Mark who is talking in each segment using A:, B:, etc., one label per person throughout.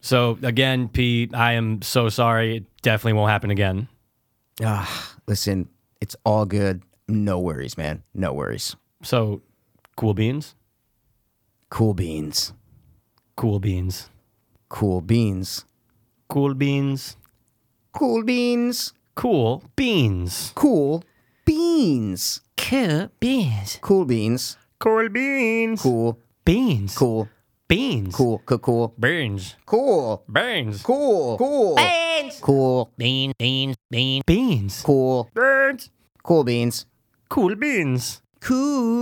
A: So again, Pete, I am so sorry. It definitely won't happen again.
B: Ah, listen, it's all good. No worries, man. No worries.
A: So, cool beans,
B: Cool beans.
A: cool beans,
B: Cool beans.
A: cool beans,
B: Cool beans.
A: cool beans,
B: Cool beans.
A: cool beans,
B: Cool beans.
A: cool beans,
B: Cool.
A: beans,
B: Cool.
A: beans,
B: Cool. Cool. Cool.
A: beans,
B: Cool.
A: beans,
B: Cool. Cool. Beans. Cool.
A: beans, beans, beans, beans,
B: Cool.
A: beans,
B: Cool beans.
A: cool beans,
B: Cool.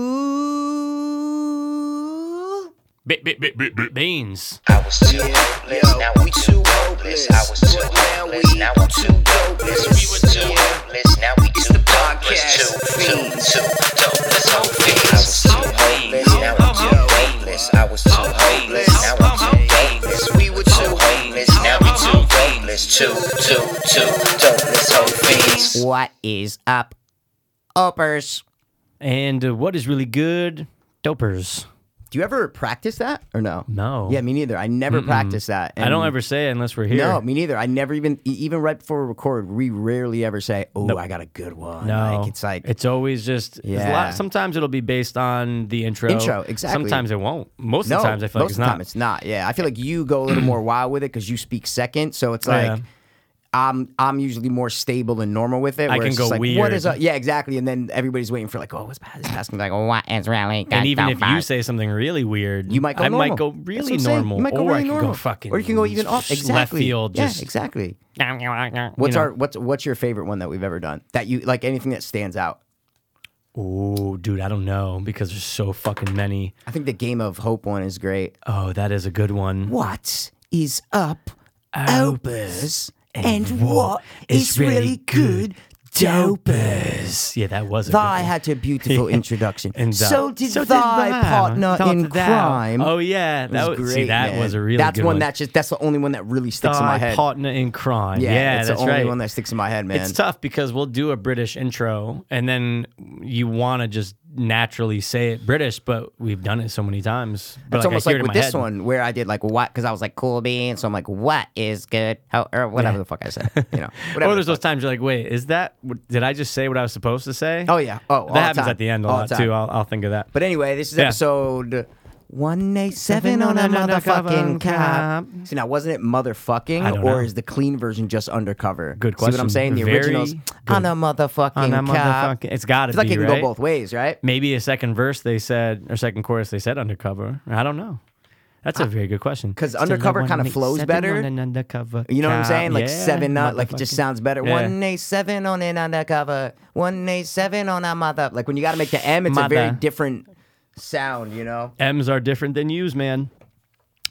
A: be- be- be- be- be- beans.
C: I was too hopeless, now we too hopeless. I was too hopeless, now I'm too dopeless. We were too hopeless, now we too dopeless. Two, two, two, dopeless, hopeless. I was too hopeless, now I'm too hopeless. I was too hopeless, now I'm too dopeless. We were too hopeless, now we too dopeless. Two, two, two, dopeless, hopeless.
B: What is up, uppers?
A: And uh, what is really good? Dopers.
B: Do you ever practice that or no?
A: No.
B: Yeah, me neither. I never practice that.
A: I don't
B: and-
A: ever say it unless we're here.
B: No, me neither. I never even e- even right before we record, we rarely ever say, "Oh, I got a good one."
A: No,
B: like, it's like
A: it's always just. Yeah.
B: Yeah.
A: sometimes it'll be based on the intro.
B: Intro, exactly.
A: Sometimes it won't. Most
B: no.
A: of the times I feel like
B: most
A: it's
B: of the
A: not.
B: time, it's not. Yeah, I feel like you go a little more wild with it because you speak second, so it's
A: Yeah.
B: like. I'm I'm usually more stable and normal with it.
A: I
B: where
A: can
B: it's just
A: go
B: like, What is
A: weird.
B: up? Yeah, exactly. And then everybody's waiting for like, oh, what's past asking like, oh, what is really
A: and even if you
B: about?"
A: say something really weird,
B: you might go
A: I
B: normal.
A: might go
B: That's what
A: really
B: I'm saying.
A: normal,
B: You might go
A: or
B: really
A: I can
B: normal.
A: go fucking,
B: or you can go even off
A: left
B: exactly
A: field.
B: Yeah,
A: Just
B: exactly. What's
A: what's
B: our what's what's your favorite one that we've ever done? That you like anything that stands out?
A: Oh, dude, I don't know because there's so fucking many.
B: I think the game of hope one is great.
A: Oh, that is a good one.
B: What is up,
A: Opus,
B: Opus?
A: and what is really good,
B: Dopers?
A: Yeah, that was a good
B: Thy
A: one.
B: had a beautiful introduction,
A: And, uh,
B: so did thy
A: thou,
B: partner
A: thought thou.
B: in crime.
A: Oh yeah, that was, see that
B: man.
A: was a really
B: that's
A: good
B: one
A: one.
B: that just that's the only one that really sticks in my
A: Thy
B: head.
A: partner in crime. Yeah,
B: it's
A: that's
B: the only
A: right.
B: one that sticks in my head, man.
A: It's tough because we'll do a British intro and then you want to just naturally say it British, but we've done it so many times. But
B: It's
A: like,
B: almost
A: I
B: like
A: hear it in
B: with
A: my
B: this
A: head.
B: one where I did like what because I was like cool beans, so I'm like what is good How, or whatever the fuck I said, you know. Whatever.
A: Or Oh, there's those times you're like, wait, is that, what- did I just say what I was supposed to say?
B: oh yeah, oh all
A: That happens
B: time.
A: at the end a
B: All
A: lot
B: time.
A: too. I'll, I'll think of that.
B: But anyway, this is
A: Yeah.
B: episode. 187 on a motherfucking cop. See, now wasn't it
A: I don't
B: motherfucking,
A: know.
B: or is the clean version just undercover?
A: Good
B: See what
A: question.
B: I'm saying? The
A: Very
B: originals
A: good.
B: on a motherfucking
A: On a
B: cop.
A: motherfucking, it's got to
B: It's
A: be
B: like it can
A: right?
B: go both ways, right?
A: Maybe a second verse they said, or second chorus they said undercover. I don't know. That's a very good question.
B: 'cause
A: Still
B: undercover
A: wanna
B: kinda
A: make
B: flows
A: seven
B: better.
A: on an undercover
B: You know what I'm
A: cop.
B: saying? Like
A: Yeah,
B: seven nut, like it just
A: motherfucking-
B: sounds better.
A: Yeah.
B: One a seven on an undercover. One a seven on a mother. Like when you got to make the M, it's a very
A: Mother.
B: different sound. You know,
A: M's are different than U's, man.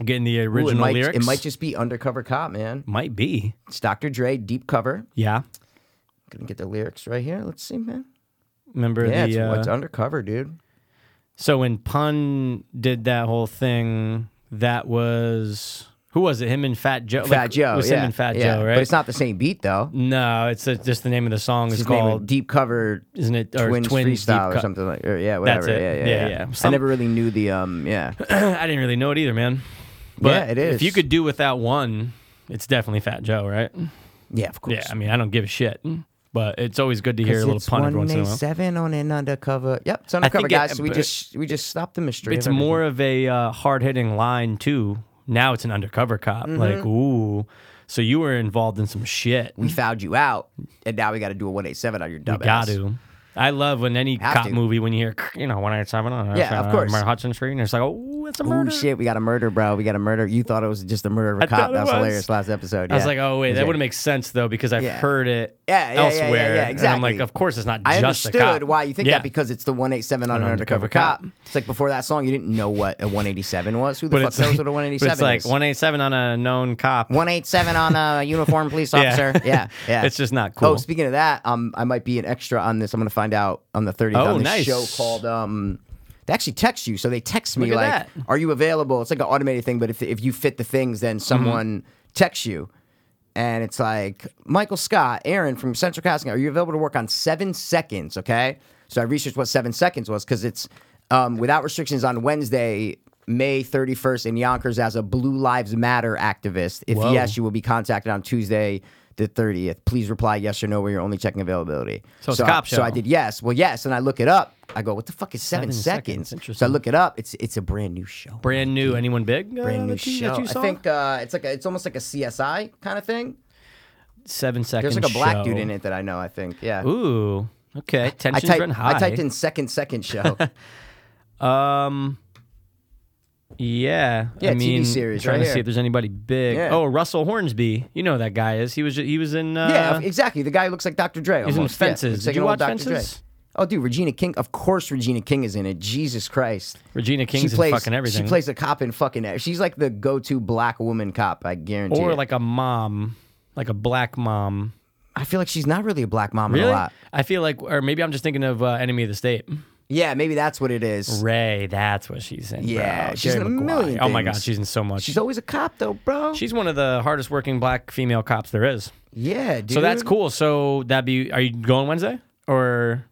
A: Getting the
B: Ooh, it
A: original
B: might,
A: lyrics.
B: It might just be undercover cop, man.
A: might be.
B: It's Dr. Dre, deep cover.
A: Yeah.
B: Gonna get the lyrics right here. Let's see, man.
A: Remember
B: Yeah, it's,
A: the uh,
B: it's undercover, dude.
A: so when Pun did that whole thing, that was who was it? Him and Fat Joe.
B: Fat
A: Like,
B: Joe,
A: It was
B: yeah,
A: him and Fat
B: yeah.
A: Joe, right?
B: But it's not the same beat though.
A: No, it's uh just the name of the song
B: It's
A: is
B: called
A: called,
B: deep cover.
A: isn't it? Or
B: Twins,
A: Twins Deep
B: freestyle or
A: Cut.
B: something like, or yeah, whatever.
A: it.
B: Yeah, yeah,
A: Yeah,
B: yeah.
A: yeah.
B: I
A: Some-
B: never really knew the um, yeah.
A: I didn't really know it either, man. But
B: Yeah, it
A: If
B: is. Mm.
A: you could do without one, it's definitely Fat Joe, right?
B: Yeah, of course.
A: Yeah, I mean, I don't give a shit, but it's always good to hear a
B: Because
A: little
B: Mm. it's
A: pun every once in a while.
B: 187 on an undercover. Yep, it's undercover,
A: think it-
B: guys. so we
A: but-
B: just we just stopped the mystery.
A: It's
B: of everything.
A: more of a uh, hard hitting line too. Now it's an undercover cop.
B: Mm-hmm.
A: Like, ooh, so you were involved in some shit.
B: We found you out, and now we got to do a 187 on your dumbass.
A: Got to. I love when any
B: Have
A: cop
B: to.
A: movie when you hear you know one eight seven uh, on
B: Yeah, of course.
A: Hudson Street and it's like oh it's a
B: Oh
A: murder.
B: shit, we got a murder, bro. We got a murder. You thought it was just a murder of a
A: I thought
B: cop.
A: it
B: That was
A: was.
B: hilarious last episode.
A: I was
B: yeah.
A: like, oh wait,
B: It was
A: that
B: like-
A: would not make sense though because I've
B: Yeah.
A: heard it
B: Yeah, yeah, yeah, yeah,
A: elsewhere.
B: yeah,
A: And I'm like,
B: exactly.
A: of course it's not
B: I
A: just a
B: understood
A: cop.
B: why you think
A: Yeah.
B: that because it's the 187 on an, undercover,
A: undercover
B: cop. It's like before that song, you didn't know what a 187 was. Who the
A: But
B: fuck
A: it's like,
B: knows what a
A: but
B: 187
A: it's like
B: is?
A: one eight seven on a known cop.
B: 187 on a uniformed police officer. yeah. yeah,
A: It's just not cool.
B: Oh, speaking of that, um, I might be an extra on this. I'm going to find out on the 30th
A: Oh,
B: on this
A: nice.
B: show called. Um, they actually text you, so they text me
A: Look at
B: like,
A: that.
B: "Are you available?" It's like an automated thing, but if if you fit the things, then
A: Mm-hmm.
B: someone texts you, and it's like Michael Scott, Aaron from Central Casting, are you available to work on seven seconds? Okay, so I researched what seven seconds was because it's um, without restrictions on Wednesday. May 31st in Yonkers as a Blue Lives Matter activist. If
A: Whoa.
B: yes, you will be contacted on Tuesday the 30th. Please reply yes or no. We're only checking availability.
A: So it's
B: I-
A: cop
B: So I
A: show.
B: did yes. Well, yes, and I look it up. I go, what the fuck is seven,
A: Seven
B: seconds?
A: seconds,
B: So I
A: interesting.
B: look it up. It's it's a brand new show.
A: Brand new. Anyone big? uh,
B: brand new
A: that you- that
B: show.
A: you
B: I
A: saw?
B: think uh, it's like a, it's almost like a CSI kind of thing.
A: seven seconds.
B: There's like a black
A: show.
B: dude in it that I know. I think. Yeah.
A: Ooh. Okay.
B: I
A: Tension's
B: typed,
A: running high.
B: I typed in second second show.
A: Um. Yeah.
B: Yeah,
A: I
B: TV
A: mean,
B: series
A: Trying
B: right
A: to
B: here.
A: see if there's anybody big.
B: Yeah.
A: Oh, Russell Hornsby. You know who that guy is. He was he was in. Uh,
B: yeah, exactly. The guy who looks like Dr. Dre.
A: He's in
B: almost. Yeah,
A: Fences.
B: looks
A: Did
B: like
A: you
B: an
A: watch
B: old Dr. Dre.
A: Fences?
B: Oh, dude, Regina King. Of course, Regina King is in it. Jesus Christ.
A: Regina King's
B: she plays
A: in fucking everything.
B: She plays a cop in fucking. ev- She's like the go-to black woman cop. I guarantee.
A: or
B: it.
A: like a mom, like a black mom.
B: I feel like she's not really a black mom in
A: Really?
B: a lot.
A: I feel like, or maybe I'm just thinking of uh, Enemy of the State.
B: Yeah, maybe that's what it is.
A: Ray, that's what she's in.
B: Yeah,
A: bro.
B: she's
A: Jerry
B: in a
A: Maguire.
B: million
A: Oh my
B: things.
A: God, she's in so much.
B: She's always a cop though, bro.
A: she's one of the hardest working black female cops there is.
B: yeah, dude.
A: So that's cool. So that'd be. Are you going Wednesday or?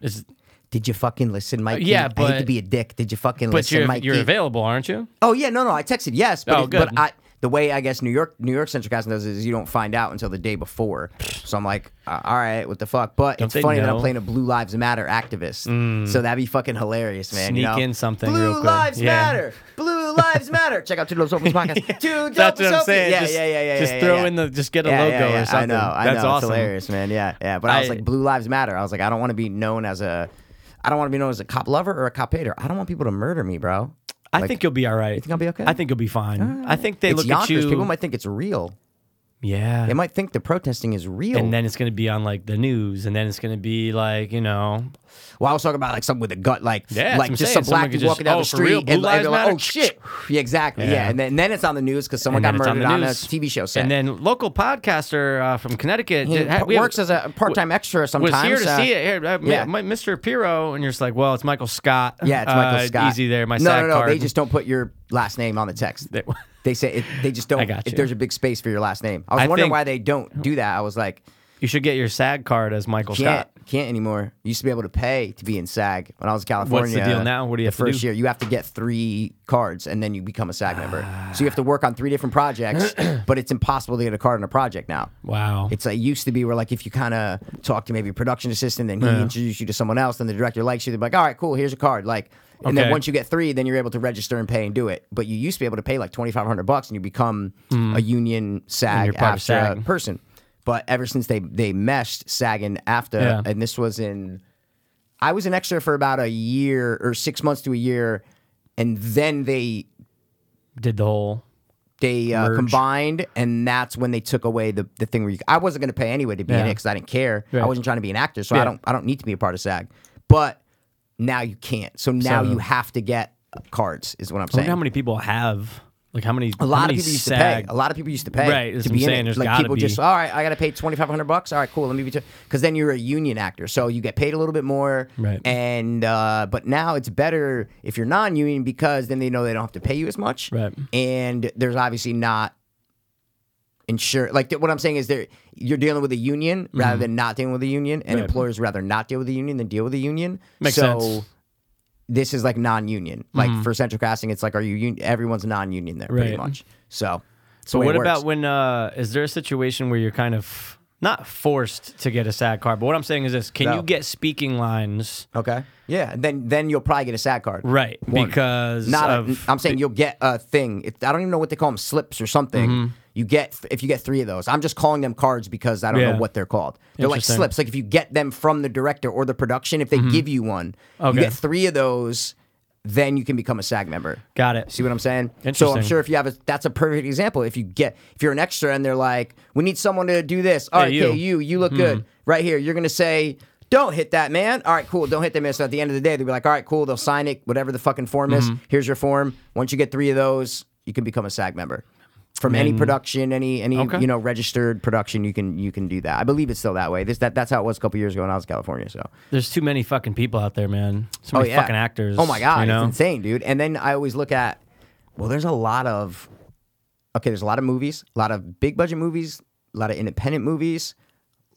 A: Is,
B: Did you fucking listen, Mikey?
A: yeah,
B: I hate to
A: but-
B: be a dick. Did you fucking
A: but
B: listen,
A: you're
B: Mikey?
A: you're available, aren't you?
B: Oh yeah, no, no. I texted yes, but
A: Oh,
B: it- but
A: good.
B: I the way I guess New York New York Central Casting does is you don't find out until the day before. So I'm like, uh, all right, what the fuck? But it's
A: they
B: funny that I'm
A: know? Mm.
B: playing a Blue Lives Matter activist. So that'd be fucking hilarious, man. you
A: Sneak
B: know?
A: in something
B: Blue
A: real quick.
B: Lives
A: Yeah.
B: Matter. Blue Lives Matter. Check out Two Dope Opens podcast. Two Dope
A: That's what I'm
B: Opens.
A: saying.
B: Yeah,
A: just,
B: yeah, yeah, yeah.
A: Just
B: yeah,
A: throw
B: yeah.
A: in the, just get a
B: Yeah,
A: logo
B: yeah, yeah.
A: or something.
B: I know, I
A: That's
B: know.
A: awesome.
B: It's hilarious, man. Yeah, yeah. But I, was
A: I-
B: like, Blue Lives Matter. I was like, I don't want to be known as a, I don't want to be known as a cop lover or a cop hater. I don't want people to murder me, bro.
A: I think you'll be all right. You
B: think I'll be okay?
A: I think you'll be fine. I think they
B: it's
A: look
B: Yonkers.
A: at you.
B: People might think it's real.
A: yeah.
B: They might think the protesting is real.
A: and then it's gonna be on like the news, and then it's gonna be like you know,
B: well, I was talking about like something with a gut, like
A: Yeah, that's
B: like
A: what I'm
B: just
A: saying.
B: some black
A: Someone could
B: dude
A: just,
B: walking
A: "Oh,
B: down the
A: for real?
B: street, and,
A: Blue
B: like, they're
A: lives
B: like, oh
A: matter?"
B: shit, yeah, exactly, yeah.
A: Yeah.
B: And, then, then it's on the news because someone
A: and
B: got
A: then it's
B: murdered
A: on
B: on,
A: the
B: a
A: news.
B: TV show set.
A: And then local podcaster uh, from Connecticut
B: he
A: did, ha- we have-
B: works as a part-time extra
A: was
B: sometimes.
A: here to
B: uh,
A: see it. Here, uh,
B: yeah.
A: yeah. Mr. Piro, and you're just like, well, it's Michael Scott.
B: Yeah, it's Michael
A: Uh,
B: Scott.
A: Easy there, my
B: no,
A: SAG
B: no, no.
A: card.
B: They just don't put your last name on the text.
A: They-
B: They say it, they just don't.
A: I got
B: If
A: you.
B: there's a big space for your last name, I was
A: I
B: wondering
A: think-
B: why they don't do that. I was like,
A: you should get your SAG card as Michael
B: can't
A: Scott.
B: can't anymore. You used to be able to pay to be in SAG when I was in California.
A: deal now? What do you
B: the
A: have to
B: first
A: do?
B: year? You have to get three cards and then you become a SAG member. So you have to work on three different projects, but it's impossible to get a card on a project now.
A: Wow.
B: It's like used to be where like if you kind of talk to maybe a production assistant, then he introduced you to someone else, then the director likes you. They're like, all right, cool, here's a card. Like, and then
A: Okay.
B: once you get three, then you're able to register and pay and do it. But you used to be able to pay like twenty five hundred bucks, and you become a union SAG
A: Mm. you're part of
B: AFTRA
A: SAG.
B: person. But ever since they they meshed SAG and AFTA,
A: Yeah.
B: and this was in, I was an extra for about a year or six months to a year, and then they
A: did the whole.
B: they uh,
A: Merge.
B: combined, and that's when they took away the, the thing where you, I wasn't going to pay anyway to be in
A: Yeah.
B: it because I didn't care. I
A: Right.
B: wasn't trying to be an actor, so I
A: Yeah.
B: don't I don't need to be a part of SAG. But now you can't. So now
A: So-
B: you have to get cards. Is what I'm
A: I
B: saying.
A: wonder how many people have. Like how many?
B: a lot of
A: many
B: people used
A: SAG,
B: to pay. A lot of people used to pay.
A: Right, that's
B: To
A: what I'm
B: be in
A: saying.
B: it.
A: There's
B: Like
A: gotta
B: people
A: be-
B: just all right. I got to pay twenty five hundred bucks. All right, cool. Let me be because then you're a union actor, so you get paid a little bit more.
A: Right.
B: And uh, but now it's better if you're non union because then they know they don't have to pay you as much.
A: Right.
B: And there's obviously not insure like th- what I'm saying is there you're dealing with a union rather than not dealing with a union, and
A: Mm-hmm. Right.
B: employers rather not deal with a union than deal with a union.
A: Makes
B: so,
A: sense. Mm-hmm.
B: This is like non-union. Like for central casting, it's like are you un- everyone's non-union there pretty
A: Right.
B: much. So,
A: But what about when uh is there a situation where you're kind of not forced to get a SAG card? But what I'm saying is this: can
B: No.
A: you get speaking lines
B: okay? Yeah, then then you'll probably get a SAG card,
A: right
B: One.
A: because
B: Not a,
A: of
B: I'm saying you'll get a thing. It, I don't even know what they call them, slips or something.
A: Mm-hmm.
B: You get if you get three of those. I'm just calling them cards because I don't
A: Yeah.
B: know what they're called. They're like
A: Interesting. Mm-hmm.
B: slips. Like if you get them from the director or the production, if they give you one,
A: Okay.
B: you get three of those, then you can become a SAG member.
A: got it?
B: See what I'm saying? So I'm
A: Interesting.
B: sure if you have a, that's a perfect example. If you get, if you're an extra and they're like, we need someone to do this. All right,
A: you. Hmm.
B: okay, you, you look good right here. You're gonna say, don't hit that man. All right, cool. Don't hit that man. So at the end of the day, they'll be like, all right, cool. They'll sign it, whatever the fucking form
A: Mm-hmm.
B: is. Here's your form. Once you get three of those, you can become a SAG member. From any production, any any
A: Mm. Okay.
B: you know registered production, you can you can do that. I believe it's still that way. This that that's how it was a couple years ago when I was in California. So
A: There's too many fucking people out there, man. So many fucking actors.
B: Oh my god,
A: you know?
B: it's insane, dude. And then I always look at well, there's a lot of okay, there's a lot of movies, a lot of big budget movies, a lot of independent movies,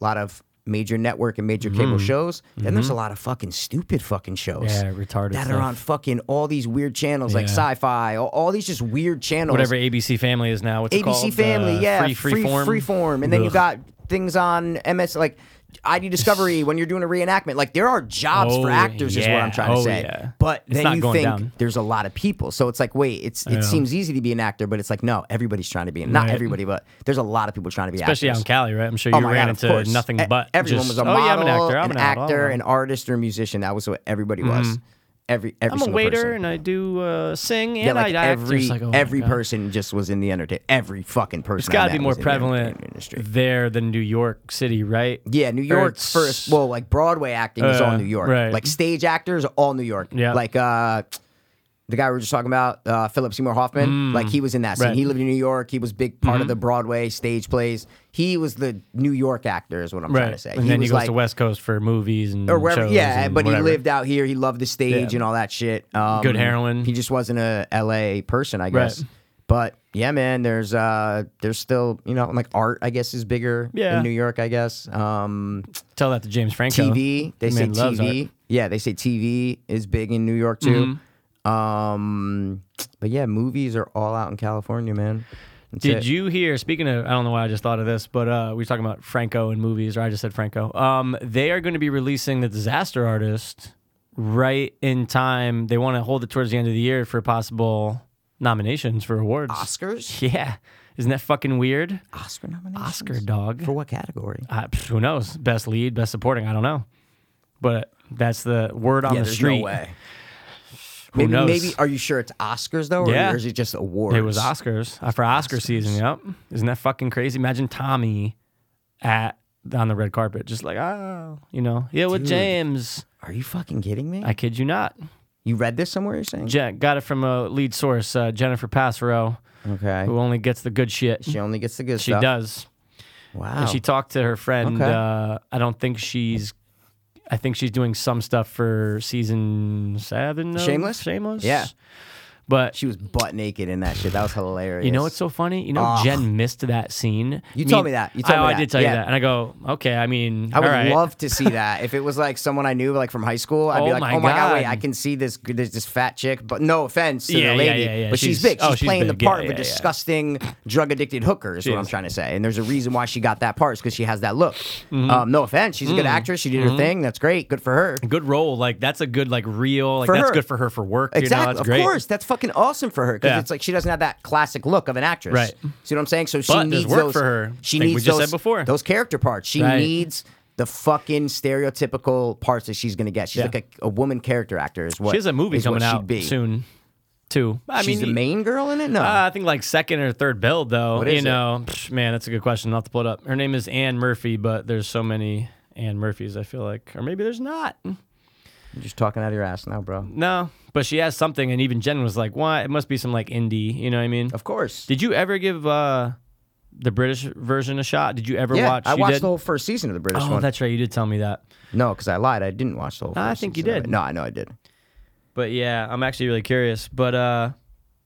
B: a lot of major network and major cable shows. Then there's a lot of fucking stupid fucking shows.
A: Mm-hmm. Yeah, retarded
B: That are
A: stuff.
B: on fucking all these weird channels like
A: Yeah.
B: sci-fi, all, all these just weird channels.
A: Whatever ABC Family is now. What's it
B: ABC
A: called?
B: Family,
A: Uh,
B: yeah,
A: Free, free, form.
B: Freeform, and then you
A: Ugh.
B: got things on MS like ID Discovery when you're doing a reenactment. Like there are jobs for
A: Oh,
B: actors, is what
A: yeah.
B: I'm trying to
A: Oh,
B: say.
A: yeah.
B: But
A: It's
B: then
A: not
B: you
A: going
B: think
A: down.
B: there's a lot of people, so it's like, wait, it's it
A: know.
B: seems easy to be an actor, but it's like no, everybody's trying to be not
A: Right.
B: everybody, but there's a lot of people trying to be
A: Especially out
B: actors.
A: in Cali, right? I'm sure you
B: Oh my
A: ran
B: God, of
A: into
B: course.
A: nothing
B: E-
A: but
B: everyone
A: just,
B: was a
A: oh
B: model,
A: yeah, I'm an actor, I'm
B: an,
A: an, adult,
B: actor,
A: I'm
B: an
A: a-
B: artist, or a musician. That was what everybody was. Every every
A: Mm-hmm. I'm a
B: single
A: waiter
B: person.
A: and I do uh, sing and
B: yeah, like
A: I act. It's
B: every
A: like, oh my
B: every
A: God.
B: person just was in the entertainment. Every fucking person.
A: It's got
B: I
A: to be
B: met
A: more
B: was in the
A: prevalent
B: entertainment industry.
A: there than New York City, right?
B: Yeah, New
A: Or it's-
B: York's first. Well, like Broadway acting is all
A: Uh,
B: New York.
A: right.
B: Like stage actors, are all New York.
A: Yeah.
B: Like uh, the guy we were just talking about, uh, Philip Seymour Hoffman. Like he was in that
A: Mm.
B: scene.
A: Right. Mm-hmm.
B: He lived in New York. He was big part of the Broadway stage plays. He was the New York actor, is what I'm trying to
A: right.
B: say.
A: And then
B: was
A: he goes
B: like,
A: to West Coast for movies and
B: or wherever.
A: shows
B: Yeah,
A: and
B: but
A: whatever.
B: he lived out here. He loved the stage
A: Yeah.
B: and all that shit. Um,
A: Good heroin.
B: He just wasn't a LA person, I guess.
A: Right.
B: But yeah, man, there's uh, there's still you know like art, I guess, is bigger
A: Yeah.
B: in New York, I guess. Um,
A: Tell that to James Franco.
B: TV. They say
A: Man loves
B: TV. Yeah, they say TV is big in New York too.
A: Mm-hmm.
B: Um, but yeah, movies are all out in California, man. That's
A: Did
B: it.
A: you hear? Speaking of, I don't know why I just thought of this, but uh, we were talking about Franco and movies, or I just said Franco. Um, they are going to be releasing the Disaster Artist right in time. They want to hold it towards the end of the year for possible nominations for awards.
B: Oscars?
A: Yeah, isn't that fucking weird?
B: Oscar nominations?
A: Oscar dog.
B: for what category?
A: I, pff, who knows? Best lead, best supporting. I don't know, but that's the word on
B: yeah,
A: the
B: there's no
A: street.
B: way.
A: Who
B: maybe,
A: knows?
B: maybe are you sure it's Oscars though, or,
A: Yeah.
B: or is it just awards?
A: It was Oscars uh, for Oscar season. Yep. Isn't that fucking crazy? Imagine Tommy at on the red carpet, just like oh, you know, yeah, with
B: Dude.
A: James.
B: Are you fucking kidding me?
A: I kid you not.
B: you read this somewhere? You're saying?
A: Je- got it from a lead source, uh, Jennifer Passero,
B: okay.
A: who only gets the good shit.
B: She only gets the good
A: She
B: stuff.
A: does.
B: Wow.
A: And she talked to her friend.
B: Okay.
A: Uh, I don't think she's. I think she's doing some stuff for season seven. Of
B: Shameless?
A: Shameless.
B: Yeah.
A: But
B: she was butt naked in that shit. That was hilarious.
A: You know what's so funny? You know,
B: Ugh.
A: Jen missed that scene.
B: Ah. You
A: I
B: told
A: mean,
B: me that. You told
A: I,
B: me
A: I
B: that.
A: did tell
B: Yeah.
A: you that. And I go, okay, I mean,
B: I would
A: all right.
B: love to see that. if it was like someone I knew, like from high school, I'd be
A: Oh
B: like,
A: my
B: "Oh my god. wait,
A: God.
B: I can see this this, this fat chick." But no offense to
A: Yeah,
B: the
A: yeah,
B: lady,
A: yeah, yeah.
B: but she's,
A: She's-
B: big. She's
A: oh, she's
B: playing the
A: big. Yeah,
B: part of a
A: yeah, yeah.
B: disgusting drug addicted hooker. Is what I'm
A: is.
B: trying to say. And there's a reason why she got that part is because she has that look.
A: Mm-hmm.
B: Um, no offense, she's a good actress. She did her thing. That's great. Good for her.
A: Good role. Like, that's a good, like, real, like,
B: For
A: that's
B: her.
A: good for her for work. You know,
B: Exactly.
A: that's
B: of
A: great.
B: course, that's fucking awesome for her because
A: Yeah.
B: it's like she doesn't have that classic look of an actress.
A: Right.
B: See what I'm saying? So she
A: But there's
B: needs
A: work
B: those.
A: for her.
B: She
A: Like we
B: needs
A: just
B: those,
A: said before.
B: those character parts. She
A: Right.
B: needs the fucking stereotypical parts that she's gonna get. She's
A: Yeah.
B: like a, a woman character actor. Is what
A: She has a movie
B: is what
A: coming
B: she'd
A: out
B: be.
A: soon, too. I
B: she's
A: mean,
B: the main girl in it. No,
A: uh, I think like second or third build, though.
B: What
A: you
B: is it?
A: know, psh, man, that's a good question. I'll have to pull it up. Her name is Anne Murphy, but there's so many Anne Murphys, I feel like. Or maybe there's not.
B: you're just talking out of your ass now, bro.
A: No. But she has something. And even Jen was like, why? It must be some like indie. You know what I mean?
B: Of course.
A: Did you ever give uh, the British version a shot? Did you ever
B: yeah,
A: watch?
B: I
A: you
B: watched
A: did?
B: the whole first season of the British
A: Oh,
B: one.
A: that's right. You did tell me that. Ah,
B: No, because I lied. I didn't watch the whole.
A: I
B: first
A: think you
B: season of
A: did.
B: it. No, I know I did.
A: But yeah, I'm actually really curious. But uh,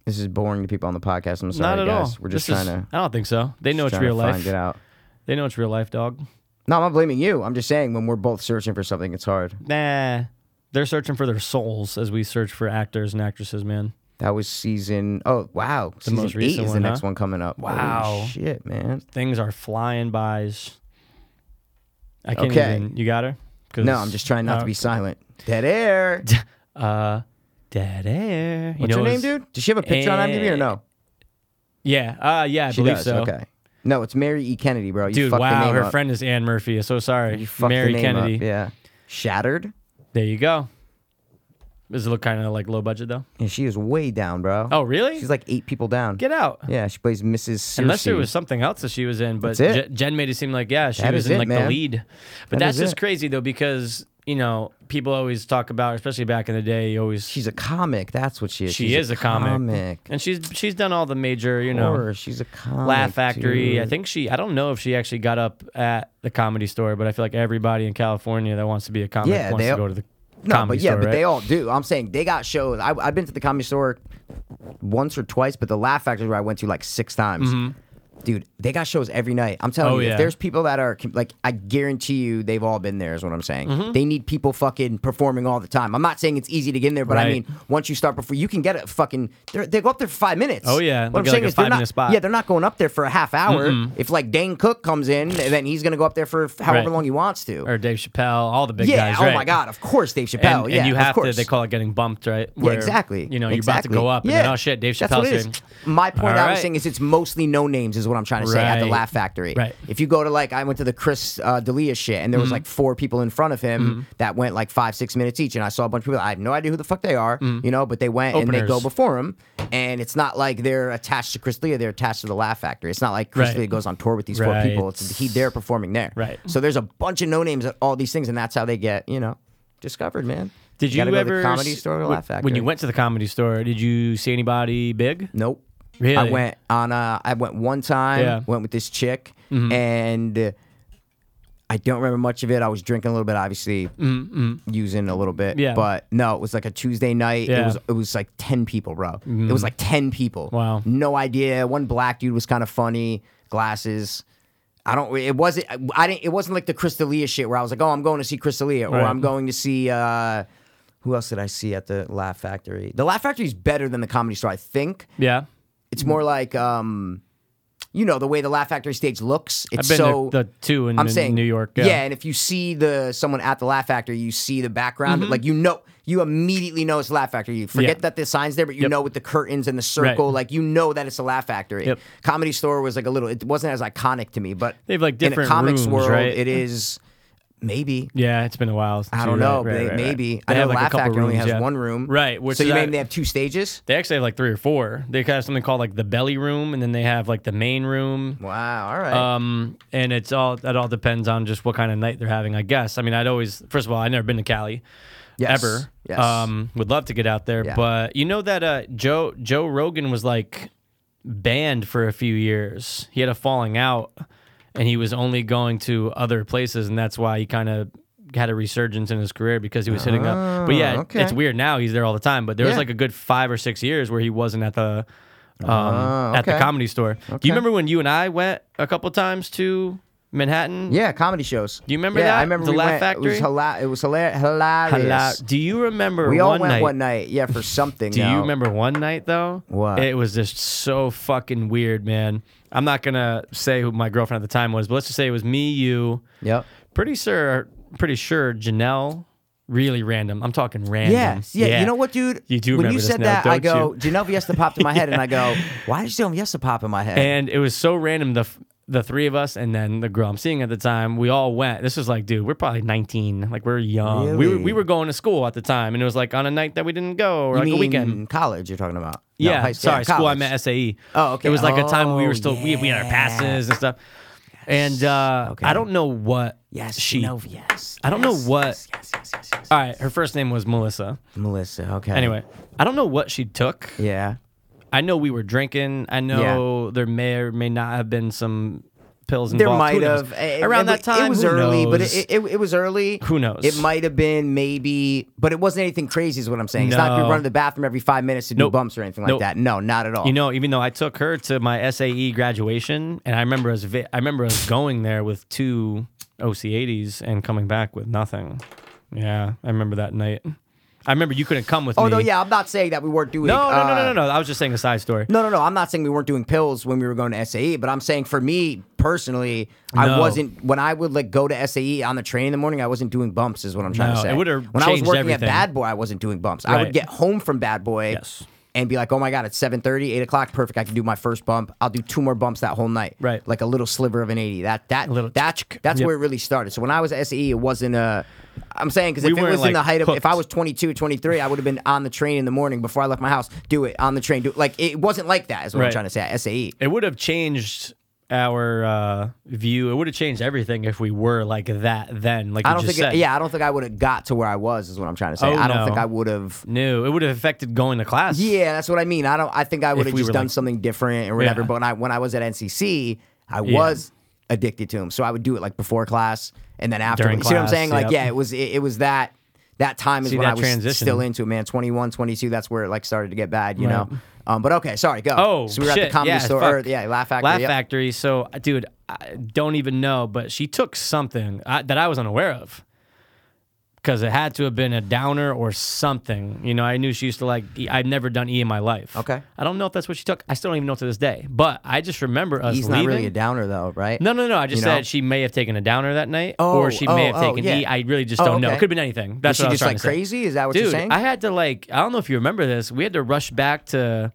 B: This is boring to people on the podcast. I'm sorry,
A: not at
B: guys.
A: all.
B: We're just
A: This
B: trying
A: is-
B: to.
A: I don't think so. They know it's
B: trying to
A: real life.
B: Find it out.
A: They know it's real life, dog.
B: No, I'm not blaming you. I'm just saying when we're both searching for something, it's hard.
A: Nah, they're searching for their souls as we search for actors and actresses, man.
B: That was season. Oh wow, the season
A: most
B: eight
A: recent
B: is the
A: one,
B: next
A: huh?
B: one coming up. Holy
A: Wow.
B: shit, man.
A: Things are flying bys. I can't
B: Okay.
A: even. You got her? 'Cause-
B: No, I'm just trying not
A: uh,
B: to be silent. Dead air.
A: Uh, dead air. You
B: What's
A: know,
B: her name,
A: it's-
B: dude? Does she have a picture on IMDb or no?
A: Yeah. Uh, yeah, I
B: She
A: believe
B: does.
A: so.
B: Okay. No, it's Mary E. Kennedy, bro. You
A: Dude,
B: fucked the
A: wow,
B: name
A: her
B: up.
A: friend is Anne Murphy. So sorry,
B: You fucked
A: Mary
B: the name
A: Kennedy.
B: Up. Yeah. Shattered.
A: There you go. Does it look kind of like low budget though?
B: Yeah, she is way down, bro.
A: Oh, really?
B: She's like eight people down.
A: Get out.
B: yeah, she plays Mrs. Circe.
A: Unless there was something else that she was in, but
B: That's it.
A: Je- Jen made it seem like yeah, she
B: That
A: was
B: is
A: in
B: it,
A: like
B: man.
A: the lead. But
B: That
A: that's
B: is
A: just
B: it.
A: crazy though because you know people always talk about, especially back in the day, you always
B: She's a comic. That's what she is.
A: she
B: She's
A: is a comic.
B: comic.
A: and she's she's done all the major you know
B: Horror. She's a comic.
A: Laugh Factory.
B: dude.
A: I think she. I don't know if she actually got up at the comedy store, but I feel like everybody in California that wants to be a comic
B: Yeah,
A: wants
B: they
A: to
B: all-
A: go to the
B: No,
A: comedy
B: but yeah,
A: store.
B: but
A: right?
B: they all do. I'm saying they got shows. I, I've been to the comedy store once or twice, but the Laugh Factory is where I went to like six times. dude, they got shows every night. I'm telling
A: Mm-hmm. Oh,
B: you,
A: yeah.
B: if there's people that are like, I guarantee you, they've all been there. Is what I'm saying.
A: Mm-hmm.
B: They need people fucking performing all the time. I'm not saying it's easy to get in there, but I
A: Right.
B: mean, once you start before, you can get a fucking. they're- They go up there for five minutes.
A: Oh, yeah.
B: What
A: They'll
B: I'm
A: get,
B: saying
A: like, a
B: is they're
A: five-minute
B: not.
A: spot.
B: Yeah, they're not going up there for a half hour. If like Dane Cook comes in, then he's gonna go up there for however
A: Right.
B: long he wants to.
A: or Dave Chappelle, all the big
B: yeah.
A: guys.
B: oh
A: right?
B: my God. Of course, Dave
A: And,
B: Chappelle.
A: and
B: yeah.
A: you
B: of
A: have to.
B: course.
A: They call it getting bumped, right?
B: Yeah,
A: Where,
B: exactly.
A: You know, you're
B: exactly.
A: about to go up.
B: Yeah,
A: And then, oh shit, Dave Chappelle.
B: That's what it is. My point
A: All
B: that I was
A: right.
B: saying is it's mostly no names is what I'm trying to say at the
A: Right.
B: Laugh Factory.
A: Right. Mm-hmm.
B: If you go to like I went to the Chris uh, D'elia shit and there was like four people in front of him that went like five six minutes each and I saw a bunch of people I have no idea who the fuck they are you know but they went and they go
A: Mm-hmm. Openers.
B: before him and it's not like they're attached to Chris D'elia they're attached to the Laugh Factory. It's not like Chris
A: Right.
B: D'elia goes on tour with these
A: Right.
B: four people. It's he they're performing there.
A: Right.
B: So there's a bunch of no names at all these things and that's how they get you know discovered man.
A: Did you,
B: gotta go to the
A: ever
B: comedy
A: s-
B: store or
A: wh-
B: Laugh Factory?
A: When you went to the comedy store, did you see anybody big?
B: Nope.
A: Really?
B: I went on a. I went one time.
A: Yeah. Mm-hmm.
B: Went with this chick, and uh, I don't remember much of it. I was drinking a little bit, obviously, using a little bit.
A: Mm-hmm. Yeah.
B: But no, it was like a Tuesday night. It
A: Yeah. Mm-hmm.
B: was. It was like ten people, bro. It was like ten people.
A: Wow.
B: No idea. One black dude was kind of funny. Glasses. I don't. It wasn't. I didn't. It wasn't like the Crystalia shit where I was like, oh, I'm going to see Crystalia, or
A: Right.
B: I'm going to see. uh who else did I see at the Laugh Factory? The Laugh Factory is better than the Comedy Store, I think.
A: Yeah.
B: It's more like um, you know, the way the Laugh Factory stage looks.
A: I've
B: It's
A: been
B: so
A: to the two in,
B: I'm
A: in
B: saying
A: New York.
B: Yeah. and if you see the someone at the Laugh Factory, you see the background, like you know, you immediately know it's Laugh Factory. You
A: Mm-hmm.
B: forget
A: Yeah.
B: that the signs there, but you
A: Yep.
B: know with the curtains and the circle,
A: Right.
B: like you know that it's a Laugh Factory.
A: Yep.
B: Comedy Store was like a little. It wasn't as iconic to me, but
A: They have, like,
B: in a
A: different
B: comics
A: rooms,
B: world,
A: right?
B: it is maybe.
A: Yeah, it's been a while. Since
B: I
A: you-
B: don't
A: right, right,
B: know. may-
A: right, right.
B: maybe
A: They
B: I know
A: have, like, a
B: Laugh
A: couple
B: Factory only
A: rooms,
B: has
A: yeah.
B: one room,
A: Right, which
B: so you
A: is
B: mean
A: that-
B: they have two stages?
A: They actually have like three or four. They have something called like the belly room, and then they have like the main room.
B: Wow. All right.
A: Um, and it's all that all depends on just what kind of night they're having, I guess. I mean, I'd always first of all, I've never been to Cali,
B: Yes,
A: ever.
B: yes.
A: Um, would love to get out there,
B: Yeah.
A: but you know that uh, Joe Joe Rogan was like banned for a few years. He had a falling out, and he was only going to other places, and that's why he kind of had a resurgence in his career because he was hitting up. But yeah,
B: Oh, okay.
A: it's weird now. He's there all the time, but there was
B: Yeah.
A: like a good five or six years where he wasn't at the. Um,
B: Ah,
A: At the
B: okay.
A: comedy store. Do you remember when you and I went a couple times to Manhattan?
B: Yeah, comedy shows.
A: Do you remember
B: yeah,
A: that?
B: I remember
A: The
B: we
A: Laugh
B: went, It was,
A: Factory?
B: hila- it was hila- hilarious.
A: Hello. Do you remember
B: We all
A: one
B: went
A: night?
B: one night. Yeah, for something.
A: Do
B: now.
A: you remember one night though?
B: What?
A: It was just so fucking weird, man. I'm not gonna say who my girlfriend at the time was, but let's just say it was me, you.
B: Yep.
A: Pretty sure, pretty sure Janelle. Really random. I'm talking random.
B: Yes. Yeah, You know what, dude?
A: You do
B: When
A: remember
B: you
A: this
B: said
A: now,
B: that, I
A: don't
B: go,
A: you?
B: Janelle Viesta popped in my head, and I go, why did Janelle Viesta pop in my head?
A: And it was so random. The f- the three of us and then the girl I'm seeing at the time, we all went. This was like, dude, we're probably 19. Like we're young. We were,
B: Really?
A: we were going to school at the time, and it was like on a night that we didn't go or
B: you
A: like a
B: mean
A: weekend.
B: college? You're talking about? No,
A: Yeah,
B: high school.
A: sorry, school. I
B: college.
A: meant SAE.
B: Oh, okay.
A: It was like a time we
B: Oh,
A: were still we, we had our
B: yeah.
A: passes and stuff. And uh,
B: Okay.
A: I don't know what.
B: Yes.
A: she.
B: No, yes.
A: I don't know
B: yes,
A: what-
B: Yes. Yes. Yes. Yes. yes.
A: All right, her first name was Melissa.
B: Mm-hmm. Melissa. Okay.
A: Anyway, I don't know what she took.
B: Yeah.
A: I know we were drinking. I know there may or may not have been some pills
B: There
A: involved. Who
B: might
A: knows?
B: have eh,
A: around
B: it-
A: that time.
B: It was
A: who
B: early, but it,
A: knows?
B: it, it was early.
A: Who knows?
B: It might have been maybe, but it wasn't anything crazy. Is what I'm saying. It's not like you're
A: No.
B: running to the bathroom every five minutes to do
A: Nope.
B: bumps or anything like
A: Nope.
B: that. No, not at all.
A: You know, even though I took her to my SAE graduation, and I remember us, vi- I remember us going there with two OC80s and coming back with nothing. Yeah, I remember that night. I remember you couldn't come with
B: oh
A: me.
B: no, yeah, I'm not saying that we weren't doing.
A: No, no, no,
B: uh,
A: no, no, no. I was just saying a side story.
B: No, no, no. I'm not saying we weren't doing pills when we were going to SAE, but I'm saying for me personally, I
A: No.
B: wasn't. When I would like go to SAE on the train in the morning, I wasn't doing bumps. Is what I'm trying to
A: No,
B: say.
A: it would've
B: when I was
A: changed
B: working
A: everything.
B: at Bad Boy, I wasn't doing bumps. I would
A: Right.
B: get home from Bad Boy.
A: Yes.
B: And be like, oh my God, it's 7.30, 8 o'clock, perfect. I can do my first bump. I'll do two more bumps that whole night.
A: Right.
B: Like a little sliver of an 80. That that
A: little
B: that, that's
A: Yep.
B: where it really started. So when I was at SAE, it wasn't a I'm saying because
A: We
B: if it
A: weren't,
B: was in
A: like,
B: the height of if I
A: hooked.
B: was 22, 23, I would have been on the train in the morning before I left my house. Do it on the train. Do it. like it wasn't like that. Is what I'm
A: Right.
B: trying to say. E. At SAE.
A: It would have changed our uh, view. It would have changed everything if we were like that then. Like
B: I
A: you
B: don't
A: just
B: think. It,
A: said.
B: yeah, I don't think I would have got to where I was. Is what I'm trying to say.
A: Oh,
B: I don't
A: no.
B: think I would have.
A: No, it would have affected going to class.
B: Yeah, that's what I mean. I don't. I think I would have
A: we
B: just
A: were,
B: done
A: like-
B: something different or whatever.
A: Yeah.
B: But when I when I was at NCC, I was addicted to him. So I would do it like before class and then after.
A: During
B: you see what I'm
A: class,
B: saying? Like
A: yep.
B: yeah, it was it, it was that that time is
A: See,
B: when
A: that
B: I was
A: transition.
B: still into it, man. 21, 22, that's where it like started to get bad, you
A: Right.
B: know. Um, but okay, sorry, go.
A: Oh,
B: so we were
A: shit.
B: at the comedy
A: yeah,
B: store,
A: fuck.
B: or, yeah, Laugh Factory.
A: Laugh
B: yep.
A: Factory. So, uh, dude, I don't even know, but she took something I, that I was unaware of because it had to have been a downer or something. You know, I knew she used to like. E- I've never done E in my life.
B: Okay.
A: I don't know if that's what she took. I still don't even know to this day. But I just remember us.
B: He's
A: leaving.
B: not really a downer though, right?
A: No, no, no. I just
B: You know?
A: said she may have taken a downer that night,
B: Oh,
A: or she may
B: oh,
A: have
B: oh,
A: taken
B: yeah.
A: E. I really just
B: Oh,
A: don't know. It
B: okay.
A: could have been anything.
B: Was
A: That's
B: she
A: what I was
B: just
A: trying
B: like
A: to say.
B: crazy? Is that what
A: Dude,
B: you're saying?
A: I had to like I don't know if you remember this. We had to rush back to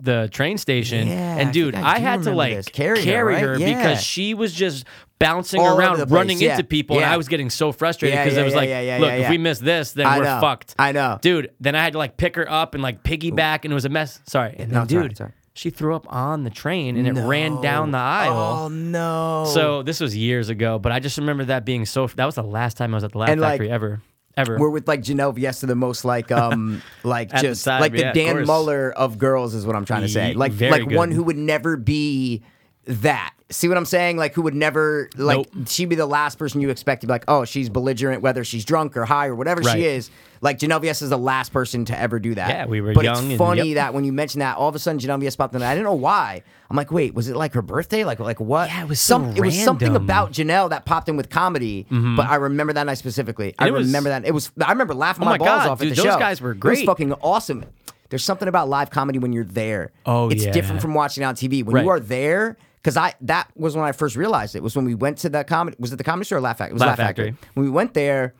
A: the train station,
B: Yeah, I
A: and dude,
B: think I
A: I,
B: do
A: had to
B: remember
A: like
B: this. Carry her, right? Yeah.
A: because she was just bouncing
B: All over the
A: around,
B: place,
A: running
B: yeah,
A: into people, and
B: yeah.
A: I was getting so frustrated
B: Yeah,
A: because
B: yeah,
A: it was
B: yeah,
A: like,
B: yeah, yeah,
A: look,
B: yeah,
A: if
B: yeah.
A: we miss this, then
B: I
A: we're
B: know,
A: fucked.
B: I know.
A: dude. Then I had to like pick her up and like piggyback, and it was a mess. Sorry, and then,
B: No, it's all right,
A: dude,
B: it's all right.
A: she threw up on the train and it ran down the aisle.
B: Oh no.
A: So this was years ago, but I just remember that being so. That was the last time I was at the Laugh
B: And, like,
A: Factory ever, ever.
B: we're with like Genove Yes to the most like um like
A: At the
B: just
A: time,
B: like the
A: yeah, of
B: Dan
A: course.
B: Muller of girls is what I'm trying to say.
A: Ye-
B: Like
A: very
B: like
A: good.
B: one who would never be that. See what I'm saying? Like who would never like she'd be the last person you expect to be like, oh, she's belligerent, whether she's drunk or high or whatever
A: Right.
B: she is. Like Genove Yes is the last person to ever do that.
A: Yeah, we were
B: but
A: young
B: It's
A: and-
B: funny
A: yep.
B: that when you mentioned that, all of a sudden Genove Yes popped in. I didn't know why. I'm like, wait, was it like her birthday? Like like what?
A: Yeah, it was so
B: Some, It was something
A: random.
B: about Janelle that popped in with comedy, but I remember that night specifically.
A: Mm-hmm.
B: I
A: it was- Oh
B: remember that. It was. I remember laughing my,
A: my
B: balls
A: God,
B: off
A: dude,
B: at the
A: those
B: show.
A: guys were
B: It was
A: great.
B: fucking awesome. There's something about live comedy when you're there.
A: Oh,
B: it's
A: yeah.
B: different from watching it on TV. When you
A: Right.
B: are there, because I that was when I first realized it was when we went to the comedy. Was it the comedy store or Laugh Factory? It was
A: Laugh
B: Laugh Factory.
A: Factory.
B: When we went there,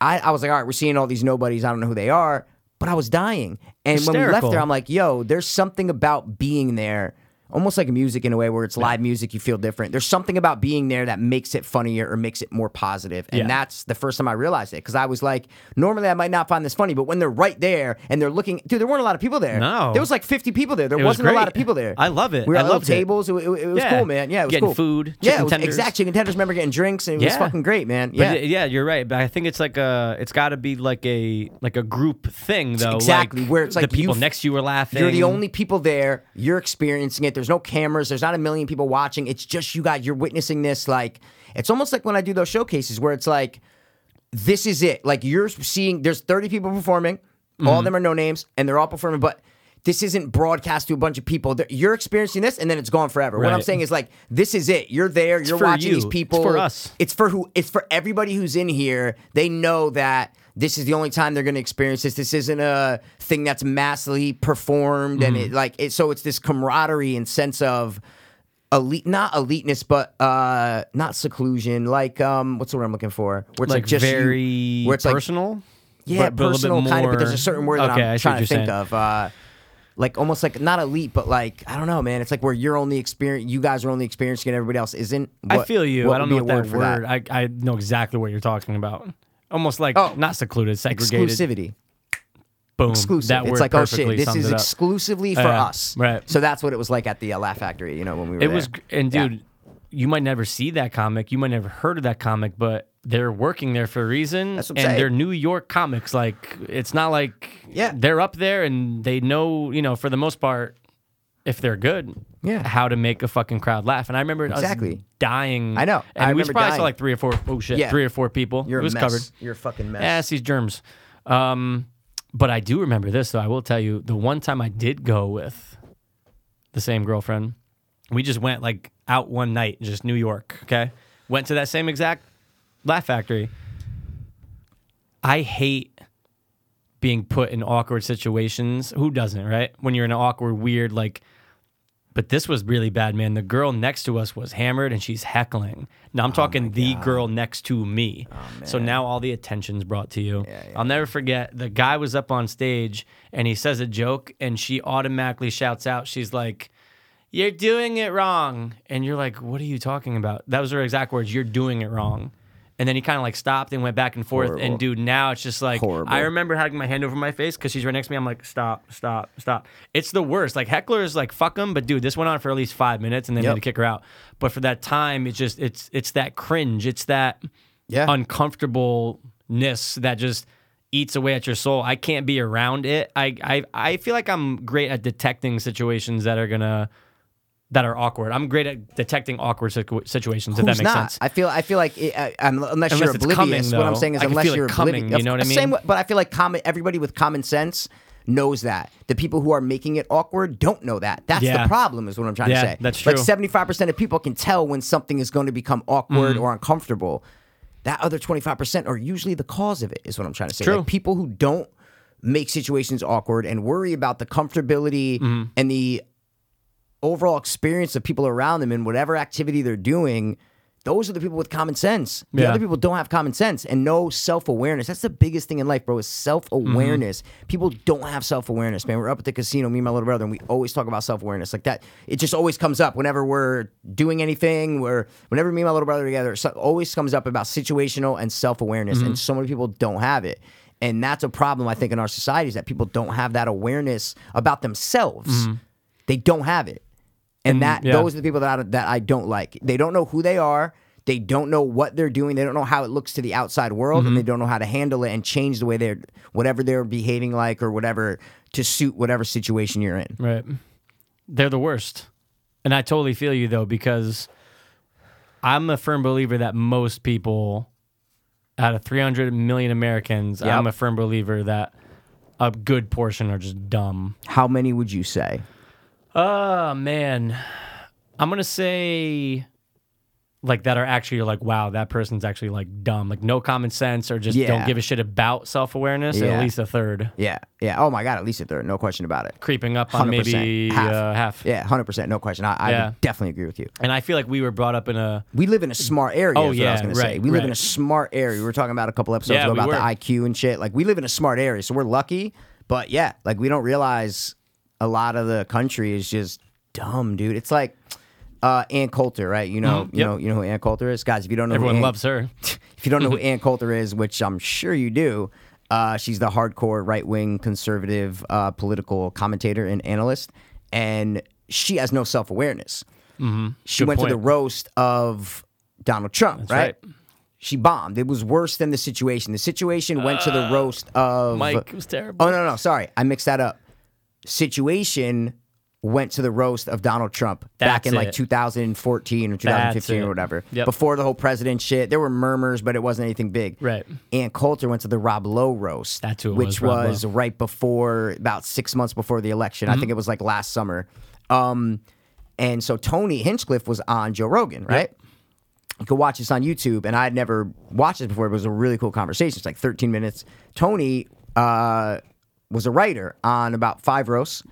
B: I, I was like, all right, we're seeing all these nobodies. I don't know who they are, but I was dying. And when we left
A: Hysterical.
B: there, I'm like, yo, there's something about being there, almost like music in a way where it's live music, you feel different. There's something about being there that makes it funnier or makes it more positive. And
A: Yeah.
B: that's the first time I realized it because I was like, normally I might not find this funny, but when they're right there and they're looking, dude, there weren't a lot of people there.
A: No.
B: There was like 50 people there. There
A: It was
B: wasn't a lot
A: great.
B: of people there.
A: I love it.
B: We were
A: I
B: at little
A: loved it.
B: tables. It, wa- it, it was
A: Yeah.
B: cool, man. Yeah, it was
A: Getting
B: cool.
A: food,
B: Yeah,
A: chicken
B: it was,
A: tenders.
B: exact chicken tenders. Remember getting drinks and it was
A: Yeah.
B: fucking great, man.
A: But
B: Yeah.
A: y- yeah, you're right. But I think it's like a, it's got to be like a like a group thing though.
B: Exactly, where it's like
A: the people
B: you-
A: next to you were laughing.
B: You're the only people there. You're experiencing it. There's no cameras. There's not a million people watching. It's just you guys. You're witnessing this. Like it's almost like when I do those showcases where it's like, this is it. Like you're seeing. There's 30 people performing.
A: Mm-hmm.
B: All of them are no names, and they're all performing. But this isn't broadcast to a bunch of people. They're- You're experiencing this, and then it's gone forever. What I'm
A: Right.
B: saying is like, this is it. You're there. You're
A: for
B: watching
A: you.
B: these
A: It's
B: people.
A: for us.
B: It's for who it's for everybody who's in here. They know that this is the only time they're going to experience this. This isn't a thing that's massively performed
A: Mm.
B: and it like it so it's this camaraderie and sense of elite not eliteness but uh not seclusion like um what's the word I'm looking for where it's like,
A: like
B: just you-
A: very
B: where it's like
A: personal.
B: yeah,
A: but- but a little bit
B: personal kind of. But there's a
A: more-
B: certain word that
A: Okay, I
B: I'm
A: see what
B: trying to
A: you're
B: think
A: saying.
B: of. Uh, like almost like not elite, but like I don't know, man. It's like where you're only experience, you guys are only experiencing, it, everybody else isn't.
A: I feel you. I
B: would
A: don't
B: be
A: know
B: a
A: what that
B: word
A: word.
B: for that?
A: I I know exactly what you're talking about. Almost like
B: Oh.
A: not secluded, segregated.
B: Exclusivity.
A: Boom.
B: Exclusive.
A: That word
B: it's like, oh
A: perfectly
B: shit, this
A: sums
B: is
A: it up.
B: exclusively for
A: Yeah,
B: us.
A: right.
B: So that's what it was like at the uh, Laugh Factory, you know, when we were
A: It
B: there.
A: was, gr- and
B: Yeah.
A: dude, you might never see that comic. You might never heard of that comic, but they're working there for a reason.
B: That's what I'm
A: and
B: saying.
A: they're New York comics. Like it's not like
B: Yeah.
A: they're up there and they know you know for the most part if they're good.
B: Yeah.
A: how to make a fucking crowd laugh. And I remember us
B: Exactly.
A: dying.
B: I know.
A: and
B: I
A: we
B: remember
A: probably
B: dying.
A: saw like three or four. Oh shit,
B: Yeah.
A: three or four people.
B: You're
A: it was
B: a mess.
A: covered.
B: You're a fucking mess.
A: Yeah, Eh, it's these germs. Um, but I do remember this, though. I will tell you, the one time I did go with the same girlfriend, we just went like out one night, just New York. Okay, went to that same exact Laugh Factory. I hate being put in awkward situations. Who doesn't, right? When you're in an awkward, weird, like. But this was really bad, man. The girl next to us was hammered and she's heckling. Now
B: Oh
A: I'm talking the girl next to me. so now all the attention's brought to you. I'll never forget the guy was up on stage and he says a joke and she automatically shouts out, she's like, You're doing it wrong. And you're like, What are you talking about? That was her exact words, you're doing it wrong. And then he kind of like stopped and went back and forth.
B: Horrible.
A: And dude, now it's just like
B: Horrible.
A: I remember having my hand over my face because she's right next to me. I'm like, stop, stop, stop. It's the worst. Like hecklers, like fuck them. But dude, this went on for at least five minutes, and then they
B: Yep.
A: had to kick her out. But for that time, it's just it's it's that cringe. It's that
B: Yeah.
A: uncomfortableness that just eats away at your soul. I can't be around it. I I I feel like I'm great at detecting situations that are gonna that are awkward. I'm great at detecting awkward situ- situations. if
B: Who's
A: that makes
B: not?
A: sense.
B: I feel. I feel like it, I, I'm, unless,
A: Unless
B: you're
A: it's
B: oblivious.
A: coming,
B: what I'm
A: though.
B: saying is
A: I can
B: unless
A: feel it
B: you're
A: coming,
B: oblivious.
A: you know what I
B: Same,
A: mean?
B: way- but I feel like common. Everybody with common sense knows that. The people who are making it awkward don't know that. That's
A: Yeah.
B: the problem. Is what I'm trying
A: Yeah,
B: to say.
A: that's
B: Like
A: true.
B: 75 percent of people can tell when something is going to become awkward
A: Mm.
B: or uncomfortable. That other 25 percent are usually the cause of it. Is what I'm trying to say.
A: True.
B: Like, people who don't make situations awkward and worry about the comfortability
A: Mm-hmm.
B: and the overall experience of people around them in whatever activity they're doing, those are the people with common sense. The
A: Yeah.
B: other people don't have common sense and no self awareness. That's the biggest thing in life, bro, is self awareness. People don't have self awareness, man. We're up at the casino, me and my little brother, and we always talk about self awareness. Like that, it just always comes up whenever we're doing anything, we're, whenever me and my little brother are together, it always comes up about situational and self awareness. And so many people don't have it. And that's a problem, I think, in our society is that people don't have that awareness about themselves. They don't have it. And that
A: yeah.
B: those are the people that I, that I don't like. They don't know who they are. They don't know what they're doing. They don't know how it looks to the outside world,
A: Mm-hmm.
B: and they don't know how to handle it and change the way they're whatever they're behaving like or whatever to suit whatever situation you're in.
A: Right. They're the worst. And I totally feel you though, because I'm a firm believer that most people out of 300 million Americans,
B: Yep.
A: I'm a firm believer that a good portion are just dumb.
B: How many would you say?
A: Oh man. I'm gonna say like that are actually like, wow, that person's actually like dumb. Like no common sense or just
B: Yeah.
A: don't give a shit about self awareness.
B: Yeah.
A: At least a third.
B: Yeah, yeah. Oh my god, at least a third, no question about it.
A: Creeping up on
B: 100%,
A: maybe
B: half.
A: Uh, half.
B: Yeah, hundred percent, no question. I, I
A: Yeah.
B: would definitely agree with you.
A: And I feel like we were brought up in a
B: We live in a smart area.
A: Oh,
B: is what I was
A: yeah,
B: gonna say.
A: right,
B: We live in
A: right.
B: a smart area. We were talking about a couple episodes
A: Yeah,
B: ago
A: we
B: about
A: were.
B: the IQ and shit. Like we live in a smart area, so we're lucky. But yeah, like we don't realize a lot of the country is just dumb, dude. It's like uh, Ann Coulter, right? You know,
A: Mhm,
B: you
A: yep.
B: know, you know who Ann Coulter is, guys. If you don't know,
A: everyone
B: who Ann,
A: loves her.
B: if you don't know who
A: Mm-hmm.
B: Ann Coulter is, which I'm sure you do, uh, she's the hardcore right wing conservative uh, political commentator and analyst, and she has no self awareness. She
A: Mm-hmm. Good
B: went
A: point.
B: to the roast of Donald Trump, right?
A: right.
B: She bombed. It was worse than the situation. The situation went to the roast of
A: Uh, Mike, it was terrible.
B: Oh no, no, sorry, I mixed that up. Situation went to the roast of Donald Trump back
A: That's
B: in like
A: it.
B: 2014 or 2015 or
A: it.
B: whatever.
A: Yep.
B: Before the whole president shit, there were murmurs, but it wasn't anything big.
A: Right.
B: Ann Coulter went to the Rob Lowe roast,
A: That's who it was,
B: which
A: Rob Lowe. Mm-hmm.
B: was right before about six months before the election. I think it was like last summer. Um, and so Tony Hinchcliffe was on Joe Rogan, right? You could watch this on YouTube, and I had never watched this before. It was a really cool conversation. It's like 13 minutes. Tony uh, was a writer on about five roasts,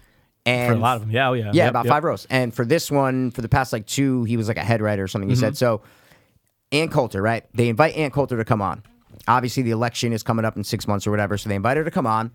B: and
A: For a lot of them. Yeah, oh, yeah.
B: yeah,
A: Yep,
B: about
A: yep.
B: five rows. And for this one, for the past like two, he was like a head writer or something. He
A: Mm-hmm.
B: said so. Ann Coulter, right? They invite Ann Coulter to come on. Obviously, the election is coming up in six months or whatever, so they invite her to come on.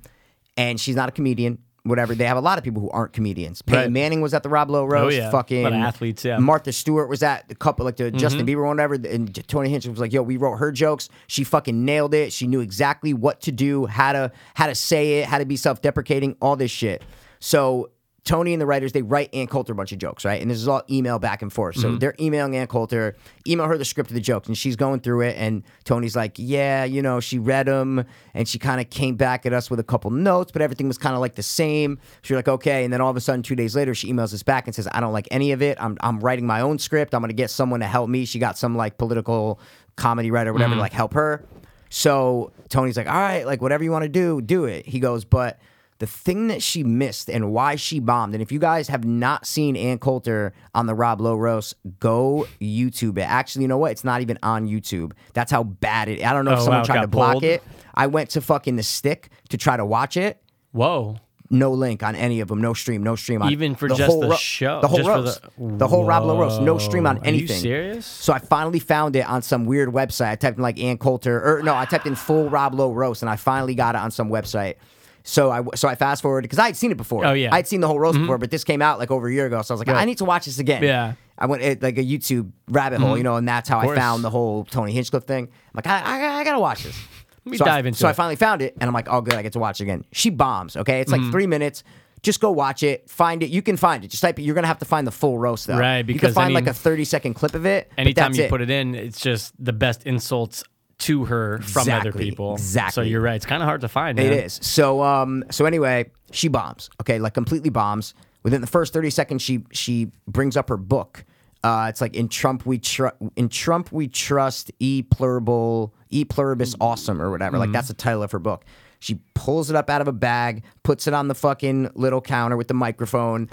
B: And she's not a comedian, whatever. They have a lot of people who aren't comedians. Peyton
A: Right. Oh,
B: Manning was at the Rob Lowe roast.
A: yeah.
B: Fucking
A: A lot of athletes, yeah.
B: Martha Stewart was at the couple, like the Justin Bieber one, whatever. And J- Tony Hinchcliffe was like, "Yo, we wrote her jokes. She fucking nailed it. She knew exactly what to do, how to how to say it, how to be self deprecating, all this shit." So Tony and the writers they write Ann Coulter a bunch of jokes, right? And this is all email back and forth. So they're emailing Ann Coulter, email her the script of the jokes, and she's going through it. And Tony's like, "Yeah, you know, she read them, and she kind of came back at us with a couple notes, but everything was kind of like the same." She was like, "Okay," and then all of a sudden, two days later, she emails us back and says, "I don't like any of it. I'm I'm writing my own script. I'm gonna get someone to help me." She got some like political comedy writer, or whatever,
A: Mm.
B: to like help her. So Tony's like, "All right, like whatever you want to do, do it." He goes, "But." the thing that she missed and why she bombed. And if you guys have not seen Ann Coulter on the Rob Lowe roast, go YouTube it. Actually, you know what? It's not even on YouTube. That's how bad it. I don't know if
A: Oh,
B: someone
A: wow, it
B: tried
A: got
B: to block
A: pulled?
B: it. I went to fucking the stick to try to watch it.
A: Whoa.
B: No link on any of them. No stream. No stream on
A: Even for
B: the
A: just
B: whole
A: the
B: ro-
A: show-
B: The whole
A: just for
B: roast.
A: the-
B: The, whole Rob Lowe roast. No
A: Whoa.
B: stream on
A: Are you
B: anything.
A: serious?
B: So I finally found it on some weird website. I typed in like Ann Coulter, or no, I typed in full Rob Lowe roast, and I finally got it on some website. So I so I fast forwarded because I had seen it before.
A: Oh, yeah.
B: I had seen the whole roast before, but this came out like over a year ago. So I was like, I need to watch this again.
A: Yeah. Mm-hmm.
B: I went it, like a YouTube rabbit hole, you know, and that's how I
A: course.
B: found the whole Tony Hinchcliffe thing. I'm like, I, I, I gotta watch this.
A: Let me
B: so I-
A: dive into
B: So I
A: it.
B: finally found it, and I'm like, oh, good, I get to watch it again. She bombs. Okay, it's like
A: Mm-hmm.
B: three minutes. Just go watch it. Find it. You can find it. Just type it. You're gonna have to find the full roast though.
A: Right,
B: you can
A: because
B: find
A: any-
B: like a 30 second clip of it. but
A: Anytime
B: that's
A: you
B: it.
A: put it in, it's just the best insults to her from other
B: Exactly,
A: people. So
B: exactly.
A: you're right. It's kind of hard to find.
B: It
A: man.
B: is. So um so anyway, she bombs. Okay, like completely bombs. Within the first 30 seconds, she she brings up her book. Uh, it's like in Trump we trust in Trump we trust e pluribus e pluribus awesome or whatever.
A: Mm-hmm.
B: Like that's the title of her book. She pulls it up out of a bag, puts it on the fucking little counter with the microphone.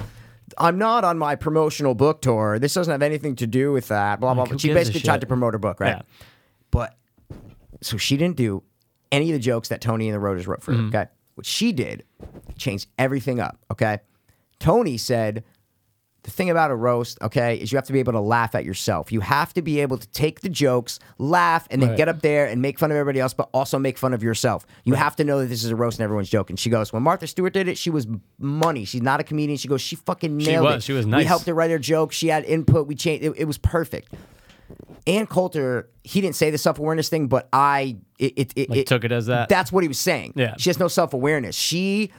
B: I'm not on my promotional book tour. This doesn't have anything to do with that. Blah blah.
A: who
B: blah. She
A: gives a
B: basically tried
A: shit?
B: to promote her book, right?
A: Yeah.
B: But so she didn't do any of the jokes that Tony and the Rotas wrote for
A: Mm-hmm.
B: her. Okay. What she did changed everything up. Okay. Tony said, the thing about a roast, okay, is you have to be able to laugh at yourself. You have to be able to take the jokes, laugh, and then
A: Right.
B: get up there and make fun of everybody else, but also make fun of yourself. You have to know that this is a roast and everyone's joking. She goes, when Martha Stewart did it, she was money. She's not a comedian. She goes, she fucking nailed it.
A: was. She was nice.
B: We helped her write her joke. She had input. We changed. It, it was perfect. Ann Coulter, he didn't say the self awareness thing, but I it it, it,
A: Like, took it as that?
B: That's what he was saying.
A: Yeah.
B: she has no self awareness. She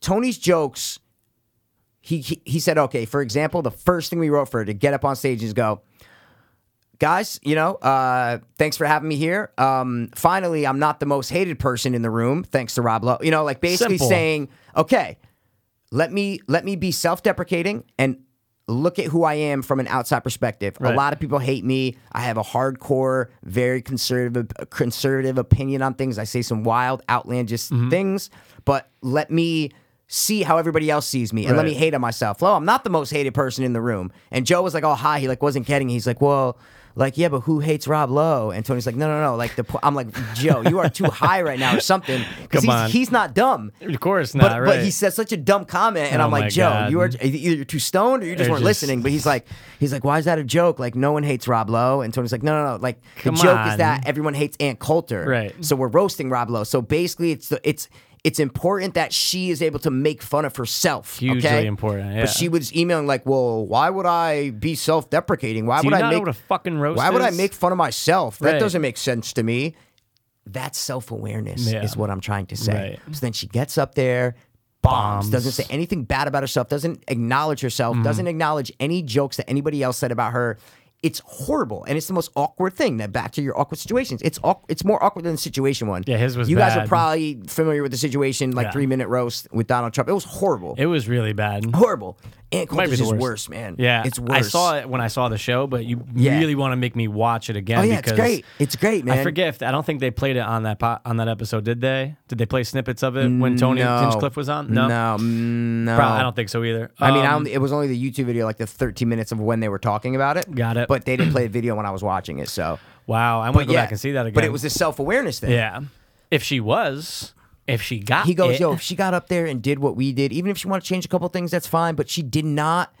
B: Tony's jokes. He, he he said, okay. For example, the first thing we wrote for her to get up on stage is go. Guys, you know, uh, thanks for having me here. Um, finally, I'm not the most hated person in the room, thanks to Rob Lowe. You know, like basically
A: Simple.
B: saying, okay, let me let me be self-deprecating and look at who I am from an outside perspective. A
A: Right.
B: lot of people hate me. I have a hardcore, very conservative conservative opinion on things. I say some wild, outlandish
A: Mm-hmm.
B: things, but let me see how everybody else sees me and let me
A: Right.
B: hate on myself. Well, I'm not the most hated person in the room. And Joe was like, "Oh, hi." He like wasn't getting. it. He's like, "Well, like yeah, but who hates Rob Lowe?" And Tony's like, "No, no, no." Like the po- I'm like, "Joe, you are too high right now or something."
A: Come
B: Cuz he's
A: on.
B: he's not dumb
A: Of course not,
B: but,
A: right?
B: but he said such a dumb comment, and
A: Oh
B: I'm
A: my
B: like, Joe,
A: God.
B: you are either you're too stoned or you just
A: They're
B: weren't
A: just-
B: listening. But he's like, he's like, why is that a joke? Like, no one hates Rob Lowe, and Tony's like, no, no, no. Like,
A: Come
B: the joke is
A: on.
B: that everyone hates Aunt Coulter,
A: Right.
B: So we're roasting Rob Lowe. So basically, it's the it's it's important that she is able to make fun of herself.
A: Hugely
B: okay?
A: important, yeah.
B: But she was emailing like, well, why would I be self-deprecating? Why
A: Do you
B: would I
A: not
B: make
A: know what a fucking roast
B: why would I
A: is?
B: make fun of myself? That
A: Right.
B: doesn't make sense to me. That's self awareness,
A: Yeah.
B: is what I'm trying to say.
A: Right.
B: So then she gets up there, bombs,
A: Bombs. Mm-hmm.
B: doesn't say anything bad about herself, doesn't acknowledge herself, doesn't acknowledge any jokes that anybody else said about her. It's horrible, and it's the most awkward thing. That back to your awkward situations. It's awk- it's more awkward than the situation one.
A: Yeah, his was
B: You guys are
A: bad.
B: probably familiar with the situation, like
A: Yeah.
B: three minute roast with Donald Trump. It was horrible,
A: it was really bad.
B: horrible. And
A: Might
B: Coulter's
A: be the
B: is
A: worst.
B: worse, man.
A: Yeah,
B: Oh, it's worse.
A: I saw it when I saw the show, but you
B: Yeah.
A: really want to make me watch it again.
B: Oh yeah, it's
A: because
B: great. It's great, man.
A: I forget. If, I don't think they played it on that po- on that episode. Did they? Did they play snippets of it when Tony
B: No.
A: Hinchcliffe was on? No,
B: no, mm, no.
A: Pro- I don't think so either.
B: I mean, I
A: Um,
B: only, it was only the YouTube video, like the 13 minutes of when they were talking about it.
A: Got it.
B: But they didn't play the video when I was watching it, so.
A: wow, I want to go
B: yeah,
A: back and see that again.
B: But it was this self awareness thing.
A: yeah. If she was, if she got,
B: He goes,
A: it,
B: yo, if she got up there and did what we did, even if she wanted to change a couple things, that's fine. But she did not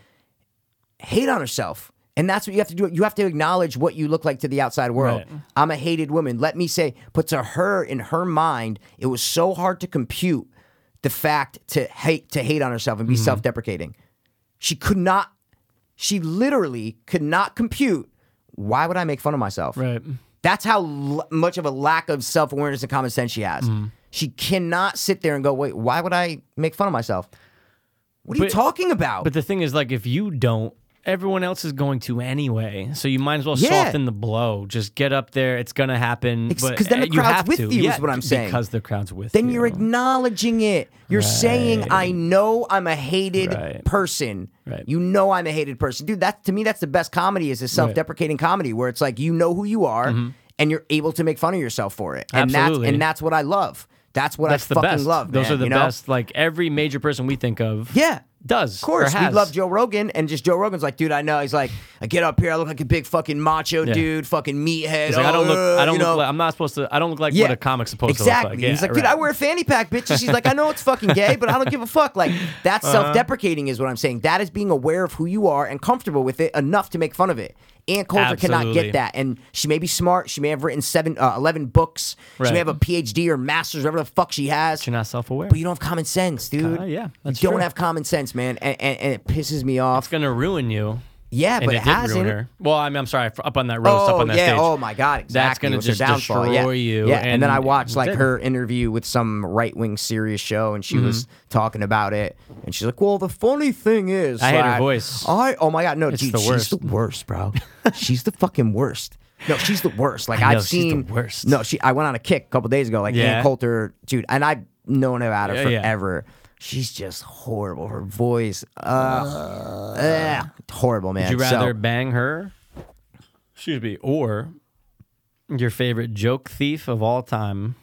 B: hate on herself. And that's what you have to do. You have to acknowledge what you look like to the outside world.
A: Right.
B: I'm a hated woman. Let me say, but to her in her mind, it was so hard to compute the fact to hate to hate on herself and be
A: Mm-hmm.
B: self-deprecating. She could not, she literally could not compute why would I make fun of myself?
A: right.
B: That's how l- much of a lack of self awareness and common sense she has.
A: Mm-hmm.
B: She cannot sit there and go, wait, why would I make fun of myself? What are you
A: But-
B: talking about?
A: But the thing is, like, if you don't, everyone else is going to anyway. So you might as well
B: Yeah.
A: soften the blow. Just get up there. It's gonna happen.
B: Ex-
A: But uh,
B: 'cause then the
A: you
B: crowd's
A: have
B: with
A: to.
B: you is
A: yeah,
B: what I'm saying.
A: Because the crowd's with
B: then
A: you.
B: you're acknowledging it. You're saying, I know I'm a hated
A: Right.
B: person.
A: Right.
B: You know I'm a hated person. Dude, that to me, that's the best comedy is a self deprecating comedy where it's like you know who you are and you're able to make fun of yourself for it. And
A: Mm-hmm. Absolutely.
B: that's and that's what I love. That's what
A: That's
B: I
A: the
B: fucking
A: best.
B: love.
A: Those
B: man,
A: are the
B: you know?
A: best. Like every major person we think of.
B: Yeah.
A: Does
B: Of course,
A: or
B: we
A: has.
B: love Joe Rogan, and just Joe Rogan's like, dude, I know. He's like, I get up here, I look like a big fucking macho
A: Yeah.
B: dude, fucking meathead.
A: He's like, I don't look.
B: uh,
A: I don't
B: you
A: look.
B: know."
A: Like, I'm not supposed to. I don't look like what a comic's supposed
B: exactly.
A: to look like.
B: He's
A: Yeah,
B: like, dude,
A: right.
B: I wear a fanny pack, bitch. And she's like, I know it's fucking gay, but I don't give a fuck. Like, that's
A: Uh-huh.
B: self-deprecating, is what I'm saying. That is being aware of who you are and comfortable with it enough to make fun of it. Ann Coulter cannot
A: Absolutely.
B: get that, and she may be smart. She may have written seven, uh, eleven books. She
A: Right.
B: may have a PhD or master's, whatever the fuck she has
A: You're not self-aware.
B: but you don't have common sense, dude.
A: Uh, yeah, that's
B: you don't
A: true.
B: have common sense, man, and, and, and it pisses me
A: it's
B: off.
A: gonna ruin you.
B: Yeah,
A: and
B: but
A: it,
B: it,
A: did
B: hasn't.
A: ruin her. Well, I mean, I'm sorry. Up on that roast,
B: oh
A: up on that
B: yeah.
A: stage.
B: Oh my God. Exactly.
A: gonna
B: It was her
A: just
B: downfall. yeah.
A: destroy you,
B: Yeah. And, then
A: and
B: I
A: it
B: watched like
A: did.
B: her interview with some right wing serious show, and she
A: Mm-hmm.
B: was talking about it, and she's like, "Well, the funny thing is,
A: I hate her
B: like,
A: voice.
B: I oh my God, no, dude,
A: the
B: she's
A: worst.
B: the worst, bro. she's the fucking worst." No, she's the worst. Like
A: I know,
B: have
A: she's the
B: seen
A: worst.
B: No, she. I went on a kick a couple days ago. Like
A: Yeah.
B: Ann Coulter, dude, and I've known about her
A: Yeah, yeah.
B: forever. She's just horrible. Her voice, uh, ugh, horrible, man.
A: Would you rather
B: so,
A: bang her? Excuse me. Or your favorite joke thief of all time?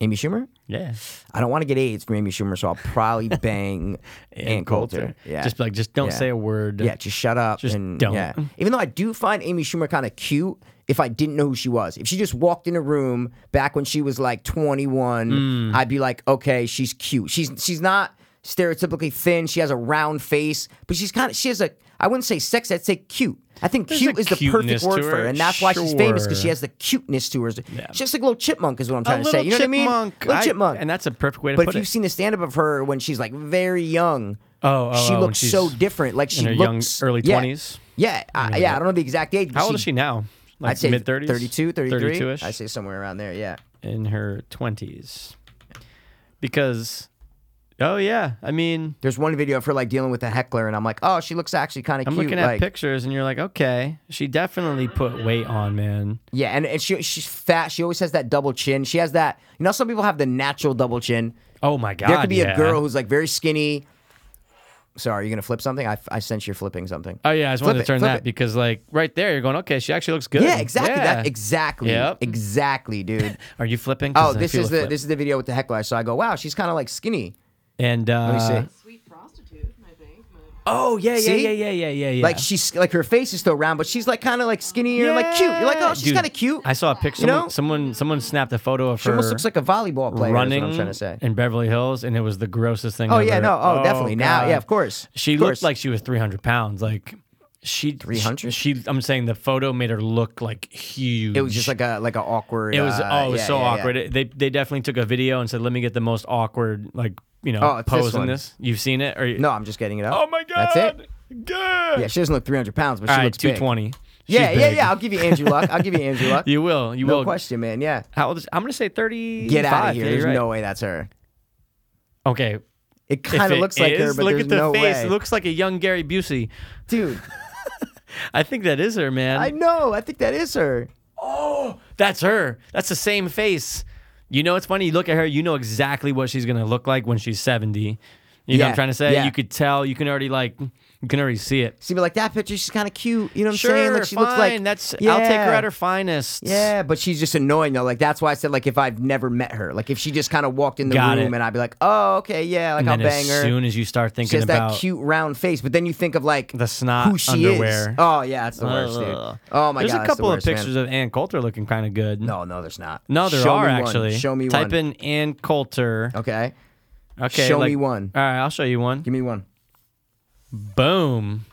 B: Amy Schumer?
A: Yeah.
B: I don't want to get AIDS from Amy Schumer, so I'll probably bang Ann Coulter. Yeah,
A: Just like, just don't
B: Yeah.
A: say a word.
B: yeah, just shut up.
A: Just
B: and,
A: don't.
B: Yeah. Even though I do find Amy Schumer kind of cute. If I didn't know who she was, if she just walked in a room back when she was like 21,
A: Mm.
B: I'd be like, okay, she's cute. She's she's not stereotypically thin. She has a round face, but she's kind of she has a I wouldn't say sex. I'd say cute. I think
A: There's
B: cute
A: a
B: is the perfect
A: cuteness
B: word
A: to
B: for her,
A: her,
B: and that's why she's famous because she
A: sure.
B: has the cuteness to her. She's just like a little chipmunk, is what I'm trying to say. You know what I mean?
A: I-
B: Little chipmunk.
A: and that's a perfect way to
B: But
A: put
B: if you've
A: it.
B: seen the stand up of her when she's like very young,
A: Oh, oh,
B: she
A: oh, when
B: looks so
A: she's
B: different. Like she
A: her
B: looks
A: young early
B: yeah.
A: 20s?
B: Yeah, I- yeah. I don't know the exact age. but
A: How old is she now? Like
B: I'd say
A: mid 30s?
B: 32, 33.
A: 32 ish?
B: I'd say somewhere around there. Yeah.
A: in her 20s. Because, oh, yeah. I mean,
B: There's one video of her like dealing with a heckler, and I'm like, oh, she looks actually kind of
A: I'm
B: cute.
A: looking at
B: like,
A: pictures and you're like, okay, she definitely put weight on, man.
B: Yeah, and, and she she's fat. She always has that double chin. She has that. You know, some people have the natural double chin.
A: Oh, my God.
B: There could be
A: yeah.
B: a girl who's like very skinny. Sorry, you gonna flip something? I, I sense you're flipping something.
A: Oh yeah, I just wanted
B: Flip
A: to
B: it,
A: turn
B: flip
A: that
B: it.
A: because like right there, you're going, okay, she actually looks good.
B: yeah, exactly. That
A: Yeah.
B: exactly,
A: Yep.
B: exactly, dude.
A: Are you flipping?
B: Oh,
A: 'Cause I
B: this
A: feel
B: is
A: a
B: the
A: flip.
B: this is the video with the heckler. So I go, wow, she's kind of like skinny.
A: and uh,
B: Let me see.
D: sweet prostitute, I think. but-
A: Oh yeah, yeah,
B: See?
A: yeah, yeah, yeah, yeah, yeah.
B: Like she's like her face is still round, but she's like kind of like skinnier, and like cute. You're like, oh, she's
A: Dude,
B: kind of cute.
A: I saw a picture.
B: You
A: Someone,
B: know?
A: someone, someone snapped a photo of
B: she
A: her
B: almost looks like a volleyball player. Running,
A: running
B: is what I'm trying to say.
A: in Beverly Hills, and it was the grossest thing.
B: Oh
A: ever.
B: yeah, no, oh, definitely now,
A: God.
B: yeah, of course.
A: She
B: Of course.
A: looked like she was 300 pounds. Like she
B: 300?
A: She, I'm saying the photo made her look like huge.
B: it was just like a like an awkward.
A: It was
B: uh,
A: oh, it was
B: yeah,
A: so
B: yeah, yeah.
A: awkward. It- They they definitely took a video and said, "Let me get the most awkward like you know
B: Oh, it's this
A: pose in
B: one.
A: this." You've seen it or
B: No, I'm just getting it up.
A: Oh my god,
B: That's it.
A: Good.
B: Yeah, she doesn't look 300 pounds, but she
A: All right,
B: looks
A: two
B: big.
A: twenty.
B: Yeah, yeah, yeah. I'll give you Andrew Luck. I'll give you Andrew Luck.
A: You will. You
B: no
A: will.
B: question, man. Yeah,
A: How old is, I'm gonna say thirty.
B: get out of here. There's no way that's her.
A: Okay.
B: It
A: If
B: kind of
A: it
B: looks like her,
A: is,
B: but
A: look
B: there's
A: at the
B: no
A: face.
B: way.
A: It looks like a young Gary Busey.
B: dude.
A: I think that is her, man.
B: I know. I think that is her.
A: That's her. That's the same face. You know, it's funny. You look at her, you know exactly what she's gonna look like when she's seventy. You know what
B: Yeah,
A: I'm trying to say?
B: yeah.
A: You could tell. You can already like. You can already see it.
B: See, but like that picture, she's kind of cute. You know what I'm
A: Sure,
B: saying? Like she
A: fine.
B: looks like
A: that's. I'll take her
B: Yeah.
A: at her finest.
B: Yeah, but she's just annoying though. Like that's why I said like if I've never met her, like if she just kind of walked in the
A: Got
B: room
A: it.
B: and I'd be like, oh okay, yeah, like
A: And
B: I'll
A: then
B: bang
A: as
B: her.
A: soon as you start
B: she
A: thinking
B: has
A: about
B: that cute round face, but then you think of like
A: The snot
B: who she is.
A: underwear.
B: Oh yeah, that's the worst, dude.
A: Ugh.
B: Oh my
A: There's
B: god,
A: a
B: that's
A: couple
B: the
A: of
B: worst, man.
A: pictures of Ann Coulter looking kind of good.
B: No, no, there's not.
A: No, there
B: Show
A: are
B: me one.
A: actually.
B: Show me
A: Type in
B: one.
A: Ann Coulter.
B: Okay,
A: Okay.
B: show
A: like-
B: me one.
A: All right, I'll show you one.
B: give me one.
A: Boom.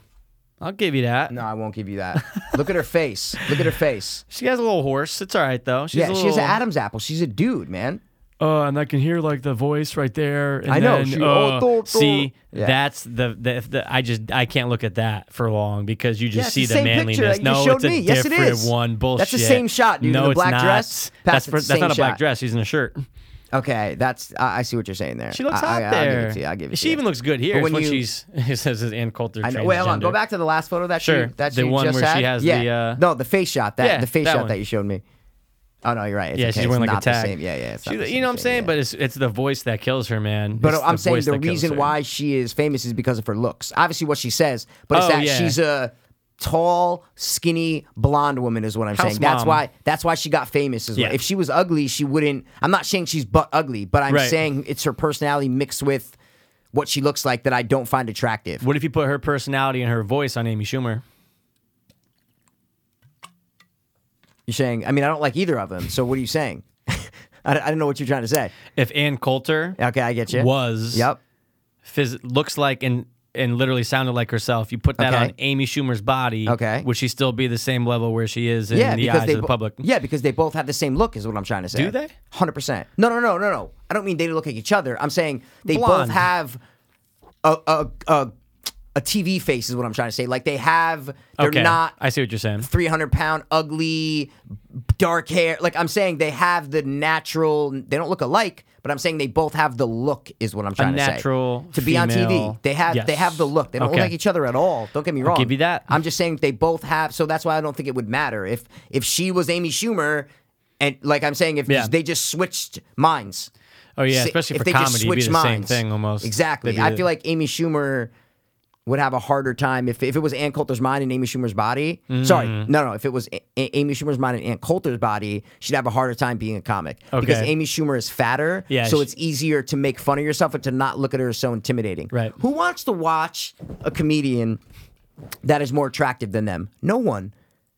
A: I'll give you that.
B: No, I won't give you that. Look at her face. Look at her face.
A: She has a little horse. It's all right though. She's
B: yeah,
A: a little,
B: she has an Adam's apple. She's a dude, man.
A: Oh, and I can hear like the voice right there. And
B: I know,
A: then,
B: she-
A: uh,
B: oh, do- do.
A: see,
B: Yeah.
A: that's the, the, if the I just I can't look at that for long because you just
B: Yeah, it's
A: see
B: the
A: the,
B: same picture
A: manliness.
B: that you
A: no,
B: showed
A: it's a
B: me. Yes, it
A: different
B: is.
A: one. Bullshit.
B: That's the same shot, dude, in
A: No,
B: the
A: it's
B: black
A: not.
B: dress. Pass
A: That's
B: it,
A: for,
B: same
A: that's not a black
B: shot.
A: dress. She's in a shirt.
B: Okay, that's I, I see what you're saying there.
A: She looks
B: I,
A: hot
B: I,
A: there.
B: I'll give it to you. I'll give it to
A: she
B: you.
A: even looks good here.
B: But
A: It's
B: when
A: When,
B: you-
A: she's it says it's Ann Coulter.
B: I know. Wait, hold on. Go
A: transgender.
B: back to the last photo that
A: Sure.
B: you that
A: The
B: you
A: one
B: just
A: where she
B: had.
A: has
B: yeah.
A: the, uh,
B: no the face shot that
A: Yeah,
B: the face
A: that
B: shot
A: one.
B: that you showed me. Oh no, you're right. It's
A: Yeah,
B: okay.
A: she's
B: It's
A: wearing like
B: not
A: a
B: the
A: tag.
B: same. Yeah, yeah. It's not
A: She-
B: the
A: you
B: same
A: know what I'm
B: thing,
A: saying?
B: yeah.
A: But it's it's the voice that kills her, man.
B: But
A: It's
B: I'm saying
A: voice
B: the
A: that kills
B: reason
A: her.
B: why she is famous is because of her looks. Obviously, what she says, but it's
A: Oh,
B: that
A: yeah.
B: she's a tall, skinny, blonde woman is what I'm
A: House
B: saying. That's
A: mom.
B: why. That's why she got famous. Is
A: Yeah.
B: well. if she was ugly, she wouldn't. I'm not saying she's butt ugly, but I'm
A: Right.
B: saying it's her personality mixed with what she looks like that I don't find attractive.
A: What if you put her personality and her voice on Amy Schumer?
B: You're saying. I mean, I don't like either of them. So what are you saying? I, don't- I don't know what you're trying to say.
A: If Ann Coulter
B: Okay, I get you.
A: was
B: Yep.
A: phys- looks like and and literally sounded like herself, you put that
B: Okay.
A: on Amy Schumer's body.
B: Okay.
A: Would she still be the same level where she is in
B: Yeah,
A: the
B: because
A: eyes
B: they
A: of the
B: bo-
A: public?
B: Yeah, because they both have the same look, is what I'm trying to say.
A: Do they?
B: Hundred percent. No, no, no, no, no. I don't mean they look like each other. I'm saying they both
A: Blonde.
B: have a a, a a TV face, is what I'm trying to say. Like they have, they're
A: okay.
B: not
A: I see what you're saying.
B: 300 pound, ugly, dark hair. Like I'm saying they have the natural. They don't look alike, but I'm saying they both have the look, is what I'm trying to say.
A: natural
B: to be on
A: female-
B: TV. They have they
A: Yes.
B: have the look. They don't look
A: Okay.
B: like each other at all. Don't get me wrong.
A: give you that.
B: I'm just saying they both have. So that's why I don't think it would matter if if she was Amy Schumer, and like I'm saying, if
A: Yeah.
B: they just switched minds.
A: Oh, yeah,
B: si-
A: especially
B: if
A: for
B: they just
A: comedy, it'd be
B: switch
A: the same
B: minds.
A: thing almost. They'd
B: Exactly.
A: be
B: I
A: the-
B: feel like Amy Schumer would have a harder time if, if it was Ann Coulter's mind and Amy Schumer's body. Sorry,
A: Mm-hmm.
B: no, no. If it was a- A- Amy Schumer's mind and Ann Coulter's body, she'd have a harder time being a comic because
A: Okay.
B: Amy Schumer is fatter.
A: Yeah,
B: so
A: she-
B: it's easier to make fun of yourself and to not look at her as so intimidating.
A: Right.
B: Who wants to watch a comedian that is more attractive than them? No one.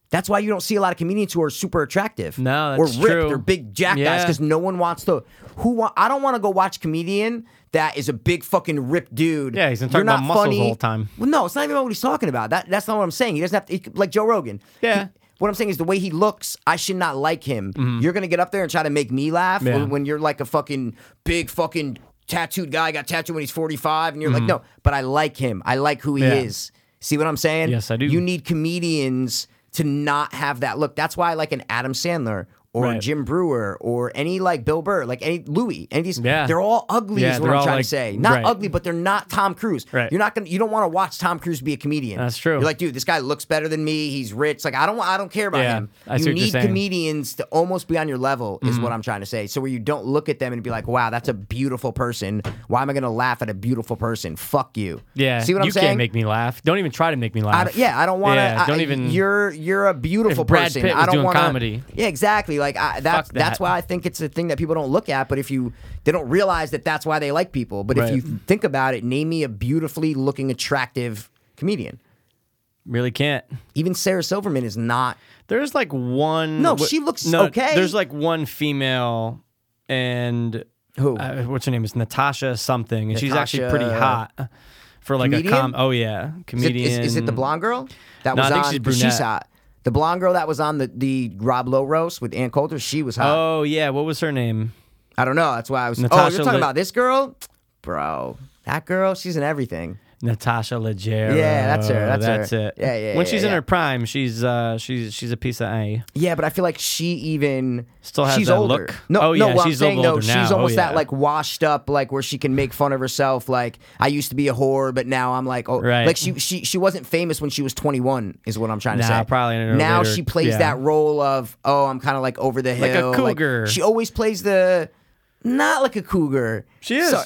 B: That's why you don't see a lot of comedians who are super attractive
A: No,
B: or
A: that's
B: ripped
A: true.
B: or big jack guys
A: Yeah.
B: because no one wants to. Who want? I don't want to go watch comedian that is a big fucking ripped dude.
A: Yeah, he's been
B: You're
A: talking about
B: not
A: muscles
B: funny.
A: the whole time.
B: Well, no, it's not even what he's talking about. That that's not what I'm saying. He doesn't have to. he- like Joe Rogan.
A: Yeah. Mm-hmm.
B: He- what I'm saying is the way he looks, I should not like him. You're gonna get up there and try to make me laugh
A: Yeah.
B: when- when you're like a fucking big fucking tattooed guy got tattooed when he's 45, and you're like, no, but I like him. I like who he
A: Mm-hmm. Yeah.
B: is. See what I'm saying?
A: Yes, I do.
B: You need comedians to not have that look. That's why I like an Adam Sandler or
A: Right.
B: Jim Brewer or any like Bill Burr, like any Louis, any of these.
A: Yeah.
B: They're all ugly.
A: Yeah,
B: is what
A: they're
B: I'm
A: all,
B: trying
A: like-
B: to say. Not
A: right.
B: ugly, but they're not Tom Cruise.
A: Right.
B: You're not gonna. You don't want to watch Tom Cruise be a comedian.
A: That's true.
B: You're like, dude, this guy looks better than me. He's rich. Like I don't. I don't care about
A: Yeah,
B: him.
A: I see what
B: you
A: you're
B: need
A: saying. Mm-hmm.
B: comedians to almost be on your level. Is what I'm trying to say. So where you don't look at them and be like, wow, that's a beautiful person. Why am I gonna laugh at a beautiful person? Fuck you.
A: Yeah,
B: See what
A: you
B: I'm saying?
A: can't make me laugh. Don't even try to make me
B: I
A: laugh.
B: don't- yeah, I don't want to.
A: Yeah, don't even-
B: You're you're a beautiful
A: If Brad
B: person.
A: Pitt
B: I
A: was
B: don't
A: doing
B: wanna-
A: comedy.
B: Yeah, exactly. Like I, that's
A: Fuck that.
B: that's why I think it's a thing that people don't look at. But if you they don't realize that that's why they like people. But
A: Right.
B: if you think about it, name me a beautifully looking, attractive comedian.
A: Really can't.
B: Even Sarah Silverman is not.
A: There's like one.
B: No,
A: wh-
B: she looks
A: no,
B: okay.
A: There's like one female, and
B: Who?
A: uh, what's her name? It's Natasha something, and she's actually
B: Natasha-
A: pretty hot for like
B: Comedian?
A: a com. Oh yeah,
B: Is it,
A: comedian.
B: is, is it the blonde girl that
A: No,
B: was
A: I think
B: on?
A: she's
B: but
A: brunette.
B: hot. The blonde girl that was on the, the Rob Lowe roast with Ann Coulter, she was hot.
A: Oh yeah, what was her name?
B: I don't know. That's why I was. oh,
A: Natasha
B: you're talking
A: Lit-
B: about this girl, bro. That girl, she's in everything.
A: Natasha Leggero.
B: Yeah, that's her, that's her.
A: it.
B: Yeah, yeah,
A: When
B: yeah,
A: she's in
B: yeah.
A: her prime, she's uh, she's she's a piece of a.
B: Yeah, but I feel like she even
A: Still has
B: she's
A: that
B: older.
A: look.
B: No,
A: Oh,
B: no,
A: yeah,
B: what
A: she's a
B: I'm saying
A: little
B: though,
A: older now.
B: she's
A: Oh,
B: almost
A: yeah.
B: that like washed up, like where she can make fun of herself. Like I used to be a whore, but now I'm like, oh,
A: Right.
B: like she she she wasn't famous when she was 21, is what I'm trying to
A: Nah,
B: say.
A: probably in her
B: now
A: later-
B: she plays
A: yeah.
B: that role of oh, I'm kind of like over the
A: Like a
B: hill,
A: cougar.
B: she always plays the not like a cougar.
A: She is.
B: So-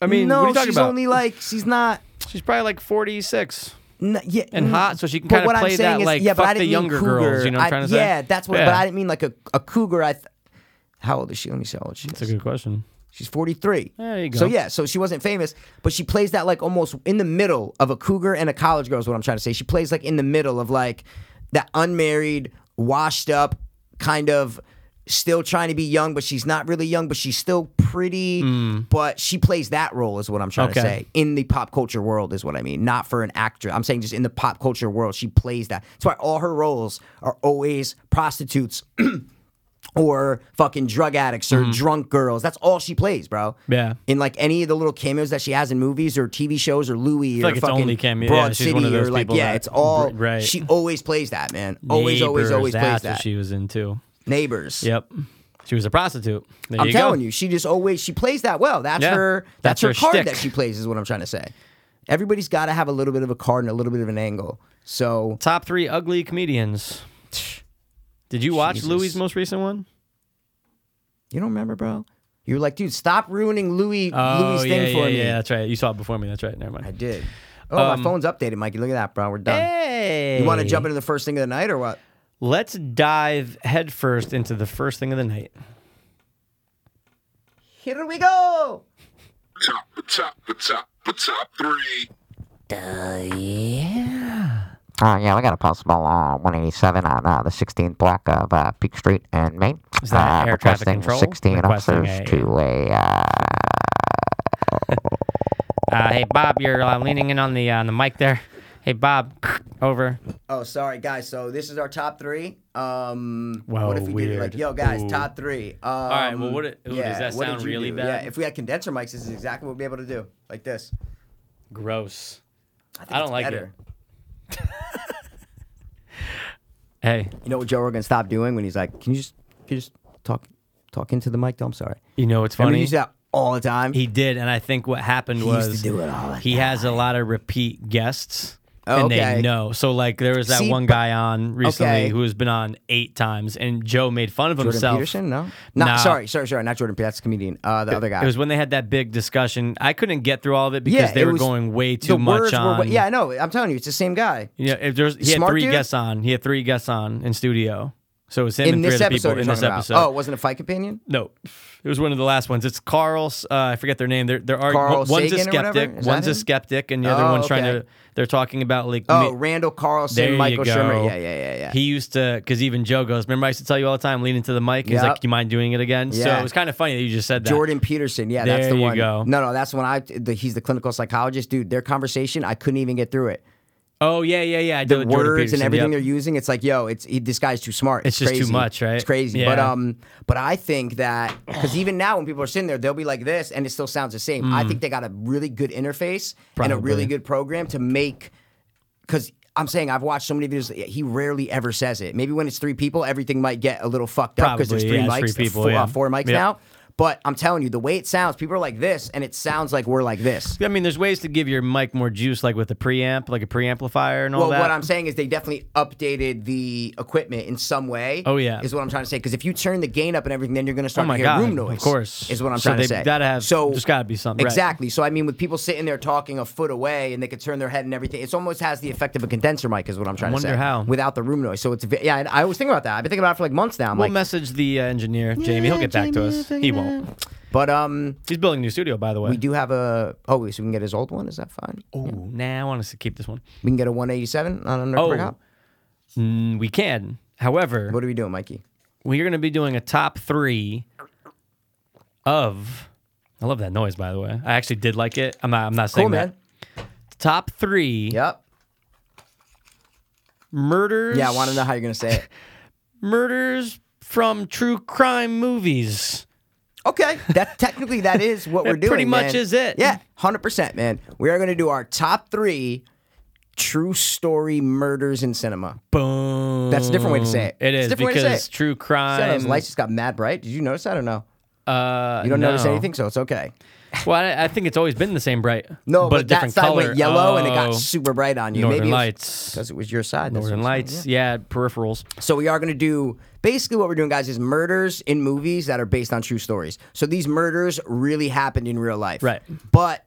A: I mean,
B: no,
A: what are you talking
B: she's
A: about?
B: only like she's not.
A: she's probably like forty six.
B: N- yeah,
A: and
B: mm,
A: hot, so she can
B: but
A: kinda
B: what I'm
A: play that,
B: saying is-
A: like,
B: yeah, but
A: fuck
B: I
A: the
B: didn't mean
A: younger girls,
B: cougar.
A: you know what I'm
B: I-
A: trying to say?
B: Yeah, that's what. But
A: Yeah.
B: I didn't mean like a, a cougar. I th- how old is she? Let me see how old she
A: That's
B: is.
A: a good question.
B: She's 43.
A: There you
B: So
A: go.
B: yeah, so she wasn't famous, but she plays that like almost in the middle of a cougar and a college girl is what I'm trying to say. She plays like in the middle of like that unmarried, washed up, kind of still trying to be young, but she's not really young, but she's still pretty. But she plays that role is what I'm trying
A: Mm. Okay.
B: to say. In the pop culture world is what I mean. Not for an actress. I'm saying just in the pop culture world, she plays that. That's why all her roles are always prostitutes or fucking drug addicts or
A: Mm-hmm.
B: drunk girls. That's all she plays, bro.
A: Yeah.
B: In like any of the little cameos that she has in movies or TV shows or Louis or
A: like it's
B: fucking
A: only cameo-
B: Broad
A: yeah, she's
B: City
A: one of those
B: or like
A: people
B: yeah,
A: that-
B: it's all
A: r- right.
B: She always plays that man. Always, always,
A: Neighbors,
B: always plays
A: that's
B: that.
A: What she was into.
B: Neighbors.
A: Yep. She was a prostitute. There
B: I'm
A: you
B: telling
A: go.
B: you, she just always she plays that well. That's
A: Yeah.
B: her.
A: That's
B: That's, her,
A: her
B: card
A: shtick.
B: that she plays. Is what I'm trying to say. Everybody's got to have a little bit of a card and a little bit of an angle. So
A: Top three ugly comedians. Did you watch
B: Jesus.
A: Louis' most recent one?
B: you don't remember, bro? You were like, dude, stop ruining Louis Louis
A: yeah,
B: thing
A: Oh, yeah,
B: for me.
A: yeah. That's right. You saw it before me. That's right. Never
B: I
A: mind.
B: did. Oh, my phone's updated, Mikey. Look at that, bro. We're done.
A: Hey,
B: You want to jump into the first thing of the night or what?
A: Let's dive headfirst into the first thing of the night.
B: Here we go.
E: top, the top, the top, the top three.
F: Uh, yeah, we got a possible uh, 187 on uh, the 16th block of uh, Peak Street in Maine.
A: Is that
F: uh,
A: air traffic
F: requesting
A: control?
F: 16
A: Requesting
F: officers
A: a-
F: to a. Uh,
A: Uh, hey Bob, you're uh, leaning in on the uh, on the mic there. Hey Bob, over.
B: Oh, sorry, guys. So this is our top three. Um,
A: Wow,
B: what if we did it like,
A: weird.
B: yo, guys,
A: Ooh.
B: top three? Um, All
A: right, well, what it- ooh, does that sound really bad?
B: Yeah, if we had condenser mics, this is exactly what we'd be able to do, like this.
A: Gross. I,
B: think
A: don't
B: it's
A: like
B: better.
A: it. Hey,
B: You know what Joe Rogan stopped doing when he's like, "Can you just, can you just talk, talk into the mic?" Though I'm sorry.
A: you know what's
B: Remember he
A: funny?
B: used that all the time.
A: He did, and I think what happened
B: He
A: was
B: used to do it all the
A: he has a lot of repeat guests.
B: Oh,
A: and
B: okay.
A: they know. So like there was that
B: See,
A: one guy on recently
B: okay.
A: who has been on eight times, and Joe made fun of
B: Jordan
A: himself.
B: Peterson? No. Not
A: Nah.
B: sorry, sorry, sorry. Not Jordan Peterson. That's a comedian. Uh, the other guy.
A: It was when they had that big discussion. I couldn't get through all of it because
B: Yeah,
A: they
B: it
A: were
B: was-
A: going way
B: The
A: too much
B: words were
A: on.
B: wa- yeah, I know. I'm telling you, it's the same guy.
A: Yeah, if there's he had
B: Smart
A: three
B: dude?
A: guests on. He had three guests on in studio. So it was him
B: In
A: and three
B: this
A: other
B: episode,
A: people
B: you're
A: in this
B: talking about.
A: episode.
B: Oh, it wasn't a fight companion?
A: no, it was one of the last ones. It's Carl's. Uh, I forget their name. They're, they're argu-
B: Carl
A: one's a
B: Sagan or whatever?
A: skeptic,
B: Is that
A: one's
B: him?
A: a skeptic, and the other
B: Oh,
A: one's trying
B: okay.
A: to. They're talking about like.
B: Oh,
A: me-
B: Randall Carlson,
A: there
B: Michael
A: you go.
B: Shermer. Yeah, yeah, yeah, yeah.
A: He used to because even Joe goes. Remember, I used to tell you all the time, lean into the mic. He's
B: Yep.
A: like, "You mind doing it again?" So
B: Yeah.
A: it was kind of funny that you just said that.
B: Jordan Peterson. Yeah, that's
A: There
B: the
A: you
B: one.
A: go.
B: No, no, that's the one. I the, he's the clinical psychologist, dude. Their conversation, I couldn't even get through it.
A: Oh yeah, yeah, yeah. I
B: The
A: did with Jordan
B: words and
A: Peterson,
B: everything
A: yep.
B: they're using, it's like, yo, it's he, this guy's too smart.
A: It's just too
B: crazy.
A: much, right?
B: It's crazy. But
A: Yeah.
B: um, but I think that because even now when people are sitting there, they'll be like this, and it still sounds the same. I think they got a really good interface and a
A: Mm. Probably.
B: really good program to make because I'm saying I've watched so many videos. He rarely ever says it. Maybe when it's three people, everything might get a little fucked up because there's
A: Probably,
B: three
A: yeah,
B: mics,
A: it's three people,
B: four,
A: yeah.
B: uh, four mics
A: Yeah.
B: now. But I'm telling you, the way it sounds, people are like this, and it sounds like we're like this.
A: I mean, there's ways to give your mic more juice, like with a preamp, like a preamplifier and all
B: Well,
A: that.
B: what I'm saying is they definitely updated the equipment in some way.
A: Oh, yeah. Oh,
B: is what I'm trying to say. Because if you turn the gain up and everything, then you're going to start
A: my
B: to hear
A: God,
B: room noise.
A: of course.
B: is what I'm
A: So
B: trying to
A: they
B: say.
A: gotta have- there's gotta be something, right.
B: exactly. So I mean, with people sitting there talking a foot away and they could turn their head and everything, it's almost has the effect of a condenser mic. Is what I'm trying to say.
A: wonder how.
B: without the room noise. So it's ve- yeah. And I always think about that. I've been thinking about it for like months now. I'm
A: we'll
B: like,
A: message the uh, engineer, Jamie. He'll get back to us. He won't.
B: but um,
A: He's building a new studio, by the way.
B: we do have a oh, wait, so we can get his old one. Is that fine?
A: Ooh, nah, I want us to keep this one.
B: We can get a 187 on under.
A: Oh.
B: Breakout?
A: Mm, we can. However,
B: What are we doing, Mikey?
A: we're going to be doing a top three of. I love that noise, by the way. I actually did like it. I'm not. I'm not saying
B: Cool,
A: that.
B: man.
A: Top three
B: Yep.
A: murders.
B: Yeah, I want to know how you're gonna say it.
A: murders from true crime movies.
B: Okay, that technically that is what we're
A: That
B: doing.
A: pretty much
B: man.
A: is it.
B: Yeah, hundred percent, man. We are going to do our top three true story murders in cinema.
A: Boom.
B: That's a different way to say it.
A: Mm, It
B: It's a
A: is
B: different way to
A: because
B: say it.
A: true
B: Said those
A: crime.
B: lights just got mad bright. Did you notice that or no?
A: uh,
B: You don't
A: no.
B: notice anything, so it's okay.
A: Well, I, I think it's always been the same bright.
B: No,
A: but, a
B: but, that
A: different
B: side
A: color.
B: went yellow and it
A: Oh,
B: got super bright on you.
A: Northern
B: Maybe
A: Lights.
B: because it was your side. that's
A: Northern
B: what I'm saying,
A: Lights. Yeah. peripherals.
B: So we are going to do basically what we're doing, guys, is murders in movies that are based on true stories. So these murders really happened in real life,
A: Right.
B: But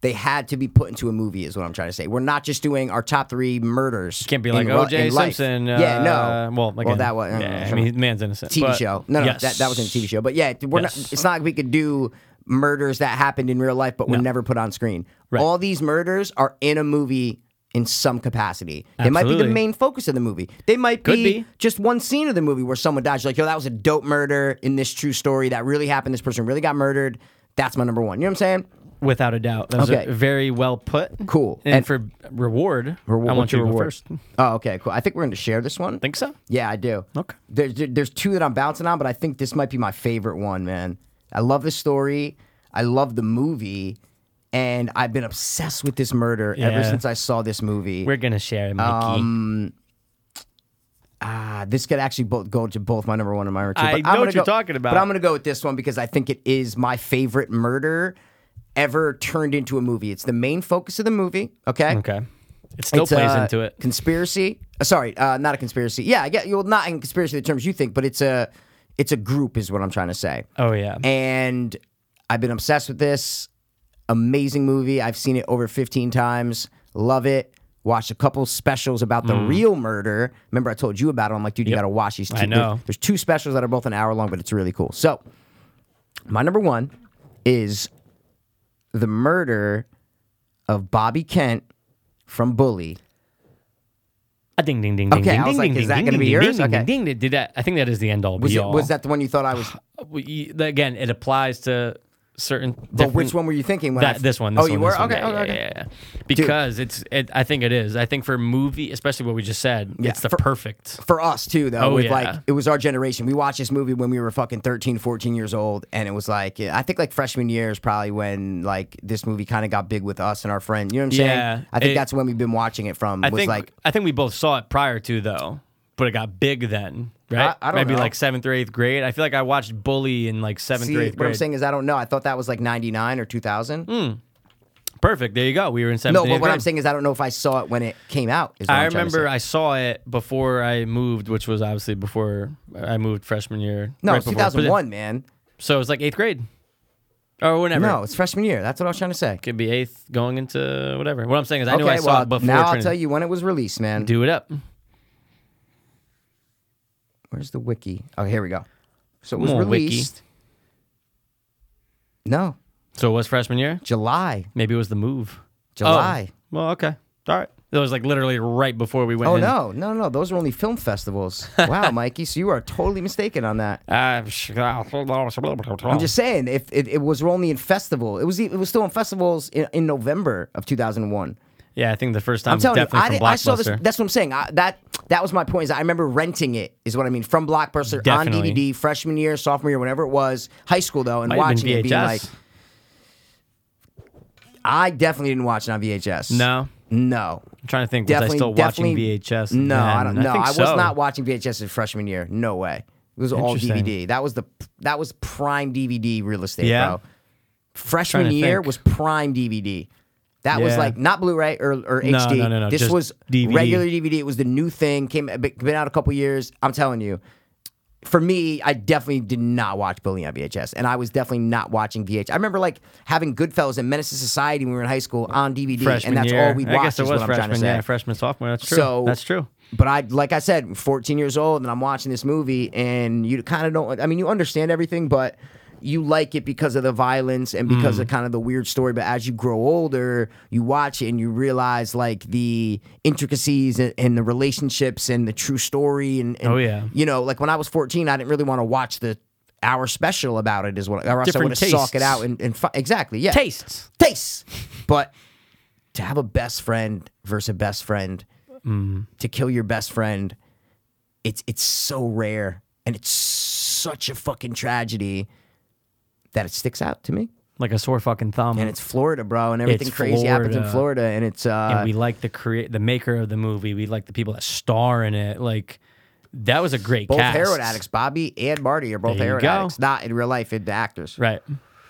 B: they had to be put into a movie, is what I'm trying to say. We're not just doing our top three murders.
A: Can't be
B: in
A: like
B: real-
A: O.J.
B: in life.
A: Simpson. Uh,
B: yeah, no.
A: Well, again,
B: that uh, was
A: Yeah, I mean, man's innocent.
B: TV
A: but-
B: show. No, no,
A: Yes.
B: that, that was in a TV show. But yeah, we're
A: Yes.
B: not, it's not like we could do murders that happened in real life but were never put on screen. All these murders are in a movie in some capacity. They might be the
A: Absolutely.
B: main focus of the movie. They might
A: Could
B: be,
A: be.
B: just one scene of the movie where someone dies. You're like, yo, that was a dope murder in this true story that really happened. This person really got murdered. That's my number one. You know what I'm saying?
A: Without a doubt. That was a
B: Okay.
A: very well put.
B: Cool.
A: And,
B: And-
A: for reward,
B: Reward-
A: I want
B: what's
A: you
B: your
A: to go
B: reward?
A: first.
B: Oh, okay, cool. I think we're going to share this one.
A: Think so?
B: Yeah, I do.
A: Okay.
B: There, there- there's two that I'm bouncing on, but I think this might be my favorite one, man. I love the story. I love the movie. And I've been obsessed with this murder ever
A: Yeah.
B: since I saw this movie.
A: We're going to share it, Mikey.
B: Um, Ah, this could actually both go to both my number one and my number two.
A: I
B: but
A: know
B: I'm gonna
A: what you're
B: go-
A: talking about.
B: But I'm going to go with this one because I think it is my favorite murder ever turned into a movie. It's the main focus of the movie. Okay.
A: okay. It still
B: It's,
A: plays
B: uh,
A: into it.
B: Conspiracy. uh, sorry, uh, not a conspiracy. Yeah, I get. Well, not in conspiracy the terms you think, but it's a it's a group is what I'm trying to say.
A: Oh, yeah.
B: And I've been obsessed with this amazing movie. I've seen it over 15 times. Love it. Watched a couple specials about the real murder. Remember, I told you about it. I'm like, dude, you got to watch these. Two.
A: Mm. I know.
B: There's two specials that are both an hour long, but it's really cool. So, my number one is the murder of Bobby Kent from Bully.
A: A Ah, ding ding ding ding.
B: Okay,
A: ding,
B: I was
A: ding,
B: like,
A: ding,
B: is that
A: ding,
B: gonna be
A: ding,
B: yours?
A: Ding, ding,
B: Okay.
A: ding, ding. Did that? I think that is the end all
B: Was,
A: be
B: it,
A: all.
B: was that the one you thought I was?
A: We- again? It applies to certain.
B: But
A: different-
B: which one were you thinking? When I
A: That
B: f-
A: this one.
B: Oh,
A: This
B: you
A: one,
B: were.
A: this one.
B: okay,
A: Yeah,
B: okay,
A: yeah,
B: okay.
A: yeah, yeah. Because it's. It, I think it is. I think for movie, especially what we just said, it's the
B: for-
A: perfect.
B: for us too though
A: Oh,
B: with
A: yeah.
B: like it was our generation we watched this movie when we were fucking 13 14 years old and it was like i think like freshman year is probably when like this movie kind of got big with us and our friend you know what i'm
A: Yeah,
B: saying i think
A: it-
B: that's when we've been watching it from
A: I
B: was
A: think.
B: like
A: I think we both saw it prior to though, but it got big then. Right?
B: I don't
A: Maybe
B: know.
A: like seventh or eighth grade. I feel like I watched Bully in like seventh
B: see
A: or
B: what
A: eighth grade.
B: i'm saying is i don't know i thought that was like 99 or 2000
A: perfect. There you go. We were in seventh.
B: No,
A: and
B: but
A: eighth
B: what I'm
A: grade.
B: saying is I don't know if I saw it when it came out. is what
A: I
B: I'm trying to
A: remember
B: say.
A: I saw it before I moved, which was obviously before I moved freshman year.
B: No,
A: right
B: it's
A: before-
B: 2001, man.
A: So it's like eighth grade, or whenever.
B: No, it's freshman year. That's what I was trying to say.
A: could be eighth going into whatever. What I'm saying is I
B: okay,
A: knew I saw
B: well,
A: it before.
B: now I'll
A: Trinity.
B: tell you when it was released, man.
A: Do it up.
B: Where's the wiki? Oh, here we go. So it was
A: Come on, wiki.
B: released. No,
A: So it was freshman year.
B: July.
A: Maybe it was the move.
B: July.
A: Oh, well, okay. All right. It was like literally right before we went.
B: Oh,
A: in.
B: no, no, no. Those are only film festivals. wow, Mikey. So you are totally mistaken on that.
A: I'm
B: I'm just saying, if it, it was only in festival, it was e- it was still in festivals in, in November of 2001.
A: Yeah, I think the first time
B: I'm telling you,
A: definitely from
B: I, did,
A: Blockbuster.
B: I saw this. That's what I'm saying. I, that that was my point. Is I remember renting it. Is what I mean from Blockbuster
A: Definitely.
B: on DVD, freshman year, sophomore year, whenever it was, high school though, and
A: Might have
B: watching
A: been
B: it, being
A: VHS.
B: like, I definitely didn't watch it on VHS.
A: no,
B: no,
A: I'm trying to think. Was I
B: definitely,
A: still watching
B: definitely-
A: VHS?
B: No, I don't.
A: then?
B: No, I,
A: think
B: was
A: so.
B: not watching VHS in freshman year. No way. It was all
A: Interesting.
B: DVD. That was the that was prime DVD real estate,
A: Yeah.
B: bro. Freshman
A: Trying to
B: year
A: think.
B: was prime DVD. That was
A: Yeah.
B: like not Blu-ray or, or
A: No,
B: HD.
A: no, no, no,
B: This
A: just
B: was
A: DVD.
B: regular DVD. It was the new thing. Came been out a couple years. I'm telling you. For me, I definitely did not watch Bully on VHS, and I was definitely not watching VH. I remember like having Goodfellas and Menace to Society when we were in high school on DVD,
A: Freshman
B: and that's
A: year.
B: all we watched.
A: I guess it
B: is
A: was
B: what I'm
A: freshman.
B: trying to say.
A: Yeah, freshman sophomore. That's true.
B: So
A: that's true.
B: But I, like I said, 14 years old, and I'm watching this movie, and you kind of don't. I mean, you understand everything, but you like it because of the violence and because
A: Mm.
B: of kind of the weird story. But as you grow older, you watch it and you realize like the intricacies and, and the relationships and the true story. And, and
A: Oh, yeah.
B: you know, like when I was 14, I didn't really want to watch the hour special about it. Is what, or else I
A: Different
B: would have sought it
A: tastes.
B: out and, and fi- exactly, yeah,
A: Tastes.
B: tastes. But to have a best friend versus a best friend,
A: Mm.
B: to kill your best friend, it's it's so rare and it's such a fucking tragedy that it sticks out to me.
A: Like a sore fucking thumb.
B: And it's Florida, bro, and everything
A: It's
B: crazy happens in
A: Florida.
B: Florida, and it's uh,
A: and we like the create the maker of the movie. We like the people that star in it. Like that was a great
B: both
A: cast.
B: heroin addicts. Bobby and Marty are both
A: There you
B: heroin
A: go.
B: addicts, not in real life, in the actors.
A: Right.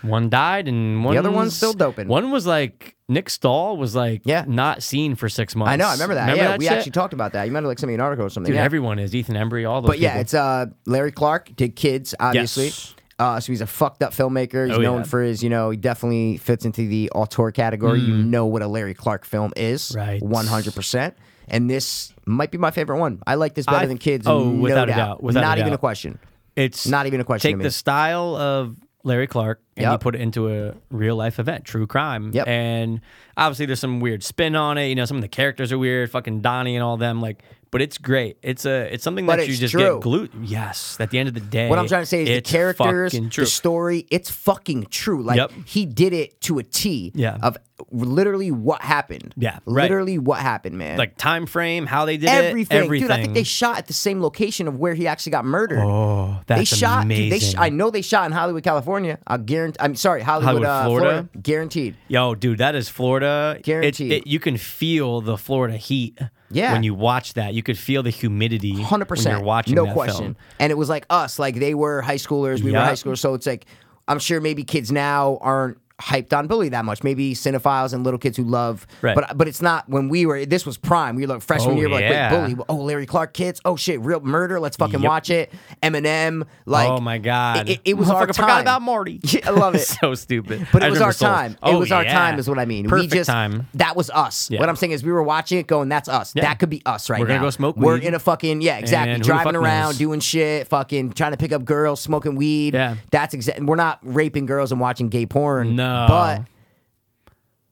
A: One died and one
B: other one's still doping.
A: One was like Nick Stahl was like
B: Yeah.
A: not seen for six months.
B: I know, I remember that. yeah, we
A: shit?
B: actually talked about that. You might have like sent me an article or something.
A: Dude,
B: yeah.
A: everyone is Ethan Embry, all those.
B: But yeah,
A: people.
B: it's uh, Larry Clark did Kids, obviously.
A: Yes.
B: Uh, so he's a fucked up filmmaker. He's
A: Oh,
B: known
A: yeah.
B: for his, you know, he definitely fits into the auteur category. You know what a Larry Clark film is,
A: Mm. Right.
B: One hundred percent. And this might be my favorite one. I like this better
A: I-
B: than Kids.
A: oh,
B: no
A: without a
B: doubt.
A: doubt, without a
B: not even a
A: doubt.
B: question.
A: It's
B: Not even a question to
A: Take
B: me.
A: the style of Larry Clark and you
B: Yep.
A: put it into a real life event, true crime.
B: Yep.
A: And obviously there's some weird spin on it. You know, some of the characters are weird, fucking Donnie and all them. Like, but it's great. It's a it's something
B: But
A: that you
B: it's
A: just
B: true.
A: get glued. Yes. At the end of the day.
B: What I'm trying to say is
A: it's
B: the characters,
A: fucking true.
B: the story, it's fucking true. Like
A: Yep.
B: he did it to a T
A: Yeah.
B: of literally what happened.
A: Yeah, right.
B: Literally what happened, man.
A: like time frame, how they did
B: everything.
A: it, everything.
B: Dude, I think they shot at the same location of where he actually got murdered.
A: Oh, that's
B: they shot. dude,
A: amazing.
B: they sh- I know they shot in Hollywood, California. I guarantee. I'm sorry, Hollywood,
A: Hollywood,
B: uh, Florida?
A: Florida?
B: Guaranteed.
A: Yo, dude, that is Florida. It-
B: Guaranteed.
A: It, you can feel the Florida heat.
B: Yeah.
A: When you watch that, you could feel the humidity.
B: Hundred percent.
A: When you're watching
B: no
A: that
B: question.
A: film.
B: And it was like us. Like they were high schoolers. We were
A: Yeah.
B: high schoolers. So it's like I'm sure maybe kids now aren't hyped on bully that much. Maybe cinephiles and little kids who love.
A: Right.
B: But but it's not when we were. This was prime. We were like freshman
A: Oh,
B: year. We're
A: yeah.
B: Like wait, bully. Oh, Larry Clark kids. Oh shit, real murder. Let's fucking
A: Yep.
B: watch it. Eminem. Like
A: oh my god!
B: It, it- it was our
A: Motherfucker Forgot
B: time.
A: about Marty.
B: Yeah, I love it.
A: so stupid.
B: But
A: I
B: it was
A: remember
B: our
A: Soul.
B: time. it
A: Oh,
B: was our
A: yeah.
B: time, is what I mean.
A: Perfect
B: we just
A: time.
B: that was us.
A: Yeah.
B: What I'm saying is, we were watching it, going, "That's us. That could be us right
A: We're
B: now."
A: gonna go smoke
B: We're
A: weed.
B: in a fucking yeah, exactly.
A: And who the
B: Driving
A: fuck
B: around,
A: knows?
B: doing shit, fucking trying to pick up girls, smoking weed.
A: Yeah.
B: that's exactly. We're not raping girls and watching gay porn.
A: No.
B: but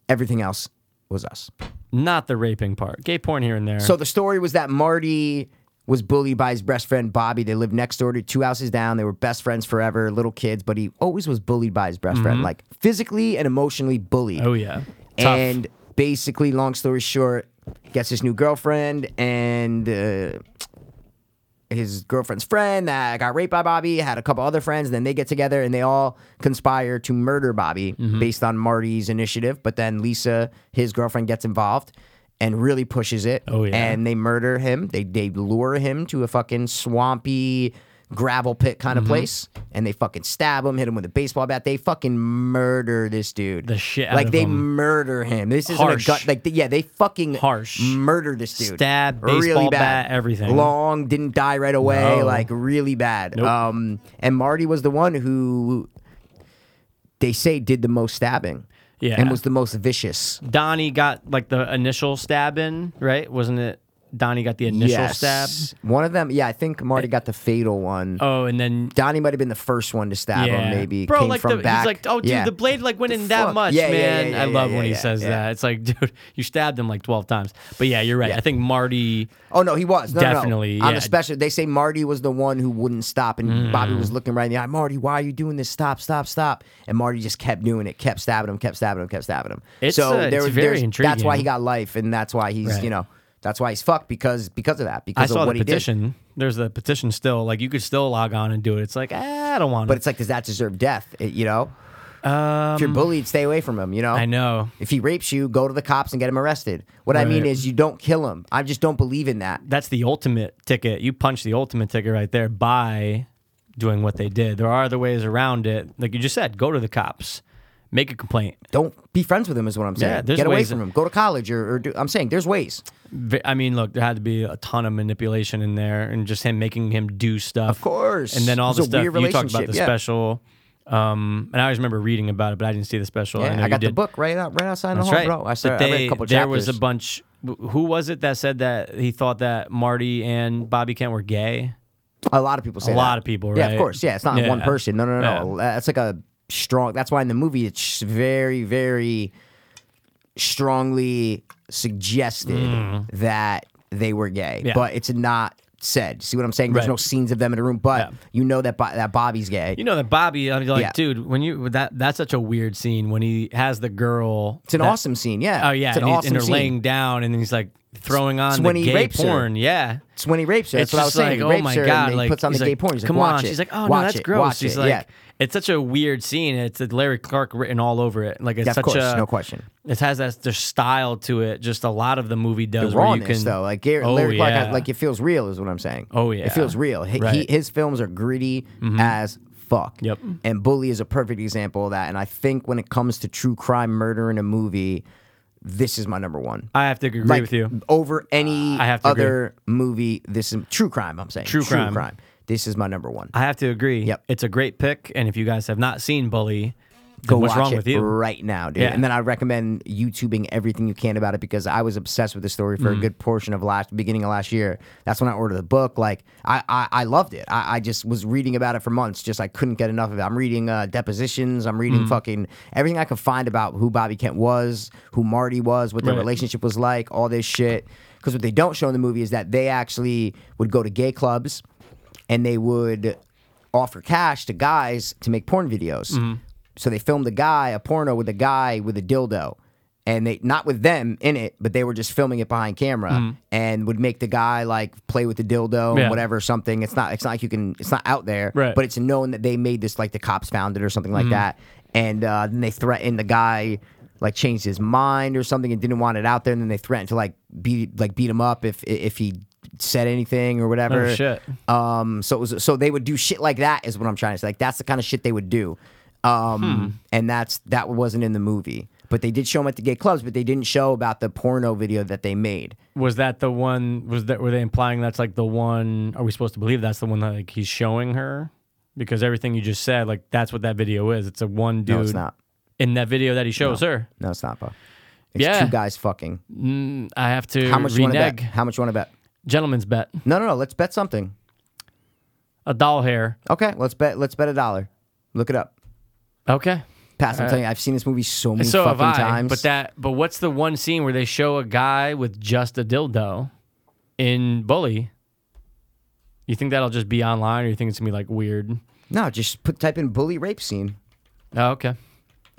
B: everything else was us.
A: Not the raping part. Gay porn here and there.
B: So the story was that Marty was bullied by his best friend Bobby. They lived next door to two houses down. They were best friends forever, little kids, but he always was bullied by his best friend, like physically and emotionally bullied.
A: Mm-hmm. oh yeah. Tough.
B: And basically, long story short, gets his new girlfriend and uh, his girlfriend's friend that got raped by Bobby had a couple other friends. Then they get together and they all conspire to murder Bobby
A: Mm-hmm.
B: based on Marty's initiative. But then Lisa, his girlfriend, gets involved and really pushes it.
A: Oh, yeah.
B: And they murder him. They they lure him to a fucking swampy gravel pit kind
A: Mm-hmm.
B: of place, and they fucking stab him, hit him with a baseball bat. They fucking murder this dude.
A: The shit out
B: like
A: of
B: they
A: him.
B: murder him. This isn't
A: Harsh.
B: a gut. Like yeah, they fucking
A: Harsh.
B: murder this dude.
A: Stab, baseball
B: really bad.
A: bat, everything.
B: Long didn't die right away.
A: No.
B: Like really bad.
A: Nope.
B: Um, and Marty was the one who they say did the most stabbing.
A: Yeah.
B: and was the most vicious.
A: Donnie got like the initial stab in, right? Wasn't it? Donnie got the initial stab. Eh.
B: One of them, yeah, I think Marty got the fatal one.
A: Oh, and then
B: Donnie might have been the first one to stab
A: yeah,
B: him. Maybe
A: bro,
B: came
A: like
B: from
A: the,
B: back.
A: he's like, oh, dude,
B: Yeah.
A: the blade like went in
B: fuck?
A: that much,
B: Yeah, yeah,
A: man.
B: yeah, yeah,
A: I love
B: yeah,
A: when he
B: yeah,
A: says
B: yeah.
A: that. It's like, dude, you stabbed him like twelve times. But yeah, you're right.
B: Yeah.
A: I think Marty.
B: Oh no, he was no, no, no.
A: Definitely,
B: On
A: yeah. Mm.
B: the special, they say Marty was the one who wouldn't stop, and Bobby was looking right in the eye. Marty, why are you doing this? Stop, stop, stop! And Marty just kept doing it, kept stabbing him, kept stabbing him, kept stabbing him.
A: It's,
B: so
A: uh, it's
B: there was
A: very
B: there's- That's why
A: intriguing.
B: he got life, and that's why he's
A: Right.
B: you know that's why he's fucked because because of that because
A: I saw
B: of what
A: the
B: he did.
A: petition. There's the petition still. Like you could still log on and do it. It's like ah, I don't want
B: But
A: to.
B: it's like, does that deserve death? It- you know, if you're bullied, stay away from him. You know,
A: Um, I know.
B: If he rapes you, go to the cops and get him arrested. What I mean
A: Right.
B: is, you don't kill him. I just don't believe in that.
A: That's the ultimate ticket. You punch the ultimate ticket right there by doing what they did. There are other ways around it. Like you just said, go to the cops, make a complaint.
B: Don't be friends with him. Is what I'm saying.
A: Yeah, there's
B: get away
A: ways
B: from
A: that-
B: him. Go to college or, or do, I'm saying there's ways.
A: Ve- I mean, look, there had to be a ton of manipulation in there, and just him making him do stuff.
B: Of course.
A: And then all
B: It
A: the
B: was a
A: stuff
B: weird
A: you talked about
B: relationship,
A: the
B: yeah.
A: special. Um, and I always remember reading about it, but I didn't see the special.
B: Yeah,
A: know
B: I,
A: you
B: got the
A: did.
B: book right out right outside
A: That's
B: the home,
A: right.
B: Uh-huh, bro. I, started,
A: but they,
B: I read a couple
A: there
B: chapters.
A: was a bunch. wh- Who was it that said that he thought that Marty and Bobby Kent were gay?
B: a lot of people say
A: a
B: that.
A: lot of people,
B: Yeah, of
A: right?
B: course. Yeah, it's not one
A: Yeah.
B: person. No, no, no, no. That's like a strong. That's why in the movie it's very, very strongly suggested that they were gay,
A: Mm. Yeah.
B: but it's not said. See what I'm saying? There's
A: Right.
B: no scenes of them in a room, but
A: Yeah.
B: you know that Bo- that Bobby's gay.
A: You know that Bobby. I'm like,
B: Yeah.
A: dude, when you that that's such a weird scene when he has the girl.
B: it's an
A: that-
B: awesome scene. Yeah.
A: Oh yeah,
B: it's an
A: and, he's,
B: awesome
A: and they're
B: scene.
A: laying down, and he's like throwing on
B: when
A: the
B: he
A: gay
B: rapes her.
A: porn. Yeah,
B: It's when he rapes her. That's
A: it's
B: what I was
A: just
B: saying.
A: like,
B: he
A: oh
B: rapes
A: my
B: her
A: god,
B: and then
A: like
B: he puts on the
A: he's
B: gay
A: like,
B: porn. He's like,
A: come
B: watch
A: on.
B: it.
A: She's like, oh
B: watch
A: no, that's
B: it.
A: gross.
B: Watch
A: She's
B: it.
A: like,
B: yeah.
A: it's such a weird scene. It's a Larry Clark written all over it. Like it's
B: Yeah, of
A: such
B: course,
A: a
B: no question.
A: It has that their style to it. Just a lot of the movie does
B: the
A: where you
B: rawness
A: can
B: though. Like Gary,
A: oh,
B: Larry Clark,
A: yeah.
B: has- like it feels real, is what I'm saying.
A: Oh,
B: it
A: yeah.
B: feels real. He, he,
A: Right. Mm-hmm.
B: his films are gritty as fuck.
A: Yep.
B: And Bully is a perfect example of that. And I think when it comes to true crime murder in a movie, this is my number one.
A: I have to agree
B: like
A: with you.
B: over any
A: I have to
B: other movie. This is true crime. I'm saying
A: True crime.
B: This is my number one.
A: I have to agree.
B: Yep.
A: It's a great pick. And if you guys have not seen Bully, then
B: Go
A: what's
B: watch
A: wrong
B: it
A: with you?
B: right now, dude.
A: Yeah.
B: And then I recommend YouTubing everything you can about it because I was obsessed with this story for a
A: Mm.
B: good portion of last beginning of last year. That's when I ordered the book. Like I, I, I loved it. I, I just was reading about it for months. Just I couldn't get enough of it. I'm reading uh, depositions. I'm
A: Mm.
B: reading fucking everything I could find about who Bobby Kent was, who Marty was, what their
A: Right.
B: relationship was like, all this shit. Because what they don't show in the movie is that they actually would go to gay clubs and they would offer cash to guys to make porn videos.
A: Mm-hmm.
B: So they filmed a guy, a porno with a guy with a dildo. And they not with them in it, but they were just filming it behind camera and would make the guy like play with the dildo
A: Mm-hmm. Yeah.
B: and whatever something. It's not it's not like you can it's not out there.
A: Right. Mm-hmm.
B: But it's known that they made this like the cops found it or something like that. And uh, then they threatened the guy like changed his mind or something and didn't want it out there and then they threatened to like beat like beat him up if if he said anything or whatever.
A: Oh, shit.
B: Um, so it was, so they would do shit like that is what I'm trying to say. Like that's the kind of shit they would do.
A: Hmm.
B: Um, and that's that wasn't in the movie, but they did show them at the gay clubs, but they didn't show about the porno video that they made.
A: Was that the one? Was that were they implying that's like the one? Are we supposed to believe that's the one that like he's showing her? Because everything you just said, like that's what that video is. It's a one dude
B: No, it's not.
A: in that video that he shows her.
B: No, it's not, bro. It's
A: Yeah.
B: two guys fucking.
A: Mm, I have to
B: How much you want to bet?
A: renege.
B: How much you want to bet?
A: Gentleman's bet.
B: No, no, no. Let's bet something.
A: A doll hair.
B: Okay, let's bet. Let's bet a dollar. Look it up.
A: Okay.
B: Pass. I'm telling you, I've seen this movie so many
A: So
B: fucking
A: have I.
B: times.
A: But that. But what's the one scene where they show a guy with just a dildo in Bully? You think that'll just be online, or you think it's gonna be like weird?
B: no, just put type in bully rape scene.
A: Oh, okay.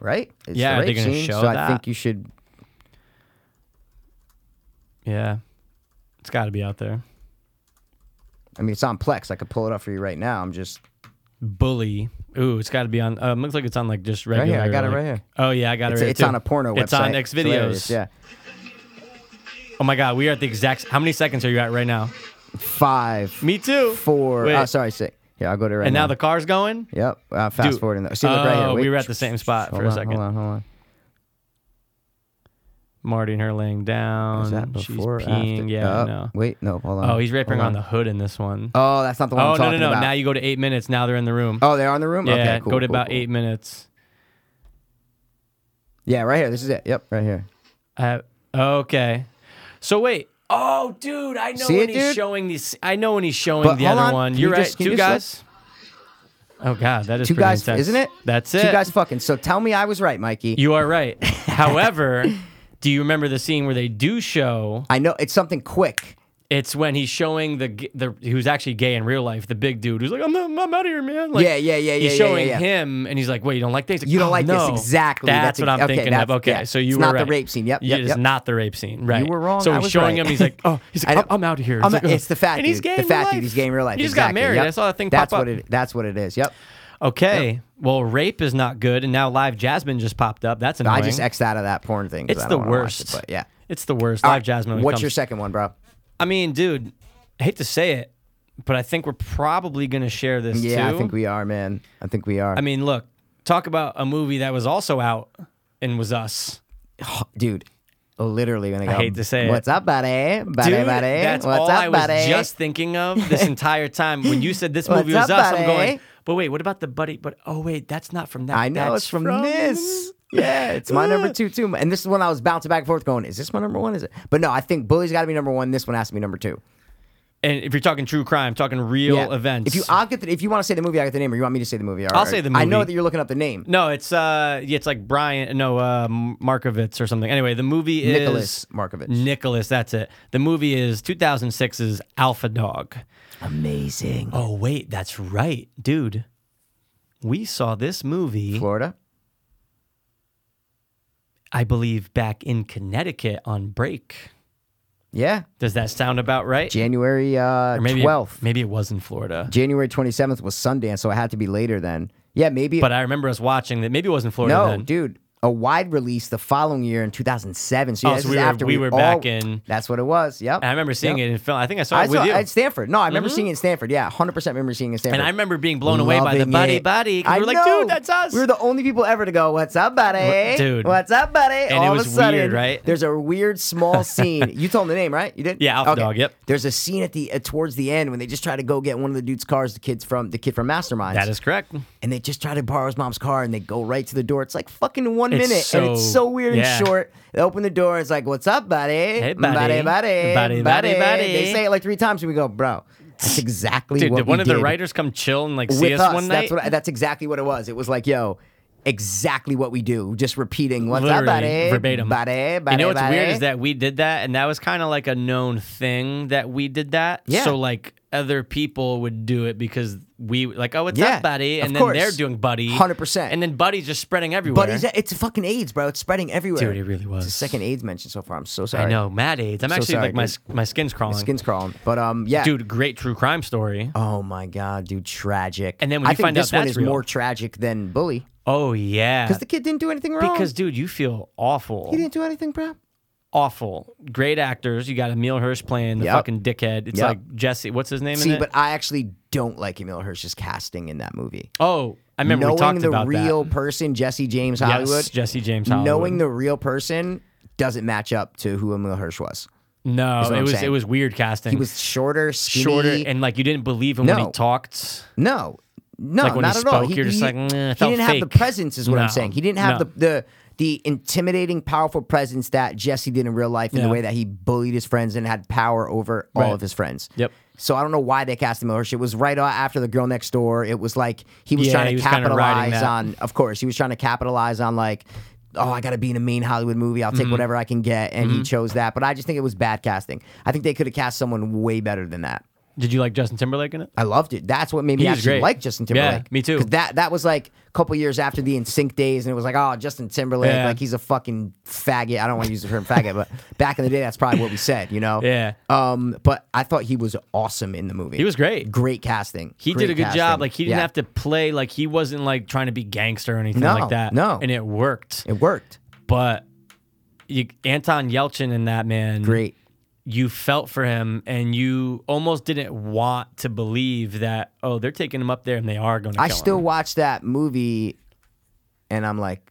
B: Right? It's
A: Yeah,
B: the
A: are
B: rape
A: they gonna
B: scene,
A: show
B: so I
A: that?
B: think you should.
A: Yeah. It's got to be out there.
B: I mean, it's on Plex. I could pull it up for you right now. I'm just.
A: Bully. Ooh, it's got to be on. Um, looks like it's on like just
B: here.
A: regular.
B: I got it
A: like-
B: right here.
A: Oh yeah, I got
B: It's,
A: it. right
B: it's
A: here,
B: on
A: too.
B: a porno website.
A: It's on X
B: hilarious,
A: videos.
B: Yeah.
A: Oh my god, we are at the exact. How many seconds are you at right now?
B: Five,
A: Me too.
B: four.
A: Wait.
B: Oh, sorry, six. Yeah, I'll go to it right
A: And now the car's going.
B: Yep. Uh, fast
A: Dude.
B: forwarding. Though. See, look right here.
A: Oh, we
B: Wait.
A: were at the same spot
B: Hold
A: for a
B: on,
A: second.
B: Hold on, hold on.
A: Marty and her laying down.
B: Is that before?
A: She's
B: or after?
A: peeing. Yeah,
B: Oh,
A: no.
B: Wait, no. Hold on.
A: Oh, he's ripping
B: Hold
A: on the hood in this one.
B: Oh, that's not the one.
A: Oh no
B: I'm
A: no
B: talking
A: no!
B: About.
A: Now you go to eight minutes. Now they're in the room.
B: Oh, they are in the room.
A: yeah,
B: okay, cool,
A: go to
B: cool,
A: about
B: cool.
A: eight minutes.
B: Yeah, right here. This is it. Yep, right here.
A: Uh, okay. So wait. Oh, dude, I know
B: See
A: when
B: it,
A: he's
B: dude?
A: showing these. I know when he's showing
B: But
A: the
B: hold
A: other
B: on,
A: one.
B: can
A: You're
B: you
A: right.
B: just- can
A: two
B: you just
A: guys. Oh God, that is
B: Two
A: pretty
B: guys,
A: intense.
B: isn't it?
A: That's
B: Two
A: it.
B: guys fucking. So tell me I was right, Mikey.
A: You are right. However, do you remember the scene where they do show?
B: I know it's something quick.
A: It's when he's showing the g- the who's actually gay in real life, the big dude who's like, "I'm, I'm out of here, man." Like,
B: Yeah, yeah, yeah, yeah,
A: He's
B: yeah,
A: showing
B: yeah, yeah.
A: him, and he's like, "Wait, you don't like this? He's
B: You don't
A: "Oh,
B: like this."
A: no."
B: Exactly.
A: That's,
B: That's
A: what I'm
B: ex- okay,
A: thinking of.
B: that's-
A: Okay,
B: yeah.
A: so
B: It's
A: you were
B: not the
A: right.
B: rape scene. Yep,
A: Yeah,
B: yep,
A: It's
B: yep.
A: not the rape scene. Right.
B: were wrong,
A: So
B: I
A: he's
B: was
A: showing
B: right.
A: him. He's like, "Oh, he's like,
B: I know.
A: I'm, I'm out of here." He's
B: I'm
A: like,
B: not-
A: "Ugh."
B: it's the fat
A: and
B: dude.
A: he's gay
B: the
A: in
B: fat
A: real
B: dude.
A: life.
B: He's gay in real life.
A: He just
B: exactly.
A: got married.
B: Yep.
A: I saw that thing
B: That's
A: pop
B: what
A: up.
B: it. That's what it is. Yep.
A: Okay. Well, rape is not good, and now live Jasmine just popped up. That's annoying.
B: I just X'd out of that porn thing. 'cause
A: It's
B: I
A: the
B: don't wanna watch it,
A: worst.
B: but yeah.
A: It's the worst.
B: All
A: live
B: right,
A: Jasmine. when it
B: What's
A: comes-
B: your second one, bro?
A: I mean, dude, I hate to say it, but I think we're probably gonna share this
B: Yeah,
A: too.
B: I think we are, man. I think we are.
A: I mean, look, talk about a movie that was also out and was us.
B: dude. Literally, when I, go,
A: hate to say it.
B: what's up, buddy? Buddy,
A: Dude,
B: buddy.
A: that's
B: what's
A: all
B: up,
A: I was
B: buddy?
A: just thinking of this entire time. When you said this
B: What's
A: movie was
B: up,
A: us, I'm
B: buddy?
A: going. But wait, what about the buddy? But oh wait, that's not from that.
B: I know
A: That's
B: it's from, this. Yeah, it's my number two too. And this is when I was bouncing back and forth, going, "Is this my number one? Is it?" But no, I think Bully's got to be number one. This one has to be number two.
A: And if you're talking true crime, talking real
B: Yeah.
A: events.
B: If you, I'll get the, if you want to say the movie, I get the name, or you want me to say the movie. All
A: I'll
B: right.
A: say the
B: I know
A: movie.
B: that you're looking up the name.
A: no, it's uh, yeah, it's like Brian, no, uh, Markovitz or something. Anyway, the movie is
B: Nicholas Markovitch.
A: Nicholas, that's it. The movie is 2006's Alpha Dog.
B: Amazing.
A: Oh wait, that's right, dude. We saw this movie,
B: Florida.
A: I believe, back in Connecticut on break.
B: Yeah,
A: Does that sound about right?
B: January uh,
A: Or maybe it-
B: 12th.
A: maybe it was in Florida.
B: January 27th was Sundance, so it had to be later then. Yeah, maybe.
A: But I remember us watching that. Maybe it was in Florida
B: no,
A: then.
B: dude. A wide release the following year in 2007. So,
A: Oh,
B: yeah,
A: so
B: this
A: we
B: is
A: were-
B: after
A: we
B: we,
A: were
B: all-
A: back in-
B: That's what it was. Yep.
A: I remember seeing it in film. I think I saw it oh,
B: I
A: with
B: saw
A: you. Mm-hmm.
B: at Stanford. No, I remember seeing it in Stanford. Yeah, 100% remember seeing it in Stanford.
A: and I remember being blown away by the
B: Loving
A: buddy
B: it.
A: buddy. 'cause
B: I
A: we were like,
B: know.
A: dude, that's us.
B: We were the only people ever to go, "What's up, buddy?
A: Wha- dude.
B: what's up, buddy?"
A: it
B: All
A: was
B: of a sudden,
A: weird, right?
B: There's a weird small scene. you told him the name, right? You did.
A: Yeah, Alpha Dog, yep.
B: There's a scene at the uh, towards the end when they just try to go get one of the dude's cars. The kids from the kid from Masterminds.
A: that is correct.
B: And they just try to borrow his mom's car, and they go right to the door. It's like fucking one
A: It's
B: minute, and it's
A: so-
B: so weird
A: yeah.
B: and short. They open the door. It's like, "What's up, buddy? Hey,
A: buddy.
B: buddy, buddy,
A: Buddy, buddy, buddy."
B: They say it like three times, and we go, "Bro, that's exactly
A: Dude,
B: what
A: did
B: we
A: one of the
B: did
A: writers come chill and like
B: with
A: see us,
B: us.
A: one night?
B: That's what. I- that's exactly what it was. It was like, yo, exactly what we do. Just repeating what's
A: Literally
B: up, buddy,
A: verbatim.
B: buddy, buddy.
A: you know what's
B: buddy.
A: weird is that we did that, and that was kind of like a known thing that we did that.
B: Yeah.
A: So like other people would do it because we like, oh, what's
B: Yeah,
A: up, buddy?
B: of
A: And then
B: course.
A: they're doing buddy,
B: 100%.
A: and then buddy's just spreading everywhere.
B: But it's, it's fucking AIDS, bro. It's spreading everywhere.
A: Dude, it really was.
B: It's the second AIDS mention so far. I'm so sorry.
A: I know, mad AIDS. I'm
B: So
A: actually
B: sorry,
A: like my
B: dude.
A: s- my skin's crawling.
B: Skin's crawling, but um, yeah,
A: Dude, great true crime story.
B: Oh my god, dude, tragic.
A: And then when
B: I
A: you
B: think
A: find out
B: this one
A: that's
B: is
A: real.
B: more tragic than bully
A: Oh yeah.
B: because the kid didn't do anything wrong.
A: Because, dude, you feel awful.
B: he didn't do anything, bro.
A: awful. Great actors. You got Emil Hirsch playing the
B: Yep.
A: fucking dickhead. It's
B: Yep.
A: like Jesse. What's his name in
B: See,
A: it?
B: but I actually don't like Emil Hirsch's casting in that movie.
A: oh, I remember we
B: Knowing
A: talked
B: the
A: about
B: real
A: that.
B: person, Jesse James Hollywood,
A: Yes, Jesse James Hollywood.
B: knowing the real person doesn't match up to who Emil Hirsch was.
A: no,
B: what
A: it
B: I'm
A: was
B: saying.
A: it was weird casting.
B: He was shorter, skinny.
A: shorter and like you didn't believe him when he
B: No.
A: talked.
B: no, no,
A: Like when he
B: not at all.
A: spoke, you're just like, "Nah, it
B: he
A: felt
B: didn't have the
A: fake."
B: presence, is what
A: No,
B: I'm saying. He didn't
A: no.
B: have the the the intimidating, powerful presence that Jesse did in real life, in
A: Yeah.
B: the way that he bullied his friends and had power over all
A: Right.
B: of his friends.
A: Yep.
B: So I don't know why they cast him Hirsch. It was right a- after the girl next door. It was like he was
A: Yeah,
B: trying to
A: he was kinda riding
B: capitalize
A: that.
B: on. Of course, he was trying to capitalize on like. Oh, I gotta be in a mean Hollywood movie. I'll
A: Mm-hmm.
B: take whatever I can get, and he chose that. But I just think it was bad casting. I think they could have cast someone way better than that.
A: Did you like Justin Timberlake in it?
B: I loved it. That's what made me
A: He was
B: actually
A: great.
B: like Justin
A: Yeah,
B: Timberlake.
A: me too.
B: 'Cause That that was like a couple years after the NSYNC days, and it was like, oh, Justin Timberlake,
A: Yeah.
B: like he's a fucking faggot. I don't want to use the term faggot, but back in the day, that's probably what we said, you know?
A: Yeah.
B: Um, but I thought he was awesome in the movie.
A: He was great.
B: Great casting.
A: He
B: Great
A: did a good
B: casting.
A: job. Like he didn't
B: Yeah.
A: have to play like he wasn't like trying to be gangster or anything
B: No,
A: like that.
B: no.
A: and it worked.
B: It worked.
A: but you, Anton Yelchin in that man,
B: Great.
A: you felt for him and you almost didn't want to believe that oh they're taking him up there and they are going to
B: I still watch that movie, and I'm like,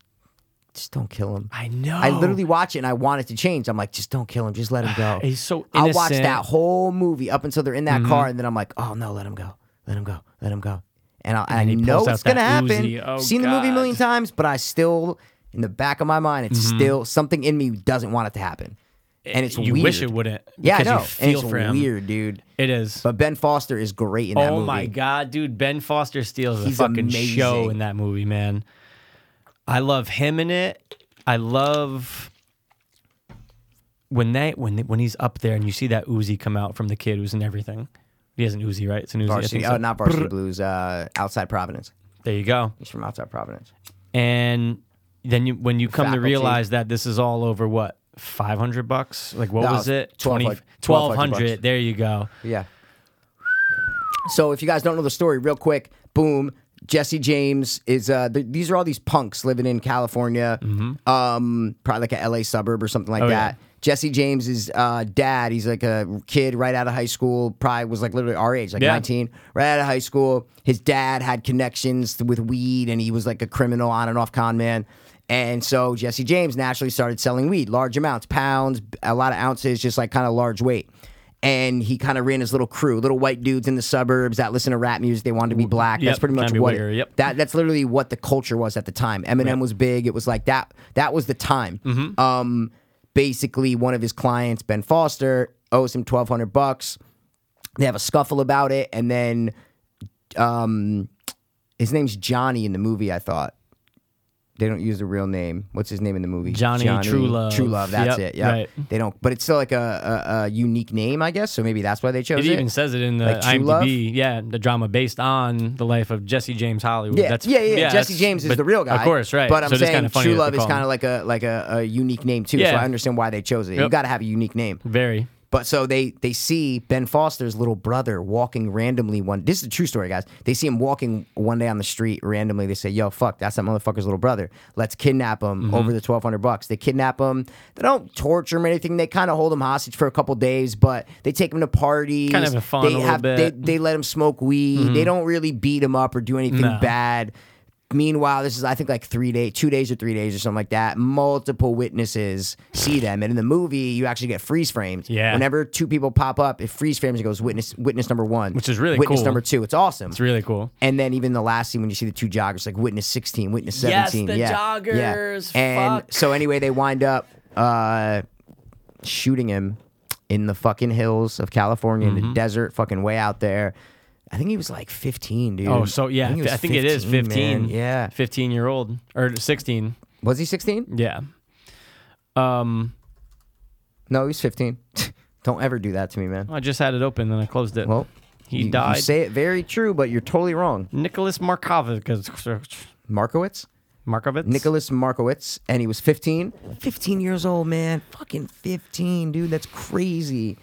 B: just don't kill him.
A: I know.
B: I literally watch it and I want it to change. I'm like, just don't kill him. Just let him go.
A: He's so
B: I watched
A: innocent. Mm-hmm.
B: that whole movie up until they're in that car, and then I'm like, oh no, let him go, let him go, let him go. And I, I
A: then he
B: know
A: pulls out
B: it's gonna
A: that
B: happen.
A: Uzi. Oh,
B: Seen the movie a
A: God. Mm-hmm.
B: million times, but I still, in the back of my mind, it's still something in me doesn't want it to happen, and it's
A: you
B: weird.
A: wish it wouldn't
B: Yeah, I
A: because
B: know.
A: you
B: and
A: feel
B: it's
A: for him
B: weird, dude.
A: it is
B: But Ben Foster is great in that
A: oh
B: movie.
A: my god, dude! Ben Foster steals the
B: He's
A: fucking
B: amazing.
A: show in that movie, man. I love him in it. I love when they when when he's up there and you see that Uzi come out from the kid who's in everything. He has an Uzi, right? It's an Uzi. I
B: Varsity,
A: think so.
B: oh, not Varsity Blues. Uh, outside Providence.
A: There you go.
B: He's from outside Providence.
A: And then you when you come to
B: Faculty.
A: realize that this is all over what five hundred bucks? Like what
B: No,
A: was it?
B: 1200
A: Twenty twelve
B: 1200 bucks.
A: hundred. There you go.
B: Yeah. So if you guys don't know the story, real quick, boom. Jesse James is. Uh, th- these are all these punks living in California, um, probably like a LA suburb or something like
A: Mm-hmm. Oh,
B: that.
A: yeah.
B: Jesse James is uh, dad. He's like a kid right out of high school. Probably was like literally our age, like
A: Yeah.
B: nineteen, right out of high school. His dad had connections with weed, and he was like a criminal on and off con man. And so Jesse James naturally started selling weed, large amounts, pounds, a lot of ounces, just like kind of large weight. And he kind of ran his little crew, little white dudes in the suburbs that listen to rap music. They wanted to be black. That's
A: Yep,
B: pretty much
A: kinda be
B: what.
A: wigger,
B: it-
A: yep.
B: That that's literally what the culture was at the time. Eminem was big. It was like that. That was the time.
A: Mm-hmm.
B: Um, basically, one of his clients, Ben Foster, owes him twelve hundred bucks. They have a scuffle about it, and then, um, his name's Johnny in the movie. I thought they don't use the real name. What's his name in the movie?
A: Johnny True Love.
B: True Love. That's
A: Yep,
B: it. Yeah.
A: right.
B: They don't, but it's still like a, a, a unique name, I guess. So maybe that's why they chose
A: It
B: it.
A: even says it in the
B: Like True
A: IMDb.
B: Love?
A: Yeah, the drama based on the life of Jesse James Hollywood.
B: Yeah,
A: that's,
B: yeah, yeah, Jesse
A: that's-
B: James is
A: but-
B: the real guy,
A: Of course, right.
B: But I'm
A: So it's
B: saying
A: kinda funny
B: True
A: that they
B: Love is
A: call
B: kind of
A: him.
B: like a like a, a unique name too. So
A: Yeah.
B: I understand why they chose it. You
A: Yep.
B: got to have a unique name.
A: very.
B: But so they they see Ben Foster's little brother walking randomly one. This is a true story, guys. They see him walking one day on the street randomly. They say, "Yo, fuck, that's that motherfucker's little brother. Let's kidnap him
A: Mm-hmm.
B: over the twelve hundred bucks." They kidnap him. They don't torture him or anything. They kind of hold him hostage for a couple days, but they take him to parties.
A: Kinda having fun a
B: They
A: little bit.
B: They, they let him smoke weed.
A: Mm-hmm.
B: They don't really beat him up or do anything
A: No.
B: bad. Meanwhile, this is I think like three days, two days or three days or something like that. Multiple witnesses see them, and in the movie, you actually get freeze frames.
A: Yeah.
B: Whenever two people pop up, it freeze frames and goes witness witness number one,
A: Which is really
B: witness
A: cool.
B: number two. It's awesome.
A: It's really cool.
B: And then even the last scene when you see the two joggers, like witness sixteen, witness
A: Yes,
B: seventeen.
A: the
B: yeah.
A: joggers,
B: Yeah. And
A: fuck.
B: so anyway, they wind up uh, shooting him in the fucking hills of California in
A: Mm-hmm.
B: the desert, fucking way out there. I think he was like fifteen, dude.
A: Oh, so yeah, I
B: he
A: think, it
B: was
A: is
B: man.
A: fifteen.
B: Yeah.
A: fifteen year old or sixteen.
B: Was he 16?
A: Yeah. Um,
B: No, he was 15. Don't ever do that to me, man.
A: I just had it open and I closed it.
B: Well,
A: he
B: you, you
A: died.
B: say it very true, but you're totally wrong.
A: Nicholas Markovitz.
B: Markowitz?
A: Markovitz.
B: Nicholas Markowitz, and he was 15. 15 years old, man. Fucking 15, dude. That's crazy.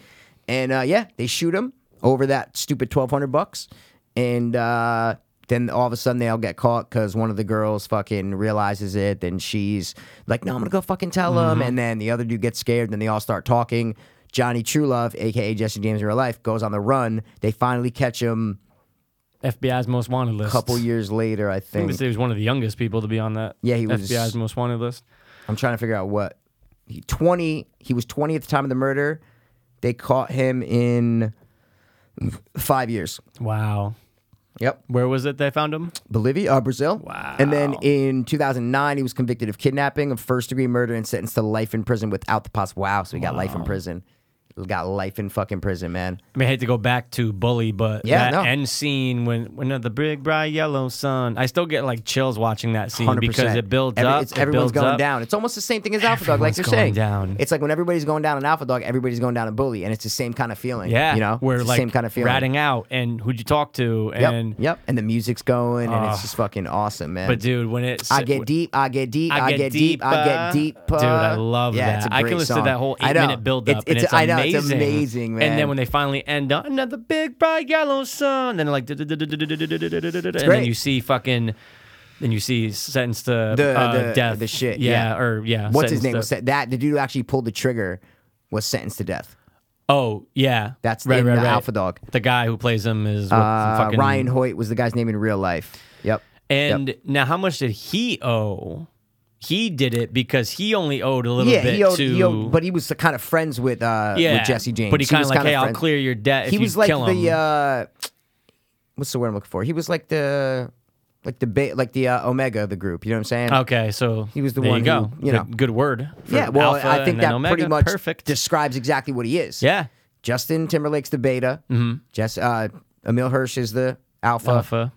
B: And uh, yeah, they shoot him over that stupid 1200 bucks. And uh, then all of a sudden they all get caught because one of the girls fucking realizes it. Then she's like, no, I'm going to go fucking tell him. And then the other dude gets scared. Then they all start talking. Johnny Trulove, aka Jesse James in real life, goes on the run. They finally catch him
A: FBI's most wanted list.
B: a couple years later, I
A: I think they
B: think.
A: say he was one of the youngest people to be on that.
B: Yeah, he was-
A: FBI's most wanted list.
B: I'm trying to figure out what he, 20. He was 20 at the time of the murder. They caught him in five years.
A: Wow.
B: Yep,
A: Where was it they found him?
B: Bolivia, uh, Brazil.
A: Wow.
B: And then in 2009, he was convicted of kidnapping, of first degree murder, and sentenced to life in prison without the possible. Wow, so he got life in prison. He got life in fucking prison, man.
A: I mean, I hate to go back to Bully, but
B: Yeah,
A: that
B: no.
A: end scene when when the big bright yellow sun, I still get like chills watching that scene
B: 100%.
A: because it builds
B: Every-
A: up.
B: It's,
A: it
B: everyone's
A: builds
B: going
A: up.
B: down. It's almost the same thing as Alpha Dog, like
A: Everyone's
B: you're
A: going
B: saying.
A: down.
B: It's like when everybody's going down in Alpha Dog, everybody's going down in Bully, and it's the same kind of feeling.
A: Yeah,
B: you know,
A: we're
B: It's the
A: like
B: same kind of feeling.
A: ratting out and who'd you talk to
B: Yep.
A: and
B: yep. And the music's going, and it's
A: Ugh.
B: just fucking awesome, man.
A: but dude when it's
B: I get deep, I get deep, I, get deep, I get deep.
A: Dude, I love
B: yeah,
A: that.
B: It's a
A: I
B: great
A: can listen
B: song.
A: to that whole
B: I
A: eight
B: know.
A: minute build up.
B: It's, it's,
A: and it's
B: I
A: amazing.
B: know it's amazing, man.
A: And then when they finally end on another big bright yellow sun, then they're like, and
B: great.
A: then you see fucking, then you see sentenced to
B: The-
A: uh,
B: the-
A: death,
B: the shit, yeah.
A: yeah, or yeah,
B: what's his
A: sentenced
B: name
A: to-
B: was set, that the dude who actually pulled the trigger was sentenced to death.
A: Oh yeah,
B: That's
A: right,
B: in
A: right,
B: the
A: right.
B: Alpha Dog.
A: The guy who plays him is what,
B: Uh,
A: fucking
B: Ryan Hoyt was the guy's name in real life. Yep.
A: And now, how much did he owe? He did it because he only owed a little
B: yeah,
A: bit
B: he owed,
A: to.
B: he owed, but he was kind of friends with uh, with Jesse James.
A: But he, kind
B: was
A: of like,
B: kinda
A: hey, I'll
B: friend-
A: clear your debt. If
B: He
A: you
B: was like
A: kill him.
B: the uh, what's the word I'm looking for? He was like the like the ba- like the uh, Omega of the group. You know what I'm saying?
A: okay, so
B: uh, he was the
A: there
B: one
A: You
B: who,
A: go.
B: you know.
A: good, good word. Oh, for
B: yeah. Well,
A: Alpha
B: I think
A: and then
B: that
A: Omega.
B: pretty much
A: perfect.
B: describes exactly what he is.
A: yeah, Mm-hmm.
B: Justin Timberlake's the beta. Jess uh, Emil Hirsch is the alpha.
A: Alpha,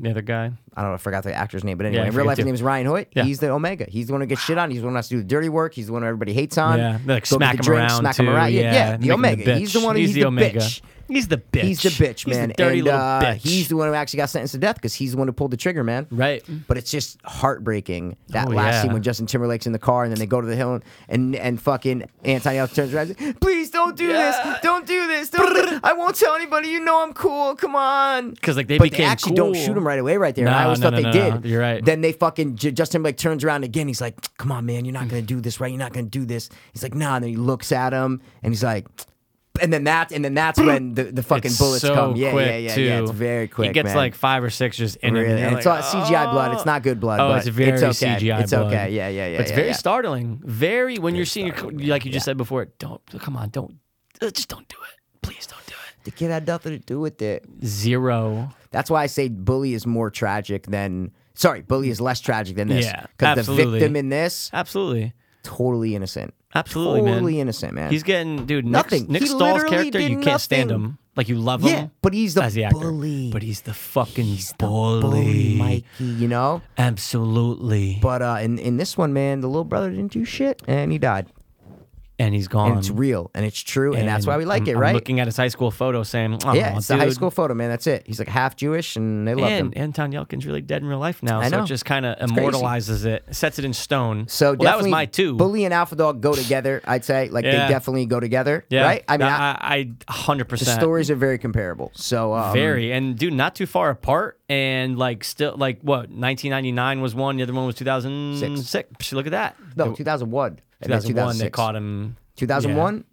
A: the other guy.
B: I don't know, I forgot the actor's name, but anyway,
A: I
B: in real
A: forget
B: life, his
A: too.
B: name is Ryan Hoyt.
A: Yeah.
B: He's the Omega. He's the one who gets shit on. He's the one who has to do the dirty work. He's the one everybody hates on.
A: Yeah, they, like
B: Go get
A: smack
B: the
A: him
B: drinks,
A: around.
B: smack him
A: too.
B: around. Yeah, yeah, the
A: make him
B: Omega. he's the
A: bitch.
B: one.
A: He's,
B: the,
A: Omega.
B: bitch.
A: He's the bitch.
B: He's the bitch,
A: He's
B: man.
A: the dirty
B: and,
A: little
B: uh,
A: bitch.
B: He's the one who actually got sentenced to death because he's the one who pulled the trigger, man.
A: Right.
B: But it's just heartbreaking that
A: Oh,
B: last
A: yeah.
B: scene when Justin Timberlake's in the car and then they go to the hill and and, and fucking Anthony Elf turns around, and says, please don't do this, don't do this, don't do- I won't tell anybody. You know I'm cool. Come on.
A: 'Cause, like, they
B: but they
A: became
B: actually don't
A: cool.
B: shoot him right away, right there. and
A: No,
B: I always
A: no,
B: thought
A: no,
B: they
A: no, no.
B: did.
A: You're right.
B: Then they fucking J- Justin Timberlake turns around again. He's like, come on, man, you're not gonna do this, right? You're not gonna do this. He's like, nah. And then he looks at him and he's like. And then that, and then that's when the, the fucking
A: It's
B: bullets
A: so
B: come. Yeah,
A: quick
B: yeah, yeah,
A: too.
B: yeah. It's very quick.
A: He gets
B: man.
A: like five or six just in
B: Really,
A: him.
B: and
A: And
B: it's
A: you're like,
B: all CGI blood. It's not good blood,
A: Oh,
B: but
A: it's very
B: it's okay.
A: CGI.
B: It's
A: blood.
B: okay. Yeah, yeah, yeah,
A: But it's
B: yeah,
A: very
B: yeah.
A: startling. Very when you're seeing, your, like you just said before, don't come on, don't uh, just don't do it. Please don't do it.
B: the kid had nothing to do with it.
A: Zero.
B: That's why I say bully is more tragic than sorry, bully is less tragic than this.
A: Yeah,
B: because the
A: absolutely.
B: victim in this
A: Absolutely,
B: totally innocent,
A: absolutely,
B: totally
A: man.
B: innocent, man.
A: He's getting dude. Nick-
B: Nothing.
A: Nick
B: He
A: Stahl's
B: literally
A: character,
B: did
A: you can't stand
B: nothing.
A: him. Like you love
B: yeah,
A: him.
B: but he's the
A: as the actor.
B: bully.
A: But he's the fucking
B: He's the
A: bully.
B: Mikey. You know,
A: Absolutely.
B: but uh, in in this one, man, the little brother didn't do shit, and he died.
A: and he's gone.
B: And it's real, and it's true, and, that's why we like
A: Um, I'm-
B: it,
A: I'm
B: right?
A: looking at his high school photo, saying, "Aw,
B: yeah, it's the high
A: dude."
B: school photo, man. That's it. He's like half Jewish, and they love him.
A: And Anton Yelkin's really dead in real life now,
B: I
A: so
B: know.
A: it just kind of
B: crazy.
A: immortalizes it, sets it in stone. well,
B: So
A: that was
B: definitely
A: my two.
B: Bully and Alpha Dog go together. I'd say like
A: Yeah.
B: they definitely go together.
A: yeah,
B: Right. I mean,
A: No,
B: I,
A: I, I hundred
B: the
A: percent
B: stories are very comparable. So um,
A: very and dude, not too far apart, and like still like what 1999 was one, the other one was 2006. Look at that,
B: no 2001. And then
A: 2001 they
B: 2006.
A: caught him.
B: 2001.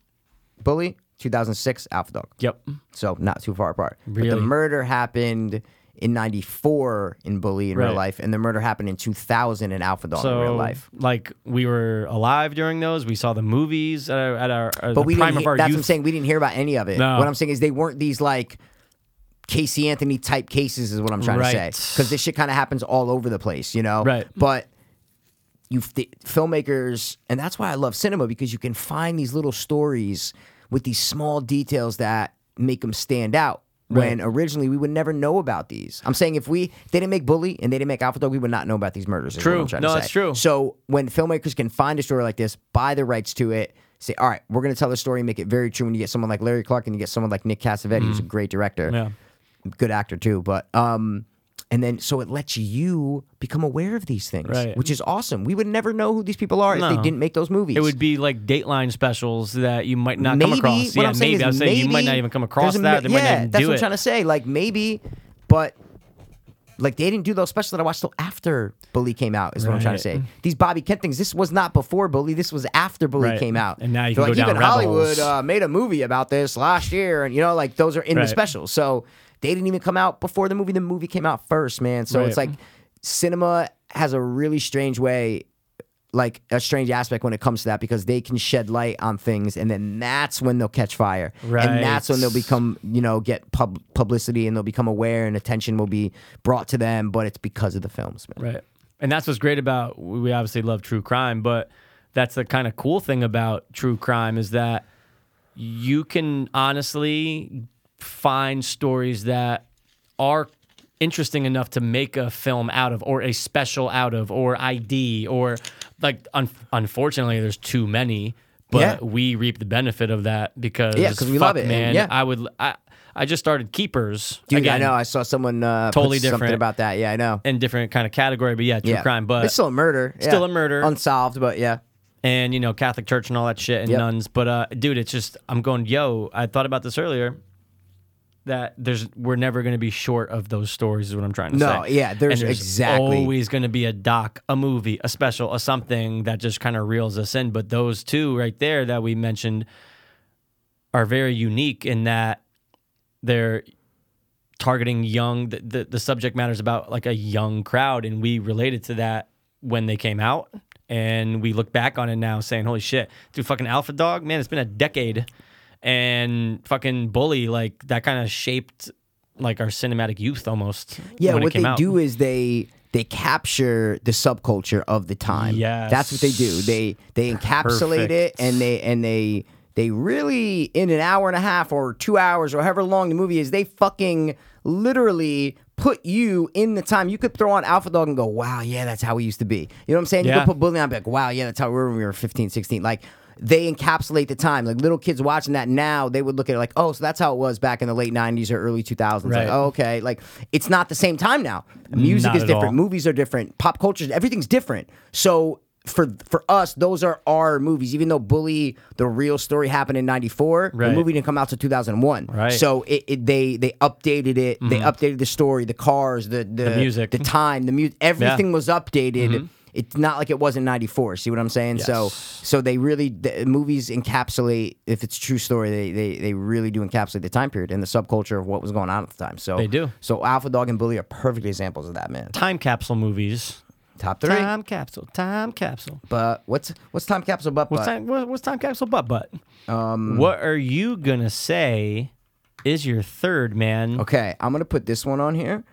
B: Bully. 2006. Alpha Dog.
A: Yep,
B: So not too far apart. But
A: Really?
B: the murder happened. In '94 in Bully in real
A: Right.
B: life, and the murder happened in 2000 in Alpha Dog
A: so
B: in real life.
A: like we were alive during those. We saw the movies at our, at our at
B: But
A: the
B: we
A: prime
B: didn't.
A: of
B: Hear,
A: our
B: that's
A: youth.
B: what I'm saying. We didn't hear about any of it.
A: No.
B: What I'm saying is they weren't these like Casey Anthony type cases, is what I'm trying
A: Right.
B: to say. Because this shit kind of happens all over the place, you know.
A: Right.
B: But you the filmmakers, and that's why I love cinema because you can find these little stories with these small details that make them stand out. When originally we would never know about these. I'm saying if we they didn't make Bully and they didn't make Alpha Dog, we would not know about these murders. is what
A: True.
B: I'm trying
A: No,
B: to
A: that's
B: say.
A: true.
B: So when filmmakers can find a story like this, buy the rights to it, say, all right, we're going to tell the story and make it very true. When you get someone like Larry Clark and you get someone like Nick Cassavetes, who's a great director,
A: Mm. Yeah.
B: good actor too, but um, and then so it lets you become aware of these things,
A: Right.
B: which is awesome. We would never know who these people are if
A: No.
B: they didn't make those movies.
A: It would be like Dateline specials that you might not come across.
B: What
A: yeah,
B: I'm saying
A: maybe.
B: is
A: I was saying you might
B: maybe
A: not even come
B: there's
A: across
B: a mi-
A: that. They
B: yeah,
A: might not even
B: that's
A: do
B: what
A: it.
B: I'm trying to say. Like maybe, but like they didn't do those specials that I watched till after Bully came out. Is what I'm trying to say.
A: Right.
B: These Bobby Kent things. This was not before Bully. This was after Bully
A: Right.
B: came out.
A: And now you
B: They're
A: can
B: like
A: go down
B: even
A: rabbit
B: Hollywood
A: holes.
B: uh, made a movie about this last year, and you know like those are in the
A: Right.
B: specials. So they didn't even come out before the movie. The movie came out first, man. So it's
A: Right.
B: like cinema has a really strange way like a strange aspect when it comes to that because they can shed light on things and then that's when they'll catch fire
A: Right.
B: and that's when they'll become you know get pub- publicity and they'll become aware and attention will be brought to them but it's because of the films man.
A: Right. And that's what's great about we we obviously love true crime, but that's the kind of cool thing about true crime is that you can honestly find stories that are interesting enough to make a film out of or a special out of or ID or like un- unfortunately there's too many but
B: Yeah.
A: we reap the benefit of that because
B: Yeah, 'cause we love
A: fuck,
B: it, and
A: man
B: yeah.
A: I would I, I just started keepers
B: dude
A: again
B: i know i saw someone uh, put
A: Totally
B: something
A: different.
B: about that yeah i know
A: in different kind of category but yeah true
B: yeah
A: crime but
B: it's still a murder
A: Still
B: yeah.
A: a murder.
B: unsolved but yeah
A: and you know Catholic Church and all that shit and
B: Yep.
A: nuns. But uh, dude, it's just I'm going. Yo, I thought about this earlier. That there's we're never going to be short of those stories is what I'm trying to
B: No,
A: say.
B: yeah, there's
A: And
B: exactly-
A: always going to be a doc, a movie, a special, a something that just kind of reels us in. But those two right there that we mentioned are very unique in that they're targeting young the, the, the subject matters about like a young crowd and we related to that when they came out and we look back on it now saying holy shit dude fucking alpha dog man it's been a decade and fucking bully like that kind of shaped like our cinematic youth almost
B: Yeah,
A: when it
B: what
A: came
B: they
A: out.
B: do is they they capture the subculture of the time.
A: Yes.
B: that's what they do. They they encapsulate it
A: Perfect.
B: and they and they they really in an hour and a half or two hours or however long the movie is, they fucking literally put you in the time. You could throw on Alpha Dog and go, wow, yeah, that's how we used to be. You know what I'm saying? You
A: Yeah.
B: could put Bully on, be like, wow, yeah, that's how we were when we were 15, 16. Like. They encapsulate the time. Like little kids watching that now, they would look at it like, oh, so that's how it was back in the late 90s or early 2000s. Like,
A: Right.
B: oh, okay. Like it's not the same time now. Music
A: Not
B: is
A: at
B: different.
A: all.
B: Movies are different. Pop culture, everything's different. So for for us, those are our movies. Even though Bully, the real story happened in '94,
A: Right.
B: the movie didn't come out till 2001.
A: Right. Mm-hmm.
B: So it, it, they they updated it. They updated the story, the cars, the the,
A: music.
B: the time, the music. Everything was updated. It's not like it was in '94. See what I'm saying? So
A: Mm-hmm. Yes.
B: so they really the movies encapsulate. If it's a true story, they, they they really do encapsulate the time period and the subculture of what was going on at the time. So
A: They do.
B: So Alpha Dog and Bully are perfect examples of that, man.
A: time capsule movies
B: Top three.
A: time capsule time capsule
B: But what's what's time capsule? But,
A: What's time? What, what's time capsule? Butt butt. Um, what are you gonna say? Is your third man?
B: Okay, I'm gonna put this one on here.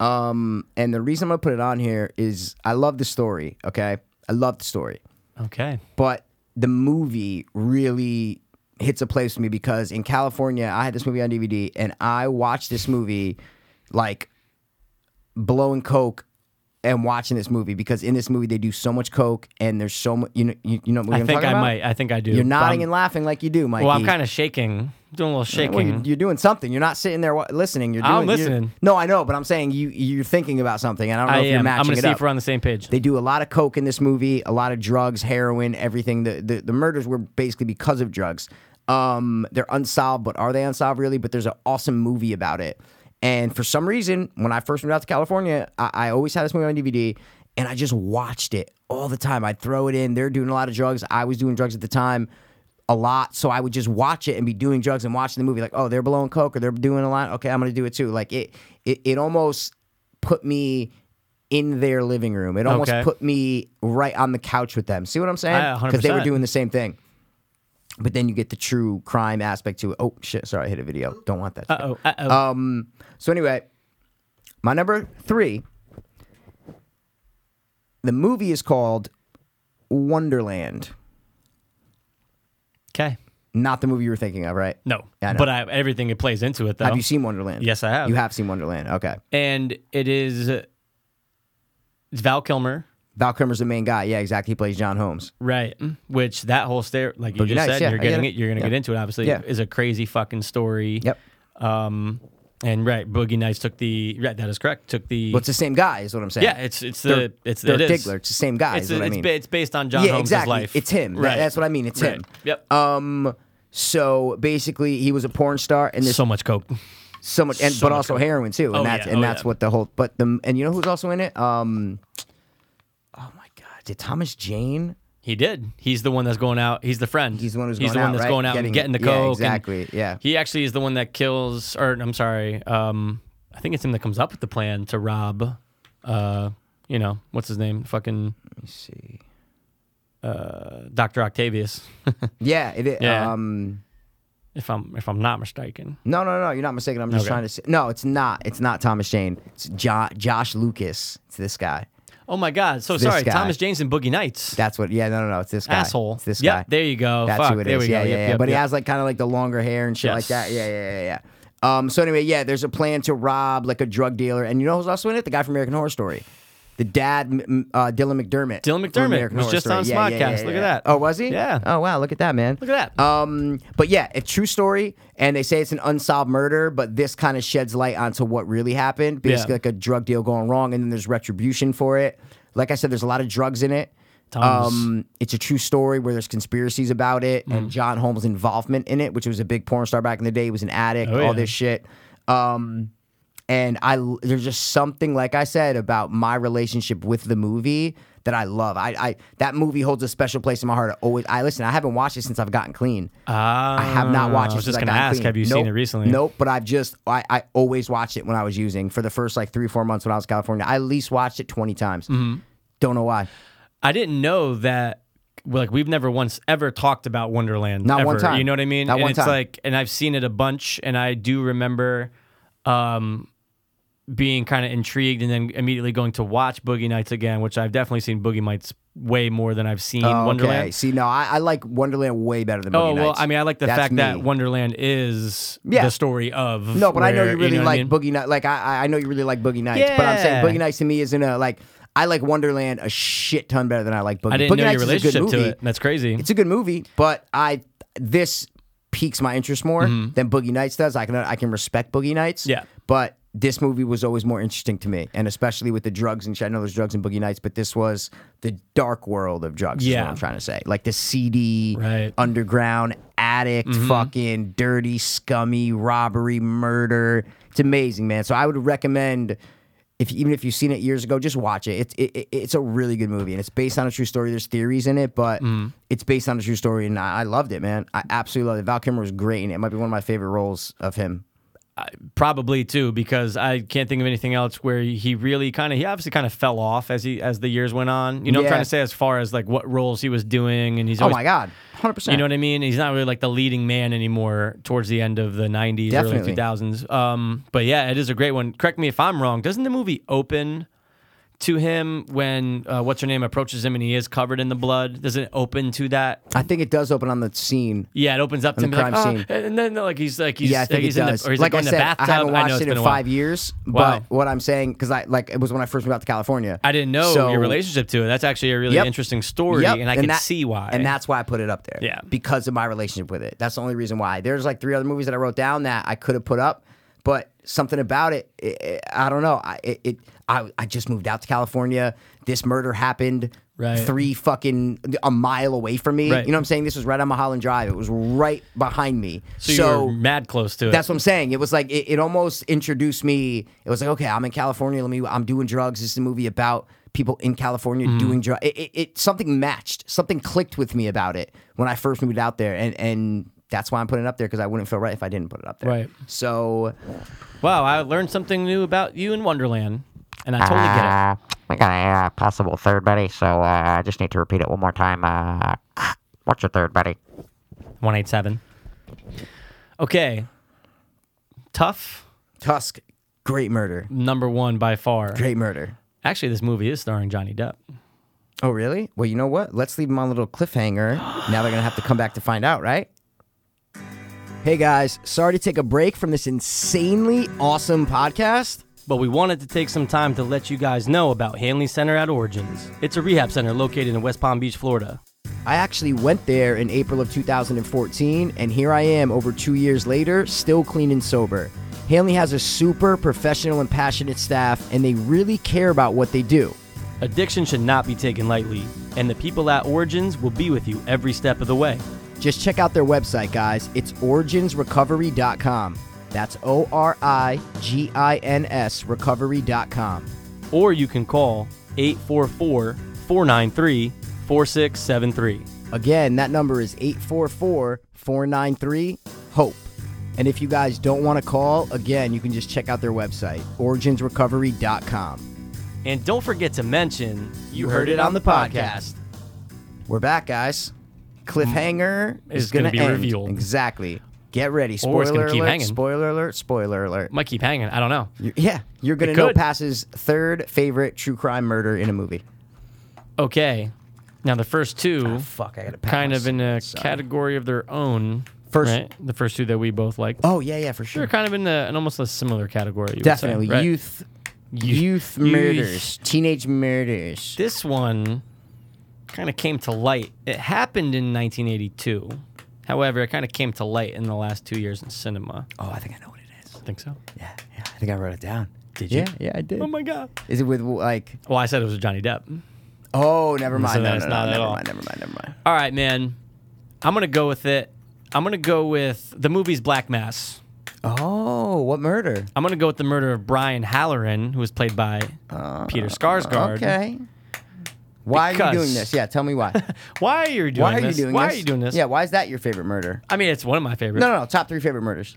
B: Um, and the reason I'm gonna put it on here is I love the story. Okay, I love the story.
A: Okay.
B: but the movie really hits a place for me because in California, I had this movie on DVD and I watched this movie like blowing coke and watching this movie because in this movie they do so much coke and there's so much you know you, you know what movie
A: I
B: I'm
A: think
B: talking
A: I
B: about?
A: might. I think I do.
B: You're
A: but
B: nodding
A: I'm-
B: and laughing like you do, Mikey.
A: Well, I'm kind of shaking. Doing a little shaking.
B: Well, you're, you're doing something. You're not sitting there wa- listening. You're doing.
A: I'm
B: you're-
A: listening.
B: no, I know, but I'm saying you you're thinking about something. And I don't know
A: I
B: if you're
A: am.
B: matching
A: I'm gonna
B: it
A: see
B: up.
A: if we're on the same page.
B: They do a lot of coke in this movie, a lot of drugs, heroin, everything. The the, the murders were basically because of drugs. Um, they're unsolved, but are they unsolved really? But there's an awesome movie about it. And for some reason, when I first moved out to California, I, I always had this movie on DVD, and I just watched it all the time. I'd throw it in. They're doing a lot of drugs. I was doing drugs at the time a lot. So I would just watch it and be doing drugs and watching the movie like, oh, they're blowing coke or they're doing a lot. Okay, I'm gonna do it too. Like it, it, it almost put me in their living room. It almost
A: Okay.
B: put me right on the couch with them. See what I'm
A: I-
B: saying?
A: 100%.
B: Because they were doing the same thing. But then you get the true crime aspect to it. Oh shit! Sorry, I hit a video. Don't want that. shit.
A: Uh-oh, uh-oh.
B: Um, So anyway, my number three. The movie is called Wonderland.
A: okay.
B: Not the movie you were thinking of, right?
A: No.
B: Yeah, I know.
A: but I, everything it plays into it though.
B: Have you seen Wonderland?
A: Yes, I have.
B: You have seen Wonderland. Okay.
A: And it is. It's Val Kilmer.
B: Val Kilmer's the main guy. Yeah, exactly. He plays John Holmes.
A: Right, which that whole stare, like you
B: Mm. Boogie
A: just
B: Nights,
A: said,
B: yeah,
A: you're
B: I get
A: getting
B: it.
A: it. You're gonna
B: Yeah.
A: get into it. Obviously,
B: Yeah.
A: is a crazy fucking story.
B: Yep.
A: Um, and right, Boogie Nights took the. Right, that is correct. Took the.
B: Well, it's the same guy, is what I'm saying.
A: Yeah, it's it's the it's
B: Dirk
A: it is.
B: Diggler. It's the same guy.
A: It's,
B: is what I
A: it's,
B: mean.
A: ba- it's based on John
B: yeah,
A: Holmes'
B: exactly.
A: life.
B: It's him. That- that's what I mean. It's
A: Right.
B: him.
A: Yep.
B: Um. So basically, he was a porn star, and there's so,
A: so much coke.
B: much, and,
A: so
B: but
A: much
B: also
A: coke.
B: heroin too, and
A: Oh,
B: that's
A: yeah.
B: and
A: Oh,
B: that's
A: yeah.
B: what the whole. But the and you know who's also in it? Um. Oh my God! Did Thomas Jane?
A: He did. He's the one that's going out. He's the friend.
B: He's the one who's
A: He's
B: going
A: the one
B: out,
A: that's
B: right?
A: going out
B: Getting-
A: and getting the
B: yeah,
A: coke. and
B: exactly, yeah.
A: He actually is the one that kills. Or I'm sorry. Um, I think it's him that comes up with the plan to rob. Uh, you know what's his name? Fucking uh,
B: Let me see.
A: Doctor Octavius.
B: Yeah. It, is.
A: Yeah.
B: Um.
A: if I'm if I'm not mistaken.
B: No, no, no. You're not mistaken. I'm just
A: Okay.
B: trying to. Say, no, it's not. It's not Thomas Jane. It's jo- Josh Lucas. It's this guy.
A: Oh my God. So
B: This
A: sorry,
B: guy.
A: Thomas James and Boogie Nights.
B: That's what. Yeah. No, no, no. It's this guy.
A: Asshole.
B: It's this
A: Yep,
B: guy.
A: there you go.
B: That's
A: Oh, Fuck,
B: who it is.
A: there we go.
B: yeah, yeah,
A: Yep,
B: yeah.
A: yep,
B: but he
A: yep.
B: has like kind of like the longer hair and shit like
A: Yes.
B: that. Yeah, yeah, yeah, yeah, yeah. Um. So anyway, yeah. There's a plan to rob like a drug dealer, and you know who's also in it? The guy from American Horror Story. The dad, m- m- uh, Dylan McDermott.
A: Dylan
B: from
A: McDermott
B: American
A: was
B: Horror
A: just
B: Story.
A: on
B: Yeah, yeah, yeah,
A: Smodcast. Look
B: yeah.
A: at that.
B: Oh, was he?
A: Yeah.
B: Oh, wow. Look at that, man.
A: Look at that.
B: Um, but yeah, a true story, and they say it's an unsolved murder, but this kind of sheds light onto what really happened. Basically,
A: Yeah.
B: like a drug deal going wrong, and then there's retribution for it. Like I said, there's a lot of drugs in it. Um,
A: Tons.
B: it's a true story where there's conspiracies about it
A: Mm-hmm.
B: and John Holmes' involvement in it, which was a big porn star back in the day. He was an addict,
A: Oh,
B: all
A: yeah.
B: this shit. Um, And I there's just something like I said about my relationship with the movie that I love. I, I that movie holds a special place in my heart. I always I listen. I haven't watched it since I've gotten clean. I have not watched
A: Oh, Ah, I
B: it.
A: was
B: since
A: just gonna
B: got
A: ask,
B: clean.
A: have you seen
B: Nope,
A: it recently?
B: Nope, but I've just I, I always watched it when I was using for the first like three four months when I was in California. I at least watched it twenty times.
A: Mm-hmm.
B: Don't know why.
A: I didn't know that. well, Like we've never once ever talked about Wonderland.
B: Not one
A: ever,
B: time.
A: You know what I mean?
B: Not
A: and
B: one
A: it's
B: time.
A: like, and I've seen it a bunch, and I do remember, um, being kind of intrigued, and then immediately going to watch Boogie Nights again, which I've definitely seen Boogie Nights way more than I've seen
B: Oh, Okay.
A: Wonderland.
B: See, no, I, I like Wonderland way better than.
A: Oh
B: Boogie
A: well,
B: Nights.
A: I mean, I like the
B: That's
A: fact that
B: me.
A: Wonderland is
B: Yeah.
A: the story of.
B: No, but I know
A: where-
B: you really
A: know what I
B: like
A: mean?
B: Boogie Nights. Like I- I, I know you really like Boogie Nights. But I'm saying
A: Yeah.
B: Boogie Nights to me isn't a like. I like Wonderland a shit ton better than I like Boogie.
A: I didn't
B: Boogie
A: know your
B: Nights is a
A: relationship
B: good
A: to
B: movie.
A: it. That's crazy.
B: It's a good movie, but I this piques my interest more than Boogie Nights does. I can I can respect Boogie Nights.
A: Mm-hmm. Yeah.
B: But this movie was always more interesting to me, and especially with the drugs and shit. I know there's drugs in Boogie Nights, but this was the dark world of drugs. is
A: Yeah.
B: what I'm trying to say, like the CD
A: Right. Mm-hmm.
B: underground addict, fucking dirty, scummy, robbery, murder. It's amazing, man. So I would recommend. If, even if you've seen it years ago, just watch it. It's it, it- it's a really good movie, and it's based on a true story. There's theories in it, but
A: Mm-hmm.
B: it's based on a true story, and I, I loved it, man. I absolutely loved it. Val Kilmer was great, and it might be one of my favorite roles of him.
A: probably too because I can't think of anything else where he really kind of he obviously kind of fell off as he as the years went on. You know what I'm
B: Yeah.
A: trying to say as far as like what roles he was doing and he's
B: Oh
A: always,
B: my god, hundred percent.
A: You know what I mean? He's not really like the leading man anymore towards the end of the 90s early
B: Definitely.
A: 2000s. Um but yeah, it is a great one. Correct me if I'm wrong. Doesn't the movie open to him when uh, what's her name approaches him and he is covered in the blood? Does it open to that?
B: I think it does open on the scene.
A: Yeah, it opens up to
B: the
A: him like,
B: crime
A: "Ah,"
B: scene.
A: and then like he's like he's
B: Yeah, I
A: like,
B: think it
A: he's in
B: does.
A: the or he's
B: like
A: like,
B: I
A: in the
B: said,
A: bathtub.
B: I haven't
A: know
B: watched
A: it's
B: it
A: been
B: in
A: a while.
B: five years.
A: Wow.
B: But what I'm saying, because I like it was when I first moved out to California.
A: I didn't know
B: So-
A: your relationship to it. That's actually a really
B: Yep.
A: interesting story,
B: Yep,
A: and I can
B: that-
A: see why.
B: And that's why I put it up there.
A: Yeah.
B: Because of my relationship with it. That's the only reason why. There's like three other movies that I wrote down that I could have put up, but something about it, it, it- I don't know. I it, it I, I just moved out to California. This murder happened
A: Right.
B: three fucking a mile away from me.
A: Right.
B: You know what I'm saying? This was right on Mulholland Drive. It was right behind me.
A: so, you were mad close to it.
B: That's what I'm saying. It was like it, it almost introduced me. It was like, okay, I'm in California. Let me. I'm doing drugs. This is a movie about people in California doing drugs. It, it, it something matched. Something clicked with me about it when I first moved out there, and and that's why I'm putting it up there because I wouldn't feel right if I didn't put it up there.
A: Right.
B: So
A: wow, I learned something new about you in Wonderland, and I totally get
B: Ah.
A: it.
F: Uh, we got a uh, possible third buddy, so uh, I just need to repeat it one more time. Uh, what's your third buddy?
A: One eight seven. Okay, tough
B: Tusk, great murder.
A: number one by far.
B: Great murder.
A: Actually, this movie is starring Johnny Depp.
B: Oh really? Well, you know what? Let's leave them on a little cliffhanger. now they're gonna have to come back to find out, right? Hey guys, sorry to take a break from this insanely awesome podcast.
A: But we wanted to take some time to let you guys know about Hanley Center at Origins. It's a rehab center located in West Palm Beach, Florida.
B: I actually went there in April of 2014, and here I am over two years later, still clean and sober. Hanley has a super professional and passionate staff, and they really care about what they do.
A: Addiction should not be taken lightly, and the people at Origins will be with you every step of the way.
B: Just check out their website, guys. It's originsrecovery.com. That's O R I G I N S recovery.com.
A: or you can call 844 493 4673.
B: Again, that number is 844 493 HOPE. E. And if you guys don't want to call, again, you can just check out their website, originsrecovery.com.
A: And don't forget to mention you
B: heard it on the podcast. We're back, guys. Cliffhanger
A: Is
B: is going to
A: Mm. gonna be revealed.
B: Exactly. Get ready.
A: Or
B: Spoiler
A: it's gonna
B: alert.
A: keep hanging.
B: Spoiler alert. Spoiler alert.
A: Might keep hanging. I don't know.
B: You- yeah, you're going
A: It
B: to know
A: could.
B: Pass's third favorite true crime murder in a movie.
A: Okay. Now, the first two,
B: Fuck, I got to pass.
A: kind of in a
B: Sorry.
A: category of their own.
B: First-
A: right? The first two that we both liked.
B: Oh, yeah, yeah, for
A: They're
B: sure.
A: kind of in a, an almost a similar category. you would say,
B: Definitely.
A: right?
B: Youth.
A: Youth- youth.
B: Youth murders, teenage murders.
A: This one kind of came to light. It happened in 1982. However, it kind of came to light in the last two years in cinema.
B: Oh, I think I know what it is.
A: I think so.
B: Yeah, yeah, I think I wrote it down.
A: Did you?
B: Yeah, yeah, I did.
A: Oh, my God.
B: Is it with like?
A: Well, I said it was Johnny Depp.
B: Oh, never mind. no,
A: that's
B: no,
A: not at
B: no, never
A: all.
B: mind. Never mind. Never mind.
A: All right, man. I'm gonna go with it. I'm gonna go with the movie's Black Mass.
B: Oh, Oh, what murder?
A: I'm gonna go with the murder of Brian Halloran, who was played by Peter Skarsgård.
B: Uh, Okay. Why are you
A: Because-
B: doing this? Yeah, tell me why.
A: Why are you doing
B: why are you
A: this?
B: doing
A: why
B: this?
A: are you doing this?
B: Yeah, why is that your favorite murder?
A: I mean, it's one of my favorites.
B: No, no, no. Top three favorite murders.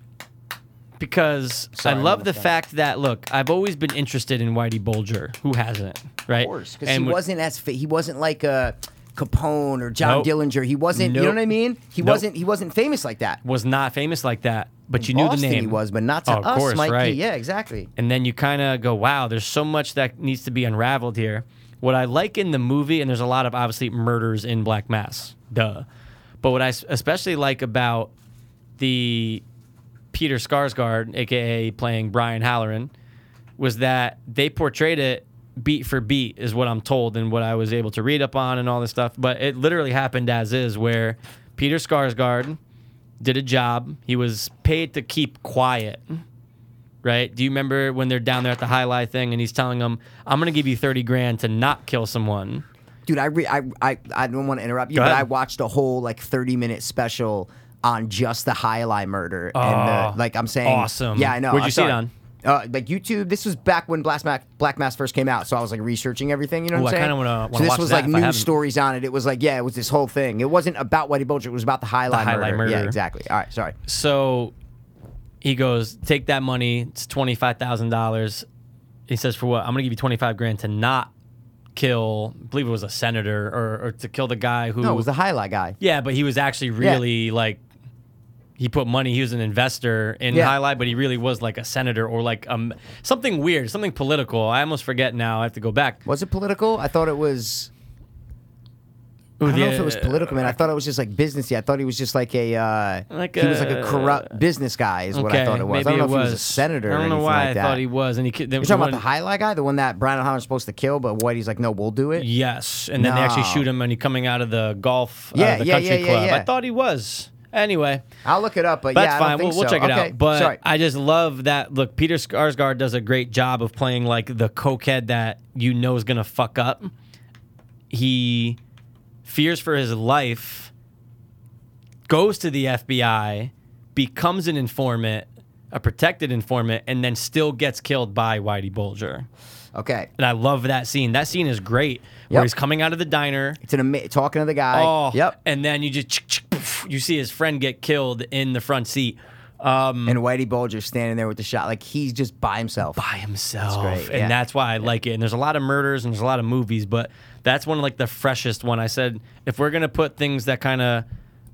A: because
B: Sorry,
A: I love
B: motherfucker.
A: the fact that look, I've always been interested in Whitey Bulger. Who hasn't, right?
B: Of course, because he
A: w-
B: wasn't as fa- he wasn't like a Capone or John
A: Nope.
B: Dillinger. He wasn't. You know
A: Nope.
B: what I mean? He
A: Nope.
B: wasn't. He wasn't famous like that.
A: was not famous like that, but you knew
B: Austin
A: the name.
B: he was, but not to
A: Oh, of
B: us,
A: course,
B: Mikey.
A: right.
B: Yeah, exactly.
A: And then you kind of go, wow, there's so much that needs to be unraveled here. What I like in the movie, and there's a lot of obviously murders in Black Mass, duh. But what I s- especially like about the Peter Skarsgård, aka playing Brian Halloran, was that they portrayed it beat for beat, is what I'm told and what I was able to read up on and all this stuff. But it literally happened as is, where Peter Skarsgård did a job. He was paid to keep quiet, right? Do you remember when they're down there at the High Lie thing and he's telling them, I'm going to give you 30 grand to not kill someone?
B: Dude, I re- I, I I don't want to interrupt you,
A: Go
B: but
A: ahead.
B: I watched a whole like thirty minute special on just the Highline murder and
A: Oh,
B: the, like I'm saying
A: awesome.
B: Yeah, I know.
A: Where'd
B: I
A: you see it
B: saw
A: on?
B: Uh, like YouTube, this was back when Black Mass, Black Mass first came out, so I was like researching everything. You know
A: Ooh,
B: what
A: I
B: I'm saying?
A: kinda wanna- wanna
B: so this
A: watch
B: was
A: that
B: like
A: if I
B: news
A: haven't.
B: stories on it. It was like yeah, it was this whole thing. It wasn't about Whitey Bulger. It was about the Highline
A: High Line
B: murder. Yeah,
A: murder.
B: exactly. All right, sorry.
A: So he goes, Take that money. It's $25,000. He says, For what? I'm going to give you 25 grand to not kill, I believe it was a senator or, or to kill the guy who.
B: No, it was the Highline guy.
A: Yeah, but he was actually really like he put money. He was an investor in
B: Yeah.
A: High Life, but he really was like a senator or like um something weird, something political. I almost forget now. I have to go back.
B: Was it political? I thought it was. I don't know if it was
A: Uh,
B: political, man. I thought it was just like businessy. I thought he was just like a uh,
A: Like
B: he was like a
A: a-
B: corrupt business guy, is what I thought it was. I don't know if he was a senator.
A: I don't
B: or
A: know
B: anything
A: why
B: like
A: I
B: that.
A: thought he was. And he ki-
B: You're talking about the highlight guy, the one that Brian O'Halloran's supposed to kill, but Whitey's like, no, we'll do it.
A: Yes, and then they actually
B: No.
A: shoot him, and he coming out of the golf, out
B: Yeah,
A: of the
B: yeah,
A: country
B: yeah, yeah,
A: club.
B: yeah.
A: I thought he was. Anyway,
B: I'll look it up, but
A: That's
B: yeah, I
A: fine.
B: don't think
A: we'll, we'll
B: so.
A: check it
B: Okay,
A: out. But
B: sorry.
A: I just love that. Look, Peter Skarsgård does a great job of playing like the cokehead that you know is gonna fuck up. He fears for his life, goes to the FBI, becomes an informant, a protected informant, and then still gets killed by Whitey Bulger.
B: okay,
A: And I love that scene. That scene is great. Where
B: Yep.
A: he's coming out of the diner.
B: it's an ama- talking to the guy.
A: Oh,
B: yep.
A: And then you just you see his friend get killed in the front seat.
B: And Whitey Bulger standing there with the shot, like he's just by himself.
A: by himself.
B: great,
A: And
B: yeah.
A: that's why I like it. And there's a lot of murders and there's a lot of movies, but that's one of like the freshest one. I said if we're gonna put things that kind of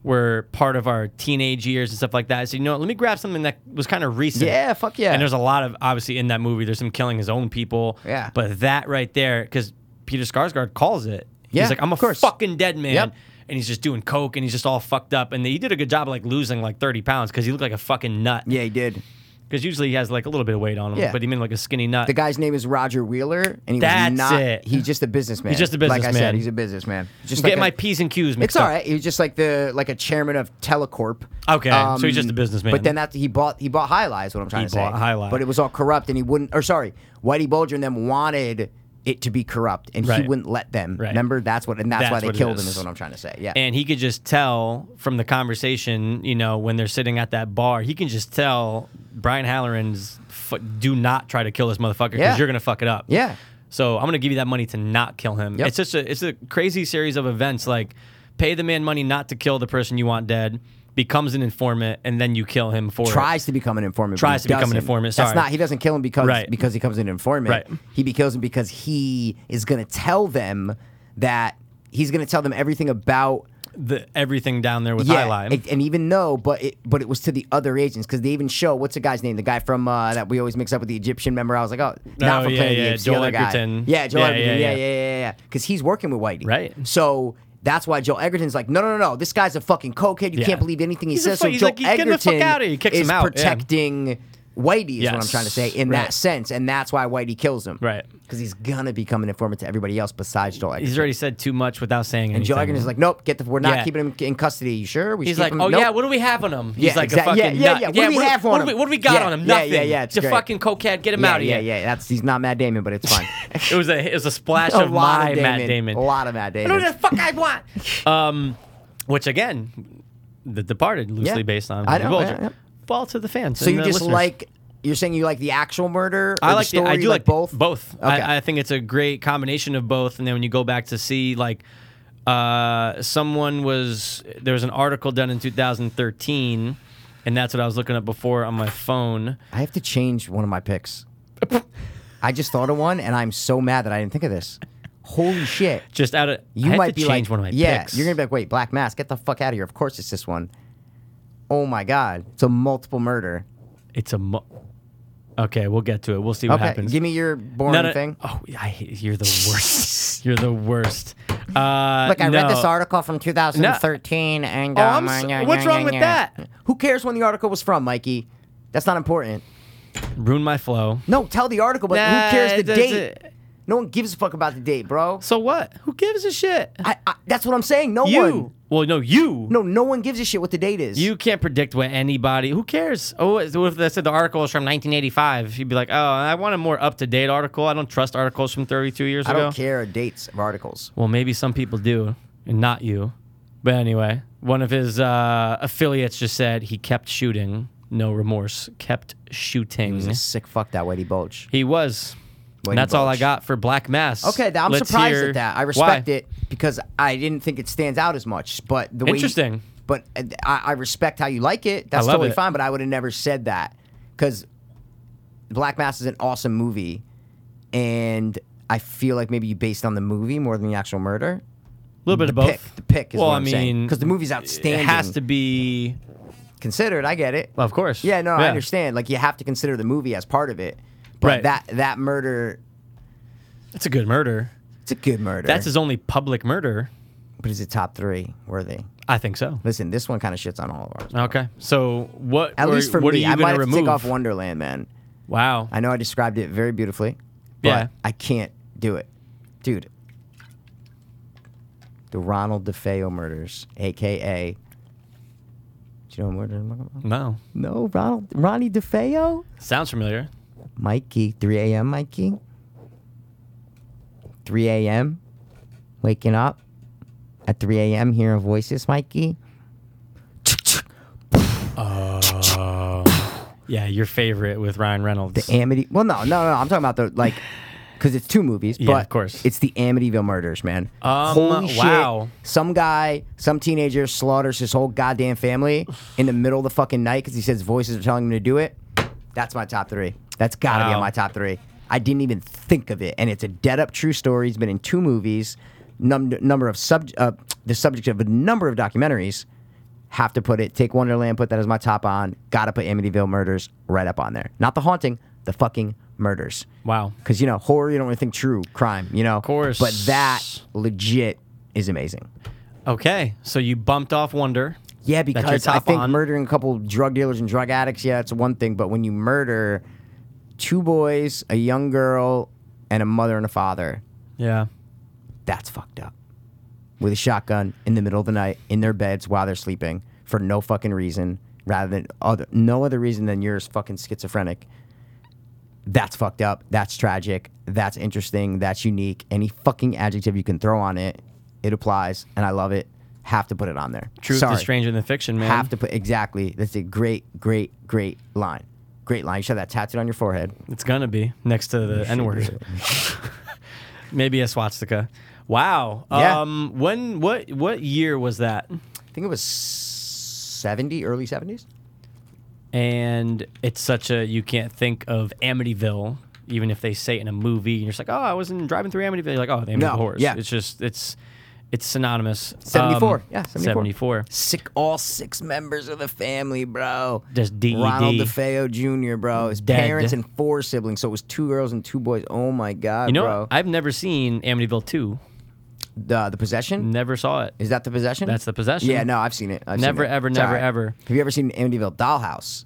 A: were part of our teenage years and stuff like that, I said, you know, what, let me grab something that was kind of recent.
B: Yeah, fuck yeah.
A: And there's a lot of obviously in that movie. There's some killing his own people.
B: Yeah.
A: But that right there, because Peter Skarsgård calls it.
B: Yeah,
A: He's like, I'm a
B: of course.
A: fucking dead man.
B: Yep.
A: And he's just doing coke, and he's just all fucked up. And he did a good job, of like losing like 30 pounds, because he looked like a fucking nut.
B: yeah, he did.
A: Because usually he has like a little bit of weight on him,
B: Yeah.
A: but he meant like a skinny nut.
B: The guy's name is Roger Wheeler, and he
A: That's
B: was not.
A: it.
B: He's just a businessman.
A: He's just a
B: Like I
A: businessman.
B: said, he's a businessman. Just
A: Get
B: like a-
A: my P's and Q's mixed
B: It's all
A: up.
B: right. He was just like the like a chairman of Telecorp. Um,
A: Okay, so he's just a businessman.
B: But then after he bought he bought High Lie is what I'm trying
A: He
B: to say.
A: bought High Lie.
B: but it was all corrupt, and he wouldn't. Or sorry, Whitey Bulger and them wanted it to be corrupt, and he
A: Right.
B: wouldn't let them.
A: Right.
B: Remember, that's what, and that's,
A: That's
B: why they
A: what it
B: killed him. Is
A: is.
B: what I'm trying to say. Yeah.
A: And he could just tell from the conversation, you know, when they're sitting at that bar, he can just tell Brian Halloran's f- do not try to kill this motherfucker because
B: Yeah.
A: you're gonna fuck it up.
B: yeah.
A: So I'm gonna give you that money to not kill him.
B: Yep.
A: It's just a it's a crazy series of events. Like, pay the man money not to kill the person you want dead, becomes an informant, and then you kill him for it.
B: Tries to become an informant. but
A: Tries
B: he
A: to become an
B: doesn't.
A: informant,
B: That's
A: sorry.
B: not. He doesn't kill him because
A: Right.
B: because he becomes an informant.
A: Right.
B: He becomes him because he is going to tell them that he's going to tell them everything about
A: the, everything down there with High Line.
B: and- and even though, but it, but it was to the other agents because they even show what's the guy's name, the guy from uh, that we always mix up with the Egyptian. Member, I was like, oh, not
A: Oh,
B: from
A: yeah,
B: Planet of
A: yeah,
B: the Apes, the
A: Joel
B: other guy.
A: Edgerton.
B: yeah, Joel
A: Yeah,
B: Edgerton,
A: yeah,
B: yeah,
A: yeah.
B: yeah, yeah, yeah, because he's working with Whitey,
A: Right.
B: So. That's why Joel Edgerton's like, no, no, no, no. This guy's a fucking cokehead. You
A: Yeah.
B: can't believe anything he
A: He's a
B: says.
A: fu-
B: so
A: he's
B: Joel
A: like, "He's getting the fuck
B: Edgerton
A: outta here." He kicks
B: is
A: him out, yeah.
B: protecting Whitey, is what I'm
A: Yes,
B: trying to say in
A: right.
B: that sense, and that's why Whitey kills him,
A: Right.
B: Because he's gonna become an informant to everybody else besides Joel Edgerton.
A: He's already said too much without saying anything.
B: And Joel Edgerton's like, nope, get the. We're not
A: Yeah.
B: keeping him in custody. You sure? We
A: He's
B: should
A: like,
B: keep him-
A: oh
B: nope.
A: yeah, what do we have on him? He's
B: Yeah,
A: like
B: exact-
A: a fucking
B: yeah, yeah,
A: nut.
B: yeah. What do we have on
A: what
B: him?
A: Do we, what do we got
B: Yeah,
A: on him?
B: yeah,
A: Nothing.
B: yeah, yeah, it's
A: It's a
B: great.
A: fucking cokehead. Get him
B: yeah,
A: out of
B: yeah,
A: here.
B: yeah. That's he's not Matt Damon, but it's fine.
A: It was a it was a splash
B: a
A: of
B: lot
A: my
B: of Damon,
A: Matt Damon.
B: a lot of Matt
A: I know
B: Damon.
A: what the fuck I want. um, which again, The Departed loosely
B: Yeah.
A: based on
B: I
A: Whitey
B: know,
A: Bulger.
B: yeah, yeah.
A: Fall to the fans.
B: So
A: and
B: you
A: the
B: just
A: listeners.
B: like You're saying you like the actual murder? or
A: I like
B: the story.
A: the, I
B: you
A: do like
B: both.
A: Both.
B: Okay.
A: I, I think it's a great combination of both. And then when you go back to see like uh, someone was there was an article done in 2013, and that's what I was looking up before on my phone.
B: I have to change one of my picks. I just thought of one, and I'm so mad that I didn't think of this. Holy shit!
A: Just out of
B: You
A: I had
B: might
A: to
B: be
A: change one
B: like,
A: of my
B: yeah.
A: picks.
B: You're gonna be like, wait, Black Mask, get the fuck out of here. Of course it's this one. Oh my god, it's a multiple murder.
A: it's a mo- okay. We'll get to it. We'll see what
B: Okay,
A: happens.
B: give me your boring
A: No, no-
B: thing.
A: Oh, I hate, you're the worst. you're the worst. Uh,
B: Look, I read
A: no.
B: this article from 2013, and
A: Oh,
B: uh,
A: I'm
B: my-
A: so-
B: yeah,
A: what's
B: yeah,
A: wrong
B: yeah,
A: with
B: yeah.
A: that?
B: Who cares when the article was from, Mikey? That's not important.
A: Ruin my flow.
B: No, tell the article, but
A: Nah,
B: who cares the
A: it
B: date?
A: doesn't-
B: No one gives a fuck about the date, bro.
A: So what? Who gives a shit?
B: I, I, that's what I'm saying. No
A: you.
B: one.
A: Well, no, you.
B: No, no one gives a shit what the date is.
A: You can't predict what anybody. Who cares? Oh, it's- what if they said the article is from 1985? You'd be like, oh, I want a more up to date article. I don't trust articles from 32 years
B: I
A: ago.
B: don't care dates of articles.
A: Well, maybe some people do, and not you. But anyway, one of his uh, affiliates just said he kept shooting, no remorse, kept shooting.
B: He's a sick fuck that Whitey Bulge.
A: He was.
B: Whitey
A: And that's all I
B: Bulge.
A: got for Black Mass.
B: Okay, th- I'm
A: Let's
B: surprised
A: hear
B: at that. I
A: why.
B: respect it because I didn't think it stands out as much. But the way you-
A: Interesting.
B: but uh, I, I respect how you like it. That's
A: love
B: totally
A: it.
B: fine. But I would have never said that because Black Mass is an awesome movie, and I feel like maybe you based on the movie more than the actual murder.
A: A little bit of
B: The
A: both.
B: pick, the pick is
A: well,
B: what
A: I
B: I'm saying.
A: mean,
B: 'Cause the movie's
A: It
B: outstanding.
A: has to be,
B: Considered, I get it.
A: well, of course.
B: Yeah, no, I understand. Like you have to consider the movie as part of it. But
A: Right.
B: that that murder,
A: It's a good murder.
B: it's a good murder.
A: That's his only public murder.
B: but is it top three worthy?
A: I think so.
B: Listen, this one kind of shits on all of ours.
A: Okay. So what?
B: At
A: were-
B: least for
A: Uh, what
B: me,
A: are you
B: I might
A: gonna
B: have
A: remove?
B: to take off Wonderland, man.
A: Wow.
B: I know I described it very beautifully, but
A: Yeah.
B: I can't do it, dude. The Ronald DeFeo murders, aka. Do you know what murder I'm talking about?
A: No.
B: No, Ronald Ronnie DeFeo.
A: Sounds familiar.
B: Mikey, 3 a.m. Mikey. 3 a.m. Waking up at 3 a.m. hearing voices, Mikey.
A: Yeah, your favorite with Ryan Reynolds.
B: The Amity. Well, no, no, no. I'm talking about the like, because it's two movies.
A: Yeah,
B: but
A: of course.
B: It's the Amityville murders, man.
A: Um,
B: Holy
A: wow.
B: shit! Some guy, some teenager slaughters his whole goddamn family in the middle of the fucking night because he says voices are telling him to do it. That's my top three. That's gotta be
A: Wow.
B: on my top three. I didn't even think of it, and it's a dead up true story. It's been in two movies, num- number of sub, uh, the subject of a number of documentaries. Have to put it. Take Wonderland. Put that as my top on. Gotta put Amityville Murders right up on there. Not the haunting, the fucking murders.
A: wow.
B: Because you know horror, you don't really think true crime. You know, of
A: course.
B: But that legit is amazing.
A: Okay, so you bumped off Wonder.
B: Yeah,
A: That's your
B: because I
A: top
B: think
A: on.
B: murdering a couple drug dealers and drug addicts, yeah, it's one thing. But when you murder two boys, a young girl, and a mother and a father,
A: Yeah.
B: that's fucked up. With a shotgun in the middle of the night in their beds while they're sleeping for no fucking reason, rather than other no other reason than you're fucking schizophrenic. That's fucked up. That's tragic. That's interesting. That's unique. Any fucking adjective you can throw on it, it applies, and I love it. Have to put it on there.
A: Truth
B: Sorry.
A: is stranger than fiction, man.
B: Have to put exactly. That's a great, great, great line. Great line. You should have that tattooed on your forehead.
A: It's gonna be next to the N word. Maybe a swastika. Wow.
B: Yeah.
A: Um when what what year was that?
B: I think it was seventy, early seventies.
A: And it's such a you can't think of Amityville, even if they say it in a movie and you're just like, Oh, I was in driving through Amityville, you're like, oh the Amityville
B: No,
A: horrors.
B: yeah.
A: It's just it's it's synonymous. Um,
B: 74, yeah, 74.
A: 74.
B: Sick, all six members of the family, bro.
A: Just E DED.
B: Ronald DeFeo Jr., bro. His
A: Dead.
B: parents and four siblings, so it was two girls and two boys. Oh my god,
A: You know,
B: bro.
A: I've never seen Amityville 2.
B: the, the possession
A: Never saw it.
B: is that the possession?
A: That's The Possession.
B: Yeah, no, I've seen it. I've seen
A: Never,
B: it.
A: ever,
B: It's
A: never,
B: alright.
A: ever.
B: Have you ever seen Amityville Dollhouse?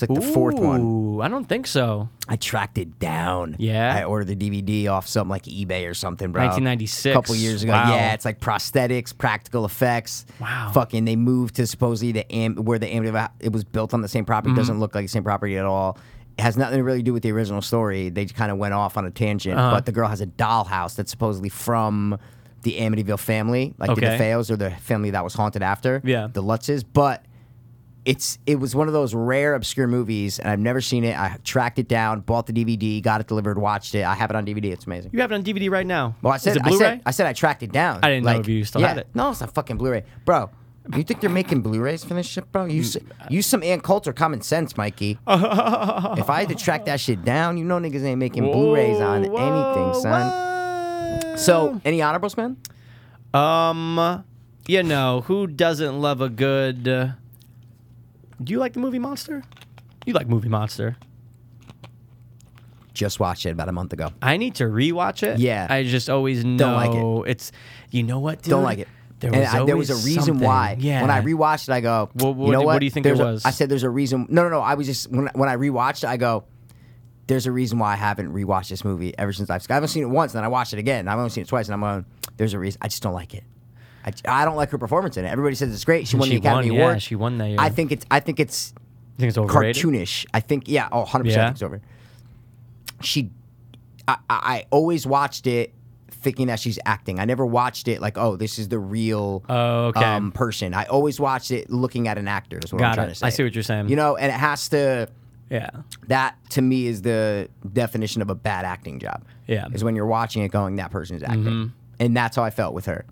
B: It's like the fourth one.
A: Ooh, I don't think so.
B: I tracked it down.
A: Yeah?
B: I ordered the DVD off some like eBay or something, bro.
A: 1996.
B: A couple years ago.
A: Wow.
B: Yeah, it's like prosthetics, practical effects.
A: Wow.
B: Fucking, they moved to supposedly the am- where the Amityville it was built on the same property.
A: Mm-hmm.
B: Doesn't look like the same property at all. It has nothing to really do with the original story. They kind of went off on a tangent.
A: Uh-huh.
B: But the girl has a dollhouse that's supposedly from the Amityville family, like
A: Okay.
B: the DeFeos or the family that was haunted after
A: Yeah.
B: the Lutzes. But it's it was one of those rare obscure movies, and I've never seen it. I tracked it down, bought the DVD, got it delivered, watched it. I have it on DVD. It's amazing.
A: You have it on DVD right now.
B: Well, I said,
A: Is it
B: I
A: Blu-ray?
B: said, I said I tracked it down.
A: I didn't know if you still had it.
B: No, it's a fucking Blu-ray, bro. You think they're making Blu-rays for this shit, bro? Use use some Ann Coulter common sense, Mikey. if I had to track that shit down, you know niggas ain't making Blu-rays on anything, son. So, any honorables, man?
A: So, um, you know who doesn't love a good? Uh, do you like the movie Monster? You like movie Monster?
B: Just watched it about a month ago.
A: I need to rewatch it.
B: Yeah.
A: I just always know
B: like it.
A: it's. You know what? Dude?
B: Don't like it.
A: There
B: and
A: was,
B: I, there was a
A: always
B: reason
A: something.
B: why.
A: Yeah.
B: When I rewatched it, I go,
A: What- what
B: you know
A: do-
B: what?
A: what do you think it
B: There's a-
A: was?
B: I said, "There's a reason." No, no, no. I was just when when I rewatched, it, I go, "There's a reason why I haven't rewatched this movie ever since I've I haven't seen it once, and then I watched it again. and I've only seen it twice, and I'm going, "There's a reason. I just don't like it. I, I don't like her performance in it. Everybody says it's great. She won
A: she
B: the Academy
A: won, yeah,
B: Award.
A: she won that year.
B: I think it's. I think it's
A: You think it's overrated.
B: cartoonish. I think yeah, oh 100%
A: Yeah.
B: I think it's over. She I, I I always watched it thinking that she's acting. I never watched it like, oh, this is the real
A: Oh, okay.
B: um, person. I always watched it looking at an actor is what I'm
A: Got
B: trying
A: it.
B: to say.
A: I see what you're saying.
B: You know, and it has to
A: Yeah.
B: that to me is the definition of a bad acting job.
A: Yeah. Mm-hmm.
B: Is when you're watching it going, that person is acting. And that's how I felt with her.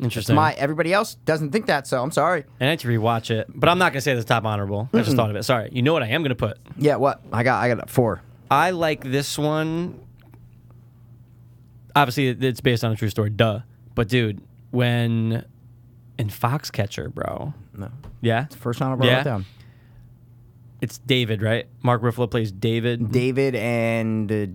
A: Interesting.
B: My everybody else doesn't think that, so I'm sorry.
A: And I need to rewatch it, but I'm not gonna say this top honorable. I just thought of it. Sorry. You know what I am gonna put?
B: Yeah, what? I got I got four.
A: I like this one. Obviously, it- it's based on a true story. Duh. But dude, when in Foxcatcher, bro.
B: No.
A: Yeah.
B: First honorable
A: Yeah.
B: wrote down.
A: It's David, right? Mark Ruffalo plays David.
B: David and uh,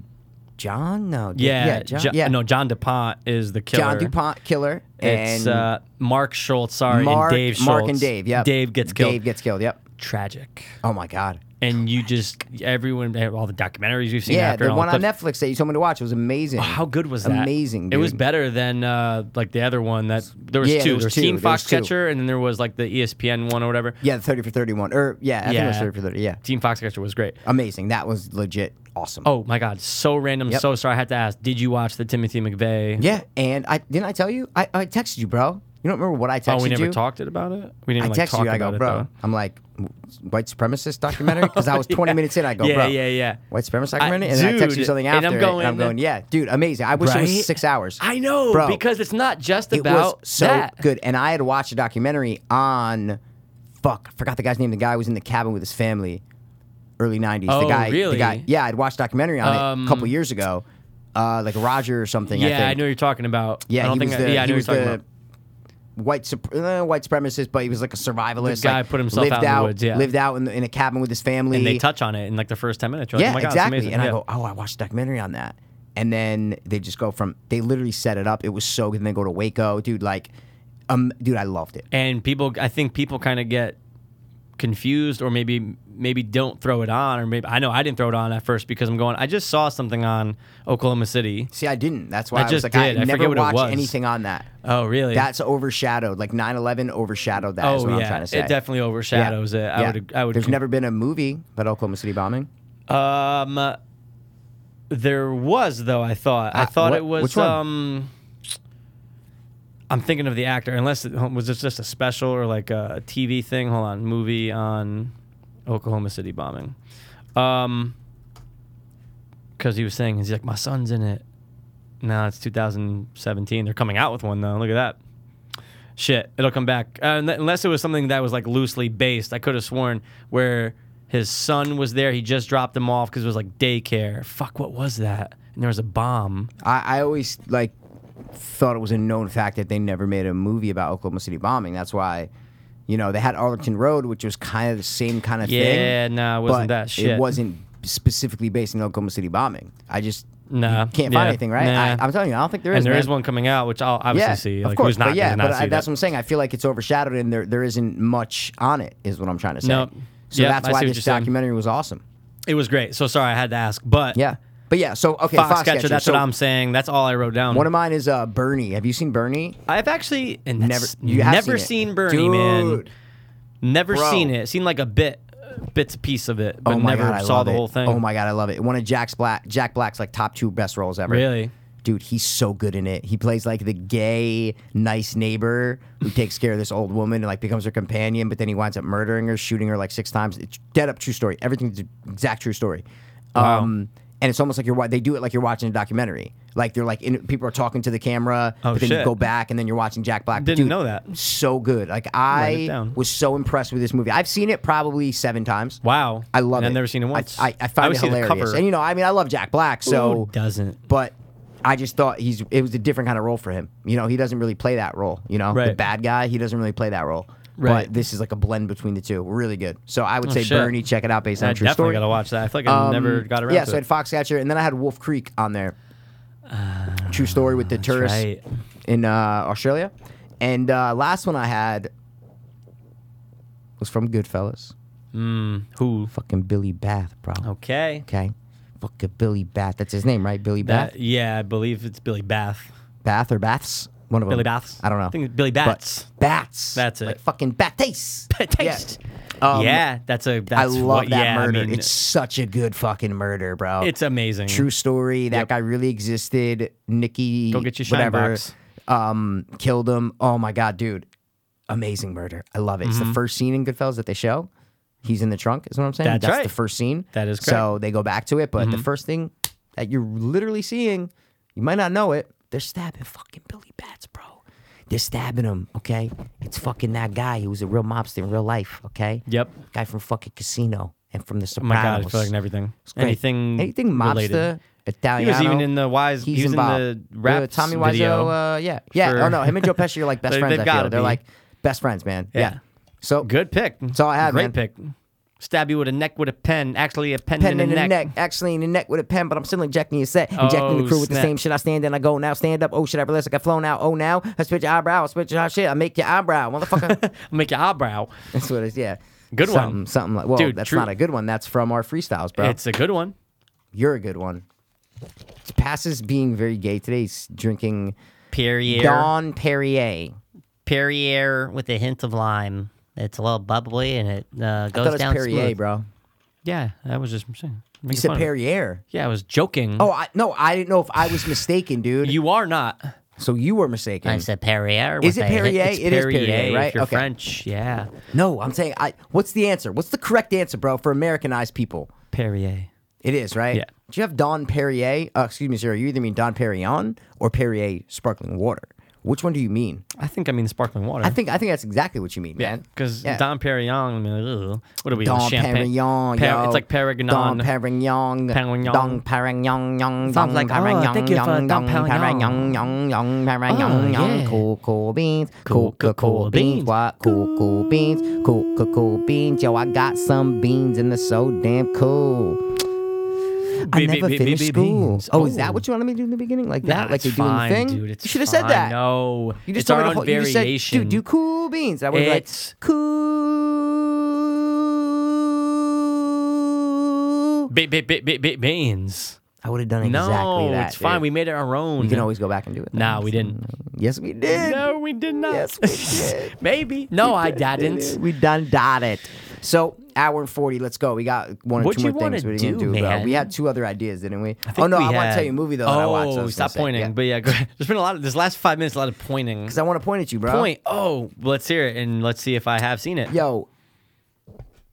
B: John? No. Da-
A: yeah.
B: John,
A: Jo-
B: yeah.
A: No, John DuPont is the killer.
B: John DuPont killer.
A: It's
B: and
A: uh, Mark Schultz, sorry,
B: Mark,
A: and Dave Schultz.
B: Mark and Dave, yep.
A: Dave gets killed.
B: Dave gets killed, yep.
A: Tragic.
B: Oh my God.
A: And you just, everyone, all the documentaries you've seen
B: Yeah,
A: after
B: the
A: all
B: one on
A: clips.
B: Netflix that you told me to watch. It was amazing.
A: How good was that?
B: Amazing,
A: It was
B: dude.
A: better than uh, like the other one that there was
B: Yeah,
A: two.
B: there
A: There
B: was
A: was,
B: two,
A: Team
B: there was two.
A: Foxcatcher, and then there was like the E ESPN one or whatever.
B: Yeah, the 30 for 31. Or, yeah, I think it was 30 for 30. Yeah.
A: Team Foxcatcher was great.
B: Amazing. That was legit awesome.
A: Oh my god, so random.
B: Yep.
A: So sorry, I had to ask. Did you watch the Timothy McVeigh?
B: Yeah, and I didn't I tell you? I, I texted you, bro. You don't remember what I texted
A: Oh, we never
B: you?
A: talked it about it. We didn't
B: I
A: like
B: texted
A: talk
B: you. I go,
A: about
B: bro.
A: it though.
B: I'm like, white supremacist documentary? Because I was 20 minutes in. I go,
A: yeah,
B: bro.
A: yeah, yeah.
B: White supremacist
A: I-
B: documentary, and then I text you
A: dude,
B: something
A: and
B: after,
A: I'm
B: it,
A: going-
B: I'm going, yeah, dude, amazing. I wish it
A: Right?
B: was six hours.
A: I know
B: Bro,
A: because it's not just
B: it
A: about
B: was so
A: that.
B: good, and I had watched a documentary on, fuck, I forgot the guy's name. The guy who was in the cabin with his family, early '90s. the
A: Oh,
B: guy,
A: really?
B: The guy, yeah, I'd watched a documentary on it
A: Um,
B: a couple years ago, uh, like Roger or something. I think.
A: Yeah, I know what you're talking about.
B: Yeah,
A: I don't
B: he
A: think.
B: was
A: I,
B: the,
A: yeah, I
B: he
A: know
B: was
A: what you're talking
B: the
A: about.
B: white sup- uh, white supremacist, but he was like a survivalist.
A: The guy
B: like,
A: put himself
B: lived
A: out in the woods, yeah.
B: lived out in, the, in a cabin with his family.
A: And they touch on it in like the first ten minutes. You're like,
B: yeah,
A: oh my god,
B: exactly.
A: It's amazing.
B: And I
A: Yeah.
B: go, oh, I watched a documentary on that. And then they just go from they literally set it up. It was so good. And they go to Waco, dude. Like, um, dude, I loved it.
A: and people i think people kind of get confused or maybe maybe don't throw it on or maybe i know i didn't throw it on at first because i'm going i just saw something on oklahoma city
B: See, I didn't. That's why
A: I
B: I, was
A: just
B: like,
A: did.
B: I
A: I
B: never
A: forget what it
B: watched
A: was.
B: anything on that.
A: oh really
B: That's overshadowed. Like 9-11 overshadowed that. is
A: oh
B: what I'm
A: yeah
B: trying to say.
A: it definitely
B: Yeah.
A: overshadows it i
B: Yeah.
A: would i would
B: There's never been a movie about Oklahoma City bombing.
A: um there was though i thought i
B: Uh,
A: thought
B: what-
A: it was
B: which one?
A: um i'm thinking of the actor unless it was this just a special or like a tv thing hold on movie on oklahoma city bombing um because he was saying he's like my son's in it no it's 2017 they're coming out with one though look at that shit it'll come back uh, un- unless it was something that was like loosely based i could have sworn where his son was there he just dropped him off because it was like daycare fuck what was that and there was a bomb
B: I, I always like thought it was a known fact that they never made a movie about Oklahoma City bombing. That's why, you know, they had Arlington Road, which was kind of the same kind of thing.
A: Yeah, nah, it wasn't
B: but
A: that shit.
B: It wasn't specifically based on the Oklahoma City bombing. I just
A: Nah,
B: can't
A: yeah,
B: find anything, right?
A: nah.
B: I, I'm telling you, I don't think there is.
A: and there is
B: man.
A: one coming out which i'll obviously see like
B: of course,
A: who's not
B: but yeah,
A: gonna
B: but
A: not
B: I,
A: see
B: that's
A: that?
B: what I'm saying. I feel like it's overshadowed, and there there isn't much on it. Is what I'm trying to say.
A: No.
B: So
A: Yep,
B: that's
A: I see
B: why
A: what
B: this
A: you're saying.
B: documentary was awesome.
A: it was great so sorry i had to ask but
B: Yeah, but yeah. So okay,
A: Foxcatcher,
B: Foxcatcher.
A: that's
B: so
A: what I'm saying. That's all I wrote down.
B: One of mine is uh, Bernie. Have you seen Bernie?
A: I've actually and
B: Never,
A: that's-
B: you have
A: never
B: seen,
A: seen,
B: it.
A: Bernie, man.
B: Dude.
A: Never
B: Bro.
A: seen it. Seen like a bit, bits, piece of it, but
B: Oh my
A: never
B: god, I
A: saw
B: love
A: the
B: it.
A: whole thing.
B: Oh my god, I love it. One of Jack's Black, Jack Black's like top two best roles ever.
A: Really?
B: dude, he's so good in it. He plays like the gay, nice neighbor who takes care of this old woman and like becomes her companion, but then he winds up murdering her, shooting her like six times. It's dead up true story. Everything's an exact true story. Um, and it's almost like you're wa- they do it like you're watching a documentary. Like they're like in, people are talking to the camera,
A: Oh,
B: but then you
A: shit.
B: go back and then you're watching Jack Black.
A: Didn't
B: Dude,
A: know that.
B: So good. Like
A: it
B: I
A: down.
B: was so impressed with this movie. I've seen it probably seven times.
A: Wow.
B: I love
A: And
B: it.
A: I've never seen it
B: I-
A: once.
B: I, I, find
A: always
B: it
A: see the
B: hilarious.
A: cover.
B: And you know, I mean, I love Jack Black, so
A: Who doesn't?
B: But I just thought he's it was a different kind of role for him. You know, he doesn't really play that role. You know, the
A: Right.
B: bad guy, he doesn't really play that role.
A: Right.
B: But this is like a blend between the two. Really good. So I would say
A: Oh, shit.
B: Bernie, check it out based on
A: I
B: a true
A: definitely
B: story.
A: gotta watch that. I feel like I
B: Um,
A: never got around
B: Yeah,
A: to
B: so I
A: it.
B: had Foxcatcher, and then I had Wolf Creek on there. True story with the tourists
A: Uh, right.
B: in uh, Australia, and uh, last one I had was from Goodfellas.
A: Who?
B: Fucking Billy Bath, bro.
A: Oh, Okay.
B: Okay, fucking Billy Bath. That's his name, right? Billy Bath.
A: That, yeah, I believe it's Billy Bath.
B: Bath or Baths? One of them.
A: Billy Baths.
B: I don't know.
A: I think it's Billy
B: But-
A: Bats.
B: Bats.
A: That's it.
B: Like fucking Bataste.
A: Taste.
B: Yeah.
A: Yeah.
B: Um,
A: that's a. That's
B: I love
A: what,
B: that
A: yeah,
B: murder.
A: I mean,
B: it's
A: it's
B: such a good fucking murder, bro.
A: amazing.
B: true story. That guy really existed. Nikki,
A: Mm. Go get your shine
B: whatever,
A: box.
B: um, killed him. Oh my god, dude, amazing murder. I love it. It's
A: Mm-hmm.
B: the first scene in Goodfellas that they show. He's in the trunk, is what I'm saying.
A: That's
B: the
A: right.
B: first scene.
A: That is Mm-hmm.
B: So they go back to it, but the first thing that you're literally seeing, you might not know it. They're stabbing fucking Billy Bats, bro. They're stabbing him. Okay, it's fucking that guy who was a real mobster in real life. Okay.
A: Yep.
B: Guy from fucking Casino and from The
A: Oh
B: Sopranos.
A: my god, I feel like in everything.
B: Great.
A: Anything.
B: anything mobster,
A: related.
B: Italiano.
A: He was even in the Wise.
B: He's
A: he was
B: involved.
A: in the rap
B: Uh, Tommy
A: video.
B: Wiseau. Uh, yeah, yeah.
A: for-
B: Oh no, him and Joe Pesci are like best
A: They-
B: friends.
A: they've
B: I feel
A: gotta
B: they're
A: be.
B: like best friends, man. Yeah.
A: Yeah.
B: So
A: Good pick. That's
B: all I had,
A: Great
B: man.
A: pick. Stab you with a neck with a pen. Actually, a pen,
B: Pen
A: in
B: in
A: the
B: the
A: neck.
B: neck, actually in the neck with a pen, but I'm still injecting your set, injecting the
A: Oh,
B: crew with the
A: snap.
B: same shit. I stand and I go now, stand up. Oh shit, I realize I got flown out. Oh now, I spit your eyebrow, I spit your hot shit, I make your eyebrow, motherfucker.
A: Make your eyebrow.
B: that's what it is. Yeah,
A: Good one.
B: something, Something like well,
A: Dude,
B: that's
A: true-
B: not a good one. That's from our freestyles, bro.
A: It's a good one.
B: You're a good one. Passes being very gay today. He's drinking
A: Perrier.
B: Don Perrier.
A: Perrier with a hint of lime. It's a little bubbly and it uh,
B: I thought it was Perrier, bro.
A: Yeah, that was just saying.
B: You said Perrier.
A: Yeah, I was joking.
B: Oh, I, no, I didn't know if I was mistaken, dude.
A: you are not.
B: so you were mistaken.
A: said Perrier.
B: Is
A: with
B: it
A: a hint-
B: Perrier?
A: It's
B: It is Perrier, right?
A: If you're
B: Okay.
A: French, yeah.
B: no, I'm saying, I. what's the answer? What's the correct answer, bro, for Americanized people?
A: Perrier.
B: It is, right?
A: Yeah.
B: Do you have Don Perrier? Uh, excuse me, sir. You either mean Don Perignon or Perrier sparkling water. Which one do you mean?
A: I think I mean sparkling water.
B: I think I think that's exactly what you mean, man.
A: Because
B: Yeah.
A: Dom Perignon, I mean, ugh, what are we?
B: Don
A: champagne?
B: Perignon,
A: Per-
B: yo.
A: It's like Perignon.
B: Don Perignon.
A: Perignon.
B: Don Perignon. Yong,
A: Sounds like, oh,
B: Perignon,
A: thank you for
B: yong,
A: Don
B: yong,
A: Perignon.
B: Perignon, yong, yong, Perignon,
A: Oh,
B: yong.
A: yeah.
B: Cool, cool beans.
A: Cool,
B: Cool, cool,
A: cool,
B: cool
A: cool
B: beans.
A: beans.
B: What? Cool, cool beans. Cool, cool, cool beans. Yo, I got some beans and they're so damn cool. I
A: Be- be-
B: never
A: be- be-
B: finished
A: be-
B: school.
A: beans.
B: Oh, is that
A: Oh.
B: what you wanted me to do in the beginning? Like
A: Nah,
B: that? Like
A: it's
B: you doing the
A: fine,
B: thing?
A: Dude, it's
B: You should have said
A: fine.
B: that.
A: No,
B: You just
A: it's our own
B: told me to hold, you just said,
A: variation.
B: dude, do cool beans. I would be like,
A: It's-
B: cool.
A: Ba- ba- ba- ba- ba- beans.
B: I would have done exactly
A: no,
B: that.
A: it's fine.
B: dude.
A: We made it our own.
B: you can always go back and do it. Mm,
A: Nah, we didn't.
B: Yes, we did.
A: No, we did not.
B: Yes, we did.
A: Maybe. No, I didn't.
B: We done dot it. So hour and forty. Let's go. We got one or
A: What
B: two
A: you
B: more
A: wanna
B: things. What are you gonna
A: do,
B: do, bro?
A: man?
B: We had two other ideas, didn't we?
A: I think
B: oh no,
A: we
B: I want to
A: had-
B: tell you a movie though
A: Oh,
B: that I watched. I was gonna
A: stop
B: say.
A: pointing.
B: Yeah.
A: But yeah, go ahead. there's been a lot. Of, this last five minutes, a lot of pointing.
B: Because I want to point at you, bro.
A: Point. Oh, let's hear it and let's see if I have seen it.
B: Yo,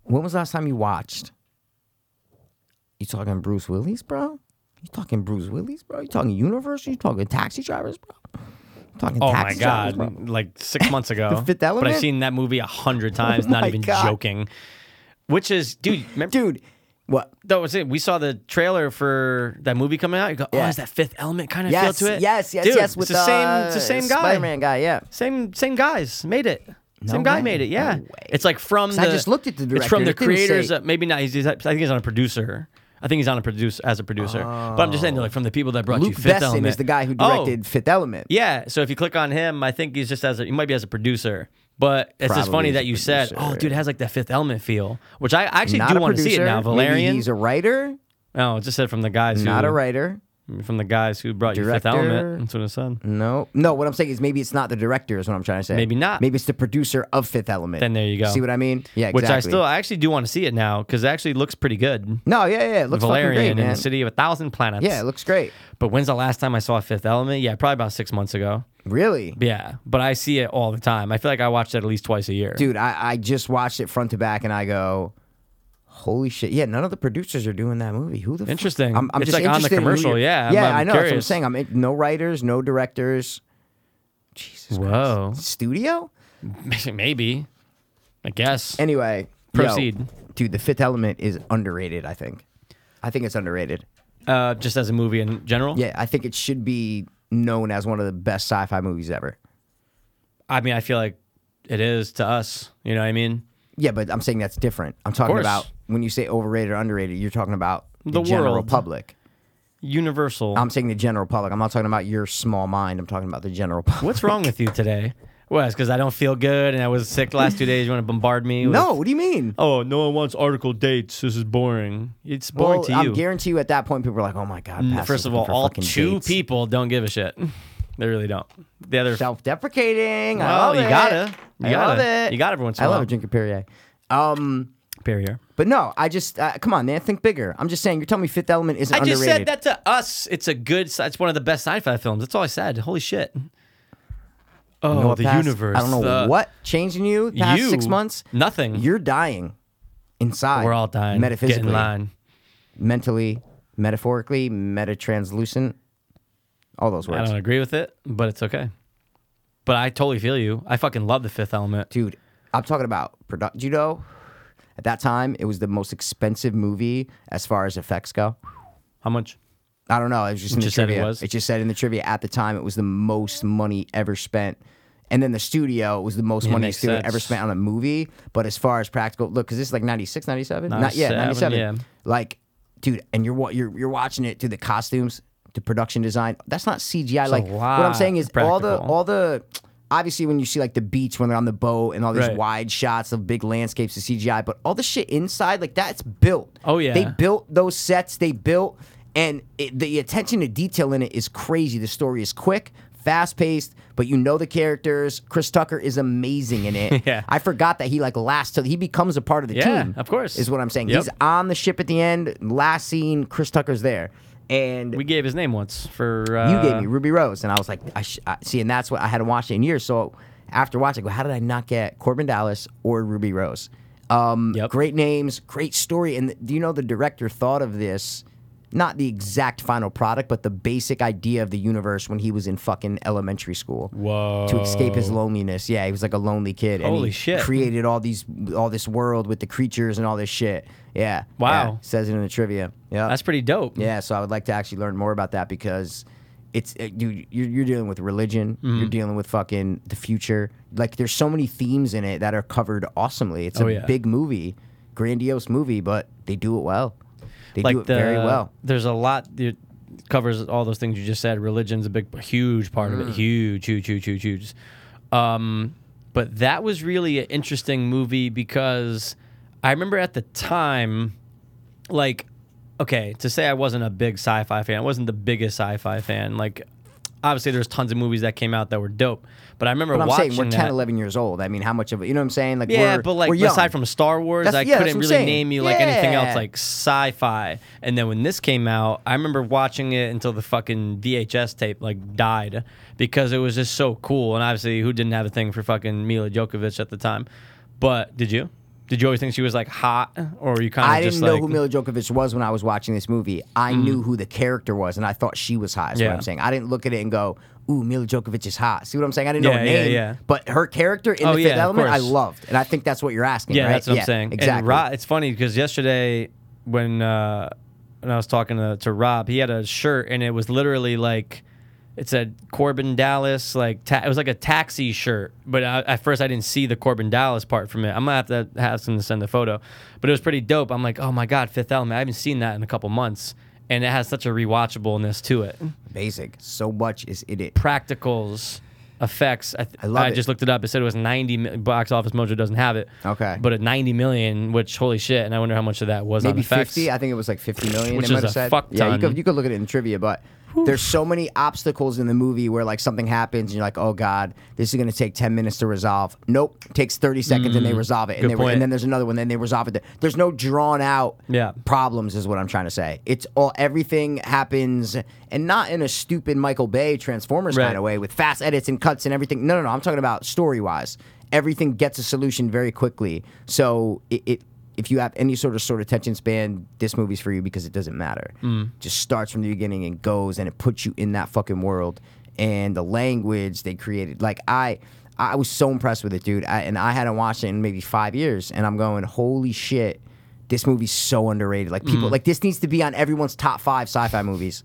B: when was the last time you watched? You talking Bruce Willis, bro? You talking Bruce Willis, bro? You talking Universal? You talking Taxi Drivers, bro? You talking
A: Oh my
B: Taxi Drivers,
A: god!
B: bro?
A: Like six months ago.
B: The Fifth
A: But
B: Element?
A: I've seen that movie a hundred times.
B: Oh, my
A: not even
B: God.
A: joking. Which is, dude. Remember,
B: Dude, what?
A: that was it. We saw the trailer for that movie coming out. You go,
B: Yeah.
A: oh, is that Fifth Element kind of
B: Yes,
A: feel to it?
B: yes, yes,
A: Dude,
B: yes. With
A: it's the same, it's the same guy.
B: Spider-Man guy, yeah.
A: Same, same guys made it. Same
B: No
A: guy
B: way,
A: made it.
B: no
A: Yeah,
B: way.
A: it's like from.
B: 'Cause
A: The,
B: I just looked at the
A: It's from the
B: director, it didn't
A: creators.
B: say-
A: of- maybe not. He's, he's- I think he's on a producer. I think he's on a producer as a producer. But I'm just saying, like from the people that brought you
B: Luke
A: Fifth
B: Besson
A: Element.
B: is the guy who
A: Oh,
B: directed Fifth Element.
A: yeah. So if you click on him, I think he's just as a, he might be as a producer. But it's just
B: Probably
A: funny
B: as a
A: that you said,
B: producer.
A: "Oh, dude, it has like that Fifth Element feel," which I actually
B: Not
A: do
B: a
A: want to see it
B: producer.
A: now.
B: Maybe
A: Valerian.
B: he's a writer,
A: oh, it just said from the guys.
B: not
A: who,
B: a writer.
A: From the guys who brought you Fifth
B: Director.
A: Element. That's what I said.
B: No, no. What I'm saying is maybe it's not the director. Is what I'm trying to say.
A: Maybe not.
B: Maybe it's the producer of Fifth Element.
A: Then there you go.
B: See what I mean? Yeah. Exactly.
A: Which I still, I actually do want to see it now because it actually looks pretty good.
B: No. Yeah. Yeah. It looks
A: Valerian
B: fucking great,
A: in
B: man.
A: the city of a thousand planets.
B: Yeah. It looks great.
A: but when's the last time I saw Fifth Element? Yeah, probably about six months ago.
B: Really.
A: Yeah, but I see it all the time. I feel like I watch that at least twice a year.
B: Dude, I, I just watched it front to back and I go, holy shit. Yeah, none of the producers are doing that movie. Who the fuck-
A: Interesting.
B: I'm, I'm
A: It's
B: just
A: like on the
B: interested in who
A: commercial,
B: you're-
A: yeah, I'm-
B: yeah,
A: I'm
B: I know. That's what I'm
A: curious.
B: saying. I'm no writers, no directors. Jesus Christ.
A: Whoa.
B: Studio?
A: Maybe. I guess.
B: Anyway. yo,
A: Proceed.
B: dude, The Fifth Element is underrated, I think. I think it's underrated.
A: uh, just as a movie in general.
B: Yeah, I think it should be known as one of the best sci fi movies ever.
A: I mean, I feel like it is to us. You know what I mean?
B: Yeah, but I'm saying that's different. I'm talking
A: course.
B: about when you say overrated or underrated, you're talking about the,
A: The
B: general
A: world.
B: public.
A: Universal.
B: I'm saying the general public. I'm not talking about your small mind. I'm talking about the general public.
A: What's wrong with you today? Well, it's because I don't feel good and I was sick the last two days. You want to bombard me? With,
B: No, what do you mean?
A: Oh, no one wants article dates. This is boring. It's boring
B: Well,
A: to
B: I
A: you. Mm,
B: guarantee you at that point, people are like, oh my God. Pat's
A: First of
B: looking
A: all,
B: for
A: all
B: fucking
A: two
B: dates.
A: people don't give a shit. They really don't. The other
B: Self deprecating. I
A: Well,
B: love
A: you
B: it.
A: gotta. You
B: I love
A: gotta.
B: it.
A: You gotta every once in
B: I
A: a
B: love
A: while.
B: a drink of Perrier. Um,
A: pair here.
B: but no, I just, uh, come on, man, think bigger. I'm just saying, you're telling me Fifth Element isn't
A: I just
B: underrated.
A: said that to us. It's a good. sci- It's one of the best sci-fi films. That's all I said. Holy shit. Oh,
B: You know what,
A: the
B: Pat?
A: universe.
B: I don't know
A: the-
B: what changed in you the past
A: you,
B: six months.
A: Nothing.
B: Mm-hmm. You're dying inside.
A: We're all dying.
B: Metaphysically.
A: Get in line.
B: Mentally, metaphorically, metatranslucent. All those
A: I
B: words.
A: don't agree with it, but it's okay. But I totally feel you. I fucking love the Fifth Element.
B: dude i'm talking about product you know at that time it was the most expensive movie as far as effects go
A: How much?
B: i don't know it was just in the
A: just said it
B: trivia
A: was?
B: just said in the trivia at the time it was the most money ever spent and then the studio was the most money the
A: makes
B: studio
A: sense.
B: ever spent on a movie but as far as practical look because this is like 96 97 not yet
A: 97,
B: 97
A: yeah.
B: like dude and you're wa- you're you're watching it through the costumes to production design that's not cgi like what i'm
A: lot
B: saying is all the
A: practical.
B: all all the obviously when you see like the beach when they're on the boat and all these
A: Right.
B: wide shots of big landscapes of CGI, but all the shit inside like that's built.
A: Oh, yeah.
B: they built those sets. They built, and it, the attention to detail in it is crazy. The story is quick, fast paced, but you know the characters. Chris Tucker is amazing in it.
A: Yeah.
B: I forgot that he like lasts till he becomes a part of the
A: Yeah,
B: team.
A: of course.
B: is what I'm saying.
A: Yep.
B: He's on the ship at the end. Last scene, Chris Tucker's there, and
A: We gave his name once for. Uh,
B: you gave me Ruby Rose, and I was like, I, sh- I see, and that's what I hadn't watched it in years. So after watching, I go, how did I not get Corbin Dallas or Ruby Rose? Um,
A: Yep.
B: Great names, great story, and do you know the director thought of this? Not the exact final product, but the basic idea of the universe when he was in fucking elementary school.
A: Whoa.
B: To escape his loneliness, yeah, he was like a lonely kid, and
A: Holy
B: he
A: shit.
B: created all these, all this world with the creatures and all this shit. Yeah,
A: Wow.
B: Yeah, says it in the trivia. Yeah,
A: That's pretty dope.
B: yeah, so I would like to actually learn more about that because it's uh, dude, you're, you're dealing with religion,
A: Mm-hmm.
B: you're dealing with fucking the future. Like, there's so many themes in it that are covered awesomely. It's
A: Oh,
B: a
A: yeah.
B: big movie, grandiose movie, but they do it well. They
A: like
B: do it
A: the,
B: very well.
A: There's a lot. It covers all those things you just said. Religion's a big, huge part
B: Mm.
A: of it. Huge, huge, huge, huge, huge. Um, but that was really an interesting movie because I remember at the time, like, okay, to say I wasn't a big sci-fi fan, I wasn't the biggest sci-fi fan. Like, obviously, there's tons of movies that came out that were dope, but I remember
B: But I'm
A: watching
B: saying we're 10,
A: that.
B: 11 years old. I mean, how much of it, you know what I'm saying? Like,
A: Yeah,
B: we're,
A: but like
B: we're young.
A: aside from Star Wars,
B: That's-
A: I
B: yeah, that's
A: couldn't
B: what I'm
A: really
B: saying.
A: name you like anything
B: Yeah.
A: else like sci-fi. And then when this came out, I remember watching it until the fucking VHS tape like died because it was just so cool. And obviously, who didn't have a thing for fucking Mila Djokovic at the time? But did you? Did you always think she was like hot, or were you kind of
B: I
A: just
B: didn't know
A: like, Mm.
B: who Mila Djokovic was when I was watching this movie. I knew who the character was, and I thought she was hot. Is what
A: Yeah.
B: I'm saying. I didn't look at it and go, "Ooh, Mila Djokovic is hot." See what I'm saying? I didn't know
A: Yeah,
B: her
A: yeah,
B: name,
A: yeah.
B: but her character in
A: Oh,
B: the
A: yeah,
B: Fifth
A: of
B: Element, I
A: course.
B: loved, and I think that's what you're asking.
A: Yeah,
B: right?
A: that's what
B: Yeah,
A: I'm saying.
B: Exactly.
A: And Rob, it's funny because yesterday when uh, when I was talking to, to Rob, he had a shirt and it was literally like it said Corbin Dallas. Like ta- it was like a taxi shirt, but I, at first I didn't see the Corbin Dallas part from it. I'm gonna have to have him to send the photo, but it was pretty dope. I'm like, oh my god, Fifth Element. I haven't seen that in a couple months, and it has such a rewatchableness to it.
B: Basic. So much is in it.
A: Practicals. effects. I, th-
B: I love
A: I
B: it.
A: just looked it up. It said it was 90 mi- box office mojo doesn't have it.
B: Okay.
A: But at 90 million, which holy shit, and I wonder how much of that was on
B: maybe
A: effects.
B: 50. I think it was like 50 million.
A: Which
B: they might
A: is
B: have
A: a
B: said.
A: fuck
B: Yeah, you
A: ton.
B: could, you could look at it in trivia, but there's so many obstacles in the movie where like something happens and you're like, oh god, this is gonna take 10 minutes to resolve. Nope, takes 30 seconds and they resolve it.
A: Mm,
B: And,
A: good
B: they, re-
A: point.
B: and then there's another one, then they resolve it. There's no drawn out
A: Yeah.
B: problems, is what I'm trying to say. It's all everything happens, and not in a stupid Michael Bay Transformers
A: Right.
B: kind of way with fast edits and cuts and everything. No, no, no. I'm talking about story wise. Everything gets a solution very quickly. So it, it if you have any sort of sort of attention span, this movie's for you because it doesn't matter.
A: Mm.
B: Just starts from the beginning and goes, and it puts you in that fucking world. And the language they created, like I. I was so impressed with it, dude. I, and I hadn't watched it in maybe five years, and I'm going, holy shit, this movie's so underrated. Like
A: Mm.
B: people, like this needs to be on everyone's top five sci-fi movies.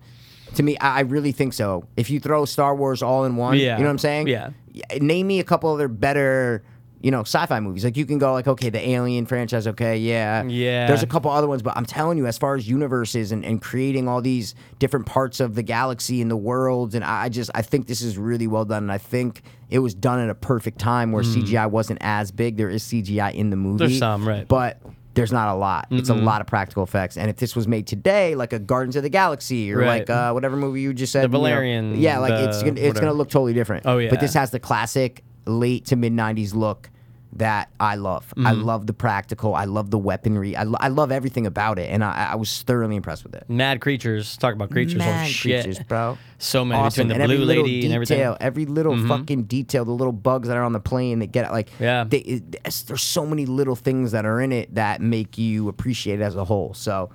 B: To me, I, I really think so. If you throw Star Wars all in one,
A: Yeah.
B: you know what I'm saying?
A: Yeah.
B: Y- Name me a couple other better, you know, sci-fi movies. Like you can go like, okay, the Alien franchise, okay, yeah,
A: Yeah.
B: There's a couple other ones, but I'm telling you, as far as universes and, and creating all these different parts of the galaxy and the worlds, and I I just I think this is really well done, and I think it was done at a perfect time where CGI wasn't as big. There is CGI in the movie,
A: Mm. There's some, right.
B: But there's not a lot. It's a
A: Mm-hmm.
B: lot of practical effects, and if this was made today, like a Gardens of the Galaxy or
A: Right.
B: like uh, whatever movie you just said, you know,
A: Valerian,
B: yeah, like it's
A: the
B: gonna, it's
A: whatever.
B: gonna look totally different.
A: Oh,
B: but this
A: yeah.
B: has the classic late to mid '90s look that I love. I
A: Mm-hmm.
B: love the practical. I love the weaponry. I, lo- I love everything about it, and I, I was thoroughly impressed with it.
A: Mad creatures. Talk about creatures.
B: Man,
A: Holy shit.
B: creatures, bro.
A: So many
B: Awesome.
A: between
B: and
A: the
B: every
A: blue
B: little
A: lady
B: detail,
A: and everything. Mm-hmm.
B: Every little fucking detail, the little bugs that are on the plane that get like
A: Yeah.
B: They, it, it's- there's so many little things that are in it that make you appreciate it as a whole. So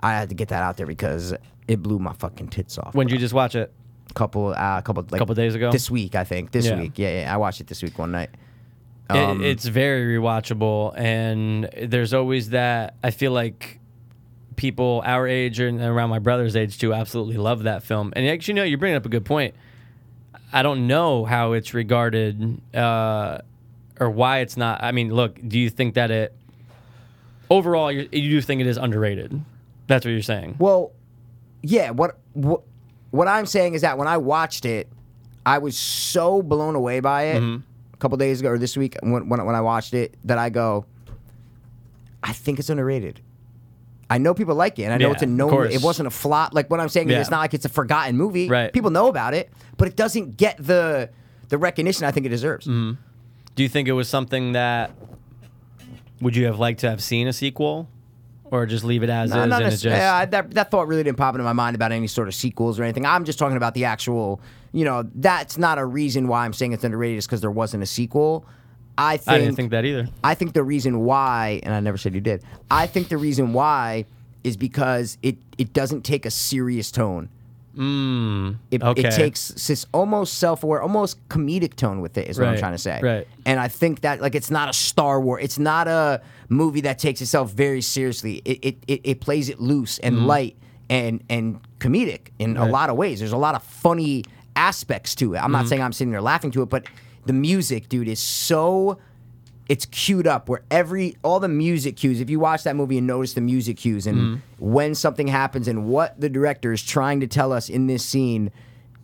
B: I had to get that out there because it blew my fucking tits off.
A: When did
B: bro
A: you just watch it?
B: couple uh couple like
A: Couple days ago?
B: this week i think this
A: Yeah.
B: week yeah, yeah i watched it this week one night
A: It-
B: Um,
A: it's very rewatchable, and there's always that. I feel like people our age and around my brother's age too absolutely love that film. And actually, no, you're bringing up a good point. I don't know how it's regarded uh, or why it's not. I mean, look, do you think that it overall you, you do think it is underrated? That's what you're saying.
B: well yeah what what what i'm saying is that when i watched it i was so blown away by it
A: Mm-hmm.
B: a couple days ago or this week when, when, when i watched it that i go i think it's underrated I know people like it, and I know
A: Yeah,
B: it's a
A: of
B: known.
A: course.
B: It wasn't a flop. Like what I'm saying
A: Yeah.
B: is, it's not like it's a forgotten movie.
A: Right.
B: People know about it, but it doesn't get the the recognition I think it deserves.
A: Do you think it was something that would you have liked to have seen a sequel, or just leave it as
B: No,
A: is
B: not
A: and it
B: necess-
A: just
B: yeah, I- that, that thought really didn't pop into my mind about any sort of sequels or anything. I'm just talking about the actual, you know, that's not a reason why I'm saying it's underrated is because there wasn't a sequel. I think,
A: I didn't think that either.
B: I think the reason why, and I never said you did, I think the reason why is because it, it doesn't take a serious tone. It,
A: Mm, okay.
B: it takes this almost self-aware, almost comedic tone with it. Is what I'm
A: Right,
B: trying to say.
A: right.
B: And I think that like it's not a Star Wars. It's not a movie that takes itself very seriously. It it, it, it plays it loose and
A: Mm.
B: light and and comedic in a lot of ways. There's a lot of funny aspects to it. I'm
A: Mm.
B: not saying I'm sitting there laughing to it, but the music, dude, is so it's queued up where every all the music cues if you watch that movie and notice the music cues and
A: Mm.
B: when something happens and what the director is trying to tell us in this scene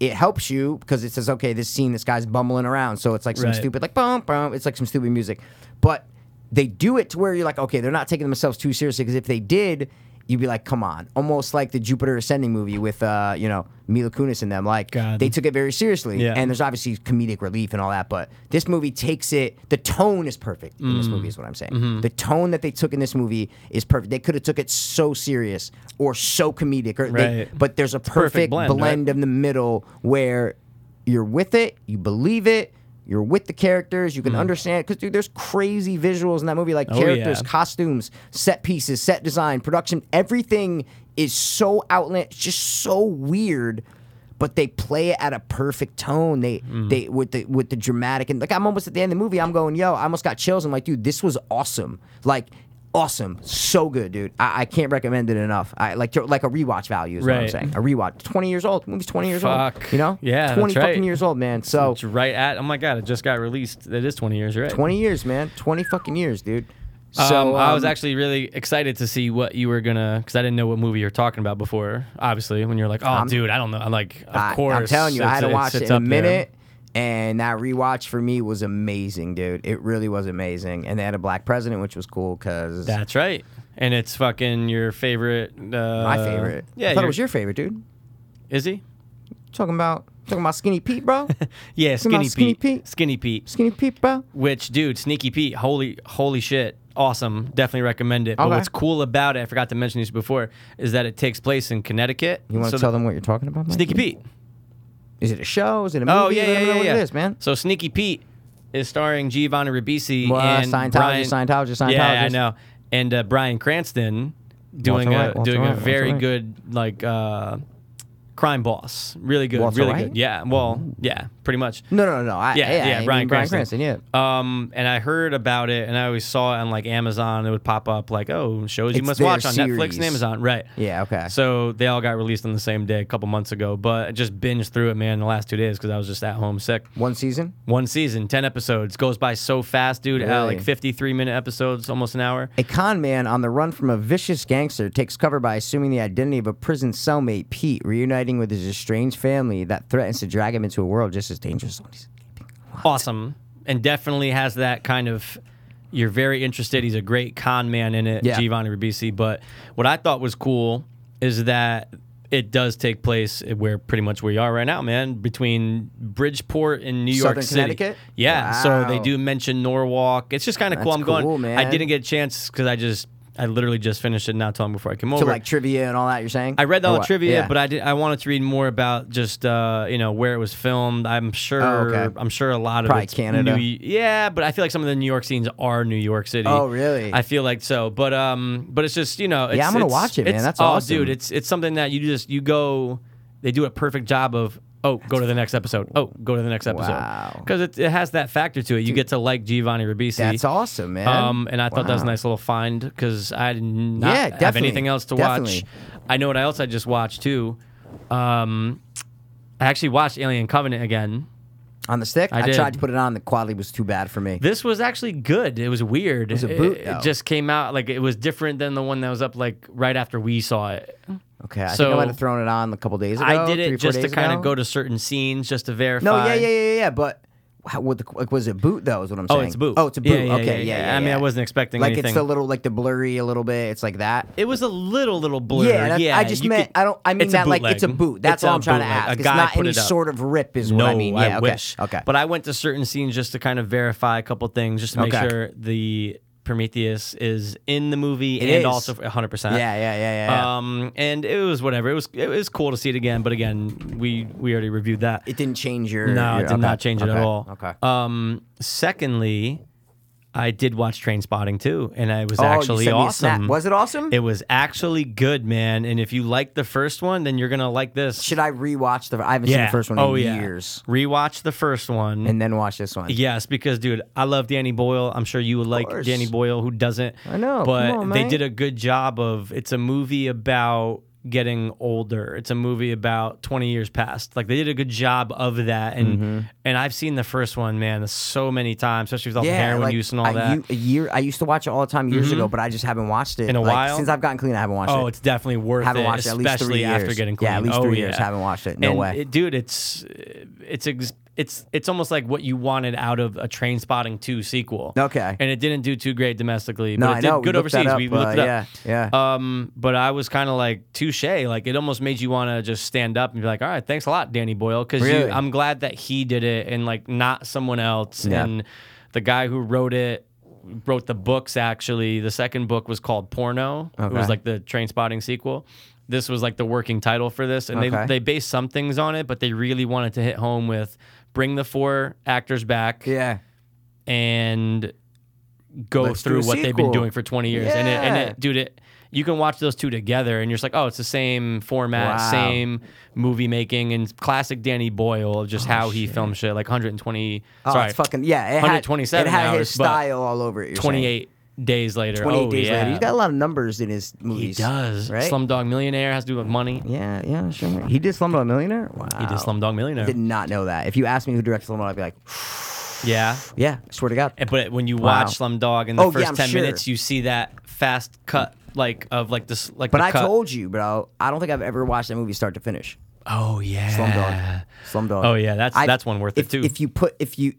B: it helps you because it says okay this scene this guy's bumbling around so it's like some
A: Right.
B: stupid like bum bum it's like some stupid music but they do it to where you're like okay they're not taking themselves too seriously because if they did you'd be like come on almost like the Jupiter Ascending movie with uh you know Mila Kunis and them like
A: God.
B: they took it very seriously
A: Yeah.
B: and there's obviously comedic relief and all that, but this movie takes it. The tone is perfect in this
A: Mm.
B: movie, is what I'm saying.
A: Mm-hmm.
B: The tone that they took in this movie is perfect. They could have took it so serious or so comedic, or they-
A: Right.
B: but there's a perfect, blend,
A: blend, right?
B: in the middle where you're with it, you believe it. You're with the characters. You can understand because, dude, there's crazy visuals in that movie, like
A: Mm. Oh,
B: characters,
A: yeah.
B: costumes, set pieces, set design, production, everything is so outland, it's just so weird. But they play it at a perfect tone. They
A: Mm.
B: they with the with the dramatic and like I'm almost at the end of the movie. I'm going, yo, I almost got chills. I'm like, dude, this was awesome. Like awesome, so good, dude. I, I can't recommend it enough. I like to, like a rewatch value is what I'm
A: Right.
B: saying. A rewatch, 20 years old, movie's 20 years old.
A: Fuck.
B: You know,
A: Yeah, that's
B: 20 fucking
A: right.
B: years old, man. So
A: It's right at. Oh my god! It just got released. It is twenty years, you're right?
B: 20 years, man, 20 fucking years, dude. So
A: So I was
B: um,
A: actually really excited to see what you were gonna, because I didn't know what movie you were talking about before. Obviously, when you're like, "Oh, dude, I don't know," I'm like, "Of
B: I,
A: course."
B: am telling you, I
A: it's-
B: had to
A: it's-
B: watch it
A: it's
B: in a
A: up there.
B: minute. And that rewatch for me was amazing, dude. It really was amazing. And they had a black president, which was cool because
A: That's right. And it's fucking your favorite. Uh,
B: my favorite.
A: Yeah,
B: I thought it was your favorite, dude. You
A: Is he?
B: talking about talking about Skinny Pete, bro.
A: Yeah,
B: Talking about
A: Skinny,
B: Skinny
A: Pete.
B: Pete?
A: Skinny Pete.
B: Skinny Pete, bro.
A: Which, dude, Sneaky Pete. Holy, holy shit. Awesome. Definitely recommend it. But
B: Okay.
A: what's cool about it, I forgot to mention this before, is that it takes place in Connecticut.
B: You want to
A: So
B: tell
A: the-
B: them what you're talking about? Mike?
A: Sneaky Pete.
B: Is it a show? Is it a movie?
A: Oh yeah,
B: Let
A: yeah,
B: them know
A: yeah,
B: what
A: yeah.
B: it is, man.
A: So Sneaky Pete is starring Giovanni Ribisi
B: Well, uh,
A: and
B: Scientology,
A: Brian,
B: Scientology, Scientology.
A: Yeah, I know. And uh, Brian Cranston doing
B: Walter
A: a
B: White, Walter
A: doing
B: White,
A: a
B: Walter
A: very
B: White.
A: good like uh, crime boss. Really good,
B: Walter
A: really
B: White?
A: good. Yeah. Well, yeah, pretty much.
B: No, no, no, no. I,
A: Yeah, yeah,
B: I
A: Bryan
B: mean, Bryan
A: Cranston.
B: Cranston. Yeah.
A: Um, and I heard about it, and I always saw it on like Amazon. It would pop up like, "Oh, shows you
B: It's
A: must
B: their
A: watch on Netflix
B: series.
A: and Amazon." Right.
B: Yeah. Okay.
A: So they all got released on the same day a couple months ago, but I just binged through it, man, the last two days because I was just at home sick.
B: One season.
A: One season, ten episodes, goes by so fast, dude. Uh,
B: Really?
A: like fifty-three minute episodes, almost an hour.
B: A con man on the run from a vicious gangster takes cover by assuming the identity of a prison cellmate, Pete, reuniting with his estranged family that threatens to drag him into a world just as dangerous.
A: Awesome, and definitely has that kind of. You're very interested. He's a great con man in it,
B: Yeah.
A: Giovanni Ribisi. But what I thought was cool is that it does take place where pretty much we are right now, man, between Bridgeport and New
B: Southern
A: York City.
B: Connecticut?
A: Yeah, so they
B: Wow.
A: do mention Norwalk. It's just kind of cool. I'm
B: That's
A: going.
B: cool,
A: I
B: man.
A: didn't get a chance because I just I literally just finished it not too long before I came
B: To
A: over.
B: like trivia and all that, you're saying?
A: I read all
B: Or
A: the
B: what?
A: trivia,
B: Oh, Yeah.
A: but I did, I wanted to read more about just uh, you know where it was filmed. I'm sure
B: Oh, okay.
A: I'm sure a lot of
B: Probably
A: it's
B: Canada.
A: New, yeah, but I feel like some of the New York scenes are New York City.
B: Oh, really?
A: I feel like so, but um, but it's just you know it's,
B: I'm gonna
A: it's-
B: watch it, man.
A: it's-
B: That's
A: oh,
B: awesome.
A: dude. It's it's something that you just you go. They do a perfect job of. Oh, go to the next episode. Oh, go to the next episode.
B: Wow.
A: Because it, it has that factor to it. You get to like Giovanni Ribisi.
B: That's awesome, man.
A: Um, and I thought that was a
B: Wow.
A: nice little find because I did not
B: Yeah,
A: have
B: definitely,
A: anything else to watch.
B: definitely.
A: I know what else I just watched too. Um, I actually watched Alien Covenant again.
B: On the stick?
A: I
B: I,
A: did.
B: tried to put it on. The quality was too bad for me.
A: This was actually good. It was weird. It
B: was a boot,
A: It,
B: though.
A: just came out like it was different than the one that was up like right after we saw it.
B: Okay. I think
A: so-
B: I might have thrown it on a couple days ago.
A: I did
B: three,
A: it
B: four
A: just to
B: days
A: kind
B: ago.
A: of go to certain scenes just to verify.
B: No, yeah, yeah, yeah, yeah. But how, what the, like, was it boot though? Is what I'm
A: Oh,
B: saying.
A: it's a boot.
B: Oh, it's a boot.
A: Yeah, yeah,
B: okay,
A: yeah,
B: yeah, yeah,
A: yeah. I mean, I wasn't expecting
B: like
A: anything.
B: it's a little like the blurry a little bit. It's like that.
A: It was a little, little blurred.
B: Yeah,
A: Yeah,
B: that's- I just
A: you
B: meant
A: could-
B: I don't. I mean
A: it's
B: that like it's a
A: bootleg.
B: boot. That's
A: It's
B: all
A: a
B: I'm trying to
A: bootleg.
B: ask.
A: A
B: It's
A: guy
B: not
A: put
B: any
A: it up.
B: sort of rip, is what I mean. Yeah, okay.
A: wish.
B: Okay.
A: But I went to certain scenes just to kind of verify a couple things, just to make
B: Okay.
A: sure the Prometheus is in the movie
B: It
A: and
B: is.
A: also 100. percent
B: yeah, yeah, yeah, yeah. yeah.
A: Um, and it was whatever. It was it was cool to see it again, but again, we we already reviewed that.
B: it didn't change your.
A: no,
B: your-
A: it did
B: okay,
A: not change it at
B: okay,
A: all.
B: Okay.
A: Um, secondly, I did watch Train Spotting too, and it was
B: Oh, you
A: actually
B: sent me a snap.
A: awesome.
B: Was it awesome?
A: It was actually good, man. And if you liked the first one, then you're gonna like this. Oh,
B: Should I rewatch the? I haven't seen the first one in years,
A: Rewatch the first one.
B: and then watch this one.
A: yes, because dude, I love Danny Boyle. I'm sure you would like
B: course.
A: Danny Boyle. Who doesn't?
B: I know.
A: But
B: Come on,
A: they
B: man.
A: did a good job of. It's a movie about getting older. It's a movie about 20 years past. Like they did a good job of that. And
B: Mm-hmm.
A: and I've seen the first one, man, so many times, especially with all the heroin
B: like,
A: use and all
B: I,
A: that.
B: u- a year. I used to watch it all the time years ago, but I just haven't watched it
A: In a
B: like,
A: while?
B: Since I've gotten clean, I haven't watched it.
A: Oh, it's definitely worth
B: Haven't
A: it,
B: watched it at
A: especially
B: least three
A: after
B: years.
A: getting
B: Yeah,
A: clean.
B: at least
A: three
B: three years. Haven't watched it. No
A: and
B: way.
A: it- dude. It's it's ex- it's it's almost like what you wanted out of a Train Spotting two sequel.
B: Okay.
A: and it didn't do too great domestically,
B: no,
A: but
B: I
A: it did
B: know.
A: good
B: we looked
A: overseas.
B: That up,
A: we
B: uh,
A: looked it up.
B: Yeah, yeah.
A: Um, but I was kind of like touche. Like it almost made you want to just stand up and be like, "All right, thanks a lot, Danny Boyle," because
B: Really?
A: I'm glad that he did it and like not someone else.
B: Yeah.
A: And the guy who wrote it wrote the books. Actually, the second book was called Porno. It was
B: Okay.
A: like the Train Spotting sequel. This was like the working title for this, and
B: Okay.
A: they they based some things on it, but they really wanted to hit home with bring the four actors back
B: yeah.
A: and go
B: Let's do
A: through
B: a
A: what they've been
B: sequel.
A: doing for 20 years. And, it, and
B: Yeah.
A: it, dude, it, you can watch those two together and you're just like, oh, it's the same format,
B: Wow.
A: same movie making, and classic Danny Boyle of just how he filmed shit, like 120,
B: Oh,
A: sorry,
B: it's fucking yeah. It had,
A: 127
B: It had his
A: hours, but
B: style all over it. You're
A: 28 days later.
B: Saying. 28
A: oh,
B: days
A: yeah.
B: later. He's got a lot of numbers in his
A: he
B: movies.
A: does.
B: right?
A: Slumdog Millionaire has to do with money.
B: Yeah, yeah, sure. He did Slumdog Millionaire. Wow.
A: He did Slumdog Millionaire.
B: Did not know that. If you asked me who directed Slumdog, I'd be like,
A: Yeah.
B: yeah, I swear to God.
A: And- But when you
B: Wow.
A: watch Slumdog in the
B: Oh, yeah,
A: first
B: I'm
A: 10
B: sure.
A: minutes, you see that fast cut, like, of like this, like
B: But
A: the
B: I
A: cut.
B: told you, bro. I don't think I've ever watched that movie start to finish.
A: Oh yeah.
B: Slumdog. Slumdog.
A: Oh, yeah, that's-
B: I'd-
A: that's one worth it,
B: if-
A: too.
B: If you put if you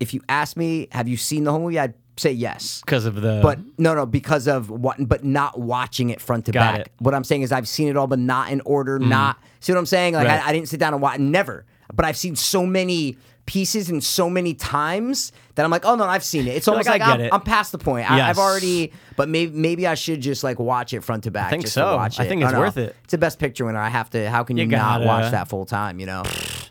B: if you ask me, have you seen the whole movie? I'd say yes.
A: Because of the
B: But no, no, because of what, but not watching it front to
A: Uh-huh. Got
B: back.
A: it. Mm-hmm.
B: What I'm saying is, I've seen it all, but not in order. Not see what I'm saying? Like
A: Right.
B: I, I didn't sit down and watch. Never. But I've seen so many pieces and so many times that I'm like, oh no, I've seen it. It's almost
A: like,
B: like,
A: I
B: I'm,
A: get it.
B: I'm past the point. I,
A: Yes.
B: I've already. But maybe maybe I should just like watch it front to back.
A: think
B: just
A: so.
B: To watch
A: I
B: it.
A: think it's
B: don't know.
A: worth it.
B: It's the best picture winner. I have to. How can you,
A: You
B: not watch
A: gotta.
B: that full time? You know,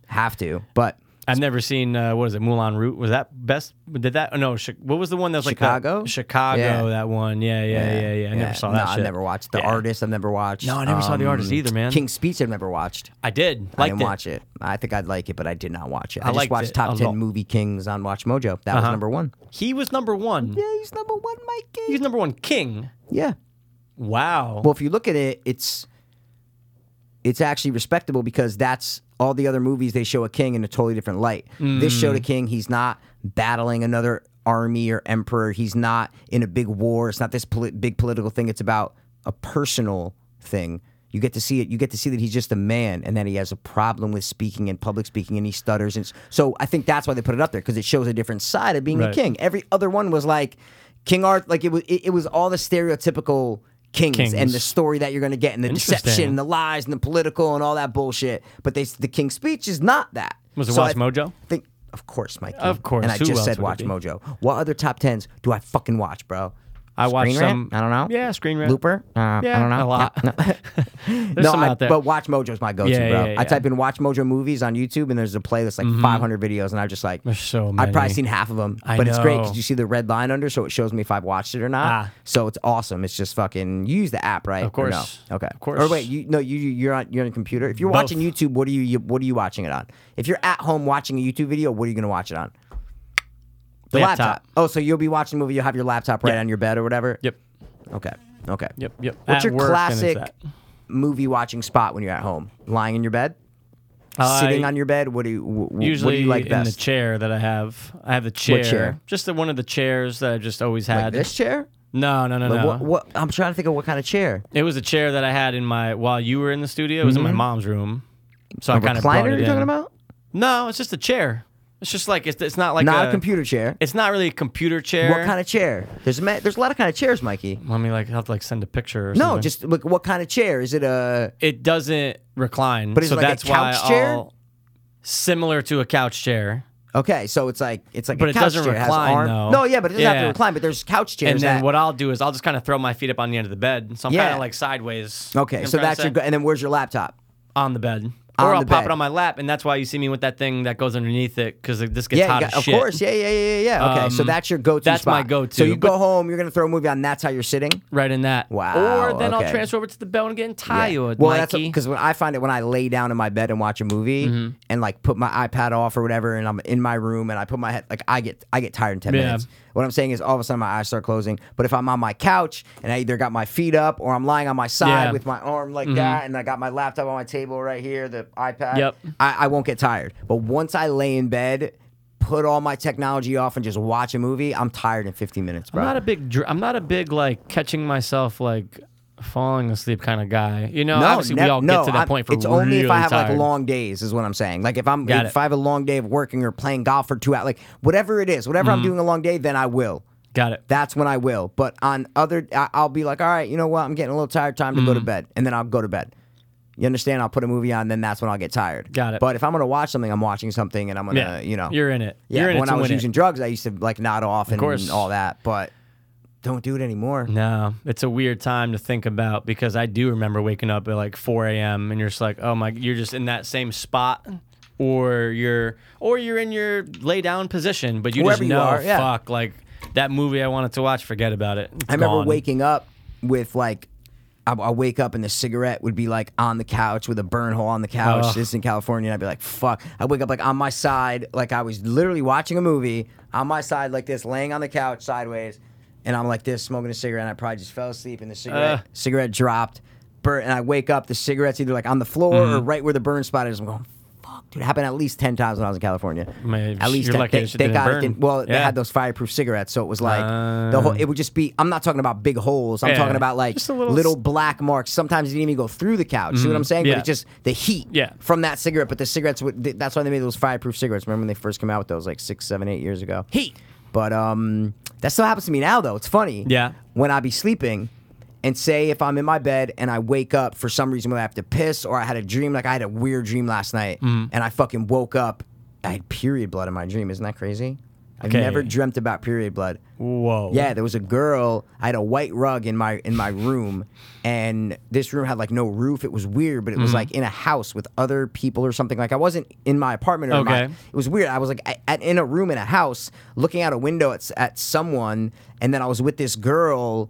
B: have to. But
A: I've never seen uh, what is it Moulin Rouge? Was that best? Did that? No, Chi- what was the one that was
B: Chicago?
A: like the, Chicago?
B: Yeah.
A: That one? Yeah, yeah, yeah, yeah. I never saw that.
B: No,
A: shit.
B: I never watched the
A: Yeah.
B: artist. I've never watched. Um,
A: No, I never saw The Artist either, man.
B: King's Speech. I've never watched.
A: I did. Liked
B: I didn't
A: it.
B: watch it. I think I'd like it, but I did not watch it. I, just
A: liked
B: watched
A: it a Uh-huh.
B: top ten
A: lot.
B: movie kings on Watch Mojo. That was number one.
A: He was number one.
B: Yeah, he's number one, Mikey.
A: He's number one king.
B: Yeah.
A: Wow.
B: Well, if you look at it, it's it's actually respectable because that's all the other movies they show a king in a totally different light. This showed a king. He's not battling another army or emperor. He's not in a big war. It's not this poli- big political thing. It's about a personal thing. You get to see it. You get to see that he's just a man, and that he has a problem with speaking and public speaking, and he stutters. And s- so I think that's why they put it up there because it shows a different side of being
A: Right.
B: a king. Every other one was like King Arthur. Like it was. It, it was all the stereotypical kings, and
A: Kings.
B: the story that you're going to get, and the deception,
A: Interesting.
B: and the lies, and the political, and all that bullshit. But they, the King's Speech is not that.
A: Was it
B: So
A: Watch
B: I
A: Mojo?
B: Think, of course, Mikey.
A: Of course.
B: And I
A: Who
B: just
A: else
B: said
A: would it
B: Watch
A: be?
B: Mojo. What other top tens do I fucking watch, bro?
A: I watched
B: Screen Rant?
A: some.
B: I don't know.
A: Yeah, Screen Rant.
B: Looper.
F: Uh,
A: Yeah,
F: I don't know.
A: a lot. There's
B: no,
A: some
B: I,
A: out there.
B: but Watch Mojo's my go-to,
A: Yeah,
B: bro.
A: yeah, yeah.
B: I type in Watch Mojo movies on YouTube, and there's a playlist like 500 videos, and I'm just like,
A: There's so
B: I've probably
A: many.
B: seen half of them,
A: I
B: but it's great
A: know.
B: because you see the red line under, so it shows me if I've watched it or not.
A: Ah.
B: So it's awesome. It's just fucking. You use the app, right?
A: Of
B: Or
A: course.
B: no? Okay.
A: Of course.
B: Or wait, you no, you you- you're on you're on a computer. If you're
A: Both.
B: watching YouTube, what are you, you what are you watching it on? If you're at home watching a YouTube video, what are you gonna watch it on? The
A: Laptop.
B: Oh, so you'll be watching a movie. You'll have your laptop right
A: Yeah.
B: on your bed or whatever.
A: yep.
B: Okay. Okay.
A: Yep. Yep.
B: What's
A: At
B: your
A: work, and it's
B: classic
A: that.
B: movie watching spot when you're at home? Lying in your bed,
A: Uh,
B: sitting on your bed. What do you wh- wh-
A: Usually
B: what do you like
A: in
B: best?
A: the chair that I have. I have the chair.
B: chair?
A: Just the, one of the chairs that I just always had.
B: Like this chair?
A: No, no, no,
B: Like
A: no.
B: What, what? I'm trying to think of what kind of chair.
A: It was a chair that I had in my while you were in the studio. It was in my mom's room, so I kind of brought
B: Mm-hmm.
A: it
B: Recliner? You're
A: in.
B: talking about?
A: No, it's just a chair. It's just like it's, it's not like
B: Not
A: a,
B: a computer chair.
A: It's not really a computer chair.
B: What kind of chair? There's a ma- there's a lot of kind of chairs, Mikey.
A: Let me like have to like send a picture. Or
B: No,
A: something.
B: just look. What kind of chair is it? A
A: it doesn't recline.
B: But is
A: so
B: it like a
A: that's why
B: couch chair?
A: I'll- similar to a couch chair.
B: okay, so it's like it's like
A: But
B: a
A: it
B: couch
A: doesn't
B: chair. It has
A: recline,
B: arm-
A: though.
B: No, yeah, but it doesn't have to
A: Yeah.
B: recline. But there's couch chairs.
A: and then
B: that-
A: what I'll do is I'll just kind of throw my feet up on the end of the bed, so I'm
B: Yeah.
A: kind of like sideways. You
B: Okay,
A: know
B: so
A: what I'm
B: that's your.
A: trying
B: go-
A: to say?
B: And then where's your laptop?
A: on the bed.
B: On
A: or I'll
B: the
A: pop
B: bed.
A: it on my lap, and that's why you see me with that thing that goes underneath it because this gets
B: Yeah, you
A: hot
B: got-
A: as
B: of
A: shit.
B: course. Yeah, yeah, yeah, yeah. Okay, so
A: Um,
B: that's your go-to.
A: that's my
B: spot.
A: go-to,
B: So you go
A: but-
B: home, you're gonna throw a movie on. That's how you're sitting.
A: Right in that.
B: Wow,
A: Or then
B: okay.
A: I'll transfer over to the bed when I'm getting
B: Yeah.
A: tired,
B: Well, that's
A: Mikey. Mm-hmm.
B: because when I find it when I lay down in my bed and watch a movie and like put my iPad off or whatever, and I'm in my room and I put my head like I get I get tired in ten
A: Yeah.
B: minutes. What I'm saying is all of a sudden my eyes start closing. But if I'm on my couch and I either got my feet up or I'm lying on my side
A: Yeah. Mm-hmm.
B: with my arm like that, and I got my laptop on my table right here, the iPad,
A: Yep.
B: I, I won't get tired. But once I lay in bed. Put all my technology off and just watch a movie. I'm tired in 15 minutes, bro.
A: I'm not a big. dr- I'm not a big like catching myself like falling asleep kind of guy. You know, obviously we
B: nev-
A: all
B: no,
A: get to that
B: I'm-
A: point for
B: It's only if I
A: really
B: have
A: tired.
B: like long days, is what I'm saying. Like if I'm
A: Got
B: if
A: it.
B: I have a long day of working or playing golf for two hours, like whatever it is, whatever
A: Mm-hmm.
B: I'm doing a long day, then I will.
A: Got it.
B: That's when I will. But on other, I- I'll be like, all right, you know what? I'm getting a little tired. Time to go
A: Mm-hmm.
B: to bed, and then I'll go to bed. You understand? I'll put a movie on, then that's when I'll get tired.
A: Got it.
B: But if I'm gonna watch something, I'm watching something, and I'm gonna,
A: yeah,
B: you know,
A: you're in it.
B: Yeah.
A: you're in
B: when
A: it to
B: I was
A: win
B: using
A: it.
B: drugs, I used to like nod off and
A: course.
B: all that, but don't do it anymore.
A: No, it's a weird time to think about because I do remember waking up at like 4 a.m. and you're just like, oh my, you're just in that same spot. Or you're, or you're in your lay down position, but you
B: Wherever
A: just
B: you
A: know,
B: are, yeah.
A: fuck, like that movie I wanted to watch, forget about it. It's
B: I remember
A: gone.
B: waking up with like, I, I wake up and the cigarette would be like on the couch with a burn hole on the couch.
A: Ugh.
B: This is in California, and I'd be like, "Fuck!" I wake up like on my side, like I was literally watching a movie on my side, like this, laying on the couch sideways, and I'm like this, smoking a cigarette. and I probably just fell asleep, and the cigarette
A: Ugh. Mm-hmm.
B: cigarette dropped, burn, and I wake up. The cigarette's either like on the floor or right where the burn spot is. I'm going, "Fuck." fuck, dude, it happened at least ten times when I was in California.
A: Man,
B: at least
A: you're
B: 10.
A: lucky that
B: thank,
A: shit
B: thank
A: didn't
B: God it
A: burn.
B: didn't. Well, they
A: Yeah.
B: had those fireproof cigarettes, so it was like the whole. It would just be. I'm not talking about big holes. I'm
A: Uh. Yeah.
B: talking about like
A: Just a
B: little,
A: little- Mm-hmm.
B: black marks. Sometimes it didn't even go through the couch. See what I'm saying?
A: Yeah.
B: But it's just the heat
A: Yeah.
B: from that cigarette. But the cigarettes. would th- That's why they made those fireproof cigarettes. Remember when they first came out with those like six, seven, eight years ago? Heat. But um, that still happens to me now though. It's funny.
A: Yeah.
B: When I be sleeping. And say if I'm in my bed and I wake up for some reason whether I have to piss or I had a dream, like I had a weird dream last night
A: Mm-hmm.
B: and I fucking woke up, I had period blood in my dream. Isn't that crazy? I've
A: Okay.
B: never dreamt about period blood.
A: Whoa.
B: Yeah, there was a girl. I had a white rug in my in my room, and this room had like no roof. It was weird, but it
A: Mm-hmm.
B: was like in a house with other people or something. Like I wasn't in my apartment. Or my,
A: Okay.
B: it was weird. I was like at, at, in a room in a house, looking out a window at s- at someone, and then I was with this girl.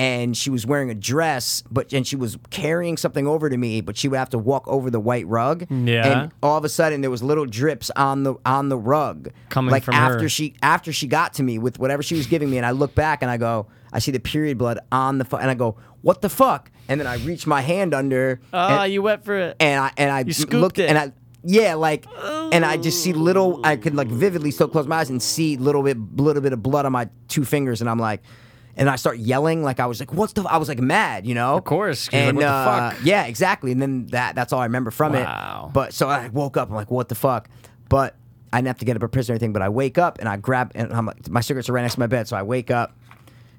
B: And she was wearing a dress, but and she was carrying something over to me, but she would have to walk over the white rug.
A: Yeah.
B: And all of a sudden, there was little drips on the on the rug,
A: Coming
B: like
A: from her.
B: after she she after she got to me with whatever she was giving me, and I look back and I go, I see the period blood on the fu- and I go, what the fuck? And then I reach my hand under,
A: Ah,
B: and,
A: you went for it.
B: and I and I
A: scooped
B: looked
A: it. Oh.
B: and I yeah like and I just see little I could like vividly still close my eyes and see little bit little bit of blood on my two fingers, and I'm like. And I start yelling like I was like, "What's the?" I was like mad, you know. Of
A: course, 'cause you're like,
B: And
A: "What the
B: uh,
A: fuck?"
B: yeah, exactly. And then that—that's all I remember from
A: Wow.
B: it. But so I woke up. I'm like, what the fuck? But I didn't have to get up a prison or anything. But I wake up and I grab and I'm like, my cigarettes are right next to my bed. So I wake up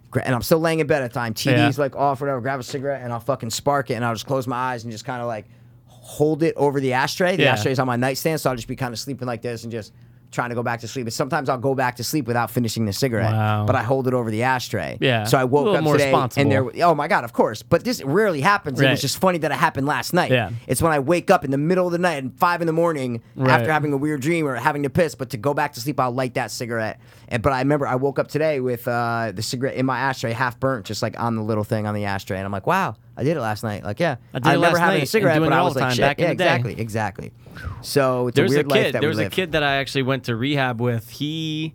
B: gra- and I'm still laying in bed at the time. TV's
A: Yeah.
B: like off, whatever. Grab a cigarette and I'll fucking spark it and I'll just close my eyes and just kind of like hold it over the ashtray. The
A: Yeah.
B: ashtray's on my nightstand, so I'll just be kind of sleeping like this and just trying to go back to sleep. But sometimes I'll go back to sleep without finishing the cigarette.
A: Wow.
B: But I hold it over the ashtray.
A: Yeah.
B: So I
A: A
B: woke
A: little
B: up
A: more
B: today and there.
A: responsible.
B: Oh my god, of course. But this rarely happens. It
A: Right.
B: was just funny that it happened last night.
A: Yeah.
B: It's when I wake up in the middle of the night and five in the morning
A: Right.
B: after having a weird dream or having to piss, but to go back to sleep, I'll light that cigarette. And but I remember I woke up today with uh, the cigarette in my ashtray, half burnt, just like on the little thing on the ashtray, and I'm like, wow, I did it last night. Like, yeah,
A: I did it
B: remember
A: last
B: having
A: night
B: a
A: and
B: cigarette,
A: doing
B: but
A: it
B: I
A: all
B: was
A: the
B: like,
A: time
B: shit.
A: back in
B: yeah,
A: the day.
B: exactly, exactly. So it's
A: There was
B: a
A: a
B: weird life
A: kid.
B: that
A: There
B: we
A: was
B: live.
A: a kid that I actually went to rehab with. He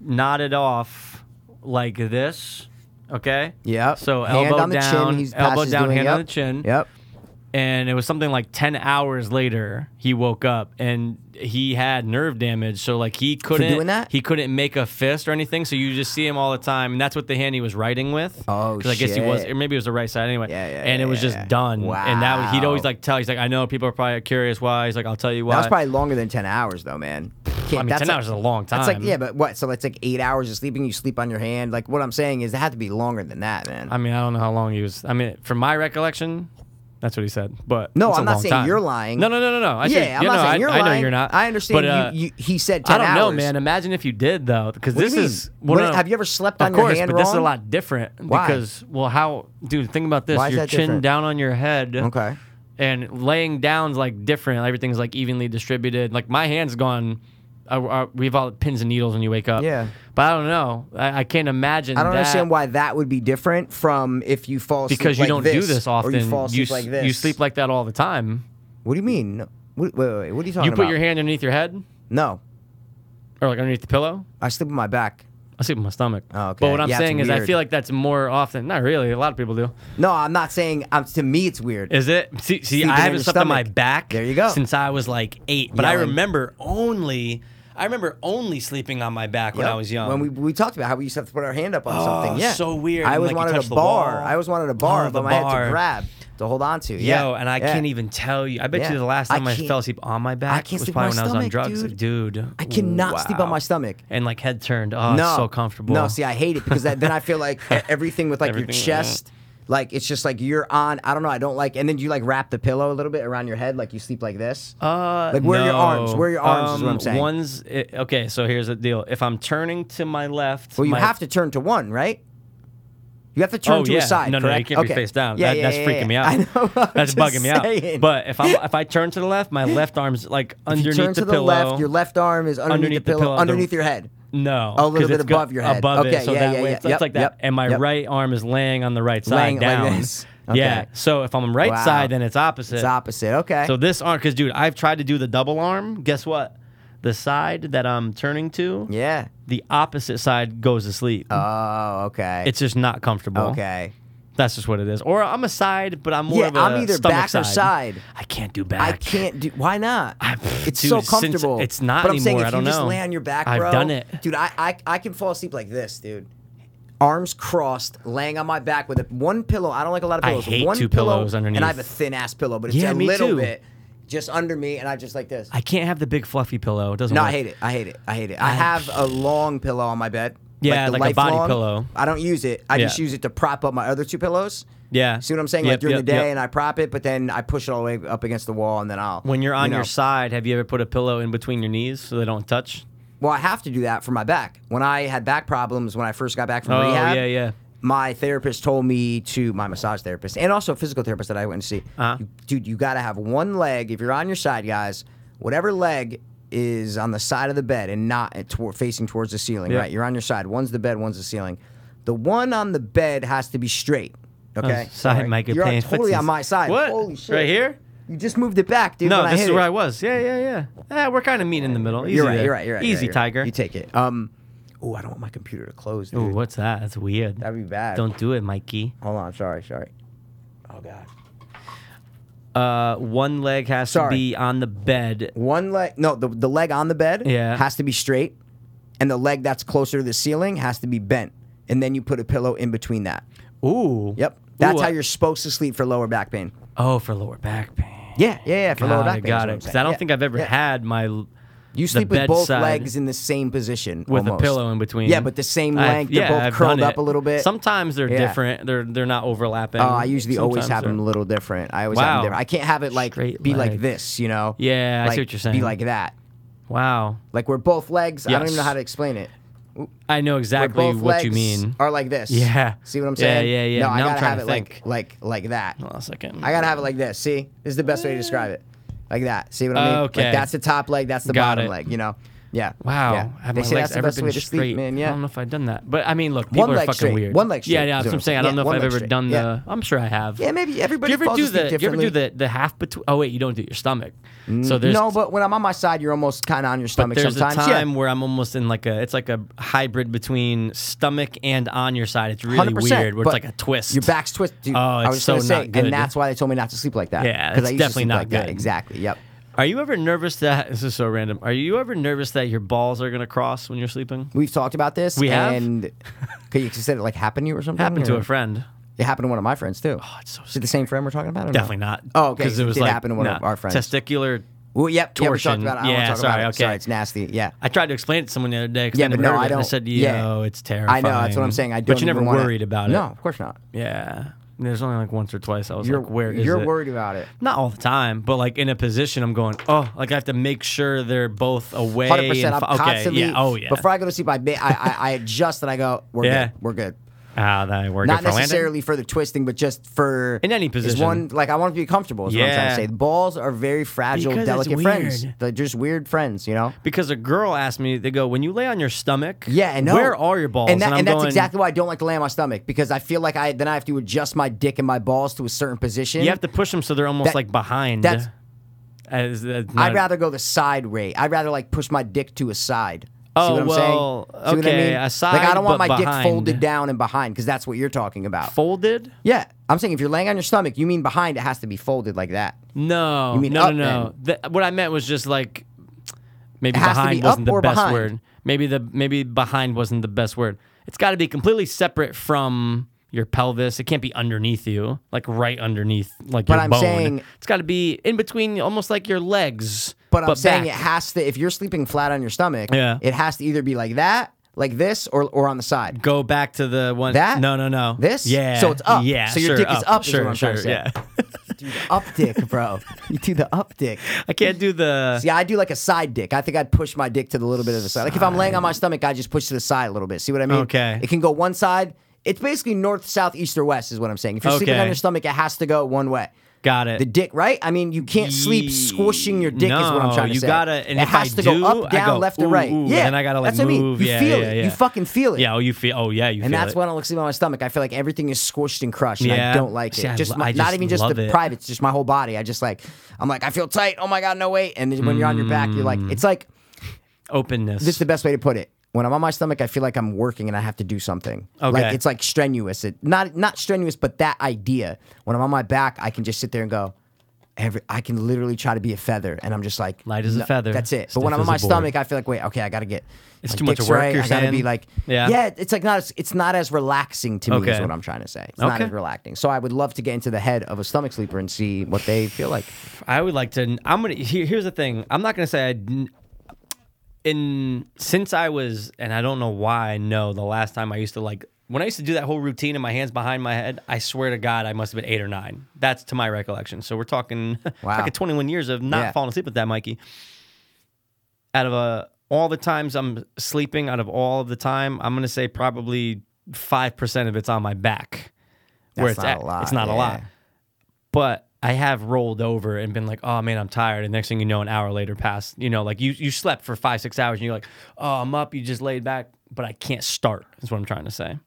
A: nodded off like this. Okay.
B: Yep.
A: So
B: Hand
A: elbow
B: on the chin,
A: down,
B: he's-
A: elbow
B: Bash is
A: down,
B: doing,
A: hand on the
B: yep.
A: chin.
B: Yep.
A: and it was something like 10 hours later he woke up and he had nerve damage so like he couldn't
B: doing that?
A: he couldn't make a fist or anything so you just see him all the time and that's what the hand he was writing with
B: Oh,
A: i guess he was
B: shit.
A: or maybe it was the right side anyway
B: Yeah, yeah,
A: and it
B: yeah,
A: was
B: yeah.
A: just done and that was- he'd
B: Wow.
A: always like tell he's like i know people are probably curious why he's like i'll tell you why
B: That was probably longer than ten hours, though, man. Kid,
A: uh, I mean, 10 hours is a long
B: That's like
A: time.
B: yeah, but what? So that's like eight hours of sleeping. You sleep on your hand. Like what I'm saying is, it had to be longer than that, man.
A: i mean i don't know how long he was i mean from my recollection that's what he said, but
B: No,
A: it's a
B: I'm not
A: long
B: saying
A: time.
B: you're lying.
A: No, no, no, no, no. I
B: yeah,
A: said- yeah,
B: I'm not
A: no,
B: saying
A: I,
B: you're
A: I
B: lying.
A: know you're not.
B: I understand.
A: But, uh,
B: you, you, he said
A: I
B: ten
A: don't
B: hours.
A: know, man. Imagine if you did though, because
B: What do
A: this
B: you mean?
A: is well,
B: What-
A: no, no.
B: have you ever slept
A: Of
B: on your
A: course,
B: hand
A: but this is a
B: wrong?
A: lot different
B: Why?
A: because well, how dude, think about this:
B: Why is
A: your
B: that
A: chin
B: different?
A: down on your head,
B: Okay.
A: and laying down's like different. Everything's like evenly distributed. Like my hand's gone. I, I, we've all pins and needles when you wake up.
B: Yeah.
A: but I don't know. I, I can't imagine.
B: I don't
A: that
B: understand why that would be different from if you fall asleep
A: because you
B: like
A: don't do this often.
B: or you fall asleep
A: s-
B: like this.
A: You sleep like that all the time.
B: What do you mean? No. What, wait, wait, wait, what are you talking
A: you
B: about?
A: put your hand underneath your head
B: No,
A: or like underneath the pillow.
B: I sleep on my back.
A: I sleep with my stomach.
B: Oh, okay.
A: But what I'm
B: Yeah, it's
A: saying is, I
B: weird.
A: feel like that's more often. Not really. A lot of people do.
B: No, I'm not saying. I'm, to me, it's weird.
A: Is it? See, see
B: Sleeping
A: I
B: on
A: haven't
B: your
A: slept on my
B: stomach.
A: back.
B: There you go.
A: Since I was like eight, but I
B: Yelling.
A: remember only. I remember only sleeping on my back when
B: Yep.
A: I was young.
B: When we, we talked about how we used to have to put our hand up on something. Yeah.
A: Oh, so weird.
B: I
A: And, like,
B: always
A: you
B: wanted
A: touch
B: a
A: the
B: bar.
A: wall.
B: I always wanted a bar,
A: Oh,
B: but
A: the
B: I had
A: bar.
B: to grab to hold on to.
A: Yo,
B: yeah.
A: and I
B: yeah.
A: can't even tell you. I bet
B: Yeah.
A: you the last
B: I
A: time I,
B: can't-
A: fell asleep on my back
B: can't
A: was
B: sleep
A: probably when
B: on my
A: I was on
B: stomach,
A: drugs,
B: dude.
A: dude.
B: I cannot sleep on
A: Wow.
B: my stomach.
A: And like head turned. Oh,
B: no,
A: it's so comfortable.
B: No, see, I hate it because that, then I feel like e- everything with like your
A: Everything, yeah.
B: chest, like it's just like you're on. I don't know. I don't like. And then you like wrap the pillow a little bit around your head, like you sleep like this.
A: Uh,
B: Like, where are your
A: no.
B: arms? Where are your arms is what I'm
A: Um,
B: saying.
A: One's i- okay. So here's the deal. If I'm turning to my left,
B: well, you
A: my-
B: have to turn to one, right? You have to turn
A: oh,
B: to
A: yeah.
B: a side.
A: No, no, no, you
B: correct?
A: can't
B: Okay.
A: be face down.
B: Yeah,
A: That-
B: yeah,
A: that's
B: yeah,
A: freaking
B: yeah.
A: me out.
B: I know, I'm
A: that's
B: just
A: bugging me
B: saying.
A: out. But if I if I turn to the left, my left arm's like
B: If
A: underneath
B: you turn
A: the
B: to the
A: pillow.
B: left, your left arm is underneath,
A: Underneath
B: the
A: the
B: pillow,
A: pillow, the-
B: underneath your head.
A: no,
B: a little
A: 'cause
B: bit
A: it's go-
B: above your head.
A: Above
B: Okay,
A: it, so
B: yeah,
A: that
B: yeah,
A: way
B: yeah.
A: it's, it's
B: Yep,
A: like that,
B: yep,
A: and my
B: yep.
A: right arm is laying on the right side
B: Laying like
A: down.
B: this. Okay.
A: Yeah. So if I'm right
B: Wow.
A: side, then it's opposite.
B: It's opposite. Okay.
A: So this arm, because dude, I've tried to do the double arm. Guess what? The side that I'm turning to,
B: yeah.
A: the opposite side goes to sleep.
B: Oh, okay.
A: it's just not comfortable.
B: okay.
A: That's just what it is. Or I'm a side, but I'm more
B: Yeah,
A: of a
B: I'm either
A: stomach
B: back or side.
A: I can't do back.
B: I can't do. Why not? it's
A: dude,
B: so
A: since
B: comfortable.
A: it's not
B: But I'm saying
A: anymore,
B: if
A: I don't
B: you just
A: know.
B: lay on your back,
A: I've
B: bro,
A: done it.
B: dude. I, I I can fall asleep like this, dude. Arms crossed, laying on my back with a, one pillow. I don't like a lot of
A: I
B: pillows.
A: hate
B: one
A: two
B: pillow,
A: pillows underneath.
B: and I have a thin ass pillow, but it's
A: Yeah,
B: a
A: me
B: little
A: too.
B: bit just under me, and I just like this.
A: I can't have the big fluffy pillow. It doesn't.
B: No,
A: work.
B: I hate it. I hate it. I hate it. I have a long pillow on my bed.
A: Yeah,
B: the
A: like a body
B: lifelong.
A: pillow.
B: I don't use it. I
A: Yeah.
B: just use it to prop up my other two pillows.
A: Yeah.
B: See what I'm saying?
A: Yep,
B: like during
A: yep,
B: the day,
A: yep.
B: and I prop it, but then I push it all the way up against the wall, and then I'll.
A: when you're on
B: you know.
A: your side, have you ever put a pillow in between your knees so they don't touch?
B: Well, I have to do that for my back. When I had back problems, when I first got back from
A: Oh,
B: rehab,
A: yeah, yeah.
B: my therapist told me to my massage therapist and also physical therapist that I went to see.
A: Uh-huh.
B: you- Dude, you got to have one leg if you're on your side, guys. Whatever leg is on the side of the bed and not at toward, facing towards the ceiling,
A: Yeah.
B: right? You're on your side. One's the bed, one's the ceiling. The one on the bed has to be straight. Okay,
A: Side
B: Sorry.
A: might get
B: You're
A: paying
B: totally
A: fixes.
B: on my side.
A: What?
B: Holy shit!
A: Right here?
B: You just moved it back, dude.
A: No,
B: when I
A: this is
B: hit
A: where
B: it.
A: I was. Yeah, yeah, yeah. Eh, we're kind of meeting in the middle. Easy
B: You're right.
A: there.
B: You're right. You're right. you're
A: Easy,
B: right,
A: tiger.
B: You take it. Um. Oh, I don't want my computer to close, dude.
A: Ooh, what's that? That's weird.
B: That'd be bad.
A: Don't do it, Mikey.
B: Hold on. Sorry. Sorry. Oh God.
A: Uh, one leg has
B: Sorry.
A: to be on the bed.
B: One leg. No, the the leg on the bed.
A: Yeah.
B: Has to be straight, and the leg that's closer to the ceiling has to be bent, and then you put a pillow in between that.
A: Ooh.
B: Yep. That's
A: Ooh, uh
B: how
A: I-
B: you're supposed to sleep for lower back pain.
A: Oh, for lower back pain.
B: Yeah. Yeah. Yeah. For
A: Got
B: lower
A: it,
B: back pain. is
A: got
B: what I'm
A: it. 'Cause
B: saying.
A: I don't
B: Yeah,
A: think I've ever
B: yeah.
A: had my. l-
B: You
A: the
B: sleep with both
A: bedside
B: legs in the same position
A: with
B: almost.
A: a pillow in between.
B: Yeah, but the same
A: I've-
B: length. They're both
A: I've
B: curled
A: done
B: up
A: it.
B: a little bit.
A: Sometimes they're
B: Yeah.
A: different. They're they're not overlapping.
B: Oh, I usually always
A: Sometimes
B: have them
A: they're-
B: a little different. I always have
A: Wow.
B: them different. I can't have it like
A: Straight
B: be like
A: leg.
B: this, you know?
A: Yeah, I see
B: Like,
A: what you're
B: Be
A: saying.
B: like that.
A: Wow.
B: Like we're both legs. I don't even know
A: Yes.
B: how to explain it.
A: I know
B: We're
A: exactly
B: both
A: what you
B: legs
A: mean.
B: Are like this.
A: Yeah.
B: See what I'm
A: Yeah,
B: saying?
A: yeah, yeah.
B: No,
A: Now
B: I
A: I'm
B: gotta
A: trying
B: have it
A: to
B: like
A: think.
B: like like that.
A: Hold on a second.
B: I gotta have it like this. See, this is the best way to describe it. Like that. See what I mean?
A: Okay.
B: Like that's the top leg. That's the
A: Got
B: bottom
A: it.
B: leg. You know? Yeah.
A: Wow.
B: Yeah.
A: Have
B: they
A: my
B: say
A: legs
B: that's the
A: ever
B: best
A: been
B: way to
A: straight?
B: sleep, man.
A: I
B: Yeah.
A: don't know if I've done that. But I mean, look, people
B: One
A: are
B: leg
A: fucking
B: straight.
A: weird.
B: One leg straight
A: Yeah, yeah. That's
B: is what
A: what
B: I'm
A: I'm saying. I
B: saying.
A: don't know if
B: Yeah,
A: I've
B: one leg
A: ever
B: straight.
A: done
B: Yeah.
A: the. I'm sure I have.
B: Yeah, maybe everybody
A: Do you ever
B: falls
A: do
B: asleep
A: the? Do you ever
B: differently.
A: do the the half between? Oh wait, you don't do your stomach. So there's
B: no, but when I'm on my side, you're almost kind of on your
A: but
B: stomach
A: there's
B: sometimes.
A: a time
B: yeah.
A: where I'm almost in like a. It's like a hybrid between stomach and on your side. It's really
B: 100%,
A: weird. Where
B: but
A: it's like a twist.
B: Your back's twisted. Dude,
A: Oh,
B: I
A: it's
B: was
A: so
B: gonna say,
A: not good.
B: And that's why they told me not to sleep like that.
A: Yeah,
B: 'cause
A: it's
B: I used to
A: definitely
B: sleep
A: not
B: like that.
A: good.
B: Exactly. Yep.
A: Are you ever nervous that this is so random? Are you ever nervous that your balls are gonna cross when you're sleeping?
B: We've talked about this.
A: We have?
B: And could you said it like happened to you or something?
A: Happened to
B: or-
A: a friend. Oh,
B: It happened to one of my friends too.
A: it's so
B: Is it the same friend we're talking about? or no?
A: Definitely not.
B: Oh, okay.
A: Because
B: so
A: it was
B: did
A: like
B: happen to one of
A: nah,
B: our friends.
A: Testicular.
B: well, yep. Yeah, we talked
A: torsion.
B: about it. I don't
A: Yeah,
B: want to talk
A: sorry,
B: about it.
A: okay.
B: Sorry, it's nasty. Yeah.
A: I tried to explain it to someone the other day because
B: Yeah,
A: yeah,
B: but
A: never
B: no,
A: heard it.
B: I
A: And I
B: don't-
A: said, "Yo,
B: yeah.
A: it's
B: I
A: terrifying."
B: know. That's what I'm saying. I don't.
A: But you never
B: even wanna-
A: worried about it.
B: No, of course not.
A: Yeah. And there's only like once or twice I was
B: You're
A: like, "Where is
B: You're
A: it?"
B: worried about it.
A: Not all the time, but like in a position, I'm going, "Oh, like I have to make sure they're both away."
B: Hundred
A: and
B: percent. I'm
A: fi- okay,
B: constantly.
A: Yeah. Oh yeah.
B: Before I go to sleep, I ba- I, I, I adjust and I go. We're
A: Yeah.
B: good. We're good.
A: ah, that worked.
B: Not
A: for landing?
B: necessarily for the twisting, but just for
A: In any
B: is
A: position.
B: One like I want to be comfortable. Is what I'm trying to
A: Yeah.
B: say. The balls are very fragile,
A: Because it's
B: delicate friends.
A: weird.
B: They're just weird friends. You know.
A: because a girl asked me, they go, when you lay on your stomach,
B: Yeah, and no.
A: where are your balls?
B: And, that, and,
A: I'm
B: that's
A: going,
B: exactly why I don't like to lay on my stomach because I feel like I then I have to adjust my dick and my balls to a certain position.
A: You have to push them so they're almost
B: That-
A: like behind.
B: that's-
A: As- that's
B: I'd
A: not-
B: rather go the side way. I'd rather like push my dick to a side. See
A: Oh,
B: what I'm
A: well,
B: saying? See what I
A: okay,
B: mean?
A: a
B: like I
A: side,
B: don't want my
A: but
B: dick
A: behind.
B: folded down and behind because that's what you're talking about.
A: folded.
B: yeah, I'm saying if you're laying on your stomach, you mean behind. It has to be folded like that.
A: No,
B: mean
A: no,
B: up
A: no, no. Th- what I meant was just like maybe
B: It has to
A: behind
B: be
A: wasn't the
B: up or
A: best
B: behind.
A: word. Maybe the maybe behind wasn't the best word. It's got to be completely separate from your pelvis. It can't be underneath you, like right underneath, like
B: But
A: your
B: I'm
A: bone.
B: saying-
A: it's got to be in between, almost like your legs.
B: But I'm saying
A: back.
B: it has to. If you're sleeping flat on your stomach,
A: Yeah.
B: it has to either be like that, like this, or or on the side.
A: go back to the one
B: That?
A: No, no, no.
B: This?
A: Yeah.
B: So it's up.
A: Yeah.
B: So
A: sure,
B: your dick is up is
A: Sure,
B: what I'm
A: sure.
B: trying to say.
A: Yeah.
B: Do the up dick, bro. you do the up dick.
A: I can't do the.
B: See, I do like a side dick. I think I'd push my dick to the little bit of the side. Like if I'm laying on my stomach, I just push to the side a little bit. See what I mean?
A: Okay.
B: It can go one side. It's basically north, south, east, or west, is what I'm saying. If you're sleeping on
A: Okay.
B: your stomach, it has to go one way.
A: Got it.
B: The dick, right? I mean, you can't sleep squishing your dick, is what I'm
A: No,
B: trying to
A: you
B: say.
A: gotta- and
B: it
A: if
B: has
A: I
B: to
A: do,
B: go up,
A: I
B: down,
A: go,
B: left, and right.
A: ooh, ooh,
B: yeah,
A: then I gotta, like,
B: that's what I mean.
A: move.
B: You
A: Yeah,
B: feel
A: yeah,
B: it. You
A: yeah.
B: fucking feel it.
A: yeah. Oh, you feel. Oh, yeah. You feel
B: And that's
A: it.
B: why I don't like sleeping on my stomach. I feel like everything is squished and crushed, and I
A: Yeah.
B: don't like it.
A: See, I
B: just
A: lo-
B: my,
A: I
B: not
A: just
B: even just
A: love
B: the
A: it.
B: privates, just my whole body. I just like, I'm like, I feel
A: Mm.
B: tight. Oh my god, no weight. And then when you're on your back, you're like, it's like
A: Openness.
B: this is the best way to put it. when I'm on my stomach, I feel like I'm working and I have to do something.
A: Okay.
B: Like it's like strenuous. It, not not strenuous, but that idea. When I'm on my back, I can just sit there and go. Every I can literally try to be a feather, and I'm just like
A: Light as a
B: no,
A: feather,
B: That's it. But when
A: stiff
B: I'm on
A: as a
B: my
A: board.
B: stomach, I feel like wait, okay, I gotta get.
A: It's
B: my
A: too much
B: dick's
A: work,
B: Right.
A: you're
B: I gotta be
A: saying?
B: like
A: Yeah.
B: yeah. It's like not as it's not as relaxing to me is
A: Okay.
B: what I'm trying to say. It's not
A: Okay.
B: as relaxing. So I would love to get into the head of a stomach sleeper and see what they feel like.
A: I would like to. I'm gonna. Here, here's the thing. I'm not gonna say I. didn't- In since I was, and I don't know why. I know the last time I used to like when I used to do that whole routine and my hands behind my head. I swear to God, I must have been eight or nine. That's to my recollection. So we're talking
B: Wow.
A: like 21 years of not
B: Yeah.
A: falling asleep with that, Mikey. Out of uh, all the times I'm sleeping, out of all of the time, I'm gonna say probably five percent of it's on my back. where
B: That's
A: it's
B: not
A: at.
B: a lot,
A: It's not a lot
B: yeah.
A: but I have rolled over and been like, oh man, I'm tired. And next thing you know, an hour later passed. You know, like you you slept for five, six hours and you're like, oh, I'm up. You just laid back, but I can't start, is what I'm trying to say.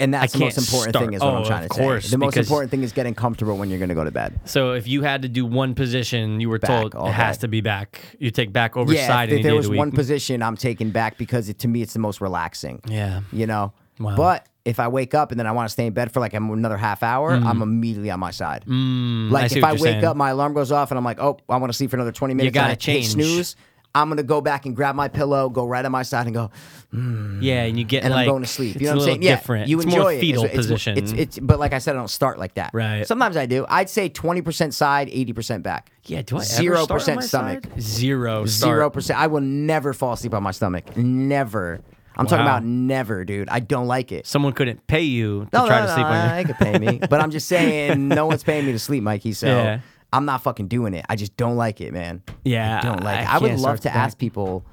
B: And that's the most
A: can't
B: important
A: start-
B: thing is what
A: Oh,
B: I'm trying
A: of
B: to
A: course,
B: say. The most
A: because-
B: important thing is getting comfortable when you're going to go to bed.
A: So if you had to do one position, you were told
B: all
A: it has
B: day.
A: to be back. You take back over side
B: if
A: any
B: there
A: day of
B: was
A: the week.
B: one position I'm taking back because it, to me it's the most relaxing.
A: Yeah.
B: You know?
A: Wow.
B: But if I wake up and then I want to stay in bed for like another half hour, I'm immediately on my side.
A: Mm. I
B: like
A: see
B: if
A: what
B: I wake
A: you're saying.
B: up, my alarm goes off and I'm like, oh, I want to sleep for another 20 minutes. and
A: gotta
B: I hit
A: change.
B: snooze. I'm gonna go back and grab my pillow, go right on my side, and go.
A: yeah, and you get
B: and
A: like
B: I'm going to sleep.
A: It's
B: You know
A: a
B: what I'm
A: little
B: saying? Yeah,
A: different.
B: you
A: it's
B: enjoy
A: more
B: it.
A: fetal
B: It's- it's-
A: position.
B: It's, it's but like I said, I don't start like that.
A: Right.
B: Sometimes I do. I'd say 20% side, 80% back.
A: yeah, do I ever
B: zero
A: start on
B: percent
A: my
B: stomach.
A: side? Zero. Start.
B: Zero percent. I will never fall asleep on my stomach. Never. I'm talking
A: Wow.
B: about never, dude. I don't like it.
A: Someone couldn't pay you to
B: No,
A: try
B: no,
A: to sleep
B: no,
A: on your.
B: I could pay me, but I'm just saying, no one's paying me to sleep, Mikey. So
A: Yeah.
B: I'm not fucking doing it. I just don't like it, man.
A: Yeah,
B: I don't like.
A: I
B: it. I would
A: can't
B: love
A: start
B: to
A: that.
B: ask people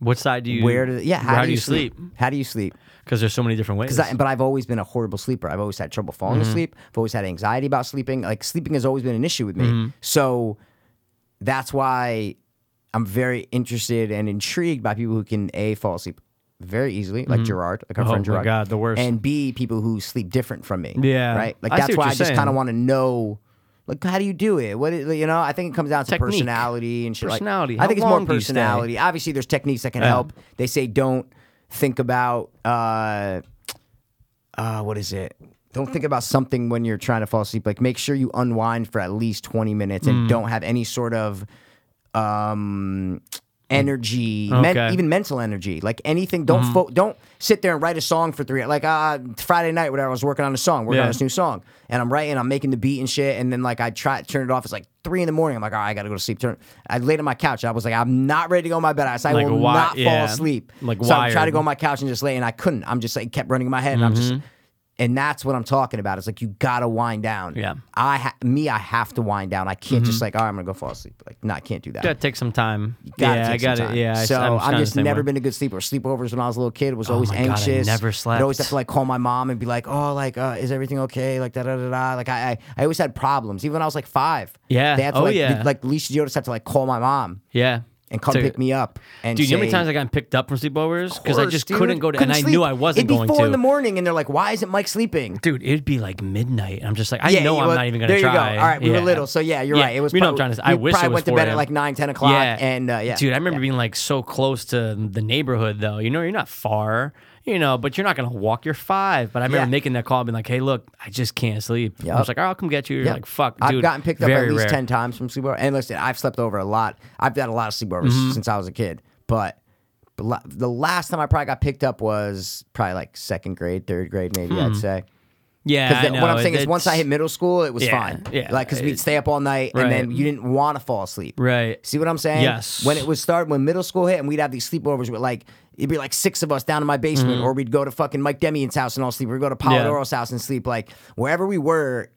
A: What side do you?
B: where do, yeah, how,
A: do you sleep?
B: How do you sleep?
A: Because there's so many different ways.
B: 'Cause I- but I've always been a horrible sleeper. I've always had trouble falling
A: Mm-hmm.
B: asleep. I've always had anxiety about sleeping. Like sleeping has always been an issue with me.
A: Mm-hmm.
B: So that's why I'm very interested and intrigued by people who can a fall asleep very easily, like Gerard, like our
A: Oh
B: friend
A: my
B: Gerard.
A: God, the worst.
B: And b people who sleep different from me.
A: Yeah.
B: right. Like
A: I see
B: that's
A: what
B: why
A: you're
B: I just
A: saying.
B: kind of want to know. Like, how do you do it? What is, you know? I think it comes down to
A: Technique.
B: personality and shit. like-
A: Personality.
B: I
A: How
B: think it's
A: long
B: more
A: do you stay?
B: personality personality. Obviously, there's techniques that can help. They say don't think about uh, uh, what is it? Don't think about something when you're trying to fall asleep. Like make sure you unwind for at least 20 minutes
A: Mm.
B: and don't have any sort of um energy men-
A: Hmm. Okay. Hmm.
B: even mental energy like anything don't fo- don't sit there and write a song for three like uh friday night whatever i was working on a song working
A: Yeah.
B: on this new song and i'm writing i'm making the beat and shit and then like i try turn it off it's like three in the morning i'm like all right i gotta go to sleep turn i laid on my couch i was like i'm not ready to go on my bed i, said, I
A: Like
B: will
A: wi-
B: not
A: yeah.
B: fall asleep
A: Like
B: so i tried to
A: wired. Mm-hmm.
B: go on my couch and just lay and i couldn't i'm just like kept running in my head and i'm just and that's what i'm talking about it's like you gotta wind down
A: Yeah.
B: i ha- me i have to wind down i can't
A: Mm-hmm.
B: just like all right i'm gonna go fall asleep like no i can't do that
A: gotta take some time.
B: gotta
A: yeah,
B: take
A: I
B: some
A: got
B: time.
A: it. Yeah, I-
B: so
A: I'm
B: i have
A: kinda
B: just
A: the same
B: never
A: way.
B: been a good sleeper. Sleepovers when I was a little kid was always
A: Oh my God, I
B: anxious.
A: never
B: I'd
A: slept.
B: always have to like call my mom and be like, "Oh, like, uh, is everything okay?" Like da da da da. Like I, I, I always had problems. Even when I was like five.
A: Yeah.
B: They had to
A: Oh,
B: like,
A: yeah.
B: Like Lisa Jodas had to like call my mom
A: Yeah,
B: and come
A: So-
B: pick me up. And
A: Dude, you know how many
B: say,
A: times I got picked up from sleepovers because I
B: "Course,
A: just
B: dude,
A: couldn't go to, and I
B: sleep."
A: knew I wasn't
B: It'd be
A: going
B: four
A: to.
B: in the morning, and they're like, "Why isn't Mike sleeping?"
A: Dude, it'd be like midnight, and I'm just like, I know
B: you-
A: I'm
B: well,
A: not even gonna
B: there you
A: try.
B: go. All right, we
A: Yeah.
B: were little, so yeah, you're
A: Yeah,
B: right. It was.
A: you know what I'm
B: probably-
A: trying to say. I
B: we
A: wish it
B: probably
A: was
B: went to
A: 4
B: bed at
A: a.m..
B: like nine, ten o'clock, and uh, yeah,
A: dude, I remember being like so close to the neighborhood though. You know, you're not far, you know, but you're not gonna walk. You're five, but I remember
B: Yeah.
A: making that call, and being like, hey, look, I just can't sleep. I
B: Yup.
A: was like, all right, I'll come get you. You're
B: Yeah.
A: like, fuck, dude.
B: I've gotten picked up
A: very
B: at least
A: rare.
B: ten times from sleepover. And listen, I've slept over a lot. I've had a lot of sleepovers
A: Mm-hmm.
B: since I was a kid. But the la- the last time I probably got picked up was probably like second grade, third grade, maybe I'd say.
A: Yeah, Hmm.
B: Because
A: I know.
B: what I'm saying
A: It-
B: is, once I
A: it's-
B: hit middle school, it was
A: Yeah,
B: fine.
A: yeah,
B: like because we'd
A: it's-
B: stay up all night,
A: Right.
B: and then you didn't want to fall asleep.
A: right,
B: See what I'm saying?
A: Yes.
B: When it was start when middle school hit and we'd have these sleepovers with like it'd be like six of us down in my basement,
A: Mm-hmm.
B: or we'd go to fucking Mike Demian's house and all sleep, or we'd go to Polidoro's house and sleep. Like wherever we were,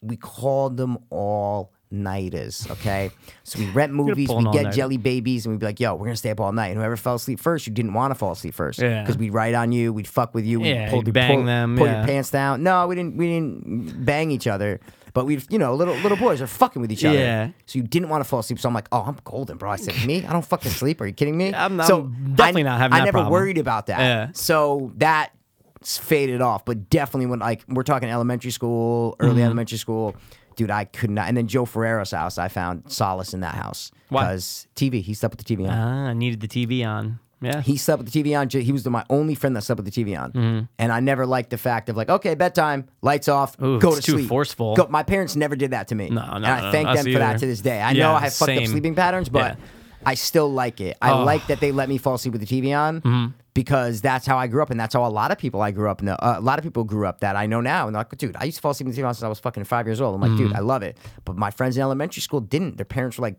B: we called them all nighters. Okay. So we rent movies,
A: pull an
B: we get
A: all-nighter.
B: jelly babies, and we'd be like, yo, we're gonna stay up all night. And whoever fell asleep first, you didn't want to fall asleep first.
A: Yeah.
B: Because we'd write on you, we'd fuck with you, we'd
A: Yeah,
B: pull
A: you'd
B: your-
A: bang
B: pull-
A: them,
B: pull
A: yeah.
B: your pants down. No, we didn't we didn't bang each other. But we'd, you know, little little boys are fucking with each other.
A: Yeah.
B: So you didn't want to fall asleep. So I'm like, oh, I'm golden, bro. I said, me? I don't fucking sleep. Are you kidding me?
A: I'm- I'm
B: so
A: definitely
B: I,
A: not having
B: I
A: that
B: never
A: problem.
B: worried about that.
A: Yeah.
B: So that s- faded off, but definitely when like we're talking elementary school, early
A: Mm-hmm.
B: elementary school, dude, I could not. And then Joe Ferrero's house, I found solace in that house
A: Why?
B: because TV. He slept with the TV on.
A: Ah, I needed the TV on. Yeah. Mm-hmm.
B: He slept with the TV on. ju- He was the, my only friend that slept with the TV on. And I never liked the fact of like, okay, bedtime, lights off,
A: Ooh,
B: go
A: it's
B: to
A: too
B: sleep.
A: forceful.
B: Go, my parents never did that to me.
A: No, no,
B: And
A: no,
B: I
A: no,
B: thank
A: us
B: them for that
A: either.
B: to this day. I
A: Yeah,
B: know I have fucked
A: same.
B: up sleeping patterns, but
A: Yeah. Oh.
B: I still like it. I like that they let me fall asleep with the TV on
A: Mm-hmm.
B: because that's how I grew up, and that's how a lot of people I grew up. Know, uh, a lot of people grew up that I know now, and they're like, dude, I used to fall asleep with the TV on since I was fucking five years old. I'm like, dude,
A: Mm-hmm.
B: I love it. But my friends in elementary school didn't. Their parents were like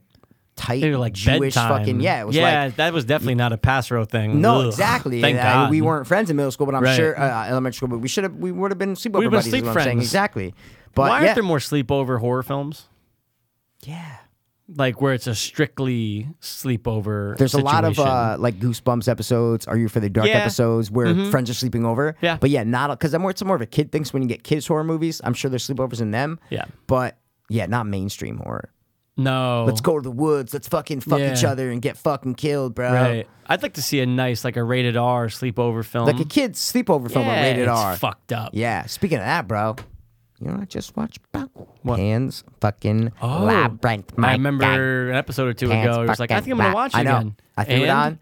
B: tight,
A: They were like
B: Jewish
A: bedtime.
B: fucking yeah. It was
A: yeah,
B: like
A: that was definitely not a pass row thing.
B: no,
A: Ugh.
B: exactly.
A: Thank
B: Uh,
A: God
B: we weren't friends in middle school, but I'm
A: Right.
B: sure uh, elementary school. But we should have. We would have been sleepover
A: We've been
B: buddies. is
A: sleep
B: what I'm saying.
A: friends.
B: Exactly. But
A: Why aren't
B: yeah,
A: there more sleepover horror films?
B: yeah.
A: Like where it's a strictly sleepover.
B: There's a lot of
A: situation.
B: uh, like Goosebumps episodes, Are You for the Dark
A: Yeah. Mm-hmm.
B: episodes where friends are sleeping over.
A: Yeah.
B: But yeah, not because I'm more it's more of a kid thinks when you get kids horror movies. I'm sure there's sleepovers in them.
A: Yeah.
B: But yeah, not mainstream horror.
A: no.
B: Let's go to the woods. Let's fucking fuck each
A: Oh. Yeah.
B: other and get fucking killed, bro.
A: Right. I'd like to see a nice like a rated R sleepover film.
B: Like a kid's sleepover film, but
A: Yeah,
B: rated
A: it's
B: R.
A: Fucked up.
B: Yeah. Speaking of that, bro, you know what I just watched? Bro? Pan's fucking labyrinth.
A: Oh,
B: My
A: I
B: God.
A: remember an episode or two
B: Pants
A: ago. It was like, I
B: fucking
A: think I'm gonna
B: rap.
A: watch it
B: I know.
A: again.
B: I threw it
A: And-
B: on.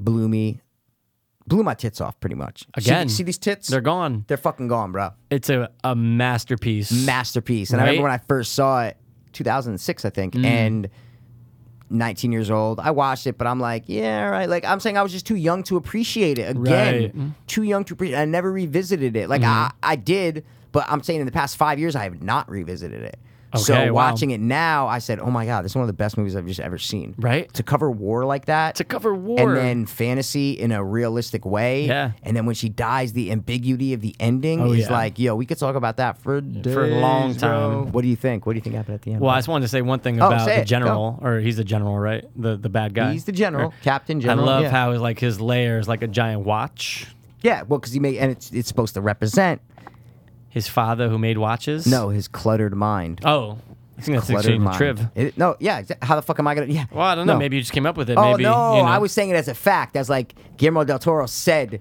B: Blew me, blew my tits off pretty much. See-
A: Again.
B: see, these tits?
A: They're gone.
B: They're fucking gone, bro.
A: It's a, a masterpiece.
B: Masterpiece. And I remember when
A: Right? Mm.
B: I first saw it, 2006, I think, and 19 years old. I watched it, but I'm like, yeah, all right. Like I'm saying, I was just too young to appreciate it again. Too young to appreciate. I never revisited it.
A: Mm-hmm.
B: Like I, I did, but I'm saying in the past five years, I have not revisited it.
A: Okay,
B: so
A: wow.
B: watching it now, I said, "Oh my god, this is one of the best movies I've just ever seen."
A: Right?
B: to cover war like that
A: To cover war.
B: and then fantasy in a realistic way
A: Yeah.
B: and then when she dies the ambiguity of the ending
A: Oh,
B: is
A: yeah.
B: like yo we could talk about that for days,
A: for a long
B: bro.
A: time.
B: what do you think what do you think happened at the end
A: Well, I
B: bro?
A: just wanted to say one thing
B: Oh,
A: about
B: say
A: the
B: it.
A: general, or he's the general, right? The the bad guy.
B: he's the general
A: Or-
B: captain general
A: uh, I love
B: yeah.
A: how like his layer is like a giant watch.
B: yeah well because he made and it's, it's supposed to represent
A: His father who made watches.
B: no his cluttered mind
A: Oh, I think that's
B: cluttered
A: actually
B: mind
A: Triv.
B: It- no yeah exa- how the fuck am I gonna yeah
A: Well, I don't know.
B: no.
A: Maybe you just came up with it.
B: Oh
A: maybe,
B: no,
A: you know.
B: I was saying it as a fact. As like Guillermo del Toro said,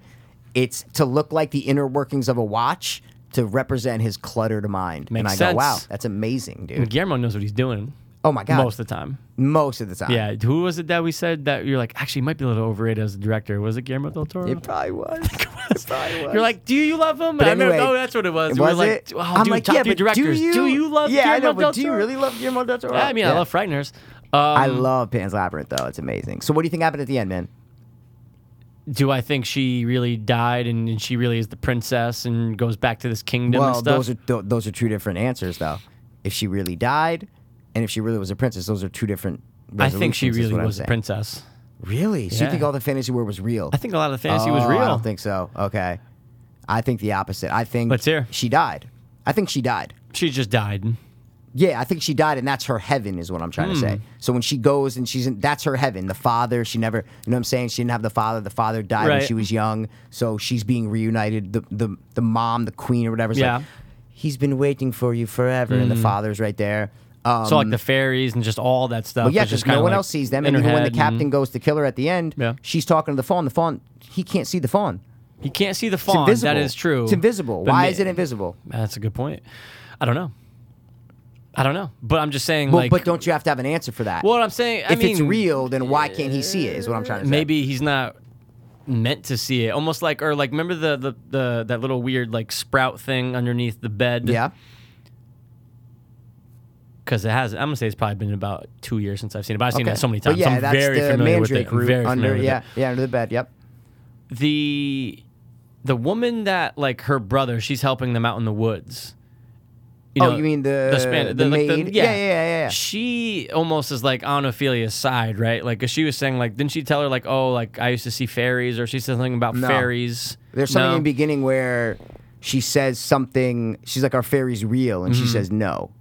B: it's to look like the inner workings of a watch to represent his cluttered mind. and
A: Makes
B: I go, wow,
A: sense.
B: that's amazing, dude.
A: Guillermo knows what he's doing.
B: Oh my god,
A: Most of the time.
B: most of the time.
A: Yeah. Who was it that we said that you're like, actually, he might be a little overrated as a director? Was it Guillermo del Toro?
B: it probably was. it probably was.
A: You're like, do you love him?
B: But
A: I remember,
B: anyway,
A: oh, that's what it was. We were
B: was
A: like,
B: it?
A: "Oh,
B: I'm
A: dude,
B: like,
A: top
B: yeah,
A: tier
B: but do
A: directors.
B: you?
A: love
B: Yeah,
A: Guillermo
B: I know, but
A: del
B: do you
A: Toro?"
B: really love Guillermo del Toro?
A: Yeah, I mean, I
B: Yeah.
A: love Frighteners. Um,
B: I love Pan's Labyrinth though. It's amazing. So what do you think happened at the end, man?
A: do I think she really died and, and she really is the princess and goes back to this kingdom and
B: Well,
A: stuff?
B: those are th- those are two different answers though. If she really died, and if she really was a princess, those are two different.
A: I think she
B: resolutions, is
A: really
B: what I'm
A: was a
B: saying.
A: princess.
B: Really? So you think
A: Yeah.
B: all the fantasy world was real?
A: I think a lot of the fantasy was
B: Oh,
A: real.
B: I don't think so. Okay. I think the opposite. I think
A: Let's hear.
B: she died. I think she died.
A: she just died.
B: Yeah, I think she died, and that's her heaven, is what I'm trying to
A: Hmm.
B: say. So when she goes and she's in, that's her heaven. The father, she never, you know what I'm saying? She didn't have the father. The father died when
A: Right.
B: she was young. So she's being reunited. The the, the mom, the queen, or whatever.
A: Yeah. Hmm.
B: Like, He's been waiting for you forever, and the father's right there. Um,
A: So like the fairies and just all that stuff.
B: but yeah,
A: was just
B: because no
A: kinda,
B: one
A: like,
B: else sees them.
A: in her
B: And even when the
A: head and-
B: captain goes to kill her at the end,
A: Yeah.
B: she's talking to the fawn. The fawn, he can't see the fawn.
A: you can't see the
B: It's
A: fawn.
B: invisible.
A: That is true.
B: It's invisible.
A: But
B: Why
A: ma-
B: is it invisible?
A: That's a good point. I don't know. I don't know. But I'm just saying,
B: Well,
A: like,
B: but don't you have to have an answer for that?
A: What I'm saying, I
B: if it's
A: mean,
B: real, then why can't he see it? Is what I'm trying to say.
A: maybe he's not meant to see it. Almost like, or like, remember the the, the that little weird like sprout thing underneath the bed?
B: Yeah.
A: because it has. I'm gonna say it's probably been about two years since I've seen it. But I've seen
B: Okay.
A: it so many
B: But
A: times. so
B: yeah,
A: I'm
B: that's
A: very
B: the
A: familiar with it.
B: mandrake
A: I'm
B: root
A: very
B: under.
A: familiar with
B: Yeah,
A: it.
B: yeah, under the bed. Yep.
A: The the woman that like her brother, she's helping them out in the woods.
B: Oh, you mean the-
A: Span-
B: the
A: like,
B: maid? Yeah, yeah, yeah, yeah.
A: She almost is like on Ophelia's side, right? Like, 'cause she was saying, like, didn't she tell her like, oh, like I used to see fairies, or she said something about
B: No.
A: fairies?
B: There's something
A: No?
B: in the beginning where she says something. She's like, "Our fairy's real," and
A: Mm-hmm.
B: she says, "No."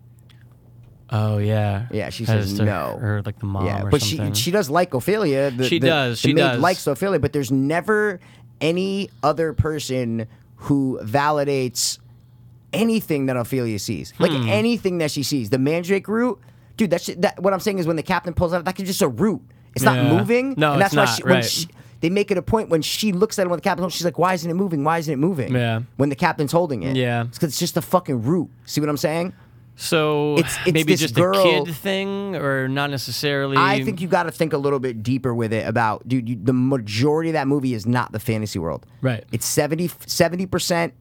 A: Oh yeah,
B: Yeah, she
A: That
B: says
A: is to
B: no.
A: her like the mom
B: yeah,
A: or
B: but
A: something.
B: she she does like Ophelia. The,
A: She
B: the-
A: does,
B: The
A: she
B: maid
A: does.
B: likes Ophelia, but there's never any other person who validates anything that Ophelia sees. Like
A: Hmm.
B: anything that she sees, the mandrake root, dude. That shit, that what I'm saying is when the captain pulls out, that could just a root. It's
A: Yeah.
B: not moving.
A: No,
B: and that's
A: it's
B: why
A: not,
B: she, when
A: right.
B: she, they make it a point when she looks at it when the captain holds, she's like, "Why isn't it moving? Why isn't it moving?"
A: Yeah.
B: When the captain's holding it,
A: Yeah.
B: it's because it's just a fucking root. See what I'm saying?
A: So
B: It's- it's
A: maybe
B: this
A: just
B: girl-
A: a kid thing, or not necessarily.
B: I think you got to think a little bit deeper with it about, dude, you, the majority of that movie is not the fantasy world.
A: Right.
B: It's 70, 70%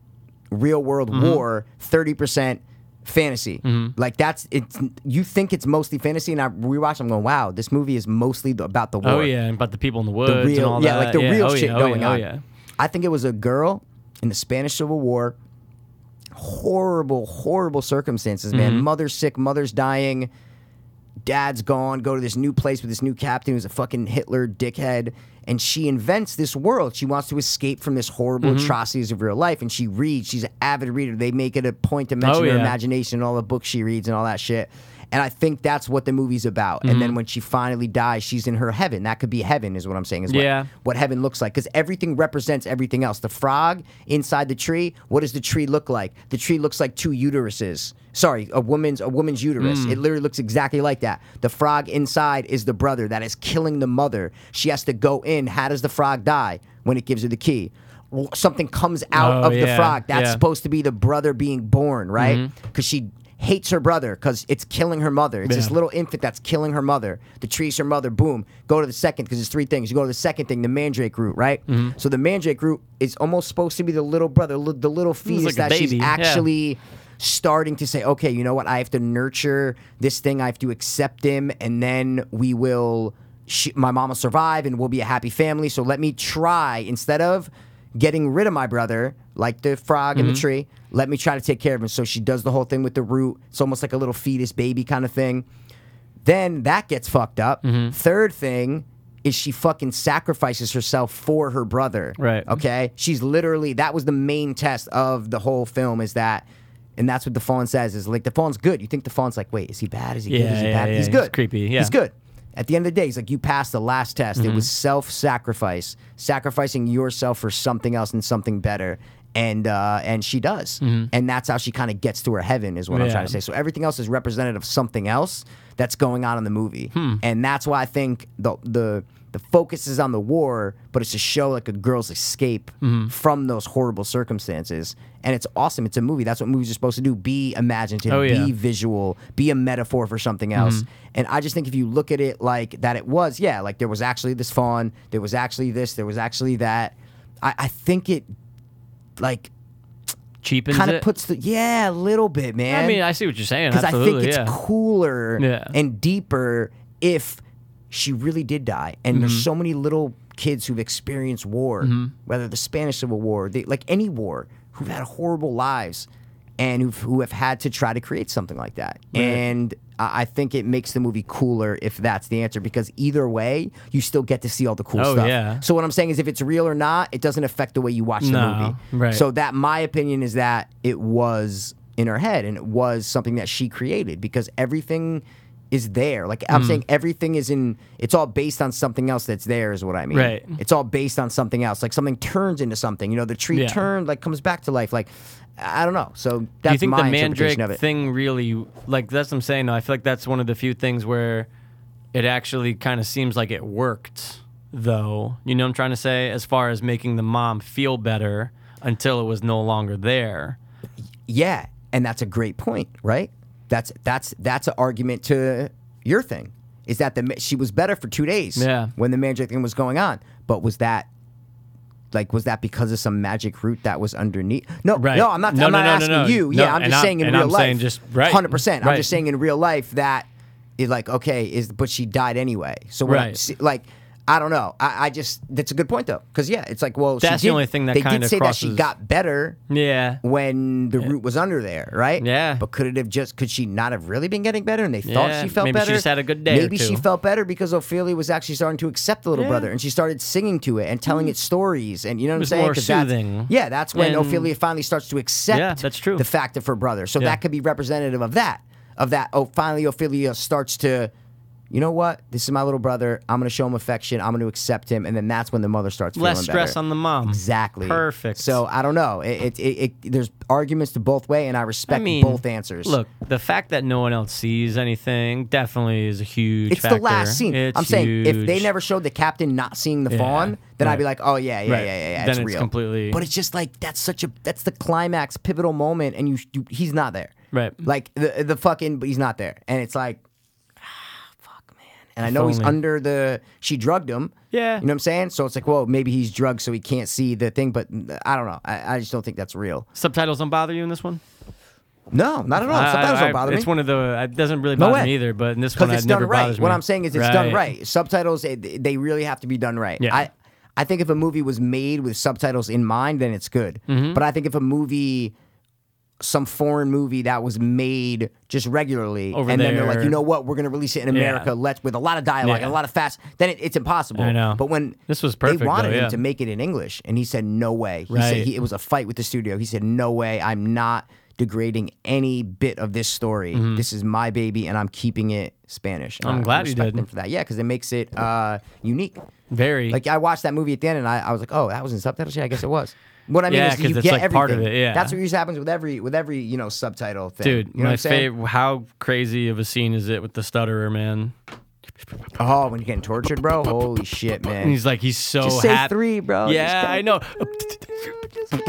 B: real world
A: Mm-hmm.
B: war, 30% fantasy. Like that's, it's, you think it's mostly fantasy. And I rewatch, I'm going, wow, this movie is mostly the, about the war.
A: Oh yeah, and about the people in the woods
B: The
A: and
B: real,
A: all
B: yeah,
A: that.
B: like the real
A: oh,
B: shit
A: yeah, oh,
B: going
A: yeah,
B: on.
A: Oh yeah.
B: I think it was a girl in the Spanish Civil War. Horrible, horrible circumstances, man.
A: Mm-hmm.
B: Mother's sick, mother's dying, dad's gone. Go to this new place with this new captain who's a fucking Hitler dickhead, and she invents this world. She wants to escape from this horrible
A: Mm-hmm.
B: atrocities of real life, and she reads. She's an avid reader. They make it a point to mention
A: Oh,
B: her
A: yeah.
B: imagination and all the books she reads and all that shit. And I think that's what the movie's about. And
A: Mm-hmm.
B: then when she finally dies, she's in her heaven. That could be heaven, is what I'm saying. Is what-
A: Yeah.
B: what heaven looks like because everything represents everything else. The frog inside the tree, what does the tree look like? The tree looks like two uteruses. Sorry, a woman's a woman's uterus.
A: Mm.
B: It literally looks exactly like that. The frog inside is the brother that is killing the mother. She has to go in. How does the frog die when it gives her the key? W- Something comes out
A: Oh,
B: of the
A: yeah,
B: frog. That's
A: yeah. Mm-hmm.
B: supposed to be the brother being born, right? Because she hates her brother because it's killing her mother. It's this
A: Yeah.
B: little little infant that's killing her mother. The tree's her mother. Boom. Go to the second because there's three things. You go to the second thing, the mandrake root, right?
A: Mm-hmm.
B: So the mandrake root is almost supposed to be the little brother, li- the little fetus
A: like a
B: that she's
A: baby, yeah.
B: actually starting to say, okay, you know what? I have to nurture this thing. I have to accept him, and then we will. She, my mom will survive, and we'll be a happy family. So let me try instead of getting rid of my brother, like the frog in the tree. Let me try to take care of him. So she does the whole thing with the root. It's almost like a little fetus baby kind of thing. Then that gets fucked up.
A: Mm-hmm.
B: Third thing is she fucking sacrifices herself for her brother.
A: Right.
B: Okay. She's literally that was the main test of the whole film is that and that's what the fawn says is like the fawn's good. You think the fawn's like, wait, is he bad? Is he good?
A: Yeah,
B: Is he
A: yeah,
B: bad?
A: yeah.
B: He's
A: He's
B: good.
A: creepy, yeah.
B: He's good. At the end of the day, he's like, you passed the last test. It was self sacrifice, sacrificing yourself for something else and something better. And uh, and she does. And that's how she kind of gets to her heaven, is what I'm
A: Yeah.
B: trying to say. So everything else is representative of something else that's going on in the movie, and that's why I think the the the focus is on the war, but it's to show like a girl's escape from those horrible circumstances, and it's awesome. It's a movie. That's what movies are supposed to do: be imaginative,
A: Oh, yeah. Mm-hmm.
B: be visual, be a metaphor for something else. And I just think if you look at it like that, it was yeah, like there was actually this fawn, there was actually this, there was actually that. I, I think it like
A: Cheapens
B: kind of
A: it.
B: puts the yeah a little bit, man
A: I mean, I see what you're saying.
B: because I think
A: Absolutely,
B: it's
A: yeah.
B: cooler
A: Yeah.
B: and deeper if she really did die. And
A: Mm-hmm.
B: there's so many little kids who've experienced war, whether the Spanish Civil War, the, like any war, who've had horrible lives and who've, who have had to try to create something like that. And I I think it makes the movie cooler if that's the answer, because either way, you still get to see all the cool
A: Oh,
B: stuff.
A: yeah.
B: So what I'm saying is, if it's real or not, it doesn't affect the way you watch the
A: No,
B: movie.
A: right.
B: So that my opinion is that it was in her head and it was something that she created because everything is there. Like
A: Mm-hmm.
B: I'm saying, everything is in. It's all based on something else that's there. Is what I mean.
A: Right.
B: It's all based on something else. Like something turns into something. You know, the tree
A: Yeah.
B: turned, like comes back to life. Like I don't know. So
A: Do
B: that's
A: you think
B: my
A: the
B: interpretation of
A: mandrake
B: it.
A: thing really like that's what I'm saying though. I feel like that's one of the few things where it actually kind of seems like it worked though. You know what I'm trying to say? As far as making the mom feel better until it was no longer there.
B: Yeah, and that's a great point, right? That's that's that's an argument to your thing. Is that the ma- she was better for two days?
A: Yeah.
B: When the magic thing was going on, but was that like was that because of some magic root that was underneath? No,
A: Right.
B: no, I'm not.
A: No,
B: I'm
A: no,
B: not
A: no, no, no.
B: asking you.
A: No,
B: yeah, I'm
A: and
B: just
A: I'm-
B: saying in
A: and
B: real
A: I'm
B: life.
A: saying just- right,
B: Hundred percent. I'm
A: right.
B: just saying in real life that, it, like, okay, is but she died anyway. So when I
A: Right.
B: see- like. I don't know. I, I just that's a good point though, because yeah, it's like well, she
A: That's the
B: did-
A: only thing that
B: they did
A: kinda
B: say that she
A: crosses-
B: got better
A: Yeah.
B: when the root was under there, right?
A: Yeah.
B: But could it have just could she not have really been getting better and they thought
A: Yeah,
B: she felt
A: maybe she
B: better?
A: just had a good day or
B: Maybe she
A: two.
B: felt better because Ophelia was actually starting to accept the little brother and she started singing to it and telling it stories and you know what I'm
A: was
B: saying?
A: Mm. more
B: 'Cause that's-
A: soothing.
B: yeah, that's when
A: And-
B: Ophelia finally starts to accept
A: Yeah, that's true.
B: the fact of her brother. So
A: Yeah.
B: that could be representative of that. Of that oh finally Ophelia starts to you know what? This is my little brother. I'm going to show him affection. I'm going to accept him. And then that's when the mother starts
A: Less
B: feeling
A: stress
B: better.
A: on the mom.
B: Exactly.
A: Perfect.
B: So I don't know. It, it, it, it there's arguments to both way, and I respect
A: I mean,
B: both answers.
A: Look, the fact that no one else sees anything definitely is a huge.
B: it's
A: factor.
B: the last scene.
A: It's
B: I'm saying if they
A: huge.
B: never showed the captain not seeing the fawn, then I'd be like, oh yeah, yeah,
A: Right.
B: yeah, yeah, yeah.
A: Then
B: It's
A: it's
B: real.
A: completely-
B: But it's just like that's such a that's the climax, pivotal moment, and you, you he's not there.
A: Right.
B: Like the the fucking but he's not there, and it's like. ah, fuck, man. And I know he's
A: only.
B: under the. She drugged him.
A: Yeah.
B: You know what I'm saying? So it's like, whoa, maybe he's drugged, so he can't see the thing. But I don't know. I, I just don't think that's real.
A: subtitles don't bother you in this one.
B: No, not at all.
A: I-
B: Sometimes
A: I-
B: don't bother me.
A: It's one of the. It doesn't really
B: No
A: bother
B: way.
A: me either. But in this one,
B: because
A: it
B: it's done
A: never
B: right.
A: bothers me.
B: What I'm saying is it's done right. Subtitles, it, they really have to be done right.
A: Yeah.
B: I, I think if a movie was made with subtitles in mind, then it's good.
A: Mm-hmm.
B: But I think if a movie, some foreign movie that was made just regularly,
A: Over
B: and then they're like,
A: there.
B: you know what, we're going to release it in America, let's with a lot of dialogue
A: Yeah.
B: and a lot of fast, then it, it's impossible.
A: I know.
B: But when
A: This was
B: they
A: perfect,
B: wanted
A: though,
B: him
A: yeah.
B: to make it in English, and he said no way. He said
A: Right.
B: he, it was a fight with the studio. He said no way. I'm not degrading any bit of this story. This is my baby, and I'm keeping it Spanish. And
A: Mm-hmm. I'm
B: I
A: glad he
B: respect
A: did.
B: him for that. Yeah, because it makes it uh, unique.
A: Very.
B: Like I watched that movie at the end, and I, I was like, oh, that was in subtitles. Yeah, I guess it was. What I mean
A: Yeah,
B: is
A: 'cause
B: you
A: it's,
B: get
A: like,
B: everything.
A: part of it, yeah.
B: That's what usually happens with every with every you know subtitle thing.
A: Dude,
B: you know what
A: my
B: I'm saying?
A: favorite. How crazy of a scene is it with the stutterer, man?
B: Oh, when you're getting tortured, bro. Holy
A: And
B: shit, man.
A: he's like, he's so
B: Just say
A: happy.
B: three, bro. Just
A: Yeah,
B: kinda-
A: I know.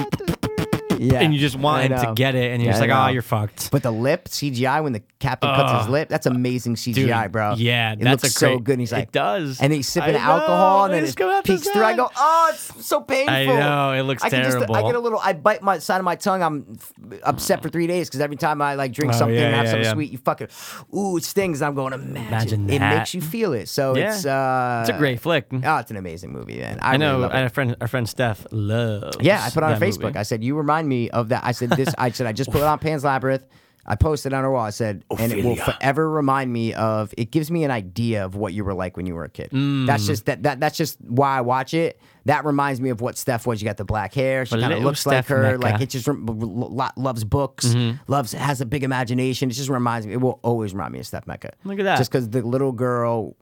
B: Yeah.
A: And you just want
B: I
A: him to
B: know.
A: get it, and you're
B: Yeah,
A: just
B: I
A: like, oh,
B: know.
A: you're fucked.
B: But the lip CGI when the captain cuts his lip, that's amazing CGI, bro.
A: yeah,
B: it
A: that's
B: looks
A: a great,
B: so good. And he's like,
A: it does.
B: And then he's sipping
A: I
B: alcohol, and
A: know,
B: then
A: it's coming
B: it
A: out the
B: peeks through. I
A: side.
B: go, oh, it's so painful.
A: know, it looks
B: I can just- I
A: terrible.
B: get a little. I bite my side of my tongue. I'm f- upset for three days because every time I like drink
A: Oh,
B: something,
A: yeah,
B: and have
A: yeah,
B: something
A: yeah.
B: sweet, you fucking, ooh, it stings. I'm going, imagine.
A: Imagine
B: It
A: that.
B: makes you feel it. So
A: Yeah.
B: it's uh,
A: It's a great flick.
B: Oh, it's an amazing movie, man. I,
A: I
B: really
A: know.
B: love it.
A: and our friend, our friend Steph loves.
B: Yeah, I put it on
A: that
B: Facebook.
A: movie.
B: I said, "You remind me of that." I said, "This." I said, "I just put it on Pan's Labyrinth." I posted it on her wall. I said, "And it will forever remind me of." It gives me an idea of what you were like when you were a kid.
A: Mm.
B: That's just that, that. That's just why I watch it. That reminds me of what Steph was. You got the black hair. She
A: Well,
B: kind of
A: little
B: looks like
A: Steph
B: her.
A: Mecca. Mm-hmm.
B: Like it just rem- lo- lo- loves books. Loves has a big imagination. It just reminds me. It will always remind me of Steph Mecca.
A: Look at that.
B: Just because the little girl,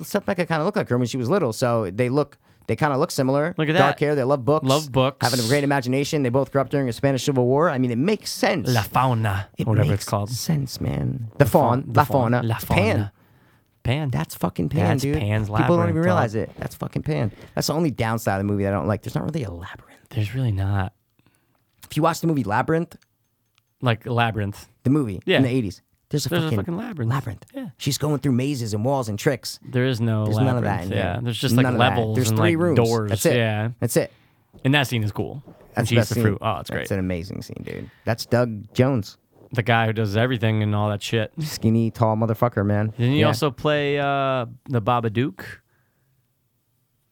B: Steph Mecca kind of looked like her when she was little. So they look. They kind of look similar.
A: Look at
B: Dark
A: that.
B: hair. They love books.
A: Love books.
B: Having a great imagination. They both grew up during the Spanish Civil War. I mean, it makes sense.
A: La fauna,
B: It
A: whatever
B: makes
A: it's called.
B: Sense, man. The fawn.
A: Faun-
B: La fauna.
A: La
B: It's Pan.
A: fauna. Pan.
B: That's fucking pan,
A: That's
B: dude.
A: Pan's
B: People don't
A: Labyrinth,
B: even
A: dog.
B: realize it. That's fucking pan. That's the only downside of the movie that I don't like. There's not really a labyrinth.
A: There's really not
B: If you watch the movie Labyrinth,
A: like labyrinth.
B: the movie
A: Yeah.
B: in the 80s, there's a,
A: There's a
B: fucking,
A: fucking labyrinth. Yeah.
B: She's going through mazes and walls and tricks.
A: There is no
B: There's
A: labyrinth.
B: none of that in there.
A: yeah, there's just like
B: None of that.
A: levels
B: There's
A: and
B: three
A: like
B: rooms.
A: doors.
B: That's it.
A: Yeah,
B: That's it.
A: and that scene is cool.
B: That's
A: She eats
B: the best
A: the
B: scene.
A: fruit. Oh, it's great.
B: That's an amazing scene, dude. That's Doug Jones.
A: the guy who does everything and all that shit.
B: Skinny, tall motherfucker, man.
A: Didn't he
B: Yeah.
A: also play uh, the Babadook?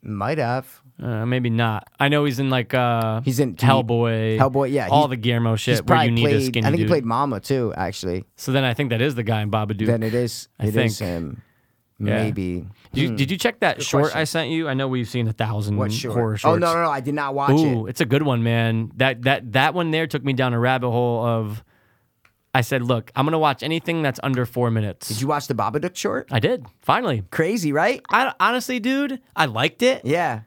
B: Might have.
A: Uh, maybe not. I know he's in like uh,
B: He's in- he-
A: Hellboy.
B: Hellboy, yeah,
A: all
B: he's-
A: the Guillermo
B: He's
A: shit where you need
B: played,
A: a skinny
B: I think
A: dude.
B: he played Mama too, actually.
A: so then I think that is the guy in Babadook.
B: Then it is
A: I
B: it is
A: think.
B: him.
A: Yeah.
B: Maybe.
A: Did you, did you check that short
B: Hmm. question.
A: I sent you? I know we've seen a thousand
B: What short?
A: Mm, horror
B: oh
A: shorts.
B: no, no, no. I did not watch
A: Ooh,
B: it.
A: it's a good one, man. That that that one there took me down a rabbit hole of. I said, look, I'm gonna watch anything that's under four minutes.
B: Did you watch the Babadook short?
A: I did finally.
B: Crazy, right?
A: I honestly, dude, I liked it.
B: Yeah.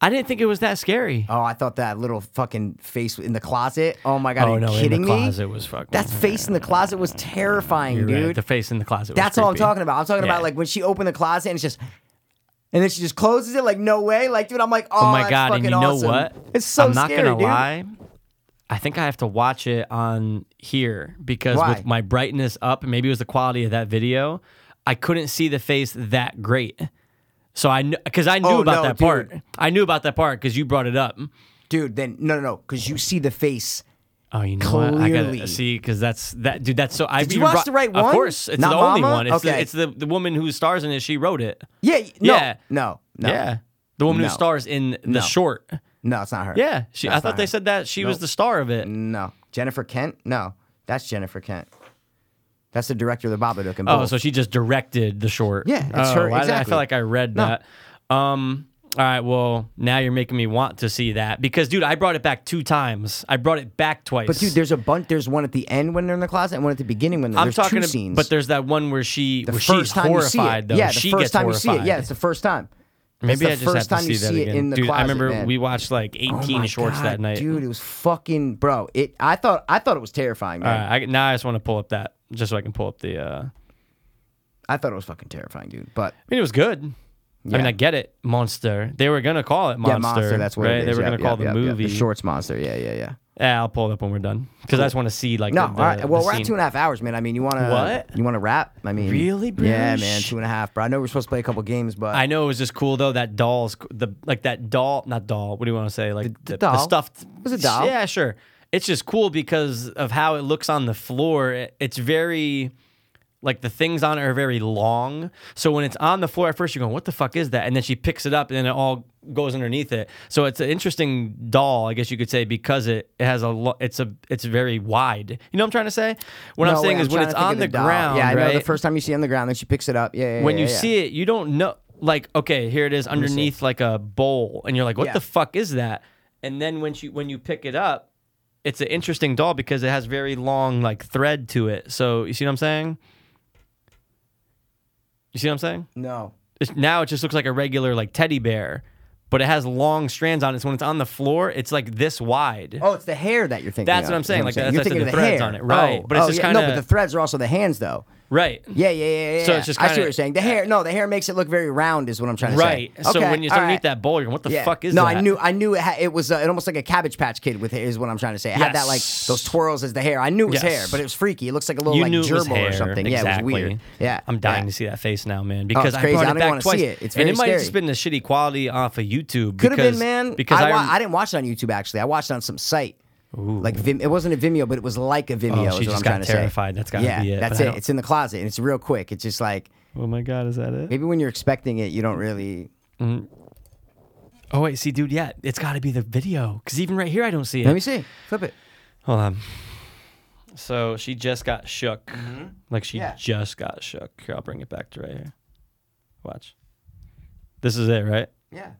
A: I didn't think it was that scary.
B: Oh, I thought that little fucking face in the closet. Oh my god,
A: oh
B: are you
A: no, in
B: kidding
A: the
B: me?
A: closet was fucking.
B: That face in the closet was terrifying,
A: You're right,
B: dude.
A: The face in the closet.
B: That's
A: was
B: all I'm
A: creepy.
B: talking about. I'm talking
A: Yeah.
B: about like when she opened the closet and it's just, and then she just closes it. Like no way, like dude. I'm like, oh,
A: Oh my
B: that's
A: god! And
B: fucking
A: you know
B: awesome.
A: what?
B: It's so
A: I'm not
B: scary,
A: gonna
B: dude.
A: lie. I think I have to watch it on here because
B: Why?
A: with my brightness up, and maybe it was the quality of that video, I couldn't see the face that great. So I knew because I knew
B: Oh,
A: about
B: no,
A: that
B: dude.
A: part. I knew about that part because you brought it up.
B: dude. Then no, no, no, because you see the face.
A: Oh, you know what? I
B: Clearly.
A: gotta see because that's that dude. That's so. I
B: you watch the right
A: Of
B: one?
A: course, it's
B: Not
A: the only
B: Mama?
A: one. It's,
B: Okay.
A: the, it's the the woman who stars in it. She wrote it.
B: Yeah, y- no,
A: Yeah.
B: no, no,
A: Yeah, the woman
B: No.
A: who stars in the
B: No.
A: short.
B: no. It's not her.
A: Yeah, she. I
B: That's
A: thought
B: not
A: they
B: her.
A: said that she was
B: Nope.
A: the star of it.
B: no. Jennifer Kent. No, that's Jennifer Kent. That's the director of the Babadook and
A: Oh,
B: both.
A: so she just directed the short.
B: Yeah, it's
A: Oh,
B: her-
A: I- I,
B: exactly.
A: feel like I read that. Um, All right, well, now you're making me want to see that because, dude, I brought it back two times. I brought it back twice.
B: But dude, there's a bunch. There's one at the end when they're in the closet, and one at the beginning when they're,
A: I'm
B: there's
A: talking,
B: two
A: ab-
B: scenes.
A: but there's that one where she,
B: the
A: where
B: first
A: she's
B: time
A: horrified
B: you see it.
A: though.
B: Yeah, the
A: she
B: first
A: gets
B: time
A: horrified.
B: you see it. Yeah, it's the first time. It's
A: Maybe
B: the
A: I just
B: first
A: have
B: time
A: to
B: you
A: see that
B: see it
A: again.
B: in the
A: dude,
B: closet.
A: I remember
B: man. Oh
A: we watched like 18
B: my
A: shorts
B: God,
A: that night.
B: dude. It was fucking bro. It. I thought. I thought it was terrifying,
A: All
B: man.
A: right, I, now I just want to pull up that just so I can pull up the. Uh, I
B: I thought it was fucking terrifying, dude. But
A: mean, it was good. I mean,
B: Yeah.
A: I get it. Monster. They were gonna call it
B: yeah,
A: monster.
B: monster. That's what
A: right.
B: it is.
A: They were
B: Yep,
A: gonna call
B: yep,
A: the
B: yep, yep.
A: movie.
B: The shorts monster. Yeah, yeah, yeah.
A: Yeah, I'll pull it up when we're done because I just want to see like.
B: No,
A: the,
B: all right.
A: the-
B: Well,
A: the
B: we're
A: scene.
B: at two and a half hours, man. I mean, you wanna
A: What?
B: You wanna wrap? I mean,
A: Really, bro?
B: Yeah, man.
A: Shh.
B: Two and a half, bro. I know we're supposed to play a couple games, but
A: I know it was just cool though that doll's the like that doll not doll what do you want to say like
B: the doll.
A: stuffed
B: It was a doll.
A: yeah sure it's just cool because of how it looks on the floor It- it's very like the things on it are very long so when it's on the floor at first you're going what the fuck is that and then she picks it up and then it all goes underneath it so it's an interesting doll I guess you could say because it, it has a lo- it's a it's very wide you know what I'm trying to say what I'm
B: No, wait,
A: saying is when
B: trying to
A: it's
B: think of
A: on the,
B: doll.
A: ground
B: Yeah, I know.
A: right,
B: The first time you see it on the ground, then she picks it up. Yeah, yeah.
A: when
B: yeah,
A: you
B: yeah.
A: see it, you don't know. Like, okay, here it is underneath like a bowl, and you're like, what
B: Yeah.
A: the fuck is that? And then when you when you pick it up, it's an interesting doll because it has very long like thread to it. So you see what I'm saying? You see what I'm saying?
B: no.
A: It's, now it just looks like a regular like teddy bear, but it has long strands on it. So when it's on the floor, it's like this wide.
B: Oh, it's the hair that you're thinking.
A: That's
B: of,
A: what I'm
B: is
A: saying, like, that's-
B: you're
A: that's
B: thinking
A: the
B: of the
A: threads
B: hair.
A: on it, right.
B: Oh,
A: But it's
B: oh,
A: just
B: yeah. no,
A: kinda-
B: but the threads are also the hands though.
A: Right.
B: Yeah, yeah, yeah, yeah.
A: So
B: yeah.
A: it's just
B: I see
A: kinda- uh,
B: what you're saying. The hair, no, the hair makes it look very round. Is what I'm trying to
A: Right.
B: say.
A: So
B: Okay,
A: when it's
B: all
A: underneath
B: right.
A: that bowl, you're going, what the
B: Yeah.
A: fuck is
B: no,
A: that?
B: I knew, I knew it, ha- it was uh, it almost like a Cabbage Patch Kid with hair is what I'm trying to say. It had that like
A: Yes.
B: those twirls as the hair. I knew it was
A: Yes.
B: hair, but it was freaky. It looks like a little
A: you
B: like
A: knew
B: gerbil
A: it was hair.
B: or something.
A: Exactly.
B: Yeah, it was weird. Yeah,
A: I'm dying
B: yeah. Oh,
A: to see that face now, man, because I
B: crazy.
A: brought
B: I
A: it
B: don't
A: back
B: wanna see
A: twice.
B: it. It's
A: and
B: very
A: it might have just
B: scary.
A: been the shitty quality off of YouTube.
B: Could have
A: because-
B: been, man.
A: Because I,
B: I, wa-
A: rem-
B: I didn't watch it on YouTube actually. I watched it on some site. Like Vim, it wasn't a Vimeo, but it was like a Vimeo.
A: Oh,
B: is
A: she
B: what
A: just
B: I'm
A: got
B: trying to
A: terrified.
B: Say.
A: That's gotta
B: yeah,
A: be it, but
B: That's
A: I
B: it.
A: don't-
B: It's in the closet and it's real quick. It's just like
A: Oh my god, is that it?
B: maybe when you're expecting it, you don't really.
A: Oh wait, see, dude, yeah, it's got to be the video because even right here, I don't see it.
B: Let me see. Flip it.
A: Hold on. So she just got shook, Mm-hmm. like she
B: Yeah.
A: just got shook. Here, I'll bring it back to right here. Watch. This is it, right?
B: Yeah.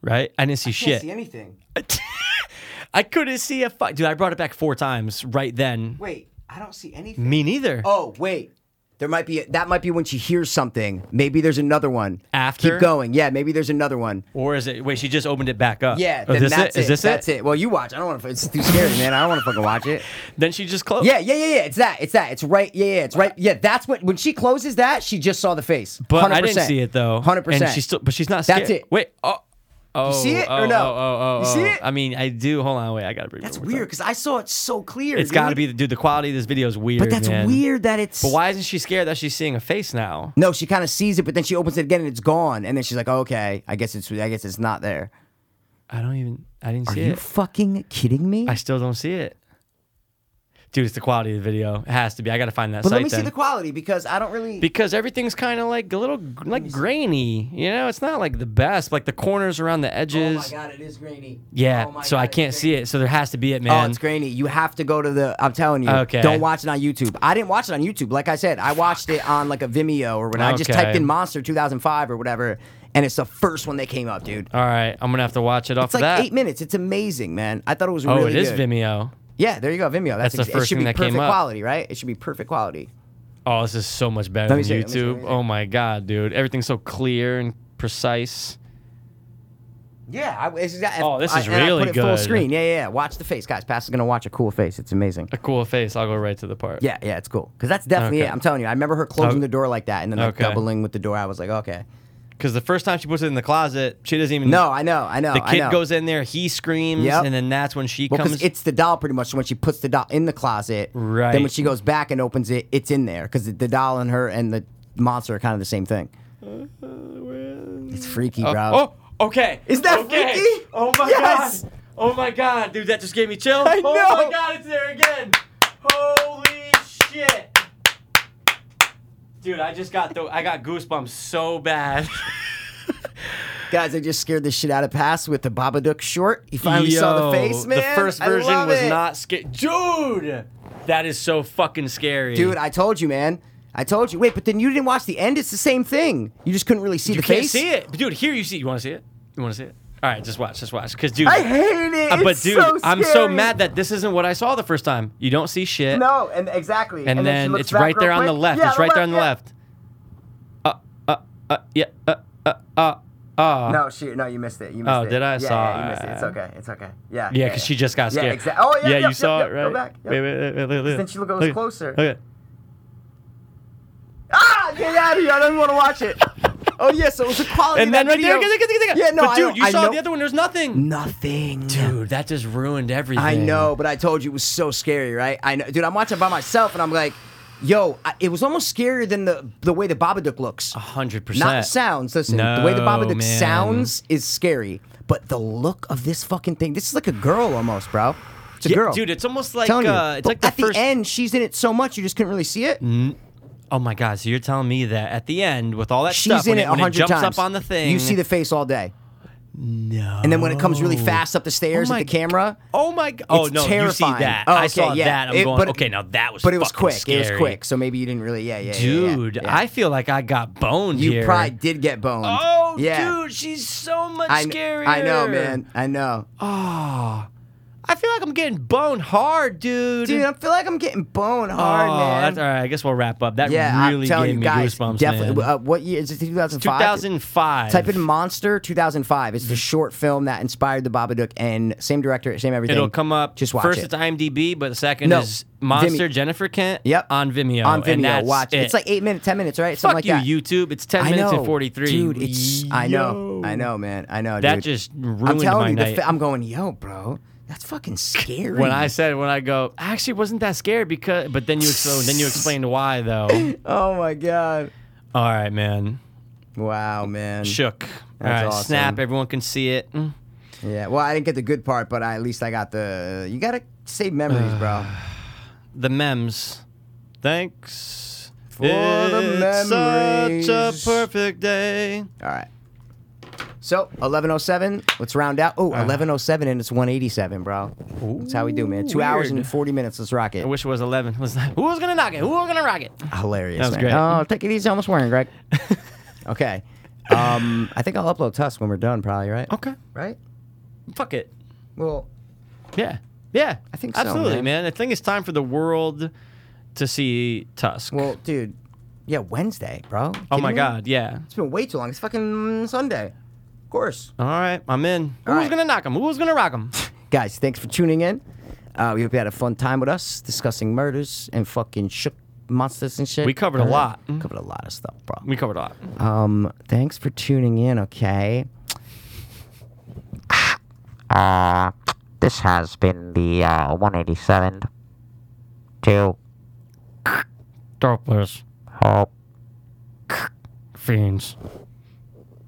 A: Right? I didn't see shit.
B: anything.
A: I couldn't see a fuck, dude. I brought it back four times right then.
B: Wait, I don't see anything.
A: Me neither.
B: Oh wait, there might be that might be when she hears something. Maybe there's another one.
A: After?
B: keep going. Yeah, maybe there's another one.
A: Or is it? Wait, she just opened it back up.
B: Yeah,
A: Oh,
B: then
A: this
B: that's
A: it? Oh, Is this
B: That's it? Well, you watch. I don't want to. It's too scary, man. I don't want to fucking watch it.
A: Then she just closed.
B: Yeah, yeah, yeah, yeah. It's that. It's that. It's right. Yeah, yeah. It's right. Yeah, that's what. When she closes that, she just saw the face.
A: but
B: 100%.
A: I didn't see it though.
B: Hundred
A: And
B: percent.
A: she's still, but she's not. Scared.
B: That's it.
A: Wait. Oh. Oh,
B: see it
A: oh,
B: or no?
A: Oh, oh, oh,
B: You see
A: oh.
B: it?
A: I mean, I do. Hold on, wait. I gotta bring.
B: That's weird because I saw it so clear.
A: It's
B: dude.
A: got to be, dude. The quality of this video is weird.
B: But that's
A: man.
B: weird that it's.
A: But why isn't she scared that she's seeing a face now?
B: No, she kind of sees it, but then she opens it again and it's gone. And then she's like, "Oh, "Okay, I guess it's. I guess it's not there."
A: I don't even. I didn't
B: Are
A: see
B: you
A: it.
B: fucking kidding me?
A: I still don't see it. Dude, it's the quality of the video. It has to be. I gotta find that
B: but
A: site.
B: let me see
A: then.
B: the quality because I don't really.
A: because everything's kind of like a little like grainy. You know, it's not like the best. Like the corners around the
B: oh
A: edges.
B: my god, it is grainy.
A: Yeah,
B: Oh my
A: so I
B: God, it's
A: can't see
B: grainy.
A: it. So there has to be it,
B: Oh,
A: man.
B: it's grainy. You have to go to the. I'm telling you.
A: Okay.
B: Don't watch it on YouTube. I didn't watch it on YouTube. Like I said, I watched it on like a Vimeo or whatever. I just
A: Okay.
B: typed in Monster 2005 or whatever, and it's the first one that came up, dude.
A: All right, I'm gonna have to watch it off
B: It's
A: of
B: like
A: that.
B: eight minutes. It's amazing, man. I thought it was
A: oh,
B: really
A: it is
B: good.
A: Vimeo.
B: Yeah, there you go, Vimeo. That's,
A: That's the
B: ex-
A: first
B: it should
A: thing
B: be
A: that came
B: perfect
A: up.
B: quality, right? It should be perfect quality.
A: Oh, this is so much better
B: Let me
A: than
B: see it, let me see it, let
A: YouTube.
B: me see it.
A: Oh my god, dude, everything's so clear and precise.
B: Yeah, I, it's, exa-
A: Oh, this
B: I-
A: is
B: and I
A: really
B: put it Full
A: good.
B: screen. Yeah, yeah, yeah. Watch the face, guys. Pass is gonna watch a cool face. It's amazing.
A: A cool face. I'll go right to the part.
B: Yeah, yeah, it's cool. Cause that's definitely
A: Okay.
B: it. I'm telling you. I remember her closing
A: Oh.
B: the door like that, and then like
A: Okay.
B: doubling with the door. I was like, okay.
A: Because the first time she puts it in the closet, she doesn't even.
B: No, I know, I know.
A: Mm. The
B: I
A: kid
B: know.
A: goes in there. He screams,
B: Yep.
A: and then that's when she
B: Well,
A: comes.
B: because it's the doll pretty much. So when she puts the doll in the closet,
A: Right.
B: Then when she goes back and opens it, it's in there because the doll and her and the monster are kind of the same thing. It's freaky, bro.
A: oh, okay.
B: Is that
A: okay.
B: freaky?
A: Oh my
B: Yes.
A: god. Oh my god, dude, that just gave me chills.
B: I
A: oh
B: know.
A: my god, it's there again. Holy shit. Dude, I just got the I got goosebumps so bad.
B: Guys, I just scared the shit out of Pass with the Babadook short. He finally saw the
A: Yo,
B: face, man.
A: The first
B: I
A: version
B: love
A: was
B: it.
A: not scary. Dude, that is so fucking scary.
B: Dude, I told you, man. I told you. Wait, but then you didn't watch the end. It's the same thing. You just couldn't really see
A: you
B: the
A: can't
B: face.
A: see it. But dude, here you see. You want to see it? You want to see it? All right, just watch, just watch. Because dude,
B: I hate it.
A: Uh, but
B: It's
A: dude,
B: so
A: I'm so
B: scary.
A: mad that this isn't what I saw the first time. You don't see shit.
B: No, and exactly.
A: and,
B: she
A: then
B: looks
A: it's
B: back
A: right
B: real
A: there on the
B: quick.
A: left.
B: Yeah,
A: it's right there on the
B: yeah.
A: left. Uh, uh, uh, yeah, uh, uh, uh, uh.
B: No, she. No, you missed it. You missed
A: Oh,
B: it.
A: did I?
B: Yeah,
A: Saw-
B: yeah, you missed it. It's okay. It's okay. Yeah.
A: Yeah, because she just got
B: Yeah,
A: scared.
B: exa- oh, yeah,
A: yeah.
B: yep,
A: you
B: yep,
A: saw
B: yep,
A: it,
B: go
A: right?
B: back, yep.
A: Wait, wait, wait, wait, wait, wait.
B: then she goes
A: Look at-
B: closer.
A: Look at.
B: Ah, get out of here! I don't want to watch it. Oh yes, so it was a quality.
A: And
B: of
A: then
B: that
A: right there,
B: video.
A: look at- look at- look at-
B: Yeah, no,
A: but
B: I
A: dude,
B: know-
A: you
B: I
A: saw
B: know-
A: the other one. There's nothing.
B: nothing,
A: Dude, that just ruined everything.
B: I know, but I told you it was so scary, right? I know, dude. I'm watching it by myself, and I'm like, yo, I, it was almost scarier than the the way the Babadook looks.
A: Hundred percent.
B: Not the sounds. Listen, the way the
A: No,
B: Babadook
A: man.
B: sounds is scary, but the look of this fucking thing. This is like a girl almost, bro. It's a
A: Yeah,
B: girl,
A: dude. It's almost like
B: Telling you.
A: uh, it's
B: But
A: like the
B: at
A: first.
B: the end, she's in it so much you just couldn't really see it.
A: Oh my god! So you're telling me that at the end, with all that
B: She's
A: stuff,
B: in
A: when
B: it
A: when
B: hundred
A: jumps
B: times.
A: up on the thing,
B: You see the face all day. No. And then when it comes really fast up the stairs
A: Oh
B: at
A: my
B: the camera,
A: Oh my! g- Oh
B: It's
A: no! You
B: terrifying.
A: see that?
B: Oh,
A: I
B: okay,
A: saw
B: yeah.
A: that. I'm
B: It-
A: going.
B: but it-
A: okay, now that was.
B: but it was
A: fucking
B: quick. It was
A: scary.
B: quick, so maybe you didn't really. Yeah, yeah, yeah, yeah, yeah,
A: Dude,
B: yeah.
A: I feel like I got boned
B: you
A: here.
B: probably did get boned.
A: Oh,
B: yeah.
A: dude, she's so much
B: I, kn-
A: scarier.
B: I know, man. I know,
A: I feel like I'm getting boned hard, dude.
B: dude. I feel like I'm getting boned hard,
A: oh,
B: man.
A: That's, all right, I guess we'll wrap up. That
B: yeah,
A: really
B: I'm telling
A: gave
B: you
A: me
B: guys,
A: goosebumps,
B: definitely.
A: man.
B: Uh, what year is it? 2005.
A: 2005.
B: Type in Monster 2005. It's the short film that inspired the Babadook, and same director, same everything.
A: It'll come up.
B: Just watch
A: first
B: it.
A: it's IMDb, but the second
B: No,
A: is Monster
B: Vimeo.
A: Jennifer Kent.
B: Yep.
A: on Vimeo.
B: on
A: and
B: Vimeo.
A: that's
B: Watch.
A: it.
B: It's like eight minutes, ten minutes, right?
A: fuck
B: Something like
A: you,
B: that.
A: YouTube. It's 10
B: I
A: minutes
B: Yo,
A: and 43.
B: Dude, it's I know, I know, man, I know.
A: That
B: dude.
A: just
B: I'm
A: ruined
B: telling
A: my
B: you, the
A: night.
B: fa- I'm going, yo, bro, that's fucking scary.
A: when I said when I go, I actually wasn't that scared because, but then you so then you explained why though.
B: oh my god,
A: All right, man.
B: wow, man,
A: Shook. All
B: That's
A: right,
B: awesome.
A: snap. Everyone can see it. Mm.
B: yeah. Well, I didn't get the good part, but I, at least I got the. You gotta save memories, bro.
A: The memes. Thanks for
B: the memories.
A: Such a perfect day.
B: All right. So 1107, let's round out. Oh,
A: Uh-huh.
B: 1107 and it's 187, bro. That's how we do, man. Two hours
A: weird.
B: and 40 minutes. Let's rock it.
A: I wish it was eleven. Was that- Who was gonna knock it? Who was gonna rock it?
B: Hilarious.
A: That was
B: man.
A: great.
B: Oh, take it easy on the swearing, Greg. okay. Um, I think I'll upload Tusk when we're done, probably, right?
A: Okay.
B: Right?
A: Fuck it.
B: Well,
A: Yeah. Yeah.
B: I think so,
A: absolutely, man.
B: man.
A: I think it's time for the world to see Tusk.
B: well, dude. Yeah, Wednesday, bro.
A: oh
B: Kidding
A: my
B: me?
A: God. Yeah.
B: It's been way too long. It's fucking Sunday. Of course.
A: All right, I'm in.
B: All
A: Who's
B: right.
A: gonna knock him? Who's gonna rock him?
B: Guys, thanks for tuning in. Uh, we hope you had a fun time with us discussing murders and fucking shook monsters and shit.
A: We covered a
B: Alright?
A: lot.
B: Covered a lot of stuff, bro.
A: We covered a lot.
B: Um, thanks for tuning in, okay?
F: Uh, this has been the uh, 187 to
A: Darkness,
F: Hope.
A: fiends,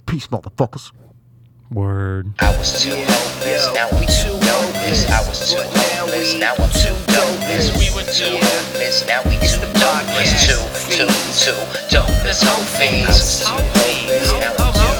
F: Peace, motherfuckers.
A: word.
C: I was too hopeless, now we too hopeless. I was too hopeless, now I'm too dopeless. We were too hopeless, now we too dopeless. Two, two, two, dopeless, hope fiends. Now I'm too